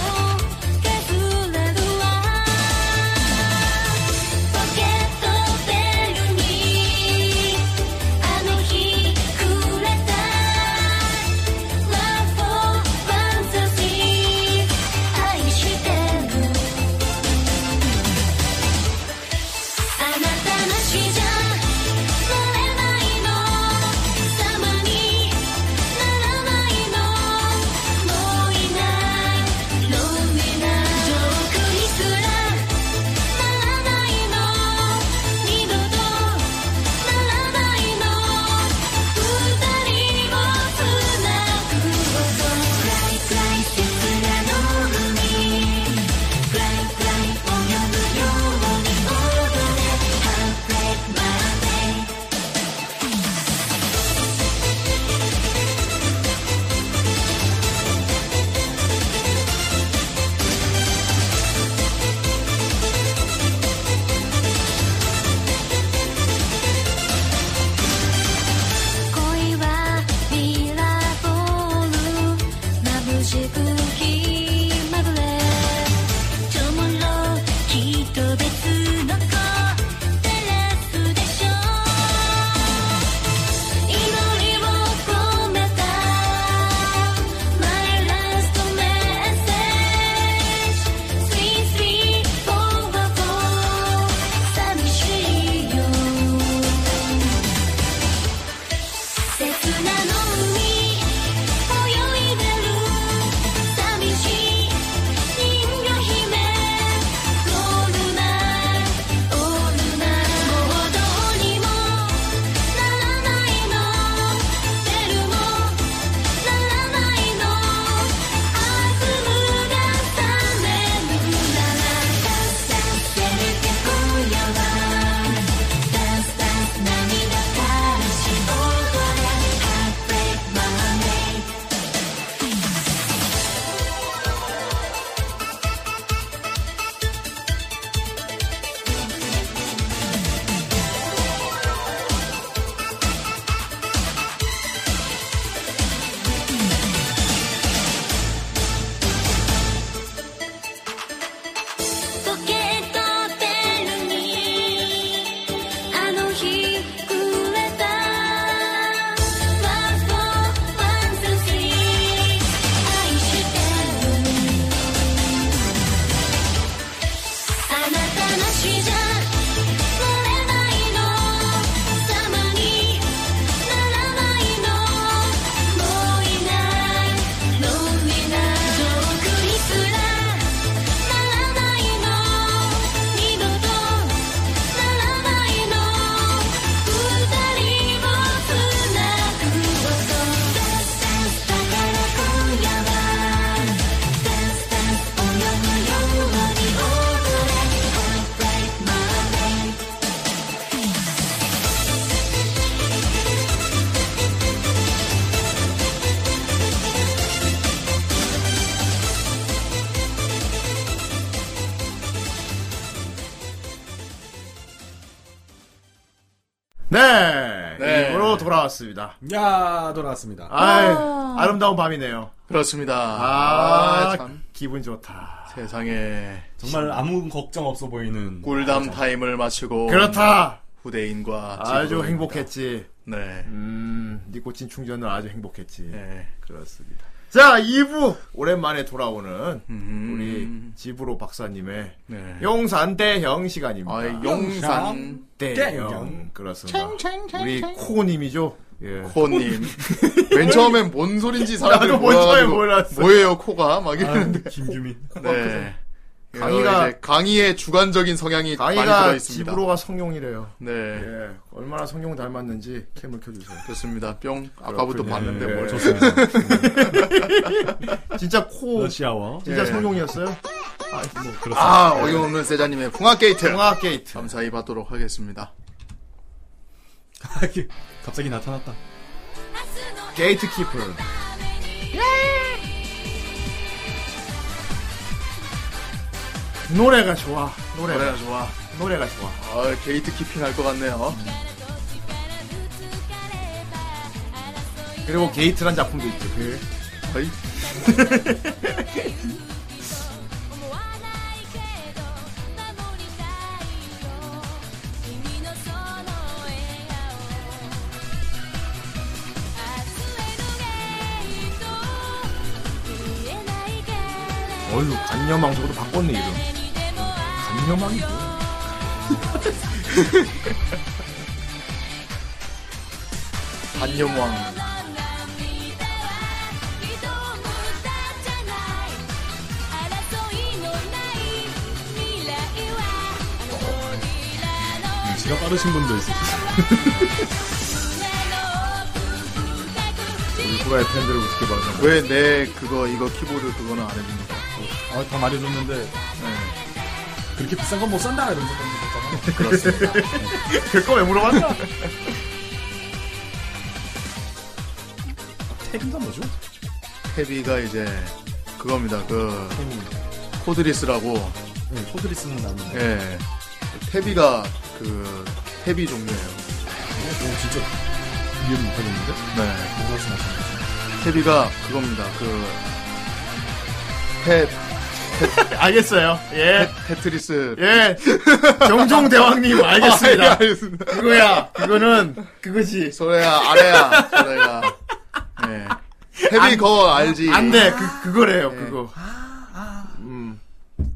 Speaker 1: 「ポケットベルにあの日くれた」「ワンフォーワンザシー愛してる」「あなたなしじゃなれないの」「様にならないの」「もういないもういない」「ジョークにすら」ならないの二度とならないの二人をつなぐことフライフライ刹那の海フライフライ泳ぐように踊れハーフレイマーメイ恋はミラーボール眩しくひまぐれちょもろきっと別の子照らすでしょ祈りを込めたマイラストメッセージ Sweet Sweet 4 4寂しいよ刹那の海泳いでる「空にならないの」
Speaker 3: 네.
Speaker 9: 네.
Speaker 3: 입으로 돌아왔습니다.
Speaker 7: 야, 돌아왔습니다.
Speaker 3: 아, 아름다운 밤이네요.
Speaker 9: 그렇습니다.
Speaker 3: 아,
Speaker 9: 아, 참.
Speaker 3: 기분 좋다.
Speaker 9: 세상에
Speaker 7: 정말 아무 걱정 없어 보이는
Speaker 9: 꿀담 타임을 마치고
Speaker 3: 그렇다.
Speaker 9: 후대인과
Speaker 3: 아주
Speaker 9: 집으로
Speaker 3: 행복했지.
Speaker 9: 네.
Speaker 3: 음, 니 꽂힌 충전은 아주 행복했지.
Speaker 9: 네.
Speaker 3: 그렇습니다. 자, 2부 오랜만에 돌아오는 우리 집으로 박사님의
Speaker 9: 음. 네.
Speaker 3: 용산 대형 시간입니다.
Speaker 9: 아, 용산
Speaker 3: 대형 그렇습니다. 우리 코님이죠. 예.
Speaker 9: 코님. 맨 처음엔 뭔 소린지 사람들이
Speaker 3: 나도 뭔 처음에
Speaker 9: 몰라가지고
Speaker 3: 몰랐어.
Speaker 9: 뭐예요 코가 막 이러는데
Speaker 7: 김규민.
Speaker 9: 네.
Speaker 3: 강의가-
Speaker 9: 강의가 강의의 주관적인 성향이 많이 들어
Speaker 3: 강의가
Speaker 9: 있습니다.
Speaker 3: 집으로가 성룡이래요.
Speaker 9: 네.
Speaker 3: 예. 얼마나 성룡 닮았는지 캠을 켜주세요.
Speaker 9: 좋습니다. 뿅. 아까부터
Speaker 3: 그렇군요.
Speaker 9: 봤는데
Speaker 3: 예,
Speaker 9: 뭘.
Speaker 3: 좋습니다. 진짜 코
Speaker 7: 러시아워.
Speaker 3: 진짜
Speaker 9: 예.
Speaker 3: 성룡이었어요? 아, 뭐 그렇습니다.
Speaker 9: 아, 어이없는 세자님의 풍악 게이트.
Speaker 3: 동화 게이트.
Speaker 9: 감사히 받도록 하겠습니다.
Speaker 7: 갑자기 나타났다.
Speaker 3: 게이트 키프. 노래가 좋아. 노래가,
Speaker 9: 노래가 좋아.
Speaker 3: 노래가 좋아.
Speaker 9: 아, 게이트 키핑 할 것 같네요.
Speaker 3: 그리고 게이트란 작품도 있죠. 그
Speaker 9: 어이.
Speaker 3: 어휴, 간녀망적으로 바꿨네, 이름. 간녀망이 뭐야?
Speaker 9: 반염왕.
Speaker 7: 지가 빠르신 분도 있으시죠.
Speaker 3: 우리 후라이 팬들을 어떻게 봐서.
Speaker 9: 왜 내 그거 이거 키보드 그거는 안 해줍니까?
Speaker 7: 아, 다 말해줬는데
Speaker 9: 네.
Speaker 7: 그렇게 비싼 건 못 산다 이러면서 던지셨잖아.
Speaker 9: 그렇습니다.
Speaker 3: 그거 왜 물어봤나?
Speaker 7: 태빈가 뭐죠?
Speaker 9: 헤비가 이제 그겁니다. 그
Speaker 3: 음.
Speaker 9: 코드리스라고.
Speaker 7: 네, 소들이 쓰는 나무. 네.
Speaker 9: 예. 헤비가 그 헤비 종류예요.
Speaker 7: 오, 진짜 이해를 못하겠는데?
Speaker 9: 네.
Speaker 7: 뭐가 지나쳤는지.
Speaker 9: 헤비가 그겁니다. 그, 테,
Speaker 3: 알겠어요. 예.
Speaker 9: 테트리스.
Speaker 3: 예. 정종 대왕님, 알겠습니다.
Speaker 9: 아, 예, 알겠습니다.
Speaker 3: 그거야. 그거는, 그거지.
Speaker 9: 소래야, 아래야, 소래야. 예. 헤비 거 알지?
Speaker 3: 안 돼. 그,
Speaker 9: 예.
Speaker 3: 그거래요, 그거.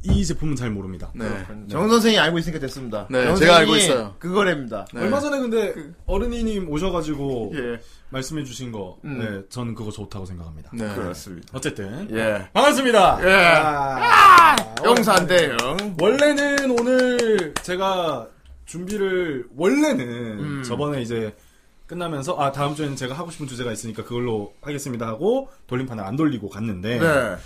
Speaker 7: 이 제품은 잘 모릅니다.
Speaker 9: 네.
Speaker 3: 정 선생이 알고 있으니까 됐습니다.
Speaker 9: 네,
Speaker 3: 정
Speaker 9: 제가 알고
Speaker 3: 선생이
Speaker 9: 있어요.
Speaker 3: 그거랍니다.
Speaker 9: 네.
Speaker 7: 얼마 전에 근데 어른이님 오셔가지고
Speaker 3: 그 예.
Speaker 7: 말씀해주신 거,
Speaker 3: 음.
Speaker 7: 네, 저는 그거 좋다고 생각합니다.
Speaker 9: 네.
Speaker 3: 그렇습니다.
Speaker 7: 어쨌든
Speaker 3: 예.
Speaker 7: 반갑습니다.
Speaker 3: 예.
Speaker 7: 아, 네.
Speaker 3: 용산대형.
Speaker 7: 원래는 오늘 제가 준비를 원래는
Speaker 3: 음.
Speaker 7: 저번에 이제 끝나면서 아 다음 주에는 제가 하고 싶은 주제가 있으니까 그걸로 하겠습니다 하고 돌림판을 안 돌리고 갔는데
Speaker 3: 네.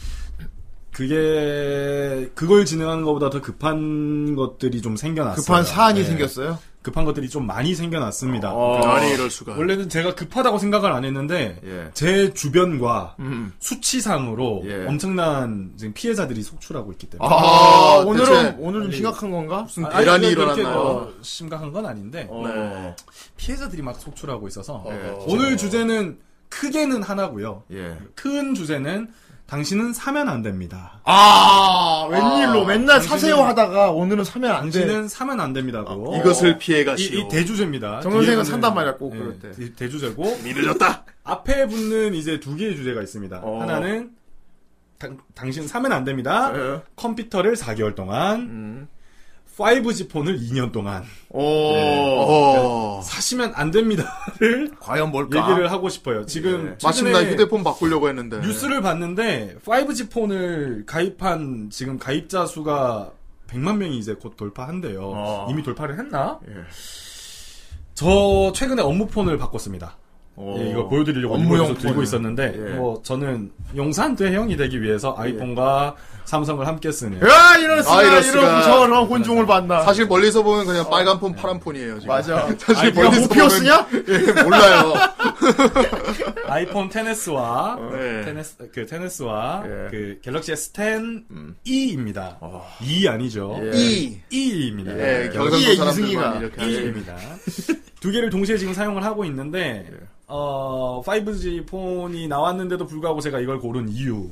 Speaker 7: 그게 그걸 진행하는 것보다 더 급한 것들이 좀 생겨났어요.
Speaker 3: 급한 사안이
Speaker 7: 네.
Speaker 3: 생겼어요?
Speaker 7: 급한 것들이 좀 많이 생겨났습니다.
Speaker 3: 어.
Speaker 9: 아니, 이럴 수가.
Speaker 7: 원래는 제가 급하다고 생각을 안 했는데
Speaker 3: 예.
Speaker 7: 제 주변과
Speaker 3: 음.
Speaker 7: 수치상으로
Speaker 3: 예.
Speaker 7: 엄청난 지금 피해자들이 속출하고 있기 때문에
Speaker 3: 아, 오늘은,
Speaker 9: 대체-
Speaker 3: 오늘 좀 심각한 건가? 무슨
Speaker 7: 아니,
Speaker 9: 대란이
Speaker 7: 아니, 그렇게
Speaker 9: 일어났나요? 어.
Speaker 7: 뭐 심각한 건 아닌데
Speaker 3: 네.
Speaker 7: 피해자들이 막 속출하고 있어서
Speaker 9: 네,
Speaker 7: 오늘 주제는 크게는 하나고요.
Speaker 3: 예.
Speaker 7: 큰 주제는 당신은 사면 안 됩니다.
Speaker 3: 아, 웬일로 맨날 사세요
Speaker 7: 당신은-
Speaker 3: 하다가 오늘은 사면 안 돼.
Speaker 7: 당신은 사면 안 됩니다고.
Speaker 9: 네. 아, 이것을
Speaker 7: 어, 이,
Speaker 9: 피해가시오.
Speaker 7: 이 대주제입니다.
Speaker 3: 어. 정 선생은
Speaker 7: 뒤에는-
Speaker 3: 산단 말이야, 꼭
Speaker 7: 예,
Speaker 3: 그럴 때.
Speaker 7: 대- 대주제고
Speaker 9: 늦었다!
Speaker 3: 네.
Speaker 7: 앞에 붙는 이제 두 개의 주제가 있습니다.
Speaker 3: 어.
Speaker 7: 하나는 당, 당신 사면 안 됩니다.
Speaker 9: 네.
Speaker 3: 예.
Speaker 7: 컴퓨터를 4개월 동안,
Speaker 3: 음.
Speaker 7: 5G 폰을 2년 동안
Speaker 3: 오,
Speaker 9: 어.
Speaker 7: 사시면 안 됩니다를
Speaker 3: 네. 과연 뭘까?
Speaker 7: 얘기를 하고 싶어요. 지금
Speaker 3: 예.
Speaker 9: 마침 나
Speaker 7: 최근에
Speaker 9: 휴대폰 바꾸려고 했는데.
Speaker 3: 네.
Speaker 7: 뉴스를 봤는데 5G 폰을 가입한 지금 가입자 수가 100만 명이 이제 곧 돌파한대요.
Speaker 3: 어.
Speaker 7: 이미 돌파를 했나?
Speaker 3: 예.
Speaker 7: 저 최근에 업무 폰을 바꿨습니다.
Speaker 3: 오.
Speaker 7: 예, 이거 보여드리려고
Speaker 3: 어. 업무용
Speaker 7: 업무용
Speaker 3: 폰을.
Speaker 7: 들고 있었는데
Speaker 3: 예.
Speaker 7: 뭐 저는 용산 대형이 되기 위해서 아이폰과 삼성을 함께 쓰는
Speaker 3: 야, 이럴 수가,
Speaker 9: 아,
Speaker 3: 이럴
Speaker 9: 이럴 수가.
Speaker 3: 수가. 저런 혼종을 봤나.
Speaker 9: 사실 멀리서 보면 그냥 빨간 폰, 파란 폰이에요, 지금.
Speaker 3: 맞아.
Speaker 9: 사실
Speaker 3: 아니, 네가
Speaker 9: 멀리서
Speaker 3: 모피어 쓰냐?
Speaker 9: 예, 몰라요.
Speaker 7: 아이폰 10S와
Speaker 9: 네.
Speaker 7: 10S 그 10S와
Speaker 3: 어? 예.
Speaker 7: 그 갤럭시 S10 E입니다. E 아니죠.
Speaker 3: 예.
Speaker 9: 이.
Speaker 7: E입니다.
Speaker 9: 예,
Speaker 3: 여기에
Speaker 9: 경상도 사람들만
Speaker 3: 이승희가.
Speaker 9: 이렇게 하죠.
Speaker 7: E입니다. 예. 두 개를 동시에 지금 사용을 하고 있는데 어 5G 폰이 나왔는데도 불구하고 제가 이걸 고른 이유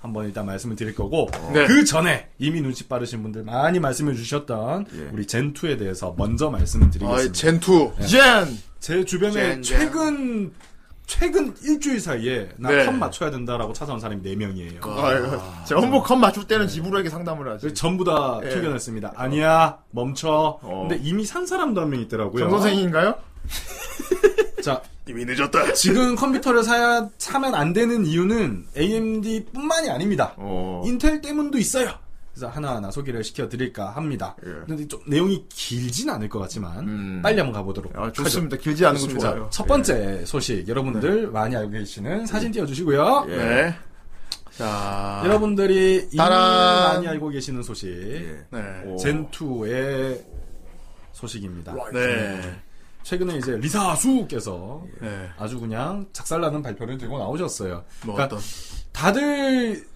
Speaker 7: 한번 일단 말씀을 드릴 거고
Speaker 2: 네.
Speaker 7: 그 전에 이미 눈치 빠르신 분들 많이 말씀해 주셨던 우리 젠2에 대해서 먼저 말씀을 드리겠습니다.
Speaker 9: 아이, 젠2.
Speaker 7: 젠! 제 주변에
Speaker 9: 젠, 젠.
Speaker 7: 최근 최근 일주일 사이에 나
Speaker 3: 네.
Speaker 7: 컵 맞춰야 된다라고 찾아온 사람이 4명이에요.
Speaker 3: 아, 제 업무 컷 맞출 때는 지브로에게 상담을 하지.
Speaker 7: 전부 다
Speaker 3: 예.
Speaker 7: 튀겨냈습니다. 아니야, 멈춰. 근데 이미 산 사람도 한 명 있더라고요.
Speaker 3: 정 선생인가요?
Speaker 7: 자,
Speaker 9: 이미 늦었다.
Speaker 7: 지금 컴퓨터를 사야 사면 안 되는 이유는 AMD뿐만이 아닙니다.
Speaker 3: 어.
Speaker 7: 인텔 때문도 있어요. 그래서 하나하나 소개를 시켜드릴까 합니다.
Speaker 3: 예.
Speaker 7: 근데 좀 내용이 길진 않을 것 같지만 빨리 한번 가보도록 하죠.
Speaker 3: 음. 아, 좋습니다. 길지 않은 거
Speaker 7: 좋습니다.
Speaker 3: 좋아요. 예. 네. 음.
Speaker 7: 첫 번째 소식 여러분들 많이 알고 계시는 사진 띄워주시고요.
Speaker 3: 예.
Speaker 9: 네. 자.
Speaker 7: 여러분들이 이미
Speaker 9: 따란.
Speaker 7: 많이 알고 계시는 소식
Speaker 3: 예.
Speaker 9: 네.
Speaker 7: 젠2의 소식입니다.
Speaker 9: 네.
Speaker 7: 최근에 이제 리사수께서
Speaker 3: 예.
Speaker 9: 네.
Speaker 7: 아주 그냥 작살나는 발표를 들고 나오셨어요. 그러니까
Speaker 9: 뭐 어떤?
Speaker 7: 다들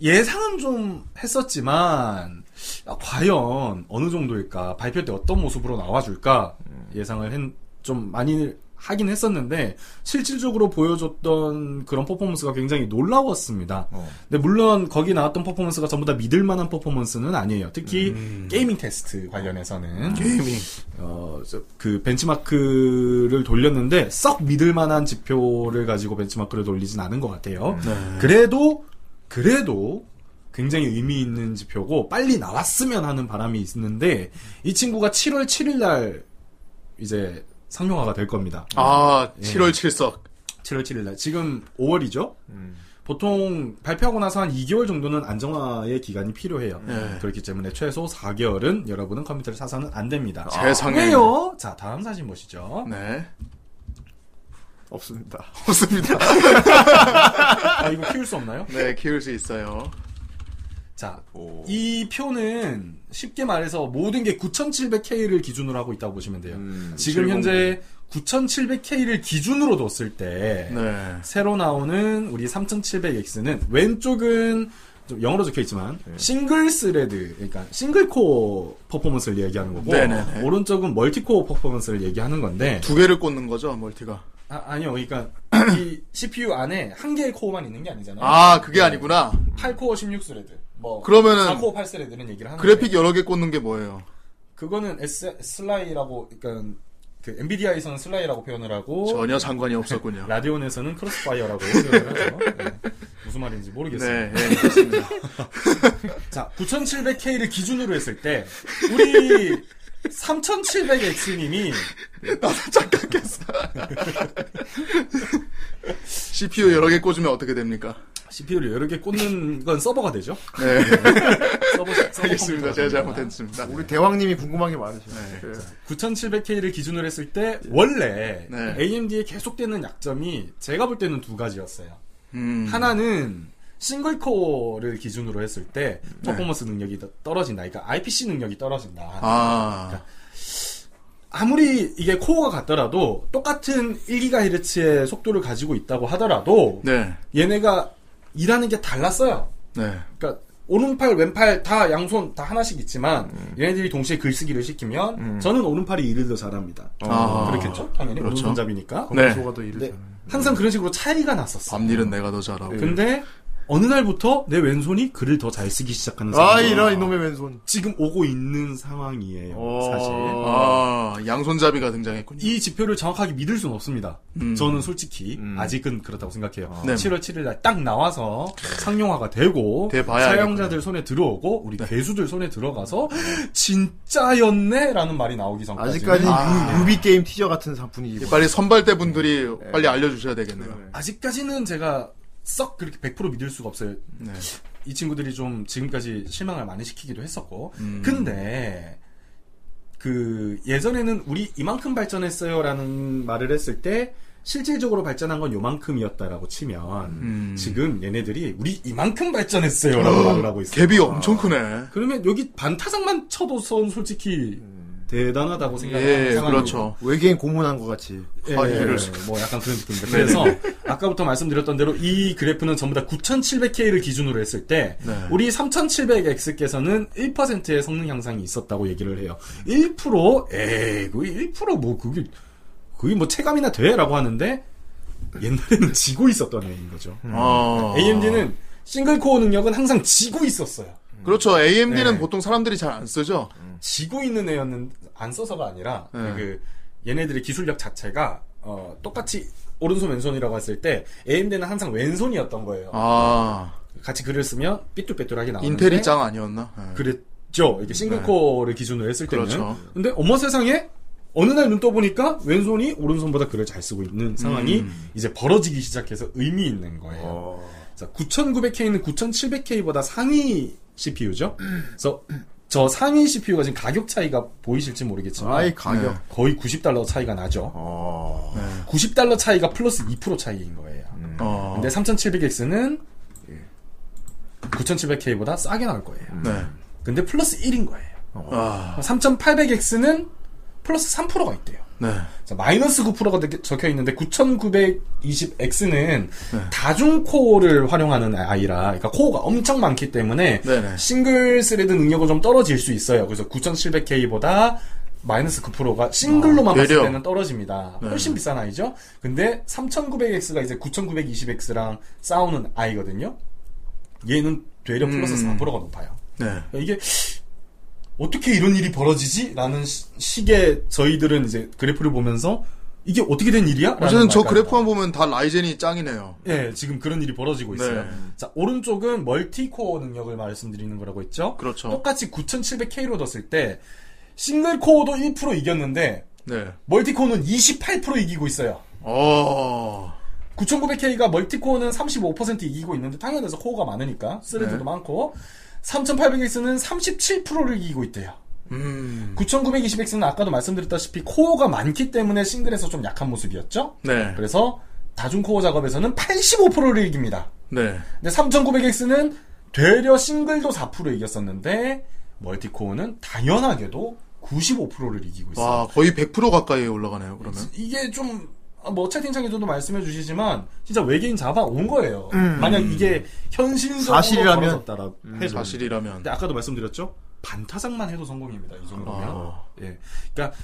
Speaker 7: 예상은 좀 했었지만 아, 과연 어느 정도일까 발표 때 어떤 모습으로 나와줄까
Speaker 9: 음.
Speaker 7: 예상을 했- 좀 많이 하긴 했었는데 실질적으로 보여줬던 그런 퍼포먼스가 굉장히 놀라웠습니다.
Speaker 9: 어.
Speaker 7: 근데 물론 거기 나왔던 퍼포먼스가 전부 다 믿을 만한 퍼포먼스는 아니에요. 특히 게이밍 테스트 관련해서는
Speaker 9: 음. 게이밍
Speaker 7: 어그 벤치마크를 돌렸는데 썩 믿을 만한 지표를 가지고 벤치마크를 돌리진 않은 것 같아요. 그래도 그래도 굉장히 의미 있는 지표고 빨리 나왔으면 하는 바람이 있는데 이 친구가 7월 7일 날 이제 상용화가 될 겁니다.
Speaker 9: 아,
Speaker 7: 예.
Speaker 9: 7월 7석.
Speaker 7: 7월 7일 날 지금 5월이죠. 보통 발표하고 나서 한 2개월 정도는 안정화의 기간이 필요해요.
Speaker 9: 네.
Speaker 7: 그렇기 때문에 최소 4개월은 여러분은 컴퓨터를 사서는 안 됩니다.
Speaker 9: 세상에.
Speaker 7: 왜요? 자, 다음 사진 보시죠.
Speaker 9: 네.
Speaker 3: 없습니다.
Speaker 9: 없습니다.
Speaker 7: 아, 이거 키울 수 없나요?
Speaker 9: 네, 키울 수 있어요.
Speaker 7: 자, 이 표는 쉽게 말해서 모든 게 9700K를 기준으로 하고 있다고 보시면 돼요. 지금
Speaker 3: 음.
Speaker 2: 700.
Speaker 7: 현재 9700K를 기준으로 뒀을 때
Speaker 9: 네.
Speaker 7: 새로 나오는 우리 3700X는 왼쪽은 좀 영어로 적혀 있지만
Speaker 9: 네.
Speaker 7: 싱글 스레드 그러니까 싱글 코어 퍼포먼스를 얘기하는 거고
Speaker 9: 네네네.
Speaker 7: 오른쪽은 멀티 코어 퍼포먼스를 얘기하는 건데
Speaker 9: 두 개를 꽂는 거죠, 멀티가.
Speaker 7: 아, 니요 그러니까 이 CPU 안에 한 개의 코어만 있는 게 아니잖아요.
Speaker 9: 아, 그게 아니구나.
Speaker 7: 8코어 16스레드. 뭐
Speaker 9: 그러면은
Speaker 7: 4코어 8스레드는 얘기를 하는
Speaker 9: 그래픽
Speaker 7: 건데
Speaker 9: 여러 개 꽂는 게 뭐예요?
Speaker 7: 그거는 S 슬라이라고 그러니까 그 엔비디아에서는 슬라이라고 표현을 하고
Speaker 9: 어? 전혀 상관이 없었군요.
Speaker 7: 라디온에서는 크로스파이어라고 표현을 하죠. 네. 무슨 말인지 모르겠습니다.
Speaker 9: 네, 네, 그렇습니다.
Speaker 7: 자, 9700K를 기준으로 했을 때 우리 3700X님이
Speaker 9: CPU 여러 개 꽂으면 어떻게 됩니까?
Speaker 7: CPU를 여러 개 꽂는 건 서버가 되죠?
Speaker 9: 네.
Speaker 7: 서버, 서버
Speaker 9: 알겠습니다. 제가
Speaker 7: 컴퓨터가
Speaker 9: 잘못했습니다.
Speaker 3: 우리 대왕님이 궁금한 게 많으시네. 예. 요
Speaker 7: 9700K를 기준으로 했을 때 원래
Speaker 9: 네.
Speaker 7: AMD의 계속되는 약점이 제가 볼 때는 두 가지였어요.
Speaker 9: 음.
Speaker 7: 하나는 싱글 코어를 기준으로 했을 때 퍼포먼스 능력이 더 떨어진다. 그러니까 IPC 능력이 떨어진다.
Speaker 9: 네. 아.
Speaker 7: 그러니까 아무리 이게 코어가 같더라도 똑같은 1GHz의 속도를 가지고 있다고 하더라도
Speaker 9: 네.
Speaker 7: 얘네가 일하는 게 달랐어요.
Speaker 9: 네.
Speaker 7: 그러니까 오른팔 왼팔 다 양손 다 하나씩 있지만
Speaker 9: 음.
Speaker 7: 얘네들이 동시에 글쓰기를 시키면 저는 오른팔이 일을 더 잘합니다.
Speaker 9: 아.
Speaker 7: 어, 그렇겠죠? 당연히
Speaker 9: 그렇죠.
Speaker 7: 오른손잡이니까.
Speaker 9: 네.
Speaker 3: 소가 더 일을
Speaker 7: 네. 항상 그런 식으로 차이가 났었어.
Speaker 9: 밤일은 내가 더 잘하고.
Speaker 7: 근데 어느 날부터 내 왼손이 글을 더 잘 쓰기 시작하는
Speaker 3: 아,
Speaker 7: 상황.
Speaker 3: 이런 이놈의 왼손.
Speaker 7: 지금 오고 있는 상황이에요. 사실.
Speaker 9: 아, 양손잡이가 등장했군요.
Speaker 7: 이 지표를 정확하게 믿을 수는 없습니다.
Speaker 9: 음.
Speaker 7: 저는 솔직히 아직은 그렇다고 생각해요.
Speaker 9: 네.
Speaker 7: 7월 7일 날 딱 나와서 상용화가 되고
Speaker 9: 돼봐야
Speaker 7: 사용자들 손에 들어오고 우리 괴수들 손에 들어가서 진짜였네라는 말이 나오기 전까지
Speaker 3: 아직까지 예, 는 유비 게임 티저 같은 분위기.
Speaker 9: 예, 빨리 선발대 분들이
Speaker 7: 네.
Speaker 9: 빨리 알려주셔야 되겠네요.
Speaker 7: 아직까지는 제가 썩 그렇게 100% 믿을 수가 없어요.
Speaker 9: 네.
Speaker 7: 이 친구들이 좀 지금까지 실망을 많이 시키기도 했었고.
Speaker 9: 음.
Speaker 7: 근데 그 예전에는 우리 이만큼 발전했어요라는 말을 했을 때 실질적으로 발전한 건 요만큼이었다라고 치면
Speaker 9: 음.
Speaker 7: 지금 얘네들이 우리 이만큼 아. 발전했어요라고 말을 하고 있어요.
Speaker 9: 갭이 엄청 크네.
Speaker 7: 그러면 여기 반타작만 쳐도 선 솔직히 대단하다고 생각을
Speaker 9: 음. 예,
Speaker 7: 하는 상황이고.
Speaker 9: 그렇죠.
Speaker 3: 외계인 고문한 것 같이.
Speaker 7: 예,
Speaker 9: 아,
Speaker 7: 예,
Speaker 9: 이럴
Speaker 7: 예.
Speaker 9: 수가.
Speaker 7: 뭐 약간 그런 느낌입니다.
Speaker 9: 네.
Speaker 7: 그래서 아까부터 말씀드렸던 대로 이 그래프는 전부 다 9700K를 기준으로 했을 때
Speaker 9: 네.
Speaker 7: 우리 3700X께서는 1%의 성능 향상이 있었다고 얘기를 해요. 1% 에이, 그 1%뭐 그게 그게 뭐 체감이나 돼라고 하는데 옛날에는 지고 있었던 애인 거죠.
Speaker 9: 아.
Speaker 7: AMD는 싱글 코어 능력은 항상 지고 있었어요.
Speaker 9: 그렇죠. AMD는
Speaker 7: 네.
Speaker 9: 보통 사람들이 잘 안 쓰죠.
Speaker 7: 지고 있는 애였는 안 써서가 아니라
Speaker 9: 네.
Speaker 7: 그 얘네들의 기술력 자체가 어, 똑같이 오른손 왼손이라고 했을 때 AMD는 항상 왼손이었던 거예요.
Speaker 9: 아.
Speaker 7: 같이 글을 쓰면 삐뚤빼뚤하게 나오는데
Speaker 9: 인텔이 짱 아니었나? 예.
Speaker 7: 그랬죠. 이게 싱글코어를 기준으로 했을 때는.
Speaker 9: 그렇죠.
Speaker 7: 근데 어머 세상에 어느 날 눈 떠보니까 왼손이 오른손보다 글을 잘 쓰고 있는 상황이
Speaker 9: 음. 어.
Speaker 7: 이제 벌어지기 시작해서 의미 있는 거예요. 9900K는 9700K보다 상위 CPU죠. 그래서 저 상위 CPU가 지금 가격 차이가 보이실지 모르겠지만
Speaker 3: 아이, 가격.
Speaker 7: 거의 90달러 차이가 나죠. 90달러 차이가 플러스 2% 차이인 거예요.
Speaker 9: 어.
Speaker 7: 근데 3700X는
Speaker 9: 예.
Speaker 7: 9700K보다 싸게 나올 거예요.
Speaker 9: 네.
Speaker 7: 근데 플러스 1인 거예요.
Speaker 9: 아.
Speaker 7: 3800X는 플러스 3%가 있대요.
Speaker 9: 네.
Speaker 7: 자, 마이너스 9%가 적혀 있는데 9920X는
Speaker 9: 네.
Speaker 7: 다중 코어를 활용하는 아이라 그러니까 코어가 엄청 많기 때문에
Speaker 9: 네,
Speaker 7: 싱글 스레드 능력은 좀 떨어질 수 있어요. 그래서 9700K보다 마이너스 9%가 싱글로만
Speaker 9: 아,
Speaker 7: 봤을
Speaker 9: 되려.
Speaker 7: 때는 떨어집니다.
Speaker 9: 네.
Speaker 7: 훨씬 비싼 아이죠. 근데 3900X가 이제 9920X랑 싸우는 아이거든요. 얘는 되려 플러스
Speaker 9: 음.
Speaker 7: 4%가 높아요.
Speaker 9: 네.
Speaker 7: 이게 어떻게 이런 일이 벌어지지? 라는 시- 식의 저희들은 이제 그래프를 보면서 이게 어떻게 된 일이야?
Speaker 9: 어쨌든 저
Speaker 7: 라는 말까지
Speaker 9: 그래프만 보면 다 라이젠이 짱이네요.
Speaker 7: 예, 지금 그런 일이 벌어지고 있어요.
Speaker 9: 네.
Speaker 7: 자, 오른쪽은 멀티코어 능력을 말씀드리는 거라고 했죠?
Speaker 9: 그렇죠.
Speaker 7: 똑같이 9700K로 뒀을 때, 싱글코어도 1% 이겼는데,
Speaker 9: 네.
Speaker 7: 멀티코어는 28% 이기고 있어요.
Speaker 9: 어.
Speaker 7: 9900K가 멀티코어는 35% 이기고 있는데, 당연해서 코어가 많으니까, 스레드도
Speaker 9: 네.
Speaker 7: 많고, 3800X는 37%를 이기고 있대요.
Speaker 9: 음.
Speaker 7: 9920X는 아까도 말씀드렸다시피 코어가 많기 때문에 싱글에서 좀 약한 모습이었죠?
Speaker 9: 네.
Speaker 7: 그래서 다중코어 작업에서는 85%를 이깁니다.
Speaker 9: 네.
Speaker 7: 근데 3900X는 되려 싱글도 4% 이겼었는데 멀티코어는 당연하게도 95%를 이기고 있어요.
Speaker 9: 와, 거의 100% 가까이 올라가네요, 그러면.
Speaker 7: 이게 좀 뭐 채팅창에서도 말씀해 주시지만 진짜 외계인 잡아 온 거예요.
Speaker 9: 음.
Speaker 7: 만약 이게
Speaker 3: 네.
Speaker 7: 현실적으로
Speaker 3: 사실이라면?
Speaker 7: 벌어졌다라고
Speaker 3: 음,
Speaker 7: 해도.
Speaker 9: 사실이라면.
Speaker 7: 근데 아까도 말씀드렸죠. 반타작만 해도 성공입니다. 이 정도면.
Speaker 9: 아.
Speaker 7: 예. 그러니까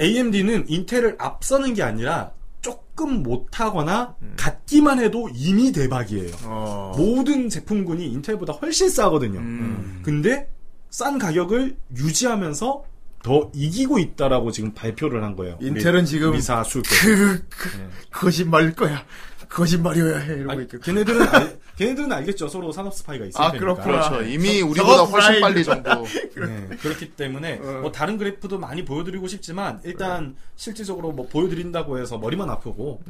Speaker 7: AMD는 인텔을 앞서는 게 아니라 조금 못하거나 같기만 해도 이미 대박이에요. 모든 제품군이 인텔보다 훨씬 싸거든요. 음. 근데 싼 가격을 유지하면서 더 이기고 있다라고 지금 발표를 한 거예요.
Speaker 3: 인텔은 지금
Speaker 7: 미사 수
Speaker 3: 그, 그 거짓말일 거야. 거짓말이어야 해. 이러고
Speaker 7: 그- 아니,
Speaker 3: 있고.
Speaker 7: 걔네들은 알, 걔네들은 알겠죠. 서로 산업 스파이가 있을
Speaker 3: 아,
Speaker 7: 테니까.
Speaker 3: 그렇구나. 그렇죠. 이미
Speaker 7: 저-
Speaker 3: 우리보다
Speaker 7: 저거
Speaker 3: 훨씬
Speaker 7: 브라인.
Speaker 3: 빨리 정보.
Speaker 7: 네, 그렇기 때문에
Speaker 3: 어.
Speaker 7: 뭐 다른 그래프도 많이 보여드리고 싶지만
Speaker 3: 네.
Speaker 7: 일단 실질적으로 뭐 보여드린다고 해서 머리만 아프고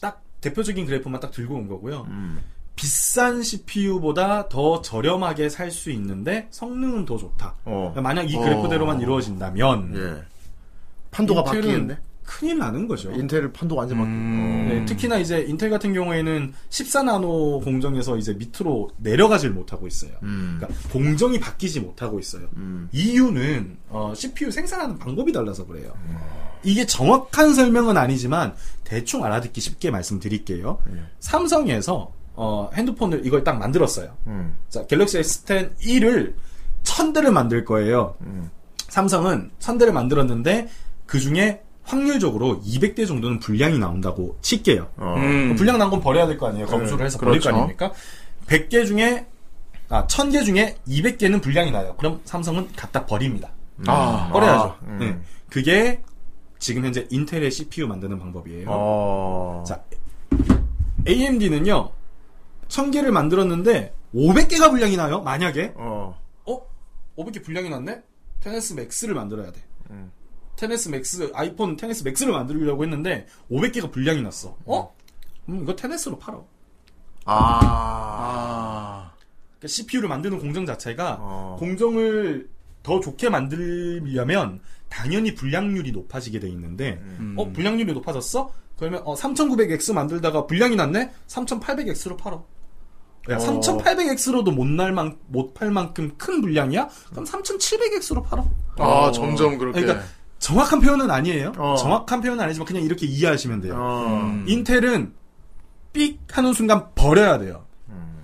Speaker 7: 딱 대표적인 그래프만 딱 들고 온 거고요.
Speaker 3: 음.
Speaker 7: 비싼 CPU보다 더 저렴하게 살 수 있는데 성능은 더 좋다. 그러니까 만약 이 그래프대로만
Speaker 3: 어.
Speaker 7: 이루어진다면
Speaker 3: 판도가
Speaker 7: 인텔은
Speaker 3: 바뀌겠네.
Speaker 7: 큰일 나는 거죠.
Speaker 3: 인텔을 판도 완전 바뀌고.
Speaker 7: 네, 특히나 이제 인텔 같은 경우에는 14나노 공정에서 이제 밑으로 내려가질 못하고 있어요. 그러니까 공정이 바뀌지 못하고 있어요. 이유는 어, CPU 생산하는 방법이 달라서 그래요. 이게 정확한 설명은 아니지만 대충 알아듣기 쉽게 말씀드릴게요. 삼성에서 어, 핸드폰을 이걸 딱 만들었어요. 자, 갤럭시 S10 1을 1000대를 만들 거예요. 삼성은 1000대를 만들었는데 그 중에 확률적으로 200대 정도는 불량이 나온다고 칠게요. 그
Speaker 9: 음.
Speaker 7: 불량 난 건 버려야 될 거 아니에요.
Speaker 9: 네,
Speaker 7: 검수를 해서 버릴
Speaker 9: 그렇죠.
Speaker 7: 거 아닙니까? 100개 중에 아, 1000개 중에 200개는 불량이 나요. 그럼 삼성은 갖다 버립니다.
Speaker 9: 아,
Speaker 7: 버려야죠.
Speaker 9: 아, 음.
Speaker 7: 네. 그게 지금 현재 인텔의 CPU 만드는 방법이에요.
Speaker 9: 어.
Speaker 7: 자, AMD는요, 1000개를 만들었는데, 500개가 분량이 나요, 만약에.
Speaker 3: 어.
Speaker 7: 500개 분량이 났네? 10S 맥스를 만들어야 돼. 10S 맥스, 아이폰 10S 맥스를 만들려고 했는데, 500개가 분량이 났어. 어? 음, 이거 10S로 팔아.
Speaker 9: 아.
Speaker 7: CPU를 만드는 공정 자체가, 공정을 더 좋게 만들려면, 당연히 분량률이 높아지게 돼 있는데, 어, 분량률이 높아졌어? 그러면, 어, 3900X 만들다가 분량이 났네? 3800X로 팔아. 야,
Speaker 9: 어.
Speaker 7: 3800X로도 못 날 만, 못 팔 만큼 큰 분량이야? 그럼 3700X로 팔아.
Speaker 9: 아, 점점 그렇게.
Speaker 7: 그러니까 정확한 표현은 아니에요. 정확한 표현은 아니지만 그냥 이렇게 이해하시면
Speaker 3: 예.
Speaker 7: 돼요.
Speaker 3: 어. 음.
Speaker 7: 인텔은 삑 하는 순간 버려야 돼요. 음.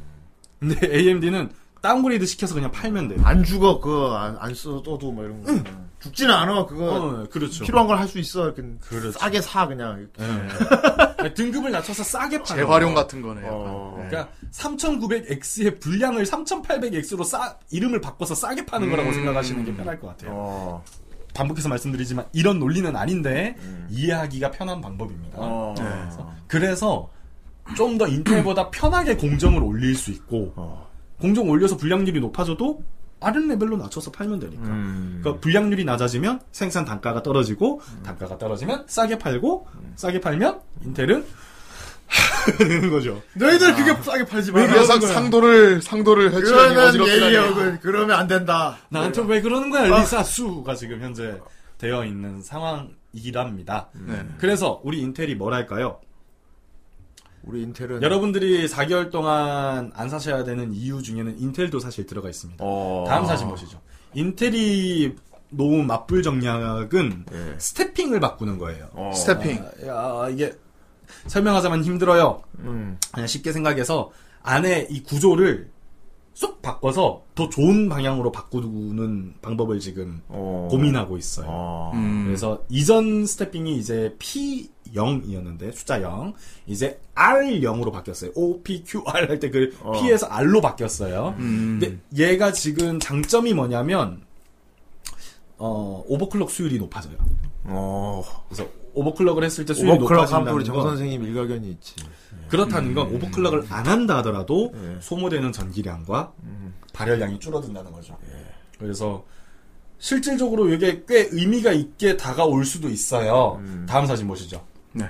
Speaker 7: 근데 AMD는 다운그레이드 시켜서 그냥 팔면 돼요.
Speaker 3: 안 죽어 그거 안, 안 써도 뭐 이런 거. 죽지는 않아 그거.
Speaker 7: 어, 그렇죠.
Speaker 3: 필요한 걸 할 수 있어 이렇게
Speaker 7: 그렇죠. 네.
Speaker 3: 싸게 사 그냥.
Speaker 7: 등급을 낮춰서 싸게 파는
Speaker 9: 재활용
Speaker 7: 거.
Speaker 9: 같은 거네요. 약간.
Speaker 7: 그러니까 3,900X의 분량을 3,800X로 싸 이름을 바꿔서 싸게 파는 거라고
Speaker 9: 음.
Speaker 7: 생각하시는 게 편할 것 같아요. 반복해서 말씀드리지만 이런 논리는 아닌데 이해하기가 편한 방법입니다.
Speaker 3: 어.
Speaker 7: 네. 그래서 좀 더 인텔보다 편하게 공정을 올릴 수 있고 공정 올려서 분량률이 높아져도 다른 레벨로 낮춰서 팔면 되니까.
Speaker 10: 음.
Speaker 7: 그러니까 분량률이 낮아지면 생산 단가가 떨어지고 단가가 떨어지면 싸게 팔고 싸게 팔면 인텔은 되는 거죠.
Speaker 3: 너희들 그게 싸게 팔지 마.
Speaker 9: 그래서 상도를 상도를 해치는
Speaker 3: 아. 그러면
Speaker 9: 어지럽긴
Speaker 3: 예의역은 그러면 안 된다.
Speaker 7: 나한테 왜 그러는 거야, 리사 수가 지금 현재 되어 있는 상황이랍니다.
Speaker 9: 네.
Speaker 7: 그래서 우리 인텔이 뭐랄까요?
Speaker 3: 우리 인텔은
Speaker 7: 여러분들이 4개월 동안 안 사셔야 되는 이유 중에는 인텔도 사실 들어가 있습니다. 다음 사진 보시죠. 인텔이 놓은 맞불 정략은 스태핑을 바꾸는 거예요.
Speaker 3: 어.
Speaker 9: 스태핑.
Speaker 7: 아, 야, 이게 설명하자면 힘들어요.
Speaker 3: 음.
Speaker 7: 그냥 쉽게 생각해서 안에 이 구조를 쏙 바꿔서 더 좋은 방향으로 바꾸는 방법을 지금 고민하고 있어요.
Speaker 9: 음.
Speaker 7: 그래서 이전 스태핑이 이제 P0이었는데 숫자 0 이제 R0으로 바뀌었어요. O P Q R 할 때 그 P에서 R로 바뀌었어요. 근데 얘가 지금 장점이 뭐냐면 어 오버클럭 수율이 높아져요. 그래서 오버클럭을 했을 때 수율이
Speaker 3: 오버클럭
Speaker 7: 높아진다는
Speaker 3: 함부로 정
Speaker 7: 건
Speaker 3: 선생님 음. 일가견이 있지.
Speaker 7: 그렇다는 건 오버클럭을 안 한다 하더라도
Speaker 3: 예.
Speaker 7: 소모되는 전기량과
Speaker 3: 음.
Speaker 7: 발열량이 줄어든다는 거죠.
Speaker 3: 예.
Speaker 7: 그래서 실질적으로 이게 꽤 의미가 있게 다가올 수도 있어요. 다음 사진 보시죠.
Speaker 9: 네.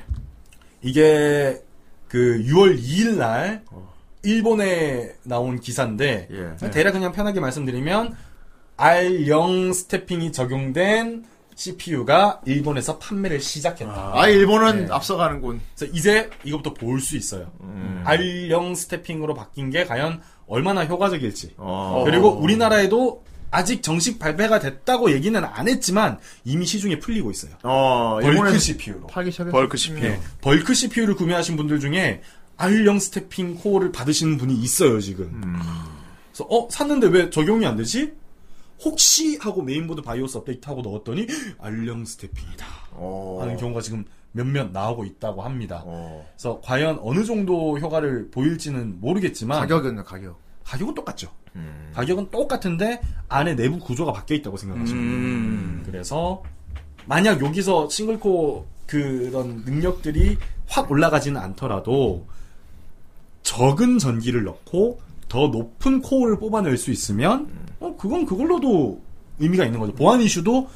Speaker 7: 이게 그 6월 2일 날
Speaker 3: 어.
Speaker 7: 일본에 나온 기사인데
Speaker 3: 예.
Speaker 9: 네.
Speaker 7: 대략 그냥 편하게 말씀드리면 R0 스태핑이 적용된 CPU가 일본에서 판매를 시작했다.
Speaker 3: 아 일본은
Speaker 7: 네.
Speaker 3: 앞서가는군.
Speaker 7: 그래서 이제 이것부터 볼 수 있어요.
Speaker 3: 음.
Speaker 7: R형 스태핑으로 바뀐 게 과연 얼마나 효과적일지.
Speaker 3: 어.
Speaker 7: 그리고 우리나라에도 아직 정식 발매가 됐다고 얘기는 안 했지만 이미 시중에 풀리고 있어요. 벌크
Speaker 3: 일본에서
Speaker 7: CPU로.
Speaker 3: 팔기 시작했어. 음.
Speaker 9: 벌크 CPU.
Speaker 7: 네, 벌크 CPU를 구매하신 분들 중에 R형 스태핑 코어를 받으시는 분이 있어요, 지금.
Speaker 3: 음.
Speaker 7: 그래서 어, 샀는데 왜 적용이 안 되지? 혹시 하고 메인보드 바이오스 업데이트하고 넣었더니 R형 스태핑이다.
Speaker 3: 어.
Speaker 7: 하는 경우가 지금 몇몇 나오고 있다고 합니다.
Speaker 12: 어,
Speaker 7: 그래서 과연 어느 정도 효과를 보일지는 모르겠지만
Speaker 3: 가격은 가격.
Speaker 7: 가격은 똑같죠. 가격은 똑같은데 안에 내부 구조가 바뀌어 있다고 생각하시면 돼요. 그래서 만약 여기서 싱글코어 그런 능력들이 확 올라가지는 않더라도 적은 전기를 넣고 더 높은 코어를 뽑아낼 수 있으면 어, 그건 그걸로도 의미가 있는 거죠. 보안 이슈도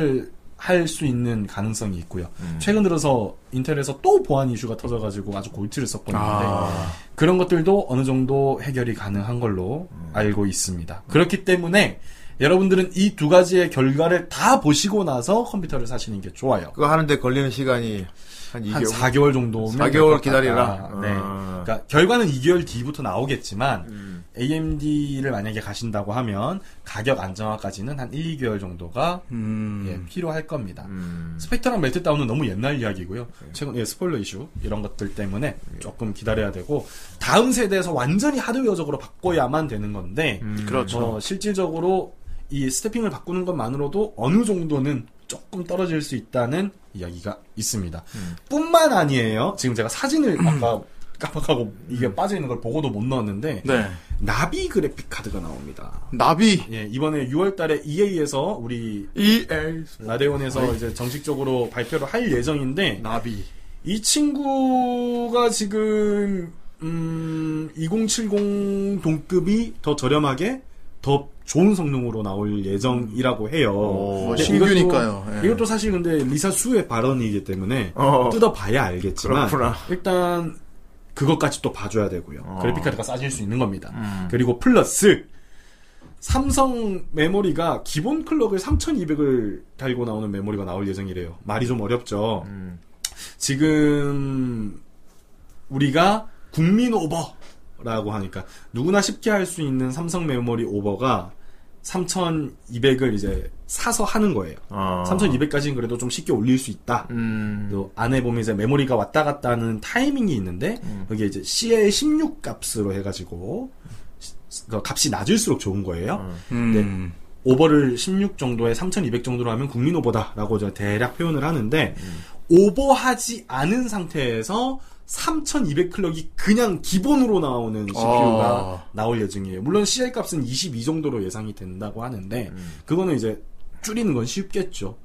Speaker 7: 해결할 수 있는 가능성이 있고요. 최근 들어서 인텔에서 또 보안 이슈가 터져가지고 아주 골치를 썼거든요. 그런 것들도 어느 정도 해결이 가능한 걸로 알고 있습니다. 그렇기 때문에 여러분들은 이 두 가지의 결과를 다 보시고 나서 컴퓨터를 사시는 게 좋아요.
Speaker 3: 그거 하는데 걸리는 시간이 한 2개월.
Speaker 7: 한 4개월 정도면
Speaker 3: 4개월
Speaker 7: 될것 같다.
Speaker 3: 기다리라.
Speaker 7: 네.
Speaker 3: 아.
Speaker 7: 그러니까 결과는 2개월 뒤부터 나오겠지만
Speaker 3: 음.
Speaker 7: AMD를 만약에 가신다고 하면 가격 안정화까지는 한 1, 2개월 정도가
Speaker 3: 음.
Speaker 7: 예, 필요할 겁니다. 스펙트럼 멜트다운은 너무 옛날 이야기고요.
Speaker 3: 네.
Speaker 7: 최근 예, 스포일러 이슈 이런 것들 때문에 조금 기다려야 되고 다음 세대에서 완전히 하드웨어적으로 바꿔야만 되는 건데
Speaker 3: 음.
Speaker 9: 그렇죠.
Speaker 7: 어, 실질적으로 이 스태핑을 바꾸는 것만으로도 어느 정도는 조금 떨어질 수 있다는 이야기가 있습니다.
Speaker 9: 음.
Speaker 7: 뿐만 아니에요. 지금 제가 사진을 아까 깜빡하고 이게 빠져 있는 걸 보고도 못 넣었는데
Speaker 9: 음. 네.
Speaker 7: 나비 그래픽 카드가 나옵니다.
Speaker 9: 나비.
Speaker 7: 예, 이번에 6월달에 EA에서 우리
Speaker 9: EA.
Speaker 7: 라데온에서 이제 정식적으로 발표를 할 예정인데 나비 이 친구가 지금 음, 2070 동급이 더 저렴하게 더 좋은 성능으로 나올 예정이라고 해요. 근데
Speaker 9: 신규니까요.
Speaker 7: 이것도,
Speaker 9: 예.
Speaker 7: 이것도 사실 근데 리사 수의 발언이기 때문에
Speaker 9: 어.
Speaker 7: 뜯어봐야 알겠지만
Speaker 9: 그렇구나.
Speaker 7: 일단 그것까지 또 봐줘야 되고요.
Speaker 9: 어.
Speaker 7: 그래픽카드가 싸질 수 있는 겁니다. 그리고 플러스 삼성 메모리가 기본 클럭을 3200을 달고 나오는 메모리가 나올 예정이래요. 말이 좀 어렵죠. 지금 우리가 국민 오버라고 하니까 누구나 쉽게 할 수 있는 삼성 메모리 오버가 3,200을 이제 사서 하는 거예요. 3,200까지는 그래도 좀 쉽게 올릴 수 있다. 또 안에 보면 이제 메모리가 왔다 갔다 하는 타이밍이 있는데 여기 이제 C의 16 값으로 해가지고 시- 그 값이 낮을수록 좋은 거예요.
Speaker 9: 음.
Speaker 7: 근데 오버를 16 정도에 3,200 정도로 하면 국민 오버다라고 저 대략 표현을 하는데 오버하지 않은 상태에서 3200 클럭이 그냥 기본으로 나오는 CPU가
Speaker 2: 아.
Speaker 7: 나올 예정이에요. 물론 CL 값은 22 정도로 예상이 된다고 하는데 그거는 이제 줄이는 건 쉽겠죠.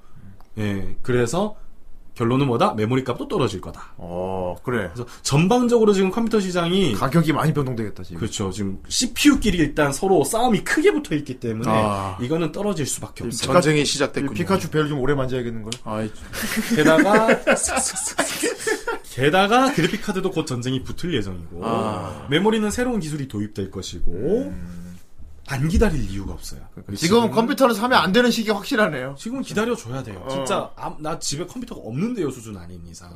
Speaker 7: 예, 그래서 결론은 뭐다? 메모리 값도 떨어질 거다.
Speaker 3: 어, 그래.
Speaker 7: 그래서 전반적으로 지금 컴퓨터 시장이
Speaker 3: 가격이 많이 변동되겠다 지금.
Speaker 7: 그렇죠. 지금 CPU끼리 일단 서로 싸움이 크게 붙어 있기 때문에
Speaker 9: 아.
Speaker 7: 이거는 떨어질 수밖에 없어요.
Speaker 9: 전쟁이 시작됐군요. 아,
Speaker 3: 피카츄 배를 좀 오래 만져야겠는 걸.
Speaker 7: 게다가 게다가 그래픽 카드도 곧 전쟁이 붙을 예정이고
Speaker 3: 아.
Speaker 7: 메모리는 새로운 기술이 도입될 것이고 안 기다릴 이유가 없어요.
Speaker 3: 그러니까 지금은 컴퓨터를 사면 안 되는 시기 확실하네요.
Speaker 7: 지금 기다려줘야 돼요.
Speaker 3: 어.
Speaker 7: 진짜 아, 나 집에 컴퓨터가 없는데요 수준 아닌 이상.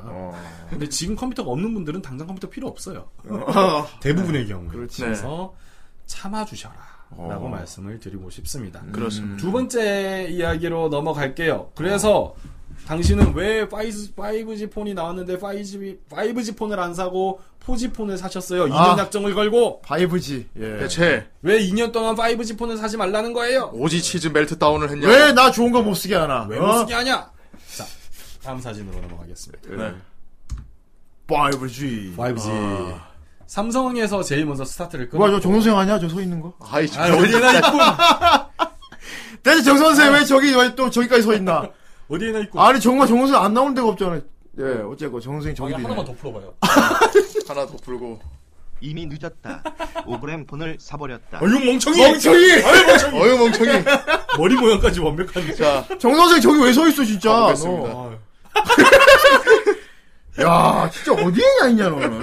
Speaker 7: 근데 지금 컴퓨터가 없는 분들은 당장 컴퓨터 필요 없어요.
Speaker 3: 어.
Speaker 7: 대부분의 경우.
Speaker 3: 그렇지.
Speaker 7: 그래서 참아주셔라.
Speaker 2: 어.
Speaker 7: 라고 말씀을 드리고 싶습니다.
Speaker 2: 그렇습니다.
Speaker 7: 음. 두 번째 이야기로 넘어갈게요. 그래서 당신은 왜 5, g 폰이 나왔는데 5G, 5G 폰을 안 사고 4G 폰을 사셨어요? 2년
Speaker 9: 아.
Speaker 7: 약정을 걸고
Speaker 3: 5G. 예.
Speaker 9: 대체
Speaker 7: 왜 2년 동안 5G 폰을 사지 말라는 거예요?
Speaker 9: 오지 치즈 멜트 다운을 했냐?
Speaker 3: 왜 나 좋은 거 못 쓰게 하나?
Speaker 7: 왜
Speaker 3: 어?
Speaker 7: 못 쓰게 하냐? 자, 다음 사진으로 넘어가겠습니다.
Speaker 3: 네. 5G.
Speaker 7: 5G. 삼성에서 제일 먼저 스타트를 끊었고
Speaker 3: 뭐야 저 정선생 아니야? 저 서 있는 거?
Speaker 9: 아이
Speaker 7: 아, 어디나 있군.
Speaker 3: 대체 정선생 왜 네, 저기 왜 또 저기까지 서 있나?
Speaker 7: 어디에나 있고.
Speaker 3: 아니 정말 정선생 안 나오는 데가 없잖아. 예, 어쨌건 정선생 저기도 있네.
Speaker 7: 더 풀어봐요.
Speaker 9: 하나 더 풀고
Speaker 12: 이미 늦었다. 오그램 폰을 사버렸다.
Speaker 7: 어휴 멍청이!
Speaker 3: 멍청이!
Speaker 7: 어휴 멍청이!
Speaker 9: 어휴 멍청이!
Speaker 7: 머리 모양까지 완벽한.
Speaker 9: 자,
Speaker 3: 정선생 저기 왜 서 있어 진짜?
Speaker 7: 아,
Speaker 9: 가보겠습니다.
Speaker 3: 너. 야, 진짜 어디에 냐 있냐 너는.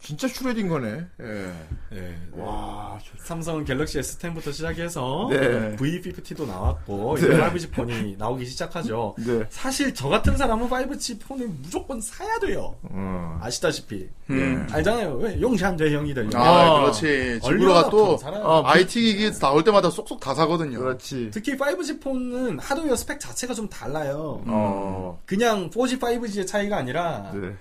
Speaker 3: 진짜 슈레딩 거네. 예.
Speaker 7: 예. 와, 삼성 갤럭시 S10부터 시작해서
Speaker 3: 네.
Speaker 7: V50도 나왔고
Speaker 3: 네.
Speaker 7: 이제 5G 폰이 나오기 시작하죠.
Speaker 3: 네.
Speaker 7: 사실 저 같은 사람은 5G 폰을 무조건 사야 돼요.
Speaker 3: 음.
Speaker 7: 아시다시피
Speaker 9: 음.
Speaker 7: 예. 알잖아요. 왜 용산대 형이들.
Speaker 9: 아, 그렇지. 지브로가 또
Speaker 7: 아,
Speaker 9: IT 기기 나올 때마다 쏙쏙 다 사거든요.
Speaker 3: 그렇지.
Speaker 7: 특히 5G 폰은 하드웨어 스펙 자체가 좀 달라요.
Speaker 3: 어.
Speaker 7: 그냥 4G, 5G의 차이가 아니라
Speaker 3: 네.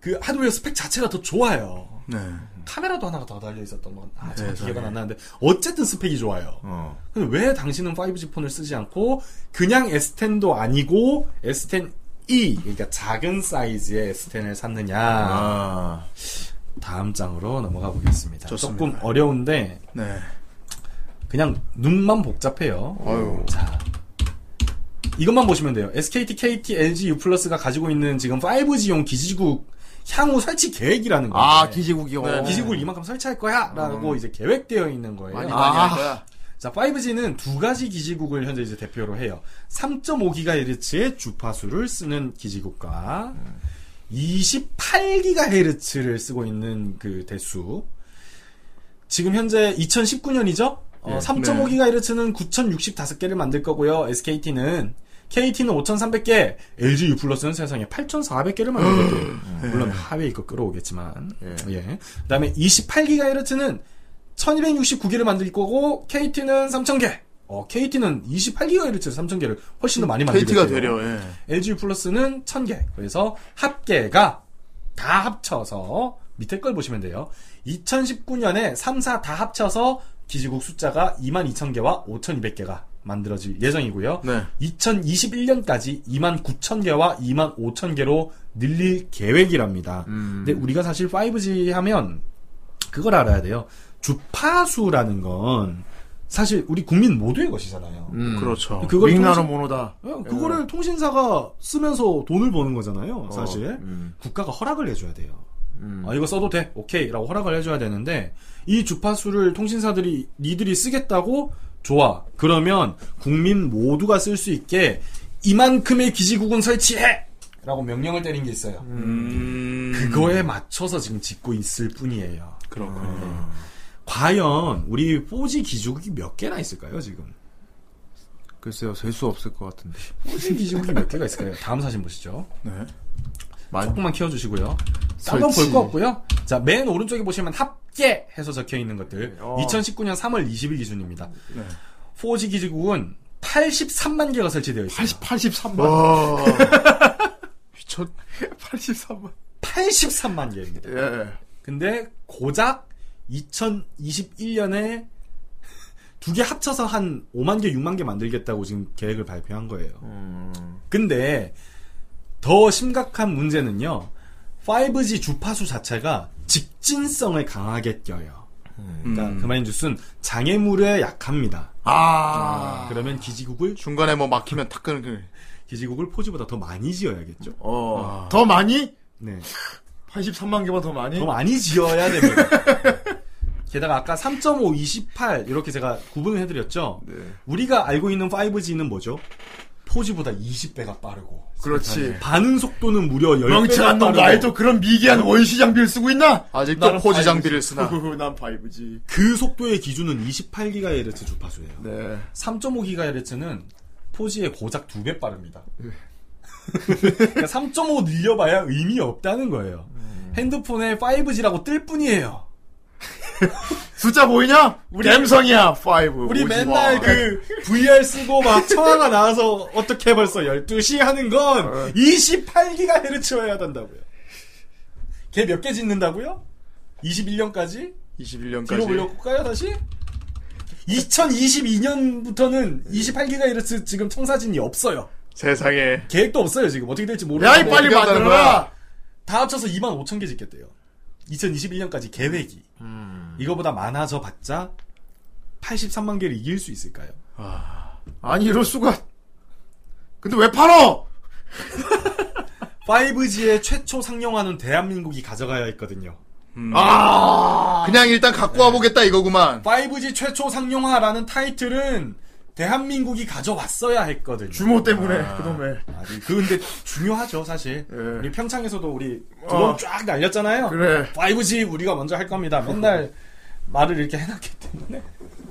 Speaker 7: 그 하드웨어 스펙 자체가 더 좋아요.
Speaker 9: 네.
Speaker 7: 카메라도 하나가 더 달려 있었던 건 아, 제가
Speaker 2: 네,
Speaker 7: 기억은
Speaker 2: 네.
Speaker 7: 안 나는데 어쨌든 스펙이 좋아요.
Speaker 3: 어.
Speaker 7: 근데 왜 당신은 5G 폰을 쓰지 않고 그냥 S10도 아니고 S10e 그러니까 작은 사이즈의 S10을 샀느냐?
Speaker 3: 아.
Speaker 7: 다음 장으로 넘어가 보겠습니다.
Speaker 9: 좋습니다.
Speaker 7: 조금 어려운데
Speaker 9: 네.
Speaker 7: 그냥 눈만 복잡해요.
Speaker 9: 아유.
Speaker 7: 자. 이것만 보시면 돼요. SKT, KT, LG, U 플러스가 가지고 있는 지금 5G용 기지국 향후 설치 계획이라는 거예요.
Speaker 3: 아, 기지국이요. 음.
Speaker 7: 네, 기지국을 이만큼 설치할 거야라고
Speaker 9: 음.
Speaker 7: 이제 계획되어 있는 거예요. 아,
Speaker 9: 많이 많이 할 거야.
Speaker 7: 자, 5G는 두 가지 기지국을 현재 이제 대표로 해요. 3.5GHz의 주파수를 쓰는 기지국과 28GHz를 쓰고 있는 그 대수. 지금 현재 2019년이죠? 어,
Speaker 2: 예.
Speaker 7: 3.5GHz는 9,065개를 만들 거고요. SKT는 KT는 5,300개, LG U 플러스는 세상에 8,400개를 만들 거예요. 물론 하웨이 거 끌어오겠지만. 예. 그다음에 28GHz는 1269개를 만들 거고 KT는 3000개. 어, KT는 28GHz 3000개를 훨씬 더 아, 많이 만들
Speaker 9: KT가
Speaker 7: 거예요.
Speaker 9: 되려. 예.
Speaker 7: LG 플러스는 1000개. 그래서 합계가 다 합쳐서 밑에 걸 보시면 돼요. 2019년에 3, 4 다 합쳐서 기지국 숫자가 22,000개와 5,200개가 만들어질 예정이고요.
Speaker 9: 네.
Speaker 7: 2021년까지 29,000개와 25,000개로 늘릴 계획이랍니다. 근데 우리가 사실 5G 하면 그걸 알아야 돼요. 주파수라는 건 사실 우리 국민 모두의 것이잖아요.
Speaker 9: 그렇죠.
Speaker 7: 그걸
Speaker 3: 윙나노
Speaker 7: 통신-
Speaker 3: 모노다.
Speaker 9: 예.
Speaker 7: 어, 그거를 통신사가 쓰면서 돈을 버는
Speaker 9: 어,
Speaker 7: 거잖아요, 사실.
Speaker 3: 음.
Speaker 7: 국가가 허락을 해줘야 돼요.
Speaker 9: 음.
Speaker 7: 아, 이거 써도 돼. 오케이. 라고 허락을 해줘야 되는데, 이 주파수를 통신사들이, 니들이 쓰겠다고? 좋아. 그러면, 국민 모두가 쓸 수 있게, 이만큼의 기지국은 설치해! 라고 명령을 때린 게 있어요.
Speaker 9: 음.
Speaker 7: 그거에 맞춰서 지금 짓고 있을 뿐이에요. 네.
Speaker 9: 그렇군요.
Speaker 7: 과연, 우리 4G 기지국이 몇 개나 있을까요, 지금?
Speaker 3: 글쎄요, 셀 수 없을 것 같은데.
Speaker 7: 4G 기지국이 몇 개가 있을까요? 다음 사진 보시죠.
Speaker 9: 네.
Speaker 7: 조금만 키워주시고요. 딴 건 볼
Speaker 2: 설치.
Speaker 7: 거 없고요. 자, 맨 오른쪽에 보시면 합계 해서 적혀 있는 것들.
Speaker 2: 어. 네.
Speaker 7: 2019년 3월 20일 기준입니다. 4G 기지국은 83만 개가 설치되어 있습니다. 83만.
Speaker 9: 와.
Speaker 7: 미쳤. 83만. 83만 개입니다. 예. 근데 고작 2021년에 두 개 합쳐서 한 5만 개, 6만 개 만들겠다고 지금 계획을 발표한 거예요. 근데 더 심각한 문제는요. 5G 주파수 자체가 직진성을 강하게 껴요. 그러니까 그마인 주스는 장애물에 약합니다. 아. 그러면 기지국을 중간에 뭐 막히면 탁 끄는 그 기지국을 포지보다 더 많이 지어야겠죠.
Speaker 9: 아.
Speaker 3: 어. 더 많이?
Speaker 7: 네.
Speaker 3: 83만 개만 더 많이?
Speaker 7: 더 많이 지어야 됩니다. 게다가 아까 3.5, 28 이렇게 제가 구분을 해드렸죠.
Speaker 3: 네.
Speaker 7: 우리가 알고 있는 5G는 뭐죠? 4G보다 20배가 빠르고
Speaker 9: 그렇지.
Speaker 7: 반응 속도는 무려 10배가
Speaker 3: 명칭한 놈 나에도 그런 미개한 원시 장비를 쓰고 있나?
Speaker 9: 아직도
Speaker 3: 나는
Speaker 9: 4G
Speaker 3: 5G.
Speaker 9: 장비를 쓰나?
Speaker 3: 난 5G.
Speaker 7: 그 속도의 기준은 28GHz 주파수예요.
Speaker 3: 네.
Speaker 7: 3.5GHz는 4G의 고작 2배 빠릅니다.
Speaker 3: 네.
Speaker 7: 그러니까 3.5 늘려봐야 의미 없다는 거예요.
Speaker 3: 음.
Speaker 7: 핸드폰에 5G라고 뜰 뿐이에요.
Speaker 3: 숫자
Speaker 9: 아,
Speaker 3: 보이냐?
Speaker 7: 우리-
Speaker 3: 갬성이야 5.
Speaker 7: 우리
Speaker 3: 오지 마.
Speaker 7: 맨날 그 VR 쓰고 막 청아가 나와서 어떻게 벌써 12시 하는
Speaker 9: 어.
Speaker 7: 건 28GHz여야 된다고요. 걔 몇 개 짓는다고요? 21년까지?
Speaker 9: 21년까지.
Speaker 7: 뒤로 올려볼까요 다시? 2022년부터는 28GHz 지금 청사진이 없어요.
Speaker 9: 세상에.
Speaker 7: 계획도 없어요 지금 어떻게 될지
Speaker 9: 야,
Speaker 7: 모르겠는데
Speaker 9: 이 빨리 만들어라!
Speaker 7: 다 합쳐서 2만 5천 개 짓겠대요. 2021년까지 계획이
Speaker 9: 음.
Speaker 7: 이거보다 많아져 봤자 83만 개를 이길 수 있을까요?
Speaker 3: 아니 이럴 수가. 근데 왜 팔어?
Speaker 7: 5G의 최초 상용화는 대한민국이 가져가야 했거든요.
Speaker 9: 아. 그냥 일단 갖고 와보겠다 이거구만.
Speaker 7: 5G 최초 상용화라는 타이틀은 대한민국이 가져왔어야 했거든요.
Speaker 3: 규모 때문에 그놈의.
Speaker 7: 아니, 그 근데 중요하죠 사실. 우리 평창에서도 우리 드론
Speaker 3: 네. 어.
Speaker 7: 쫙 날렸잖아요.
Speaker 3: 그래.
Speaker 7: 5G 우리가 먼저 할 겁니다. 맨날 말을 이렇게 해놨기 때문에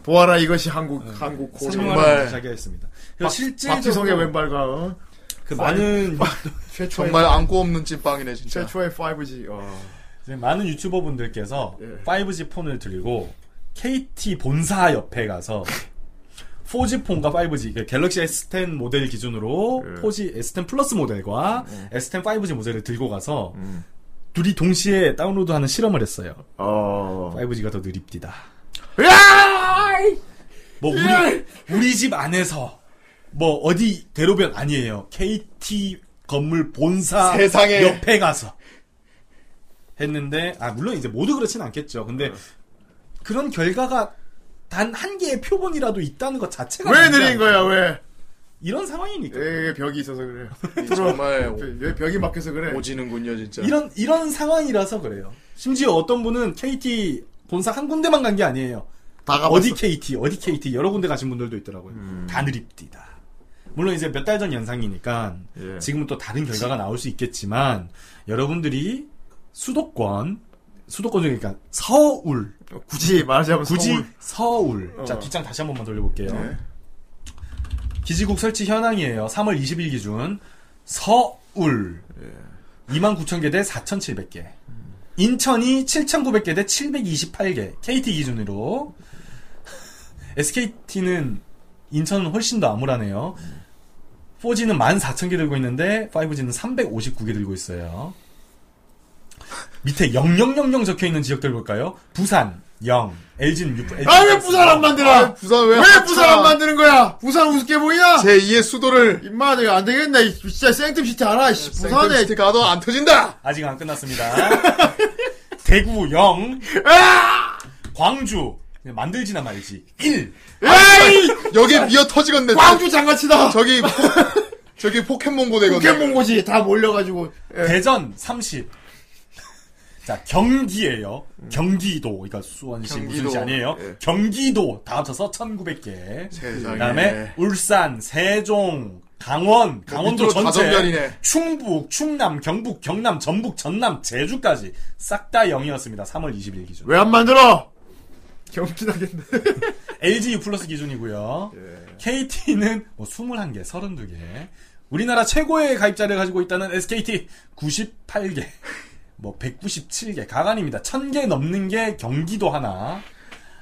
Speaker 3: 보아라 이것이 한국 한국 고
Speaker 7: 상용화를 자기했습니다.
Speaker 3: 박- 박지성의 아, 왼발과 어?
Speaker 7: 그 많은
Speaker 9: 정말 안고 없는 찐빵이네 진짜.
Speaker 3: 최초의 5G. 어.
Speaker 7: 이제 많은 유튜버분들께서 5G 폰을 들고 KT 본사 옆에 가서 4G 폰과 5G, 그러니까 갤럭시 S10 모델 기준으로 4G S10 플러스 모델과 S10 5G 모델을 들고 가서 둘이 동시에 다운로드하는 실험을 했어요. 5G가 더 느립디다. 뭐 우리 우리 집 안에서 뭐 어디 대로변 아니에요. KT 건물 본사
Speaker 9: 세상에.
Speaker 7: 옆에 가서 했는데 아 물론 이제 모두 그렇진 않겠죠. 근데 그런 결과가 단 한 개의 표본이라도 있다는 것 자체가
Speaker 3: 왜
Speaker 7: 문제
Speaker 3: 느린 거야
Speaker 7: 아닙니까?
Speaker 3: 왜?
Speaker 7: 이런 상황이니까.
Speaker 3: 예, 벽이 있어서 그래요.
Speaker 9: 정말
Speaker 3: 왜 뭐, 벽이 막혀서 그래?
Speaker 9: 오지는군요 진짜.
Speaker 7: 이런 이런 상황이라서 그래요. 심지어 어떤 분은 KT 본사 한 군데만 간 게 아니에요. 어디 KT, 어디 KT 여러 군데 가신 분들도 있더라고요.
Speaker 9: 음.
Speaker 7: 다 느립디다. 물론 이제 몇 달 전 연상이니까
Speaker 9: 예.
Speaker 7: 지금은 또 다른 결과가 나올 수 있겠지만 여러분들이 수도권 수도권 중에 그러니까 서울
Speaker 3: 굳이 말하자면
Speaker 7: 굳이
Speaker 3: 서울.
Speaker 7: 서울. 자
Speaker 3: 어. 네.
Speaker 7: 뒷장 다시 한 번만 돌려볼게요. 기지국 설치 현황이에요. 3월 20일 기준 서울
Speaker 3: 예.
Speaker 7: 29,000개 대 4,700개. 인천이 7,900개 대 728개. KT 기준으로. SKT는 인천은 훨씬 더 암울하네요. 4G는 14,000개 들고 있는데 5G는 359개 들고 있어요. 밑에 0000 적혀 있는 지역들 볼까요? 부산 0, LG는 6.
Speaker 3: 아 왜 부산 안 만들어?
Speaker 9: 아, 부산 왜 합쳐?
Speaker 3: 부산 아. 안 만드는 거야? 부산 우습게 보이냐?
Speaker 9: 제 2의 수도를
Speaker 3: 임마 내가 안 되겠네. 이 진짜 네, 생뜸시티 알아? 씨, 부산에
Speaker 9: 생뜸시티 가도 안 터진다.
Speaker 7: 아직 안 끝났습니다. 대구 0.
Speaker 3: 아!
Speaker 7: 광주 만들지나 말지. 1.
Speaker 9: 에이! 여기 미어 터지겠네.
Speaker 3: 광주 장가치다.
Speaker 9: 저기 포, 저기 포켓몬고 되거든.
Speaker 3: 포켓몬고지 다 몰려가지고
Speaker 9: 예.
Speaker 7: 대전 30. 자, 경기예요. 경기도. 그러니까 수원시 무슨
Speaker 9: 음. 경기도.
Speaker 7: 시 아니에요.
Speaker 9: 예.
Speaker 7: 경기도 다 합쳐서 1900개.
Speaker 9: 세상에.
Speaker 7: 그다음에 울산, 세종, 강원,
Speaker 9: 그
Speaker 7: 강원도
Speaker 9: 밑으로 다
Speaker 7: 전체,
Speaker 9: 정렬이네.
Speaker 7: 충북, 충남, 경북, 경남, 전북, 전남, 제주까지 싹 다 0이었습니다. 3월 20일 기준.
Speaker 3: 왜 안 만들어? 경진하겠네.
Speaker 7: LG U 플러스 기준이고요.
Speaker 9: 예.
Speaker 7: KT는 뭐 21개, 32개. 우리나라 최고의 가입자를 가지고 있다는 SKT 98개. 뭐 197개 가관입니다. 1000개 넘는 게 경기도 하나.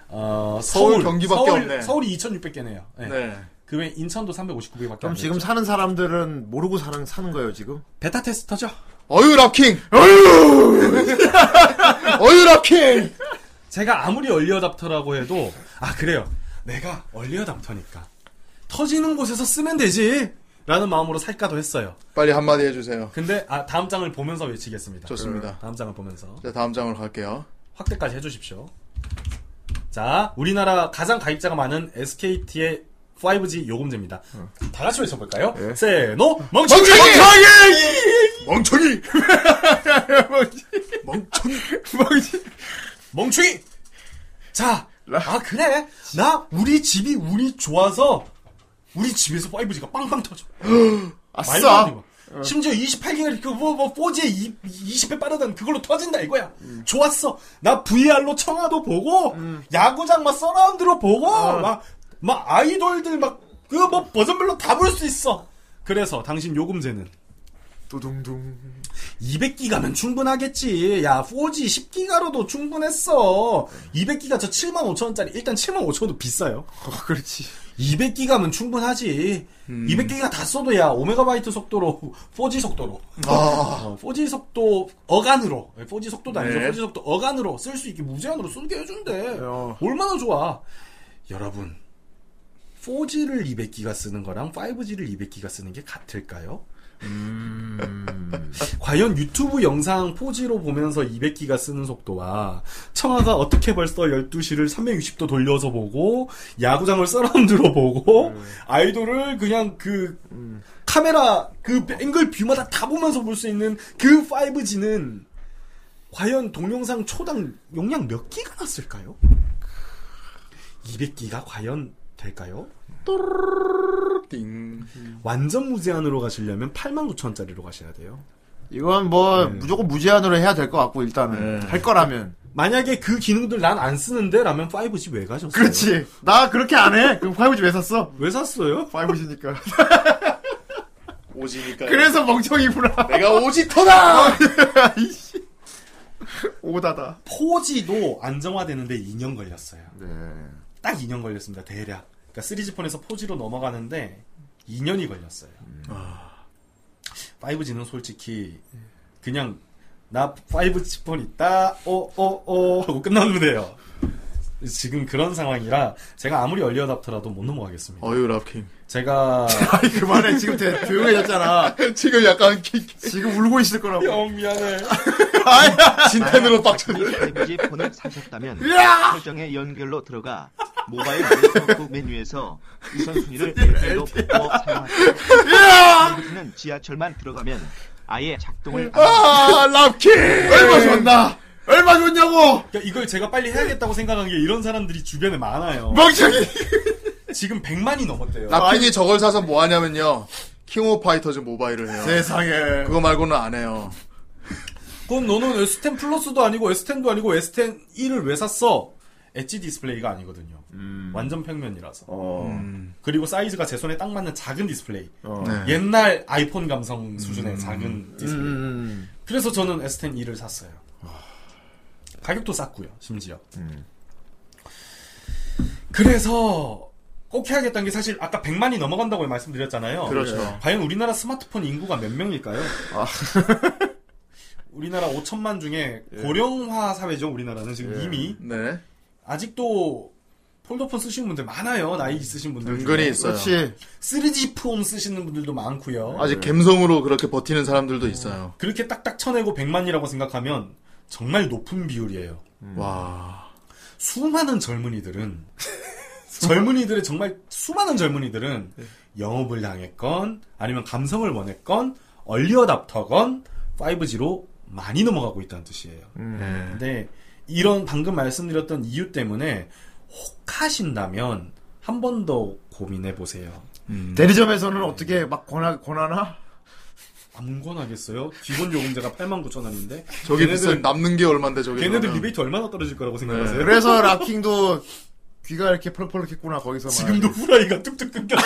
Speaker 7: 어,
Speaker 9: 서울, 경기밖에
Speaker 7: 서울,
Speaker 9: 없네.
Speaker 7: 서울이 2,600개네요.
Speaker 9: 네.
Speaker 7: 그 외에 인천도 359개밖에
Speaker 3: 그럼 지금 사는 사람들은 모르고 사는 사는 거예요 지금?
Speaker 7: 베타 테스터죠?
Speaker 9: 어유 랍킹.
Speaker 7: 어유.
Speaker 9: 어유 랍킹.
Speaker 7: 제가 아무리 얼리어답터라고 해도 아 그래요. 내가 얼리어답터니까 터지는 곳에서 쓰면 되지. 라는 마음으로 살까도 했어요.
Speaker 9: 빨리 한마디 해주세요.
Speaker 7: 근데 아 다음 장을 보면서 외치겠습니다. 그
Speaker 9: 좋습니다.
Speaker 7: 다음 장을 보면서
Speaker 9: 자, 다음 장으로 갈게요.
Speaker 7: 확대까지 해주십시오. 자, 우리나라 가장 가입자가 많은 SKT의 5G 요금제입니다. 다 같이 외쳐볼까요? 세노 예. 멍청이!
Speaker 9: 멍청이!
Speaker 7: 멍청이! 멍청이! 멍청이! 자, 아 그래, 나 우리 집이 운이 좋아서 우리 집에서 5G가 빵빵 터져. 말도 안 돼, 이거. 심지어 28기가 그 뭐, 뭐, 4G에 20배 빠르던 그걸로 터진다 이거야. 좋았어. 나 VR로 청아도 보고, 야구장 막 서라운드로 보고, 막, 막 아이돌들 막, 그 뭐 버전별로 다 볼 수 있어. 그래서 당신 요금제는?
Speaker 3: 두둥둥.
Speaker 7: 200기가면 충분하겠지. 야, 4G 10기가로도 충분했어. 200기가 저 7만 5천 원짜리, 일단 7만 5천 원도 비싸요.
Speaker 3: 아, 그렇지. 음.
Speaker 7: 200기가면 충분하지. 200기가 다 써도 야, 5메가바이트 속도로, 4G 속도로.
Speaker 9: 아.
Speaker 7: 어, 4G 속도 어간으로. 4G 속도도 아니죠.
Speaker 9: 네.
Speaker 7: 4G 속도 어간으로 쓸 수 있게 무제한으로 쓰게 해준대. 얼마나 좋아. 여러분, 4G를 200기가 쓰는 거랑 5G를 200기가 쓰는 게 같을까요? 음. 과연 유튜브 영상 4G로 보면서 200기가 쓰는 속도와 청아가 어떻게 벌써 12시를 360도 돌려서 보고 야구장을 서라운드로 보고 아이돌을 그냥 그 카메라 그 앵글 뷰마다 다 보면서 볼 수 있는 그 5G는 과연 동영상 초당 용량 몇 기가 났을까요? 200기가 과연 될까요?
Speaker 9: 띵.
Speaker 7: 완전 무제한으로 가시려면 89,000원짜리로 가셔야 돼요.
Speaker 3: 이건 뭐 무조건 무제한으로 해야 될 것 같고 일단은 할 거라면
Speaker 7: 만약에 그 기능들 난 안 쓰는데 라면 5G 왜 가셨어요?
Speaker 3: 그렇지. 나 그렇게 안 해. 그럼 5G 왜 샀어?
Speaker 7: 왜 샀어요?
Speaker 3: 5G니까.
Speaker 9: 오지니까.
Speaker 3: 그래서 멍청이구나.
Speaker 9: 내가 오지터다!
Speaker 3: 오다다.
Speaker 7: 4G도 안정화되는데 2년 걸렸어요.
Speaker 3: 네.
Speaker 7: 딱 2년 걸렸습니다. 대략. 그러니까 3G폰에서 4G로 넘어가는데 2년이 걸렸어요.
Speaker 3: 음.
Speaker 7: 아, 5G는 솔직히 그냥 나 5G폰 있다. 오오오 하고 끝나면 돼요. 지금 그런 상황이라 제가 아무리 얼리어답터라도 못 넘어가겠습니다.
Speaker 9: 어유 랍킹.
Speaker 7: 제가
Speaker 3: 그만해. 지금 대, 조용해졌잖아.
Speaker 9: 지금 약간
Speaker 3: 지금 울고 있을 거라고.
Speaker 7: 형 어, 미안해.
Speaker 9: 진텐으로 빡쳤네.
Speaker 12: 5G 폰을 사셨다면
Speaker 9: 으아!
Speaker 12: 설정의 연결로 들어가 모바일 네트워크 메뉴에서 우선순위를 LTE로 바꿔 사용하세요. 여기는 지하철만 들어가면 아예 작동을 안
Speaker 9: 아, 랍킹! 얼마
Speaker 3: 좋나? 얼마 좋냐고!
Speaker 7: 그러니까 이걸 제가 빨리 해야겠다고 생각한 게 이런 사람들이 주변에 많아요.
Speaker 9: 멍청이!
Speaker 7: 지금 100만이 넘었대요.
Speaker 9: 랍킹이 저걸 사서 뭐 하냐면요. 킹 오브 파이터즈 모바일을 해요.
Speaker 3: 세상에.
Speaker 9: 그거 말고는 안 해요.
Speaker 7: 그럼 너는 S10 플러스도 아니고 S10도 아니고 S10 1을 왜 샀어? 엣지 디스플레이가 아니거든요.
Speaker 9: 음.
Speaker 7: 완전 평면이라서.
Speaker 9: 어.
Speaker 7: 음. 그리고 사이즈가 제 손에 딱 맞는 작은 디스플레이.
Speaker 2: 네.
Speaker 7: 옛날 아이폰 감성 수준의 작은 디스플레이.
Speaker 3: 음.
Speaker 7: 그래서 저는 S10 1을 샀어요.
Speaker 9: 아.
Speaker 7: 가격도 쌌고요. 심지어.
Speaker 9: 음.
Speaker 7: 그래서 꼭 해야겠다는 게 사실 아까 100만이 넘어간다고 말씀드렸잖아요.
Speaker 9: 그렇죠. 아.
Speaker 7: 과연 우리나라 스마트폰 인구가 몇 명일까요? 우리나라 5천만 중에 고령화 사회죠. 우리나라는 지금
Speaker 9: 예.
Speaker 7: 이미
Speaker 9: 네.
Speaker 7: 아직도 폴더폰 쓰시는 분들 많아요. 나이 있으신 분들.
Speaker 9: 은근히
Speaker 7: 중에.
Speaker 9: 있어요.
Speaker 7: 그렇지. 3G 폰 쓰시는 분들도 많고요.
Speaker 9: 아직 갬성으로 그렇게 버티는 사람들도 있어요.
Speaker 7: 그렇게 딱딱 쳐내고 100만이라고 생각하면 정말 높은 비율이에요.
Speaker 9: 음.
Speaker 7: 와. 수많은 젊은이들은 젊은이들의 정말 수많은 젊은이들은
Speaker 9: 네.
Speaker 7: 영업을 향했건 아니면 감성을 원했건 얼리어답터건 5G로 많이 넘어가고 있다는 뜻이에요.
Speaker 9: 음. 예.
Speaker 7: 근데 이런 방금 말씀드렸던 이유 때문에 혹하신다면 한 번 더 고민해 보세요.
Speaker 3: 대리점에서는 어떻게 막 권하, 권하나?
Speaker 7: 안 권하겠어요? 기본 요금제가 89,000원인데
Speaker 9: 저게 비싼 남는 게 얼만데 저게.
Speaker 7: 걔네들
Speaker 9: 그러면. 네.
Speaker 7: 리베이트 얼마나 떨어질 거라고 생각하세요?
Speaker 3: 그래서 락킹도 귀가 이렇게 펄럭펄럭했구나 거기서
Speaker 7: 지금도 후라이가 뚝뚝 끊겨.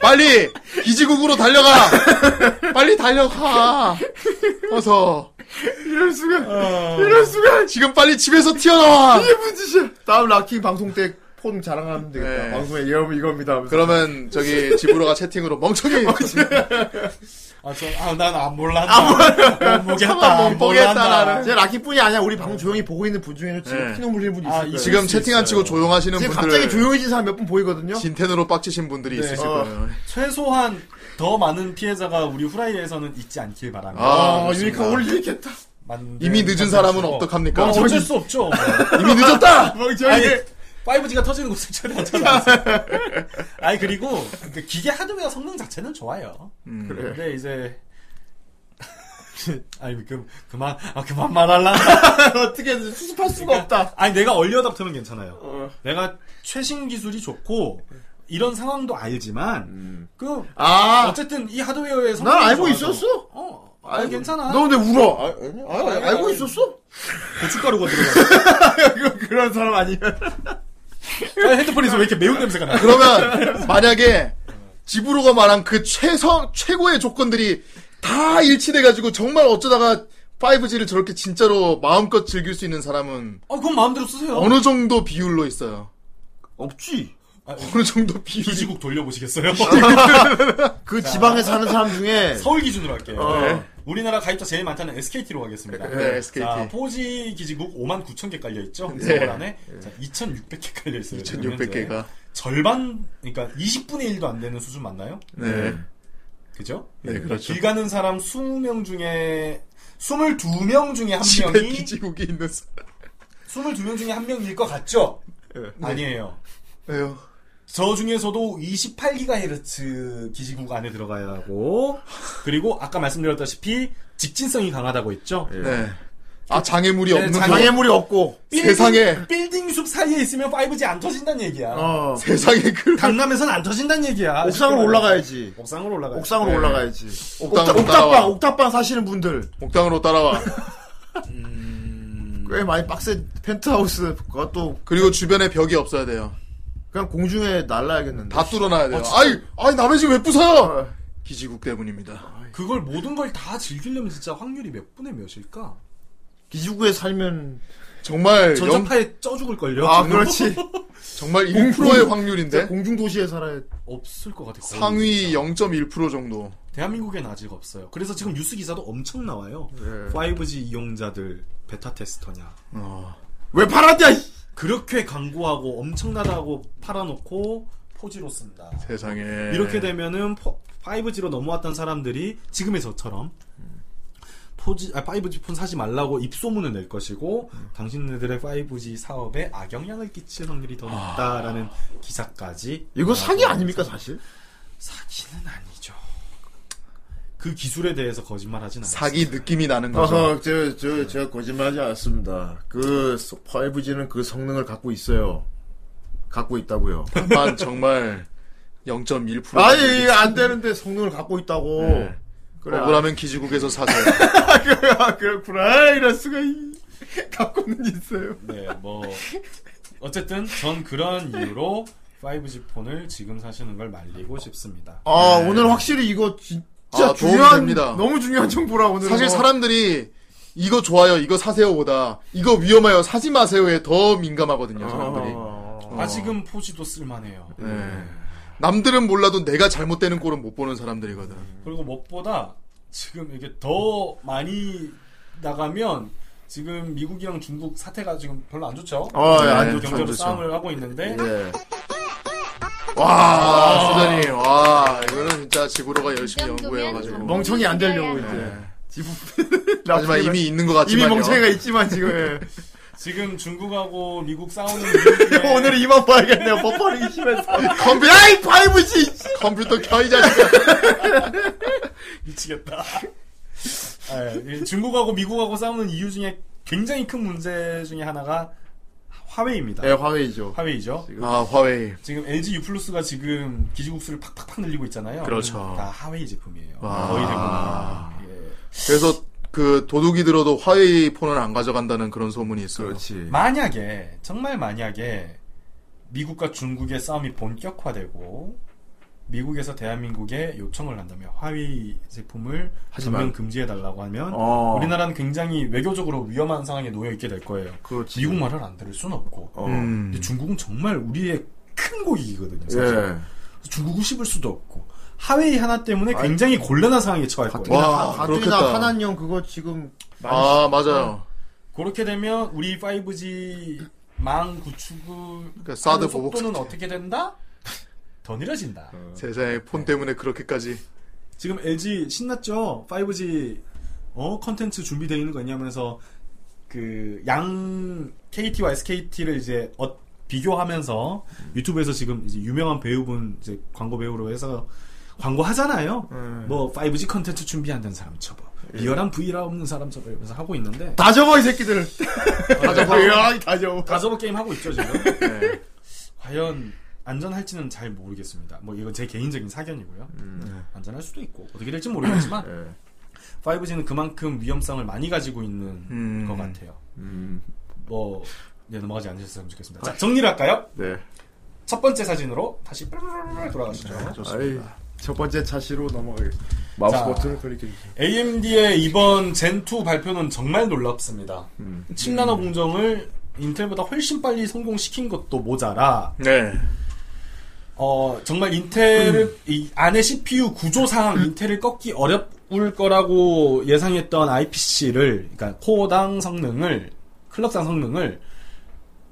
Speaker 9: 빨리 기지국으로 달려가. 빨리 달려가. 어서.
Speaker 3: 이럴 수가.
Speaker 9: 어. 이럴 수가. 지금 빨리 집에서 튀어나와.
Speaker 3: 이게 무슨 짓이야. 다음 락킹 방송 때 폰 자랑하면 되겠다.
Speaker 9: 네.
Speaker 3: 방송에 여러분 이겁니다. 하면서.
Speaker 9: 그러면 저기 집으로가 채팅으로 멍청이.
Speaker 3: 네.
Speaker 7: 아, 저, 아, 난안 몰랐다. 못 보겠다. 못
Speaker 3: 보겠다.
Speaker 7: 보겠다.
Speaker 3: 아, 뭐 제 락킹뿐이 아니야. 우리 방송 조용히 보고 있는 분 중에는 지금
Speaker 9: 네.
Speaker 3: 피눈 물리는 분이
Speaker 7: 아,
Speaker 3: 있을 거예요.
Speaker 9: 지금 채팅 안 치고 조용하시는
Speaker 3: 지금
Speaker 9: 분들.
Speaker 3: 갑자기 조용해진 네. 아. 사람 몇 분 보이거든요.
Speaker 9: 진텐으로 빡치신 분들이 있으실
Speaker 7: 어.
Speaker 9: 거예요.
Speaker 7: 최소한 더 많은 피해자가 우리 후라이에서는 있지 않길 바랍니다.
Speaker 9: 아, 그렇습니다.
Speaker 3: 유니카 오늘 유익했다.
Speaker 7: 만든
Speaker 9: 이미 늦은 사람은
Speaker 7: 컨텐츠고.
Speaker 9: 어떡합니까?
Speaker 7: 뭐 어쩔 수 없죠.
Speaker 9: 이미 늦었다!
Speaker 3: 어,
Speaker 7: 아니, 5G가 터지는 곳을 찾아왔잖아. 아니 그리고 그 기계 하드웨어 성능 자체는 좋아요.
Speaker 9: 음.
Speaker 3: 그래.
Speaker 7: 근데 이제 아니 그 그만 아, 그만 말할라.
Speaker 3: 어떻게든 수습할 수가 없다.
Speaker 7: 아니 내가 얼리어답터면 괜찮아요. 내가 최신 기술이 좋고 이런 상황도 알지만 그
Speaker 3: 아.
Speaker 7: 어쨌든 이 하드웨어의 성능
Speaker 3: 음. 난 알고 있었어.
Speaker 7: 어, 아 괜찮아.
Speaker 3: 너 근데 울어. 아, 아니, 아,
Speaker 7: 아니,
Speaker 3: 알고
Speaker 7: 아니.
Speaker 3: 있었어?
Speaker 7: 고춧가루가 들어가.
Speaker 3: 그런 사람 아니면
Speaker 7: 핸드폰에서 왜 이렇게 매운 냄새가 나?
Speaker 9: 그러면 만약에 집으로가 말한 그 최성 최고의 조건들이 다 일치돼가지고 정말 어쩌다가 5G를 저렇게 진짜로 마음껏 즐길 수 있는 사람은
Speaker 7: 어 그럼 마음대로 쓰세요.
Speaker 9: 어느 정도 비율로 있어요.
Speaker 7: 없지.
Speaker 9: 어느 정도 비율?
Speaker 7: 기지국 돌려보시겠어요?
Speaker 9: 아.
Speaker 3: 그 지방에 사는 사람 중에
Speaker 7: 서울 기준으로 할게요.
Speaker 3: 어.
Speaker 7: 네. 우리나라 가입자 제일 많다는 SKT로 하겠습니다.
Speaker 9: 네, SKT.
Speaker 7: 자, 4G 기지국 5만 9천 개 깔려 있죠.
Speaker 9: 네.
Speaker 7: 서울 안에 자, 2,600개 깔려 있어요. 지금
Speaker 9: 1600
Speaker 3: 네.
Speaker 7: 현재.
Speaker 9: 개가.
Speaker 7: 절반, 그러니까 20분의 1도 안 되는 수준 맞나요?
Speaker 9: 네.
Speaker 7: 그죠?
Speaker 9: 네, 그렇죠.
Speaker 7: 길 가는 사람 20명 중에 22명 중에 한
Speaker 9: 집에
Speaker 7: 명이
Speaker 9: 기지국이 있는 사람.
Speaker 7: 22명 중에 한 명일 것 같죠?
Speaker 9: 네.
Speaker 7: 아니에요.
Speaker 9: 왜요?
Speaker 7: 저 중에서도 28GHz 기지국 안에 들어가야 하고 그리고 아까 말씀드렸다시피 직진성이 강하다고 했죠.
Speaker 9: 네. 아 장애물이
Speaker 7: 네,
Speaker 9: 없는
Speaker 7: 장애-
Speaker 9: 거.
Speaker 3: 그 장애물이 없고
Speaker 7: 빌딩-
Speaker 9: 세상에.
Speaker 7: 빌딩 숲 사이에 있으면 5G 안 터진다는 얘기야.
Speaker 3: 어.
Speaker 9: 세상에 그
Speaker 7: 강남에선 안 터진다는 얘기야.
Speaker 3: 옥상으로 올라가야지.
Speaker 7: 옥상으로 올라가.
Speaker 3: 옥상으로
Speaker 9: 아, 네.
Speaker 3: 올라가야지.
Speaker 9: 옥당으로
Speaker 3: 옥탑- 옥탑방
Speaker 9: 따라와.
Speaker 3: 옥탑방 사시는 분들
Speaker 9: 목당으로 따라와. 음.
Speaker 3: 꽤 많이 빡센 펜트하우스 그것도
Speaker 9: 그리고 주변에 벽이 없어야 돼요.
Speaker 3: 그냥 공중에 날라야겠는데.
Speaker 9: 다 뚫어놔야 돼요.
Speaker 3: 어, 진짜. 아.
Speaker 9: 아이, 아이 남의 집 왜 부숴요? 기지국 때문입니다.
Speaker 7: 그걸 모든 걸 다 즐기려면 진짜 확률이 몇 분의 몇일까?
Speaker 3: 기지국에 살면
Speaker 9: 정말 영,
Speaker 7: 전자파에 쪄 죽을 걸요.
Speaker 3: 아 그렇지.
Speaker 9: 정말
Speaker 3: 공-
Speaker 9: 1%의
Speaker 3: 공-
Speaker 9: 확률인데
Speaker 3: 공중 도시에 살아야
Speaker 7: 없을 것 같아. 거의.
Speaker 9: 상위 0.1% 정도.
Speaker 7: 대한민국엔 아직 없어요. 그래서 지금 뉴스 기사도 엄청 나와요.
Speaker 9: 네.
Speaker 7: 5G 이용자들 베타 테스터냐.
Speaker 3: 왜 팔았냐? 이-
Speaker 7: 그렇게 광고하고 엄청나다고 팔아놓고 포지로 쓴다.
Speaker 9: 세상에
Speaker 7: 이렇게 되면은 포- 5G로 넘어왔던 사람들이 지금의 저처럼 4G, 아, 5G 폰 사지 말라고 입소문을 낼 것이고 당신네들의 5G 사업에 악영향을 끼칠 확률이
Speaker 9: 아.
Speaker 7: 더 높다라는 기사까지
Speaker 3: 이거 사기
Speaker 7: 나와서
Speaker 3: 아닙니까
Speaker 9: 그렇죠.
Speaker 3: 사실?
Speaker 7: 사기는 아니죠. 그 기술에 대해서 거짓말하진 않습니다.
Speaker 9: 사기 느낌이 나는 거죠.
Speaker 3: 어허, 저, 저, 제가 거짓말하지 않았습니다. 그 5G는 그 성능을 갖고 있어요. 갖고 있다고요.
Speaker 9: 다만 정말 0.1%.
Speaker 3: 아니 이거 안 되는데 성능을 갖고 있다고.
Speaker 9: 네.
Speaker 3: 그래.
Speaker 9: 억울하면 기지국에서 사세요.
Speaker 3: 아, 그렇구나. 이럴 수가 이- 갖고는 있어요.
Speaker 7: 네, 뭐 어쨌든 전 그런 이유로 5G 폰을 지금 사시는 걸 말리고 싶습니다.
Speaker 3: 아 오늘 확실히 이거 진짜
Speaker 9: 네. 아, 도움이
Speaker 3: 중요한
Speaker 9: 됩니다.
Speaker 3: 너무 중요한 정보라 오늘.
Speaker 9: 사실
Speaker 3: 이거.
Speaker 9: 사람들이 이거 좋아요, 이거 사세요보다 이거 위험해요, 사지 마세요에 더 민감하거든요. 사람들이.
Speaker 3: 아,
Speaker 7: 아 지금 포지도 쓸만해요.
Speaker 9: 네. 남들은 몰라도 내가 잘못되는 꼴은 못 보는 사람들이거든.
Speaker 7: 그리고 무엇보다 지금 이게 더 많이 나가면 지금 미국이랑 중국 사태가 지금 별로 안 좋죠.
Speaker 3: 아, 예, 안
Speaker 9: 네,
Speaker 3: 좋죠, 안
Speaker 7: 경제로
Speaker 3: 좋죠.
Speaker 7: 싸움을 하고 있는데
Speaker 3: 예. 아.
Speaker 9: 와, 수자님, 와, 이거는 진짜 지구로가 열심히
Speaker 13: 정도면
Speaker 9: 연구해가지고.
Speaker 3: 멍청이 안 되려고 이제.
Speaker 9: 네.
Speaker 3: 지부.
Speaker 9: 하지만 이미 있는 것 같지만.
Speaker 3: 이미 멍청이가 있지만 지금. 예.
Speaker 7: 지금 중국하고 미국 싸우는
Speaker 3: 오늘은 이만 봐야겠네요. 버퍼링이 심해서.
Speaker 9: 네. 컴퓨터,
Speaker 3: 야이 5G.
Speaker 9: 컴퓨터 켜, 이 자식아.
Speaker 7: 미치겠다. 아, 예. 중국하고 미국하고 싸우는 이유 중에 굉장히 큰 문제 중에 하나가 화웨이입니다.
Speaker 3: 네, 화웨이죠.
Speaker 7: 화웨이죠.
Speaker 9: 아, 화웨이.
Speaker 7: 지금 LG U 플러스가 지금 기지국 수를 팍팍팍 늘리고 있잖아요. 음,
Speaker 9: 그렇죠.
Speaker 7: 다 하웨이 제품이에요.
Speaker 9: 와.
Speaker 7: 거의 대부분. 예.
Speaker 9: 그래서 그 도둑이 들어도 화웨이 폰은 안 가져간다는 그런 소문이 있어요.
Speaker 3: 네.
Speaker 7: 예. 만약에 정말 만약에 미국과 중국의 싸움이 본격화되고 미국에서 대한민국에 요청을 한다면 하위 제품을
Speaker 3: 하지만-
Speaker 7: 전면 금지해달라고 하면
Speaker 3: 어.
Speaker 7: 우리나라는 굉장히 외교적으로 위험한 상황에 놓여 있게 될 거예요. 미국 말을 안 들을 순 없고.
Speaker 3: 어.
Speaker 7: 음. 근데 중국은 정말 우리의 큰 고객이거든요. 사실.
Speaker 3: 예.
Speaker 7: 그래서 중국을 씹을 수도 없고 하웨이 하나 때문에 굉장히 곤란한 상황에 처할 거예요.
Speaker 3: 가뜩이나 하나님 그거 지금 많이
Speaker 9: 아,
Speaker 3: 씹-
Speaker 9: 맞아요.
Speaker 7: 그렇게 되면 우리 5G 망 구축을
Speaker 9: 그러니까 사드
Speaker 7: 하는
Speaker 9: 보복
Speaker 7: 속도는 어떻게 된다? 더 느려진다.
Speaker 9: 세상에 폰 때문에 그렇게까지
Speaker 7: 지금 LG 신났죠? 5G 어 컨텐츠 준비되어 있는 거 있냐면서 그 양 KT와 SKT를 이제 어- 비교하면서 유튜브에서 지금 이제 유명한 배우분 이제 광고 배우로 해서 광고 하잖아요. 뭐 5G 컨텐츠 준비한다는 사람 접어. 리얼한 V라 없는 사람 접어 이러면서 하고 있는데
Speaker 9: 아,
Speaker 3: 다 접어 이 새끼들. 다 접어. 아, 야, 다 접어.
Speaker 7: 다 접어 게임 하고 있죠 지금. 과연 안전할지는 잘 모르겠습니다. 뭐 이건 제 개인적인 사견이고요. 네. 안전할 수도 있고 어떻게 될지 모르겠지만 5G는 그만큼 위험성을 많이 가지고 있는 것 같아요. 뭐 네, 넘어가지 않으셨으면 좋겠습니다. 자 정리를 할까요?
Speaker 3: 네.
Speaker 7: 첫 번째 사진으로 다시 빠르르르 돌아가시죠.
Speaker 9: 그렇죠.
Speaker 3: 아이, 첫 번째 차시로 넘어가겠습니다.
Speaker 7: 자,
Speaker 3: 마우스 버튼을 클릭해 주세요.
Speaker 7: AMD의 이번 젠2 발표는 정말 놀랍습니다. 칩 나노 공정을 인텔보다 훨씬 빨리 성공시킨 것도 모자라.
Speaker 9: 네.
Speaker 7: 어 정말 인텔을
Speaker 3: 음.
Speaker 7: 이 안에 CPU 구조상 인텔을 꺾기 어렵을 거라고 예상했던 IPC를 그러니까 코어당 성능을 클럭당 성능을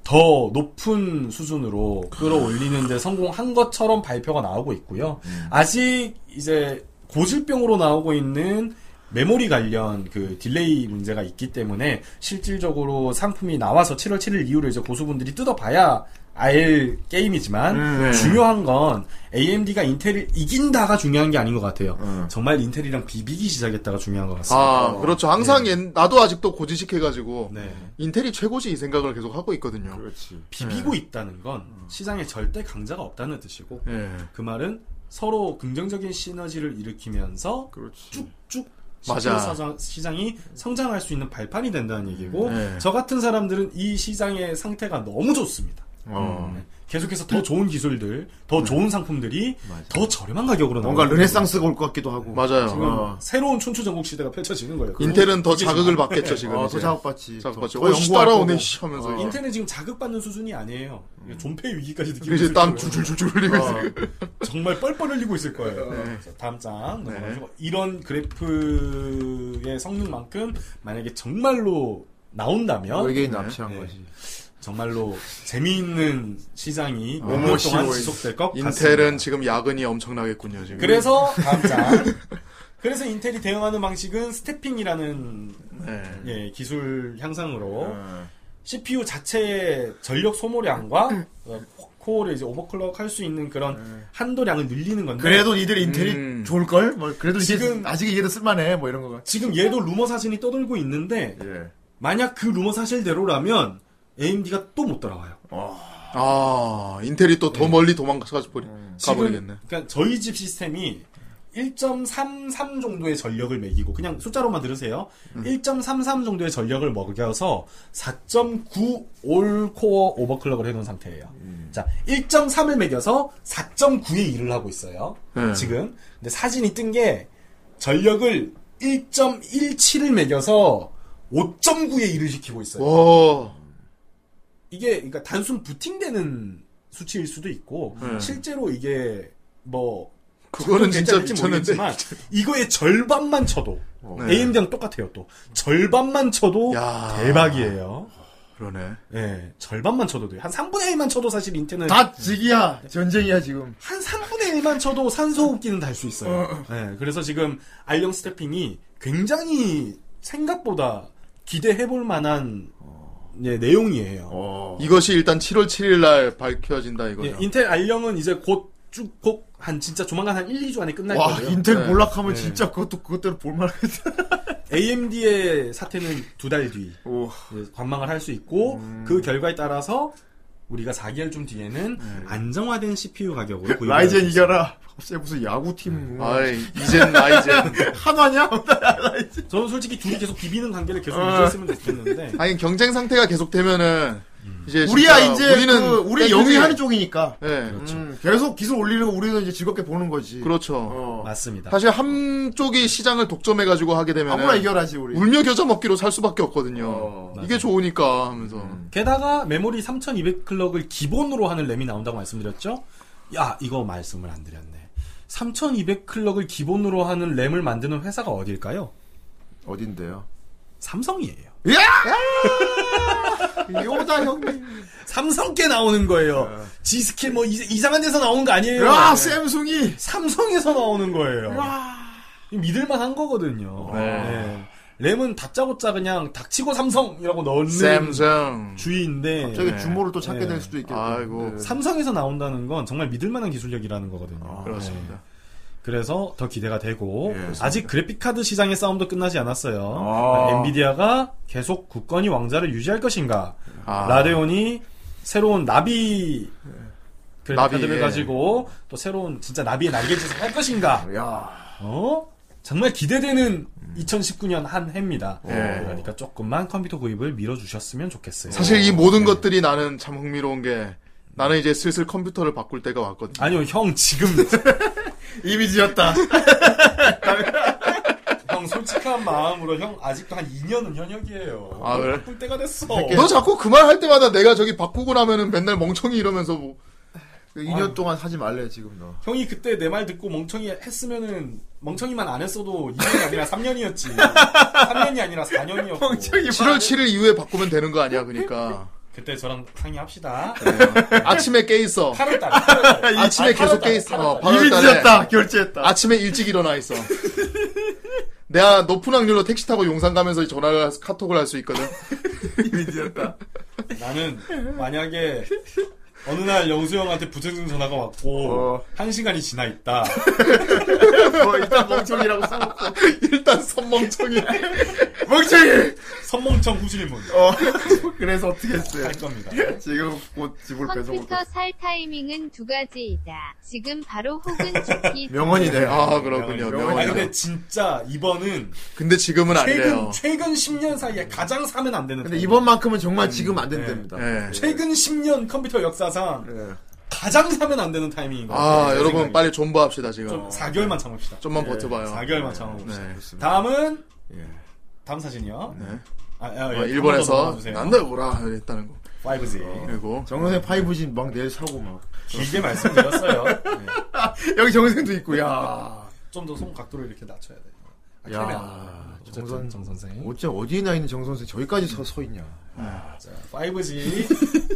Speaker 7: 더 높은 수준으로 끌어올리는데 성공한 것처럼 발표가 나오고 있고요.
Speaker 3: 음.
Speaker 7: 아직 이제 고질병으로 나오고 있는 메모리 관련 그 딜레이 문제가 있기 때문에 실질적으로 상품이 나와서 7월 7일 이후로 이제 고수분들이 뜯어봐야 알 게임이지만
Speaker 3: 음, 네.
Speaker 7: 중요한 건 AMD가 인텔을 이긴다가 중요한 게 아닌 것 같아요. 정말 인텔이랑 비비기 시작했다가 중요한 것 같습니다.
Speaker 9: 음.
Speaker 3: 어.
Speaker 9: 아 그렇죠 항상
Speaker 3: 네.
Speaker 9: 옛- 나도 아직도 고지식해가지고
Speaker 7: 네.
Speaker 9: 인텔이 최고지 이 생각을 계속 하고 있거든요
Speaker 3: 그렇지
Speaker 7: 비비고
Speaker 9: 음.
Speaker 7: 있다는 건 시장에 절대 강자가 없다는 뜻이고
Speaker 9: 네.
Speaker 7: 그 말은 서로 긍정적인 시너지를 일으키면서 쭉쭉
Speaker 9: 맞아.
Speaker 7: CPU 시장, 이 성장할 수 있는 발판이 된다는 얘기고
Speaker 9: 네.
Speaker 7: 저 같은 사람들은 이 시장의 상태가 너무 좋습니다.
Speaker 3: 어.
Speaker 7: 네. 계속해서
Speaker 9: 음.
Speaker 7: 더 좋은 기술들,
Speaker 9: 네.
Speaker 7: 더 좋은 상품들이 더 저렴한 가격으로 나오고
Speaker 3: 뭔가 르네상스가 올 것 같기도 하고.
Speaker 9: 맞아요
Speaker 7: 지금
Speaker 9: 어.
Speaker 7: 새로운 춘추 전국 시대가 펼쳐지는 거예요.
Speaker 9: 인텔은 더
Speaker 7: 그게
Speaker 9: 자극을
Speaker 7: 정말-
Speaker 9: 받겠죠 지금
Speaker 3: 어,
Speaker 9: 이제.
Speaker 3: 더 자극받지.
Speaker 9: 자극받지
Speaker 3: 더
Speaker 9: 어, 씨
Speaker 3: 연구할
Speaker 9: 따라오네
Speaker 3: 거고.
Speaker 9: 씨 하면서
Speaker 7: 어, 인텔은 지금 자극받는 수준이 아니에요. 존폐 위기까지 느끼고
Speaker 9: 이제
Speaker 7: 있을
Speaker 9: 땀
Speaker 7: 거예요.
Speaker 9: 줄줄줄줄 흘리고 있어요.
Speaker 7: 정말 뻘뻘 흘리고 있을 거예요. 자, 다음 장
Speaker 9: 네.
Speaker 7: 넘어가지고 이런 그래프의 성능만큼 만약에
Speaker 9: 어,
Speaker 7: 정말로 나온다면
Speaker 3: 외계인 납치한 거지.
Speaker 7: 정말로 재미있는 시장이
Speaker 9: 어,
Speaker 7: 몇 년 동안
Speaker 9: 씨발.
Speaker 7: 지속될 것 같습니다.
Speaker 9: 인텔은 지금 야근이 엄청나겠군요 지금
Speaker 7: 그래서 다음 장. 그래서 인텔이 대응하는 방식은 스태핑이라는
Speaker 9: 네. 어.
Speaker 7: 예, 기술
Speaker 3: 어.
Speaker 7: 향상으로 CPU 자체의 전력 소모량과 어, 코어를 이제 오버클럭 할 수 있는 그런 한도량을 늘리는 건데
Speaker 3: 음. 그래도 이들 인텔이
Speaker 9: 음.
Speaker 3: 좋을 걸? 뭐 그래도
Speaker 7: 지금-
Speaker 3: 지금 아직 이게 더 쓸만해. 뭐 이런 거가.
Speaker 7: 지금 얘도 루머 사진이 떠돌고 있는데
Speaker 9: 예.
Speaker 7: 만약 그 루머 사실대로라면 AMD가 또 못 따라와요.
Speaker 9: 아 인텔이 또 더
Speaker 3: 네.
Speaker 9: 멀리 도망가서 버리,
Speaker 3: 음.
Speaker 9: 가버리겠네
Speaker 7: 지금 그러니까 저희 집 시스템이 1.33 정도의 전력을 매기고 그냥 숫자로만 들으세요.
Speaker 9: 음.
Speaker 7: 1.33 정도의 전력을 먹여서 4.9 올코어 오버클럭을 해놓은 상태예요.
Speaker 9: 음.
Speaker 7: 자, 1.3을 매겨서 4.9의 일을 하고 있어요.
Speaker 9: 네.
Speaker 7: 지금 근데 사진이 뜬 게 전력을 1.17을 매겨서 5.9의 일을 시키고 있어요.
Speaker 9: 와
Speaker 7: 이게 그러니까 단순 부팅되는 수치일 수도 있고
Speaker 9: 네.
Speaker 7: 실제로 이게 뭐
Speaker 9: 그거는
Speaker 7: 작동될지
Speaker 9: 진짜
Speaker 7: 않을지
Speaker 9: 미쳤는데.
Speaker 7: 모르겠지만 이거의 절반만 쳐도
Speaker 3: 뭐.
Speaker 9: 네.
Speaker 7: AMD랑 똑같아요 또 절반만 쳐도 대박이에요.
Speaker 9: 그러네
Speaker 7: 예, 절반만 쳐도 돼요. 한 3분의 1만 쳐도 사실 인텔은
Speaker 3: 다 지기야. 전쟁이야, 지금.
Speaker 7: 한 3분의 1만 쳐도 산소 호흡기는 달 수 있어요. 네, 그래서 지금 알령 스태핑이 굉장히 생각보다 기대해볼 만한 예, 내용이에요.
Speaker 3: 어.
Speaker 9: 이것이 일단 7월 7일 날 밝혀진다 이거죠
Speaker 7: 예, 인텔 알령은 이제 곧쭉곧한 진짜 조만간 한 1, 2주 안에 끝날
Speaker 3: 와,
Speaker 7: 거예요.
Speaker 3: 인텔
Speaker 7: 네.
Speaker 3: 몰락하면
Speaker 7: 네.
Speaker 3: 진짜 그것도 그것대로 볼만하겠다.
Speaker 7: AMD의 사태는 두 달 뒤 예, 관망을 할 수 있고
Speaker 3: 음.
Speaker 7: 그 결과에 따라서 우리가 4개월 좀 뒤에는 안정화된 CPU 가격으로 구입을 할
Speaker 3: 네. 라이젠
Speaker 7: 수그 있어요.
Speaker 3: 이겨라. 갑자기 무슨 야구팀.
Speaker 9: 네.
Speaker 3: 뭐.
Speaker 9: 아이 이젠 라이젠
Speaker 3: 한화냐?
Speaker 7: 저는 솔직히 둘이 계속 비비는 관계를 계속
Speaker 3: 아.
Speaker 9: 어.
Speaker 7: 유지했으면 좋겠는데
Speaker 9: 아니 경쟁 상태가 계속되면은 이제
Speaker 3: 음. 우리야
Speaker 9: 진짜
Speaker 3: 이제
Speaker 9: 우리는 네,
Speaker 3: 그 우리
Speaker 9: 깨끗이-
Speaker 3: 영위하는 쪽이니까.
Speaker 9: 예.
Speaker 3: 음, 계속 기술 올리는 거 우리는 이제 즐겁게 보는 거지.
Speaker 9: 그렇죠.
Speaker 3: 어.
Speaker 7: 맞습니다.
Speaker 9: 사실 한쪽이 시장을 독점해가지고 하게 되면
Speaker 3: 아무나 이겨라지, 어, 우리.
Speaker 9: 울며 겨자 먹기로 살 수밖에 없거든요. 이게 좋으니까 하면서.
Speaker 3: 음.
Speaker 7: 게다가 메모리 3200 클럭을 기본으로 하는 램이 나온다고 말씀드렸죠? 야, 이거 말씀을 안 드렸네. 3200 클럭을 기본으로 하는 램을 만드는 회사가 어딜까요?
Speaker 3: 어딘데요?
Speaker 7: 삼성이에요.
Speaker 3: 요다 형님.
Speaker 7: 삼성께 나오는 거예요. 지스킬 뭐 이, 상한 데서 나온 거 아니에요.
Speaker 3: 네. 야,
Speaker 7: 샘송이 삼성에서 나오는 거예요. 믿을만 한
Speaker 3: 어.
Speaker 7: 거거든요.
Speaker 9: 네.
Speaker 7: 네. 램은 다짜고짜 그냥 닥치고 삼성이라고
Speaker 9: 음.
Speaker 7: 넣는
Speaker 9: 삼성.
Speaker 7: 주의인데
Speaker 3: 갑자기 그 주모를 또 찾게 될 수도 있겠네요.
Speaker 9: 아이고.
Speaker 7: 삼성에서 나온다는 건 정말 믿을만한 기술력이라는
Speaker 3: 아.
Speaker 7: 거거든요.
Speaker 9: 그렇습니다.
Speaker 7: 네. 그래서 더 기대가 되고
Speaker 9: 예,
Speaker 7: 아직 그래픽 카드 시장의 싸움도 끝나지 않았어요.
Speaker 9: 아.
Speaker 7: 그러니까 엔비디아가 계속 굳건히 왕자를 유지할 것인가?
Speaker 9: 아.
Speaker 7: 라데온이 새로운 나비 그래픽
Speaker 9: 나비,
Speaker 7: 카드를
Speaker 9: 예.
Speaker 7: 가지고 또 새로운 진짜 나비의 날개짓을 할 것인가? 어? 정말 기대되는 2019년 한 해입니다.
Speaker 9: 음. 예.
Speaker 7: 그러니까 조금만 컴퓨터 구입을 밀어주셨으면
Speaker 3: 네.
Speaker 7: 좋겠어요.
Speaker 9: 사실 이 모든 것들이 나는 참 흥미로운 게 나는 이제 슬슬 컴퓨터를 바꿀 때가 왔거든요.
Speaker 7: 아니요, 형 지금
Speaker 3: 이미 지었다.
Speaker 7: 형 솔직한 마음으로 형 아직도 한 2년은 현역이에요.
Speaker 9: 아, 그래?
Speaker 7: 바쁠 때가 됐어.
Speaker 9: 너 자꾸 그 말 할 때마다 내가 저기 바꾸고 나면은 맨날 멍청이 이러면서 뭐
Speaker 3: 2년 동안 하지 말래 지금 너.
Speaker 7: 형이 그때 내 말 듣고 멍청이 했으면은 멍청이만 안 했어도 2년이 아니라 3년이었지. 3년이 아니라 4년이었고.
Speaker 9: 7월 7일 이후에 바꾸면 되는 거 아니야, 그러니까.
Speaker 7: 그때 저랑 상의합시다.
Speaker 9: 아침에 깨 있어.
Speaker 7: 8월달.
Speaker 9: 아침에 계속 깨 있어. 어, 바로
Speaker 3: 이미
Speaker 9: 달에.
Speaker 3: 늦었다. 결제했다.
Speaker 9: 아침에 일찍 일어나 있어. 내가 높은 확률로 택시 타고 용산 가면서 전화를 할 수- 카톡을 할 수 있거든.
Speaker 3: 이미 지었다.
Speaker 7: 나는 만약에 어느 날 영수 형한테 부재중 전화가 왔고 한 시간이 지나 있다.
Speaker 3: 뭐 일단 멍청이라고 써놓고
Speaker 9: 일단 선멍청이.
Speaker 3: 멍청이.
Speaker 7: 선몽청 후질문.
Speaker 3: 어. 그래서 어떻게 했어요?
Speaker 7: 할 겁니다.
Speaker 3: 지금 곧 집을 뺏어올 거.
Speaker 13: 컴퓨터 살 타이밍은 두 가지이다. 지금 바로 혹은 죽기.
Speaker 9: 명언이네. 아, 그렇군요. 명언이다.
Speaker 7: 아니, 근데 진짜 이번은
Speaker 9: 근데 지금은 안
Speaker 7: 최근
Speaker 9: 돼요.
Speaker 7: 최근 10년 사이에 가장 사면 안 되는.
Speaker 3: 근데
Speaker 7: 템이에요.
Speaker 3: 이번만큼은 정말 지금 안 된답니다. 네.
Speaker 9: 예.
Speaker 7: 최근 10년 컴퓨터 역사상 가장 사면 안 되는 타이밍인 것 같아요.
Speaker 9: 아,
Speaker 7: 제
Speaker 9: 여러분
Speaker 7: 네, 생각에.
Speaker 9: 빨리 존버합시다 지금.
Speaker 7: 좀 4개월만 참읍시다.
Speaker 9: 좀만 버텨봐요.
Speaker 7: 4개월만 참읍시다.
Speaker 9: 네. 예.
Speaker 7: 다음은 다음 사진이요.
Speaker 9: 네.
Speaker 7: 아,
Speaker 9: 어,
Speaker 7: 아, 예.
Speaker 9: 일본에서 어. 난다
Speaker 7: 난다.
Speaker 9: 보라 했다는 거.
Speaker 7: 5G.
Speaker 9: 그리고
Speaker 3: 정선생 5G 막 내일 사고 막.
Speaker 7: 길게 말씀드렸어요. 네.
Speaker 3: 여기 정선생도 있고 야.
Speaker 7: 좀 더 손 각도를 이렇게 낮춰야 돼. 아, 캠이 안 나와요.
Speaker 3: 야, 정선
Speaker 7: 정 선생.
Speaker 3: 어째 어디나 있는 정 선생 저기까지 서, 서 있냐?
Speaker 7: 자, 5G.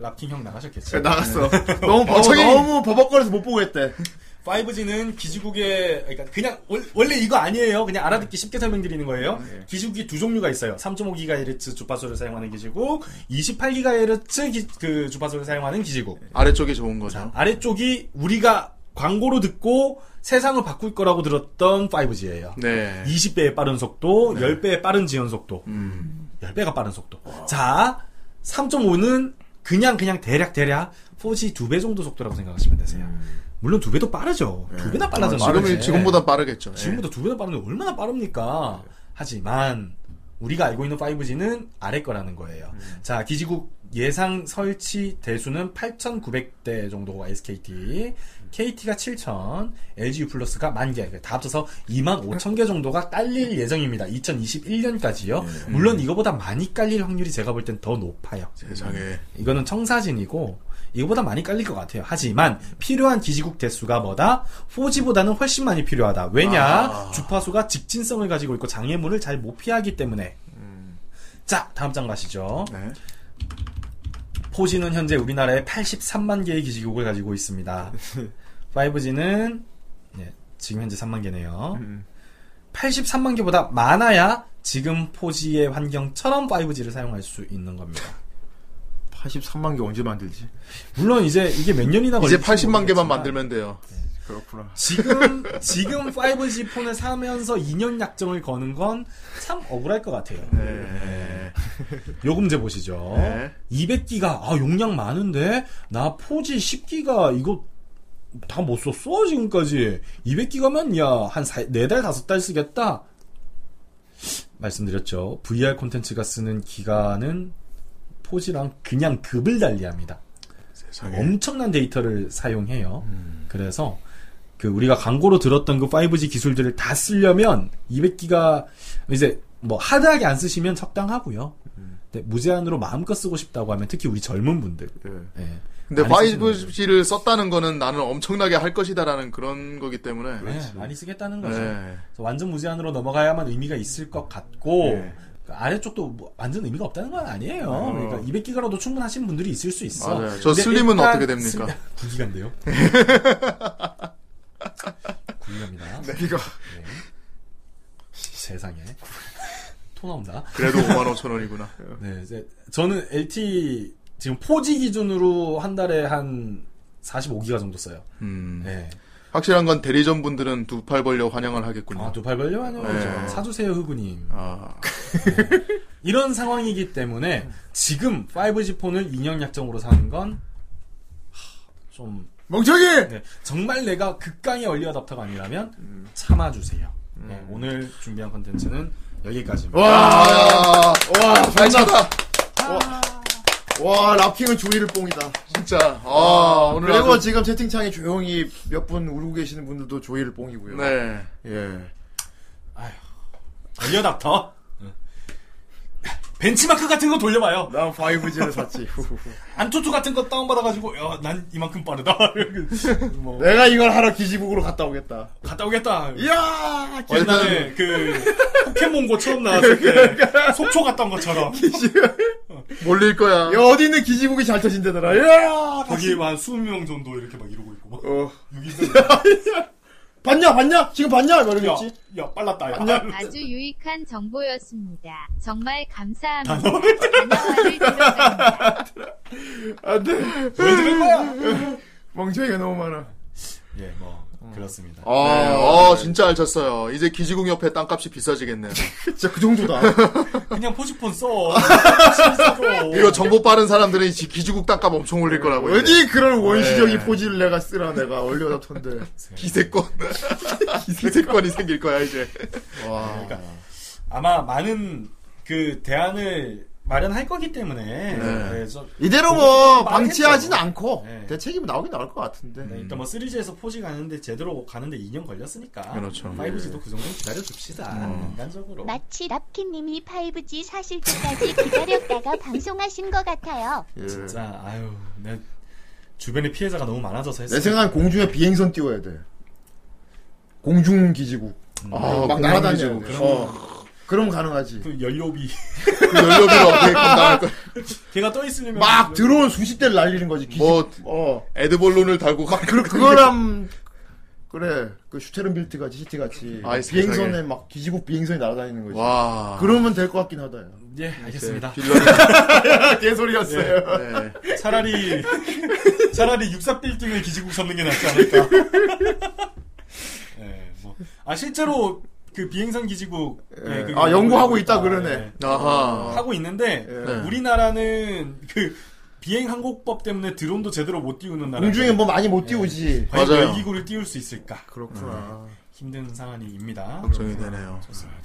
Speaker 7: 라킹 형
Speaker 9: 그
Speaker 7: 나가셨겠지?
Speaker 3: 네. 나갔어. 너무 버벅
Speaker 7: 멍청이.
Speaker 3: 너무 버벅거려서 못 보겠대.
Speaker 7: 5G는 기지국의 그러니까 그냥 월- 원래 이거 아니에요. 그냥 알아듣기 쉽게 설명드리는 거예요.
Speaker 9: 네.
Speaker 7: 기지국이 두 종류가 있어요. 3.5GHz 주파수를 사용하는 기지국, 28GHz 기, 그 주파수를 사용하는 기지국.
Speaker 9: 아래쪽이 좋은 거죠.
Speaker 7: 아래쪽이 우리가 광고로 듣고 세상을 바꿀 거라고 들었던 5G예요.
Speaker 9: 네.
Speaker 7: 20배의 빠른 속도, 10배의 빠른 지연 속도,
Speaker 9: 음.
Speaker 7: 10배가 빠른 속도. 자, 3.5는 그냥 그냥 대략 대략 4G 2배 정도 속도라고 생각하시면 되세요. 물론 2배도 빠르죠. 두 2배나 빨라잖아요.
Speaker 9: 음. 네. 지금 지금보다 빠르겠죠.
Speaker 7: 그렇죠.
Speaker 9: 네,
Speaker 7: 지금보다 2배나 빠른데 얼마나 빠릅니까? 하지만 우리가 알고 있는 5G는 아래 거라는 거예요. 자, 기지국 예상 설치 대수는 8,900대 정도가 SKT, KT가 7,000, LGU 플러스가 만 개, 그러니까 다 합쳐서 2만 5천 개 정도가 깔릴 예정입니다. 2021년까지요. 물론 이거보다 많이 깔릴 확률이 제가 볼 땐 더 높아요.
Speaker 9: 세상에.
Speaker 7: 이거는 청사진이고 이거보다 많이 깔릴 것 같아요. 하지만 필요한 기지국 대수가 뭐다? 4G보다는 훨씬 많이 필요하다. 왜냐?
Speaker 9: 아.
Speaker 7: 주파수가 직진성을 가지고 있고 장애물을 잘 못 피하기 때문에. 자, 다음 장 가시죠.
Speaker 3: 네.
Speaker 7: 4G는 현재 우리나라에 83만 개의 기지국을 가지고 있습니다. 5G는 네, 지금 현재 3만 개네요. 83만 개보다 많아야 지금 4G의 환경처럼 5G를 사용할 수 있는 겁니다.
Speaker 3: 83만 개 언제 만들지?
Speaker 7: 물론 이제 이게 몇 년이나
Speaker 9: 이제
Speaker 7: 걸릴지
Speaker 9: 80만 개만
Speaker 7: 모르겠지만
Speaker 9: 만들면 돼요.
Speaker 3: 그렇구나.
Speaker 7: 지금 지금 5G 폰을 사면서 2년 약정을 거는 건 참 억울할 것 같아요.
Speaker 9: 네.
Speaker 7: 요금제 보시죠.
Speaker 9: 네.
Speaker 7: 200기가 아 용량 많은데 나 4G 10기가 이거 다 못 썼어 지금까지 200기가면 야한 4달 5달 쓰겠다 말씀드렸죠 VR 콘텐츠가 쓰는 기간은 포지랑 그냥 급을 달리합니다. 엄청난 데이터를 사용해요. 그래서 그 우리가 광고로 들었던 그 5G 기술들을 다 쓰려면 200기가 이제 뭐 하드하게 안 쓰시면 적당하고요. 근데 네, 무제한으로 마음껏 쓰고 싶다고 하면 특히 우리 젊은 분들. 예.
Speaker 9: 그, 근데
Speaker 7: 많이 쓰시는
Speaker 9: 5G를 썼다는 거는 나는 엄청나게 할 것이다라는 그런 거기 때문에
Speaker 7: 네, 많이 쓰겠다는
Speaker 9: 네.
Speaker 7: 거죠. 그래서 완전 무제한으로 넘어가야만 의미가 있을 것 같고
Speaker 9: 네.
Speaker 7: 그 아래쪽도 뭐 완전 의미가 없다는 건 아니에요.
Speaker 9: 어.
Speaker 7: 그러니까 200기가로도 충분하신 분들이 있을 수 있어.
Speaker 9: 맞아요. 저
Speaker 7: 근데
Speaker 9: 슬림은
Speaker 7: 일단
Speaker 9: 어떻게 됩니까?
Speaker 7: 슬- 9기가인데요. 9기가입니다.
Speaker 9: 네, 이거.
Speaker 7: 세상에. 토 나온다.
Speaker 9: 그래도 5만 5천 원이구나.
Speaker 7: 네, 이제 저는 LTE 지금 4G 기준으로 한 달에 한 45기가 정도 써요.
Speaker 9: 음.
Speaker 7: 네.
Speaker 9: 확실한 건 대리점 분들은 두 팔 벌려 환영을 하겠군요.
Speaker 7: 아, 두팔 벌려 환영하죠. 사주세요, 흑우님.
Speaker 9: 아.
Speaker 7: 이런 상황이기 때문에 지금 5G 폰을 인형 약정으로 사는 건 좀 네,
Speaker 3: 멍청이.
Speaker 7: 정말 내가 극강의 얼리 어답터가 아니라면 참아주세요. 네, 오늘 준비한 컨텐츠는 여기까지입니다.
Speaker 9: 와, 와, 잘 차다.
Speaker 3: 와 라핑은 조이를 뽕이다.
Speaker 9: 진짜. 아, 오늘
Speaker 3: 그리고
Speaker 9: 아주-
Speaker 3: 지금 채팅창에 조용히 몇 분 울고 계시는 분들도 조이를 뽕이고요.
Speaker 9: 네.
Speaker 3: 예.
Speaker 7: 얼리어답터. 네. 벤치마크 같은 거 돌려봐요.
Speaker 3: 난 5G를 샀지.
Speaker 7: 안토토 같은 거 다운받아가지고, 야, 난 이만큼 빠르다. 뭐.
Speaker 3: 내가 이걸 하러 기지국으로 갔다 오겠다.
Speaker 7: 갔다 오겠다. 어,
Speaker 3: 이야!
Speaker 7: 옛날에 그 포켓몬고 처음 나왔을
Speaker 3: 그러니까.
Speaker 7: 때 속초 갔던 것처럼
Speaker 9: 몰릴 거야.
Speaker 3: 야, 어디 있는 기지국이 잘 터진다더라. 이야!
Speaker 7: 거기 막 20명 정도 이렇게 막 이러고 있고 막
Speaker 3: 어.
Speaker 7: 봤냐 봤냐 지금 봤냐
Speaker 3: 이러겠지?
Speaker 7: 야, 야 빨랐다 야.
Speaker 13: 아주 유익한 정보였습니다. 정말
Speaker 9: 아,
Speaker 13: 감사합니다. 단어화를 들어갑니다.
Speaker 3: 안 돼.
Speaker 7: 들은
Speaker 3: 거야? 멍청이가 아, 네. 너무 많아.
Speaker 7: 예, 뭐
Speaker 3: 음.
Speaker 7: 그렇습니다.
Speaker 9: 아, 어, 진짜 잘 쳤어요. 이제 기지국 옆에 땅값이 비싸지겠네요.
Speaker 3: 진짜 그 정도다.
Speaker 7: 그냥 포지폰 써.
Speaker 9: 이거 정보 빠른 사람들은 이 기지국 땅값 엄청 올릴 거라고.
Speaker 3: 어디 그런 원시적인
Speaker 9: 포
Speaker 3: 포즈를 내가 쓰라 내가 얼려놨던데.
Speaker 9: 기세권. 기세권이 생길 거야, 이제. 와.
Speaker 7: 그러니까 아마 많은 그 대안을 마련할 거기 때문에
Speaker 3: 네.
Speaker 7: 그래서
Speaker 3: 이대로 뭐
Speaker 7: 말겠죠.
Speaker 3: 방치하진 않고
Speaker 7: 네.
Speaker 3: 대책이 나오긴 나올 것 같은데.
Speaker 7: 네, 일단 뭐 3G에서 4G 가는데 제대로 가는데 2년 걸렸으니까
Speaker 9: 그렇죠.
Speaker 7: 5G도
Speaker 3: 네.
Speaker 7: 그 정도는 기다려줍시다
Speaker 3: 음.
Speaker 7: 인간적으로
Speaker 1: 마치 랍킹님이 5G 사실 때까지 기다렸다가 방송하신 것 같아요.
Speaker 3: 예.
Speaker 7: 진짜 아유 내 주변에 피해자가 너무 많아져서 했어
Speaker 3: 내 생각엔 공중에 비행선 띄워야 돼. 공중 기지국.
Speaker 9: 아,
Speaker 3: 음. 네, 막
Speaker 9: 공중
Speaker 3: 날아다니고.
Speaker 9: 기지국.
Speaker 3: 어. 그럼 가능하지.
Speaker 7: 그 연료비
Speaker 9: 그 연료비로 어떻게 감당할 거야.
Speaker 7: 걔가 떠 있으려면
Speaker 3: 막 들어온 수십 대를 날리는 거지. 기지.
Speaker 9: 뭐,
Speaker 3: 어.
Speaker 9: 에드볼론을 달고 막,
Speaker 3: 그, 그거랑 그래. 그 슈테른 빌트 같이 시티 같이
Speaker 9: 아이, 세상에.
Speaker 3: 비행선에 막 기지국 비행선이 날아다니는 거지.
Speaker 9: 와.
Speaker 3: 그러면 될 것 같긴 하다. 야.
Speaker 7: 예 알겠습니다
Speaker 3: 개소리였어요.
Speaker 9: 네.
Speaker 7: 차라리 차라리 육사 빌딩을 기지국 삼는 게 낫지 않을까 예, 뭐. 아 실제로 그 비행선 기지국 예,
Speaker 3: 예.
Speaker 7: 그게
Speaker 3: 아 연구하고 있다
Speaker 7: 예.
Speaker 3: 그러네. 어. 예.
Speaker 9: 아하.
Speaker 7: 하고 있는데 우리나라는 그 비행 항공법 때문에 드론도 제대로 못 띄우는 나라
Speaker 3: 공중에 뭐 많이 못 띄우지.
Speaker 7: 과연
Speaker 9: 맞아요.
Speaker 7: 열기구를 띄울 수 있을까 예,
Speaker 3: 그렇구나.
Speaker 7: 힘든 상황입니다
Speaker 9: 걱정이 되네요.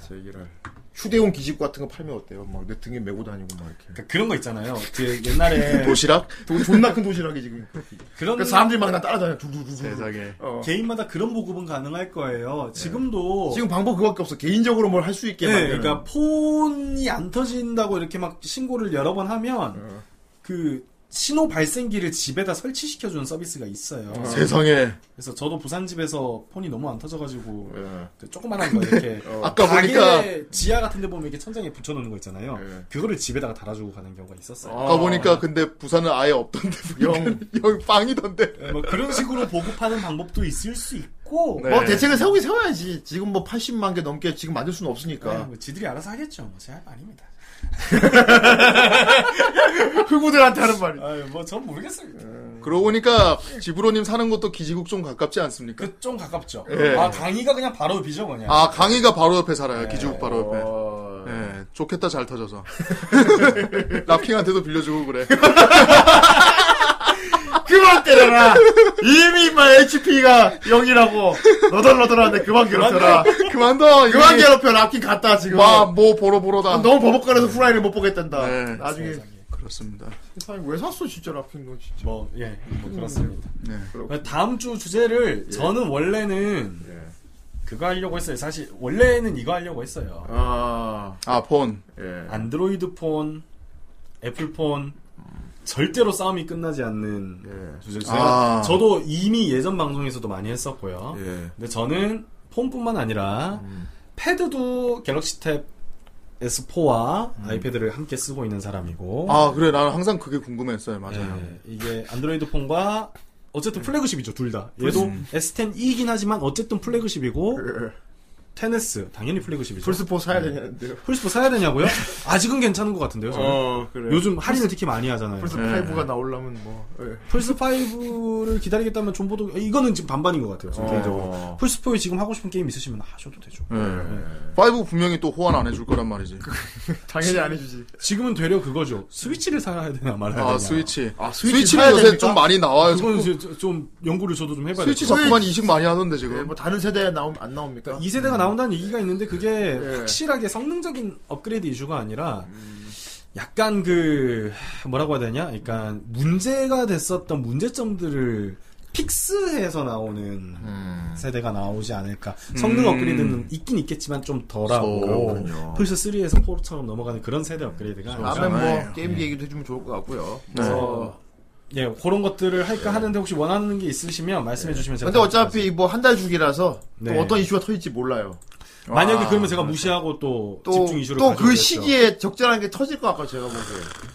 Speaker 3: 제 얘기를. 휴대용 기지국 같은 거 팔면 어때요? 막 내 등에 메고 다니고 막 이렇게.
Speaker 7: 그런거 있잖아요 그 옛날에
Speaker 9: 네. 뭐 도시락?
Speaker 3: 도- 존나 큰 도시락이 지금.
Speaker 7: 그런
Speaker 3: 그러니까 사람들이 막 나 따라다녀. 두두두두.
Speaker 9: 세상에.
Speaker 3: 어.
Speaker 7: 개인마다 그런 보급은 가능할 거예요. 지금도
Speaker 3: 지금 방법 그거밖에 없어. 개인적으로 뭘 할 수 있게.
Speaker 7: 네,
Speaker 3: 만드는.
Speaker 7: 그러니까 폰이 안 터진다고 이렇게 막 신고를 여러 번 하면
Speaker 3: 어.
Speaker 7: 그 신호 발생기를 집에다 설치시켜 주는 서비스가 있어요.
Speaker 9: 세상에.
Speaker 7: 그래서 저도 부산 집에서 폰이 너무 안 터져가지고
Speaker 3: 예.
Speaker 7: 그 조그만한 거 이렇게
Speaker 9: 아까
Speaker 7: 가게
Speaker 9: 보니까-
Speaker 7: 지하 같은 데 보면 이렇게 천장에 붙여놓는 거 있잖아요.
Speaker 3: 예.
Speaker 7: 그거를 집에다가 달아주고 가는 경우가 있었어요.
Speaker 9: 아까 보니까 근데 부산은 아예 없던데.
Speaker 3: 영.
Speaker 9: 여기 빵이던데.
Speaker 7: 예, 뭐 그런 식으로 보급하는 방법도 있을 수 있고
Speaker 9: 네.
Speaker 3: 뭐 대책을 세우긴 세워야지. 지금 뭐 80만 개 넘게 지금 만들 수는
Speaker 7: 예,
Speaker 3: 없으니까.
Speaker 7: 뭐 지들이 알아서 하겠죠. 뭐 제 할 바 아닙니다.
Speaker 3: 흑우들한테 하는 말이.
Speaker 7: 뭐전 모르겠어요.
Speaker 9: 그러고 보니까 지브로님 사는 것도 기지국 좀 가깝지 않습니까?
Speaker 7: 그 좀 가깝죠.
Speaker 9: 예.
Speaker 7: 아 강의가 그냥 바로 비죠 그냥.
Speaker 9: 아, 강의가 바로 옆에 살아요.
Speaker 7: 네.
Speaker 9: 기지국 바로 옆에.
Speaker 3: 어...
Speaker 9: 예, 좋겠다, 잘 터져서. 라핑한테도 빌려주고 그래.
Speaker 3: 아, 그만 때려라. 이미 인마 HP가 0이라고 너덜너덜한데 그만 괴롭혀라.
Speaker 9: 그만둬!
Speaker 3: 그만 괴롭혀. 랍킨 갔다 지금. 아,
Speaker 9: 마,
Speaker 7: 아,
Speaker 9: 뭐, 보러 보러다.
Speaker 3: 너무 버벅거려서 후라이를 못 보겠단다.
Speaker 9: 네.
Speaker 3: 나중에
Speaker 9: 그렇습니다.
Speaker 3: 세상에 왜 샀어 진짜 라핑도 진짜.
Speaker 7: 뭐 예, 뭐 그렇습니다.
Speaker 9: 네.
Speaker 7: 다음 주 주제를
Speaker 3: 예.
Speaker 7: 저는 원래는 그거 하려고 했어요. 사실 원래는 이거 하려고 했어요.
Speaker 9: 아, 아 폰.
Speaker 3: 예.
Speaker 7: 안드로이드 폰, 애플 폰 절대로 싸움이 끝나지 않는 주제죠.
Speaker 2: 아.
Speaker 7: 저도 이미 예전 방송에서도 많이 했었고요. 근데 저는 폰뿐만 아니라 패드도 갤럭시 탭 S4와 아이패드를 함께 쓰고 있는 사람이고.
Speaker 9: 아 그래 나는 항상 그게 궁금했어요. 맞아요.
Speaker 7: 네, 이게 안드로이드 폰과 어쨌든 플래그십이죠 둘 다. 얘도
Speaker 9: 플스-
Speaker 7: S10이긴 하지만 어쨌든 플래그십이고 10S 당연히 플래그십이죠.
Speaker 3: 플스4 사야 되는데요.
Speaker 7: 플스4 사야 되냐고요? 아직은 괜찮은 것 같은데요. 저는.
Speaker 3: 어, 그래요.
Speaker 7: 요즘 할인을 특히 많이 하잖아요.
Speaker 9: 네.
Speaker 3: 플스 5가 나오려면 뭐. 예.
Speaker 7: 플스 5를 기다리겠다면 존보도 아, 이거는 지금 반반인 것 같아요.
Speaker 9: 어.
Speaker 7: 저는 개인적으로. 플스 4에 지금 하고 싶은 게임 있으시면 하셔도 되죠. 예.
Speaker 9: 네. 5 분명히 또 호환 안 해줄 거란 말이지.
Speaker 3: 당연히 안 해주지.
Speaker 7: 지금은 되려 그거죠. 스위치를 사야 되나 말아야 되나.
Speaker 9: 아 스위치.
Speaker 7: 아, 스위치
Speaker 9: 스위치. 는
Speaker 7: 사야
Speaker 9: 요새
Speaker 7: 됩니까?
Speaker 9: 좀 많이 나와요.
Speaker 7: 그거는
Speaker 9: 자꾸.
Speaker 7: 이제 좀 연구를 저도 좀 해봐야
Speaker 9: 스위치
Speaker 7: 될것 같아요.
Speaker 9: 자꾸만 이식 많이 하던데 지금.
Speaker 3: 예, 뭐 다른 세대에 나옴 안 나옵니까?
Speaker 7: 이 세대가 나온다는 얘기가 있는데 그게
Speaker 9: 예.
Speaker 7: 확실하게 성능적인 업그레이드 이슈가 아니라
Speaker 9: 음.
Speaker 7: 약간 그 뭐라고 해야 되냐? 그러니까 문제가 됐었던 문제점들을 픽스해서 나오는
Speaker 9: 음.
Speaker 7: 세대가 나오지 않을까. 성능
Speaker 2: 음.
Speaker 7: 업그레이드는 있긴 있겠지만 좀
Speaker 9: 그렇죠.
Speaker 7: 덜하고 그렇죠.
Speaker 2: 그렇군요.
Speaker 7: 플스 3에서 4처럼 넘어가는 그런 세대 업그레이드가 아닐까.
Speaker 3: 다음에
Speaker 9: 네.
Speaker 3: 뭐 게임기 얘기도 해주면 좋을 것 같고요.
Speaker 7: 그래서 예 그런 것들을 할까 하는데 혹시 원하는 게 있으시면 말씀해 주시면 제가
Speaker 3: 근데 어차피 뭐 한 달 주기라서
Speaker 7: 네.
Speaker 3: 또 어떤 이슈가 터질지 몰라요.
Speaker 7: 만약에
Speaker 3: 아,
Speaker 7: 그러면 제가 무시하고 또, 집중 이슈로
Speaker 3: 또 그
Speaker 7: 가져오겠죠.
Speaker 3: 시기에 적절한 게 터질 것 같아요, 제가 보기에.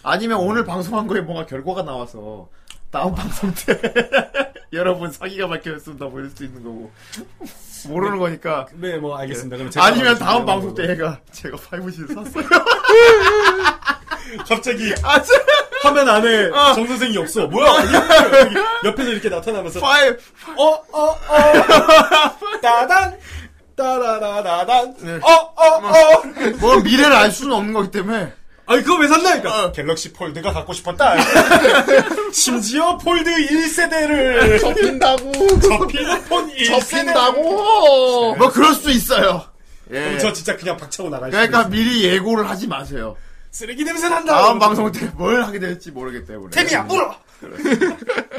Speaker 3: 아니면 오늘 방송한 거에 뭔가 결과가 나와서, 다음 방송 때, 여러분 사기가 밝혀졌습니다. 보낼 수 있는 거고. 모르는 거니까.
Speaker 7: 네, 뭐, 알겠습니다. 그럼 제가
Speaker 3: 아니면 다음
Speaker 7: 방송
Speaker 3: 방송 때 얘가, 제가 5G를 샀어요.
Speaker 7: 갑자기
Speaker 3: 아, 저-
Speaker 7: 화면 안에
Speaker 3: 어.
Speaker 7: 정 선생이 없어. 뭐야? 이렇게 옆에서 이렇게 나타나면서
Speaker 3: 아, 예. 파이브.
Speaker 7: 어, 어, 어. 따단. 따라라라단.
Speaker 3: 네.
Speaker 7: 어, 어, 어.
Speaker 3: 뭐 미래를 알 수는 없는 거기 때문에.
Speaker 7: 아니, 그거 왜 샀나니까?
Speaker 3: 어.
Speaker 7: 갤럭시 폴드가 갖고 싶었다. 심지어 폴드 1세대를
Speaker 9: 접힌다고.
Speaker 7: 접히는 폰 1세대. 어.
Speaker 9: 접힌다고.
Speaker 3: 뭐 그럴 수도 있어요. 예.
Speaker 7: 그럼 음, 저 진짜 그냥 박차고 나갈 수도
Speaker 3: 그러니까
Speaker 7: 있어요.
Speaker 3: 미리 예고를 하지 마세요.
Speaker 7: 쓰레기 냄새 난다.
Speaker 3: 다음 방송 음. 때 뭘 하게 될지 모르기 때문에.
Speaker 7: 태미야, 물어.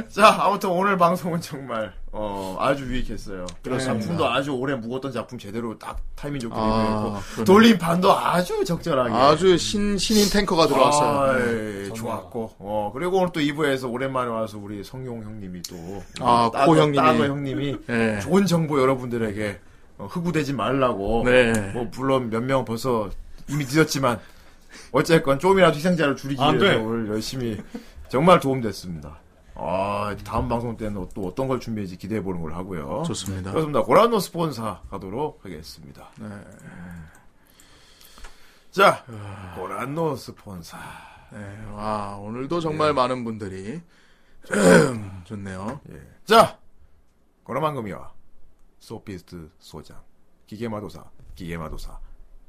Speaker 3: 자, 아무튼 오늘 방송은 정말 어 아주 유익했어요.
Speaker 9: 그렇습니다.
Speaker 3: 작품도 아주 오래 묵었던 작품 제대로 딱 타이밍 좋게
Speaker 9: 아,
Speaker 3: 리뷰했고
Speaker 9: 그러네요.
Speaker 3: 돌림판도 아주 적절하게
Speaker 9: 아주 신 신인 탱커가 들어왔어요.
Speaker 3: 아,
Speaker 9: 네.
Speaker 3: 예, 좋았고 어 그리고 오늘 또 2부에서 오랜만에 와서 우리 성용 형님이 또
Speaker 9: 아,
Speaker 3: 따거-
Speaker 9: 고 형님이.
Speaker 3: 따거 형님이
Speaker 9: 예.
Speaker 3: 좋은 정보 여러분들에게 어, 흑우되지 말라고
Speaker 9: 네.
Speaker 3: 뭐 물론 몇 명 벌써 이미 늦었지만 어쨌건 조금이라도 희생자를 줄이기
Speaker 9: 아, 네.
Speaker 7: 안
Speaker 3: 위해서
Speaker 7: 돼.
Speaker 3: 오늘 열심히 정말 도움됐습니다. 아 다음 방송 때는 또 어떤 걸 준비할지 기대해 보는 걸 하고요.
Speaker 9: 좋습니다. 네.
Speaker 3: 그렇습니다. 고란노 스폰사 가도록 하겠습니다. 자, 고란노 스폰사.
Speaker 9: 네, 와 오늘도
Speaker 3: 네.
Speaker 9: 정말 많은 분들이 음, 좋네요.
Speaker 3: 자, 고라만금이와 소피스트 소장, 기계마도사, 기계마도사,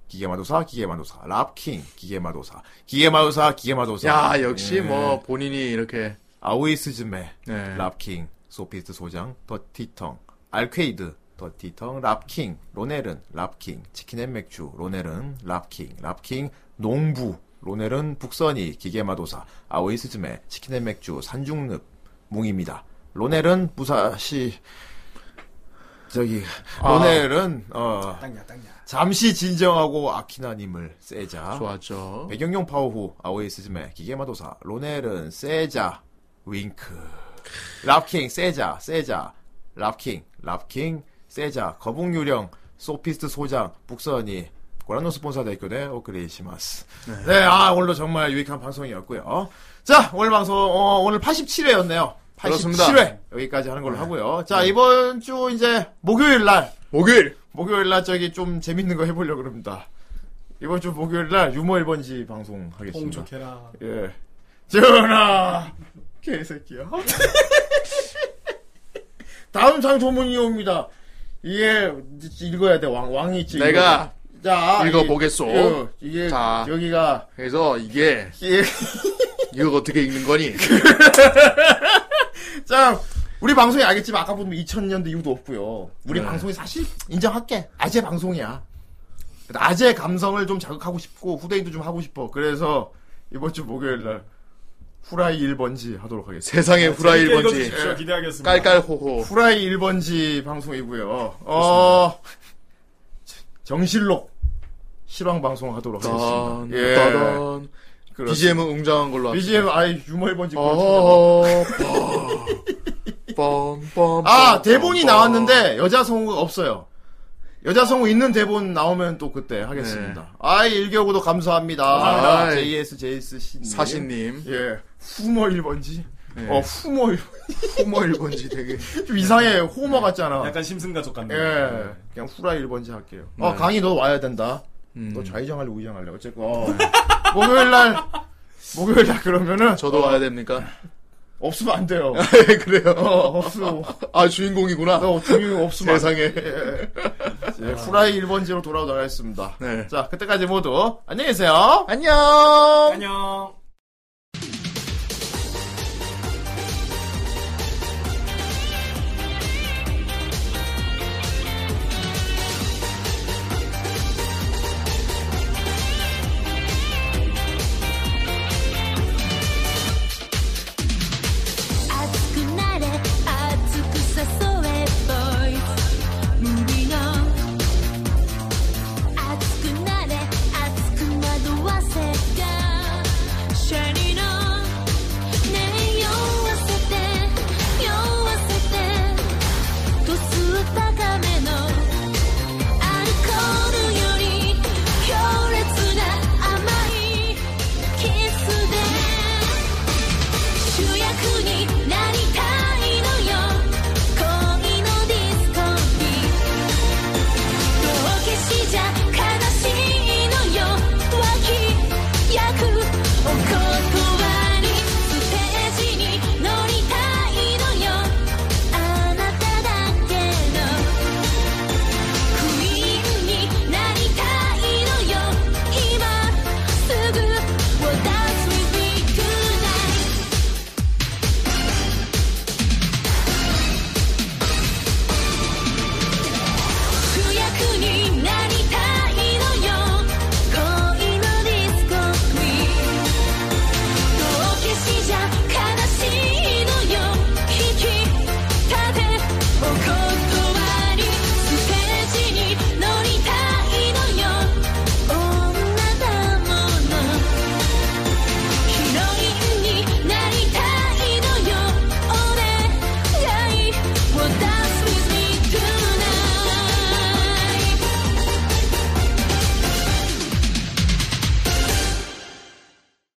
Speaker 3: 기계마도사, 기계마도사, 랍킹, 기계마도사, 기계마도사, 기계마도사.
Speaker 9: 야 역시
Speaker 3: 예.
Speaker 9: 뭐 본인이 이렇게
Speaker 3: 아오이스즈메,
Speaker 9: 네.
Speaker 3: 랍킹, 소피스트 소장, 더티텅, 알퀘이드, 더티텅, 랍킹, 로넬은, 랍킹, 치킨앤맥주, 로넬은, 랍킹, 랍킹, 농부, 로넬은 북선이, 기계마도사, 아오이스즈메, 치킨앤맥주, 산중늪, 뭉입니다. 로넬은 무사시, 저기,
Speaker 9: 아.
Speaker 3: 로넬은, 어,
Speaker 7: 땅이야, 땅이야.
Speaker 3: 잠시 진정하고 아키나님을 네. 세자.
Speaker 9: 좋았죠.
Speaker 3: 배경용 파워후 아오이스즈메 기계마도사 로넬은 세자 윙크 랍킹 세자 세자 랍킹 랍킹 세자 거북유령 소피스트 소장 북선이 고란노 스폰서 대교대 오크레이시마스
Speaker 9: 네.
Speaker 3: 네 아 오늘도 정말 유익한 방송이었고요 자 오늘 방송 어, 오늘 87회였네요 87회
Speaker 9: 그렇습니다. 네.
Speaker 3: 여기까지 하는 걸로 하고요 자 이번 주 이제 목요일 날
Speaker 9: 목요일
Speaker 3: 목요일 날 저기 좀 재밌는 거 해보려고 그럽니다. 이번 주 목요일 날 유머 1번지
Speaker 7: 통
Speaker 3: 방송
Speaker 9: 어,
Speaker 3: 하겠습니다.
Speaker 7: 좋게라.
Speaker 3: 예. 전하! 개새끼야. 다음 상소문이 옵니다. 이게 읽어야 돼. 왕, 왕이 있지.
Speaker 9: 내가
Speaker 3: 이거. 자,
Speaker 9: 읽어보겠소.
Speaker 3: 이게, 어, 이게
Speaker 9: 자.
Speaker 3: 여기가
Speaker 9: 그래서 이게
Speaker 3: 예.
Speaker 9: 이거 어떻게 읽는 거니?
Speaker 3: 그 자, 우리 방송이 알겠지만 아까 보면 2000년대 이후도 없고요. 우리
Speaker 9: 네.
Speaker 3: 방송이 사실 인정할게. 아재 방송이야. 아재 감성을 좀 자극하고 싶고 후대인도 좀 하고 싶어. 그래서 이번 주 목요일 날 후라이 1번지 하도록 하겠습니다.
Speaker 9: 세상의 후라이
Speaker 7: 그러니까
Speaker 9: 1번지. 네.
Speaker 3: 예.
Speaker 9: 깔깔호호.
Speaker 3: 후라이 1번지 방송이고요. 어, 정실록 실황 방송 하도록
Speaker 9: 딴,
Speaker 3: 하겠습니다.
Speaker 9: 아, 네.
Speaker 3: 예.
Speaker 9: 따단. BGM은 웅장한 걸로 합시다.
Speaker 3: BGM 아이 유머 1번지
Speaker 9: 어,
Speaker 3: 아
Speaker 9: 어.
Speaker 3: 대본이 나왔는데 여자 성우가 없어요. 여자 성우 있는 대본 나오면 또 그때 하겠습니다.
Speaker 9: 네.
Speaker 3: 아이 일교구도 감사합니다. 아,
Speaker 9: 감사합니다.
Speaker 3: JS JS 신
Speaker 9: 사신님. 네.
Speaker 3: 예 후머 1번지. 어 후머 1번지.
Speaker 9: 후머 1번지 되게 네.
Speaker 3: 좀 이상해 호머 같잖아.
Speaker 7: 약간 심승가족 같네.
Speaker 3: 예 그냥 후라이 1번지 할게요. 어
Speaker 7: 네.
Speaker 3: 강희 너 와야 된다.
Speaker 9: 음.
Speaker 3: 너 좌의정할래 우의정할래 어쨌건 어. 목요일 날 목요일 날 그러면은
Speaker 9: 네. 저도 와야 됩니까?
Speaker 3: 어. 없으면 안 돼요.
Speaker 9: 그래요.
Speaker 3: 어, 없어.
Speaker 9: 아 주인공이구나.
Speaker 3: 너 주인공 없으면 안
Speaker 9: 세상에.
Speaker 3: 돼. 예. 예, 후라이 1번지로 돌아오도록 하겠습니다.
Speaker 9: 네.
Speaker 3: 자, 그때까지 모두 안녕히 계세요.
Speaker 9: 안녕.
Speaker 7: 안녕.
Speaker 4: 「熱くなれ熱く誘えボイス無理の」「熱くなれ熱く惑わせがシャリの」「ねえ酔わせて酔わせて」「度数高めのアルコールより強烈な甘いキスで」主役に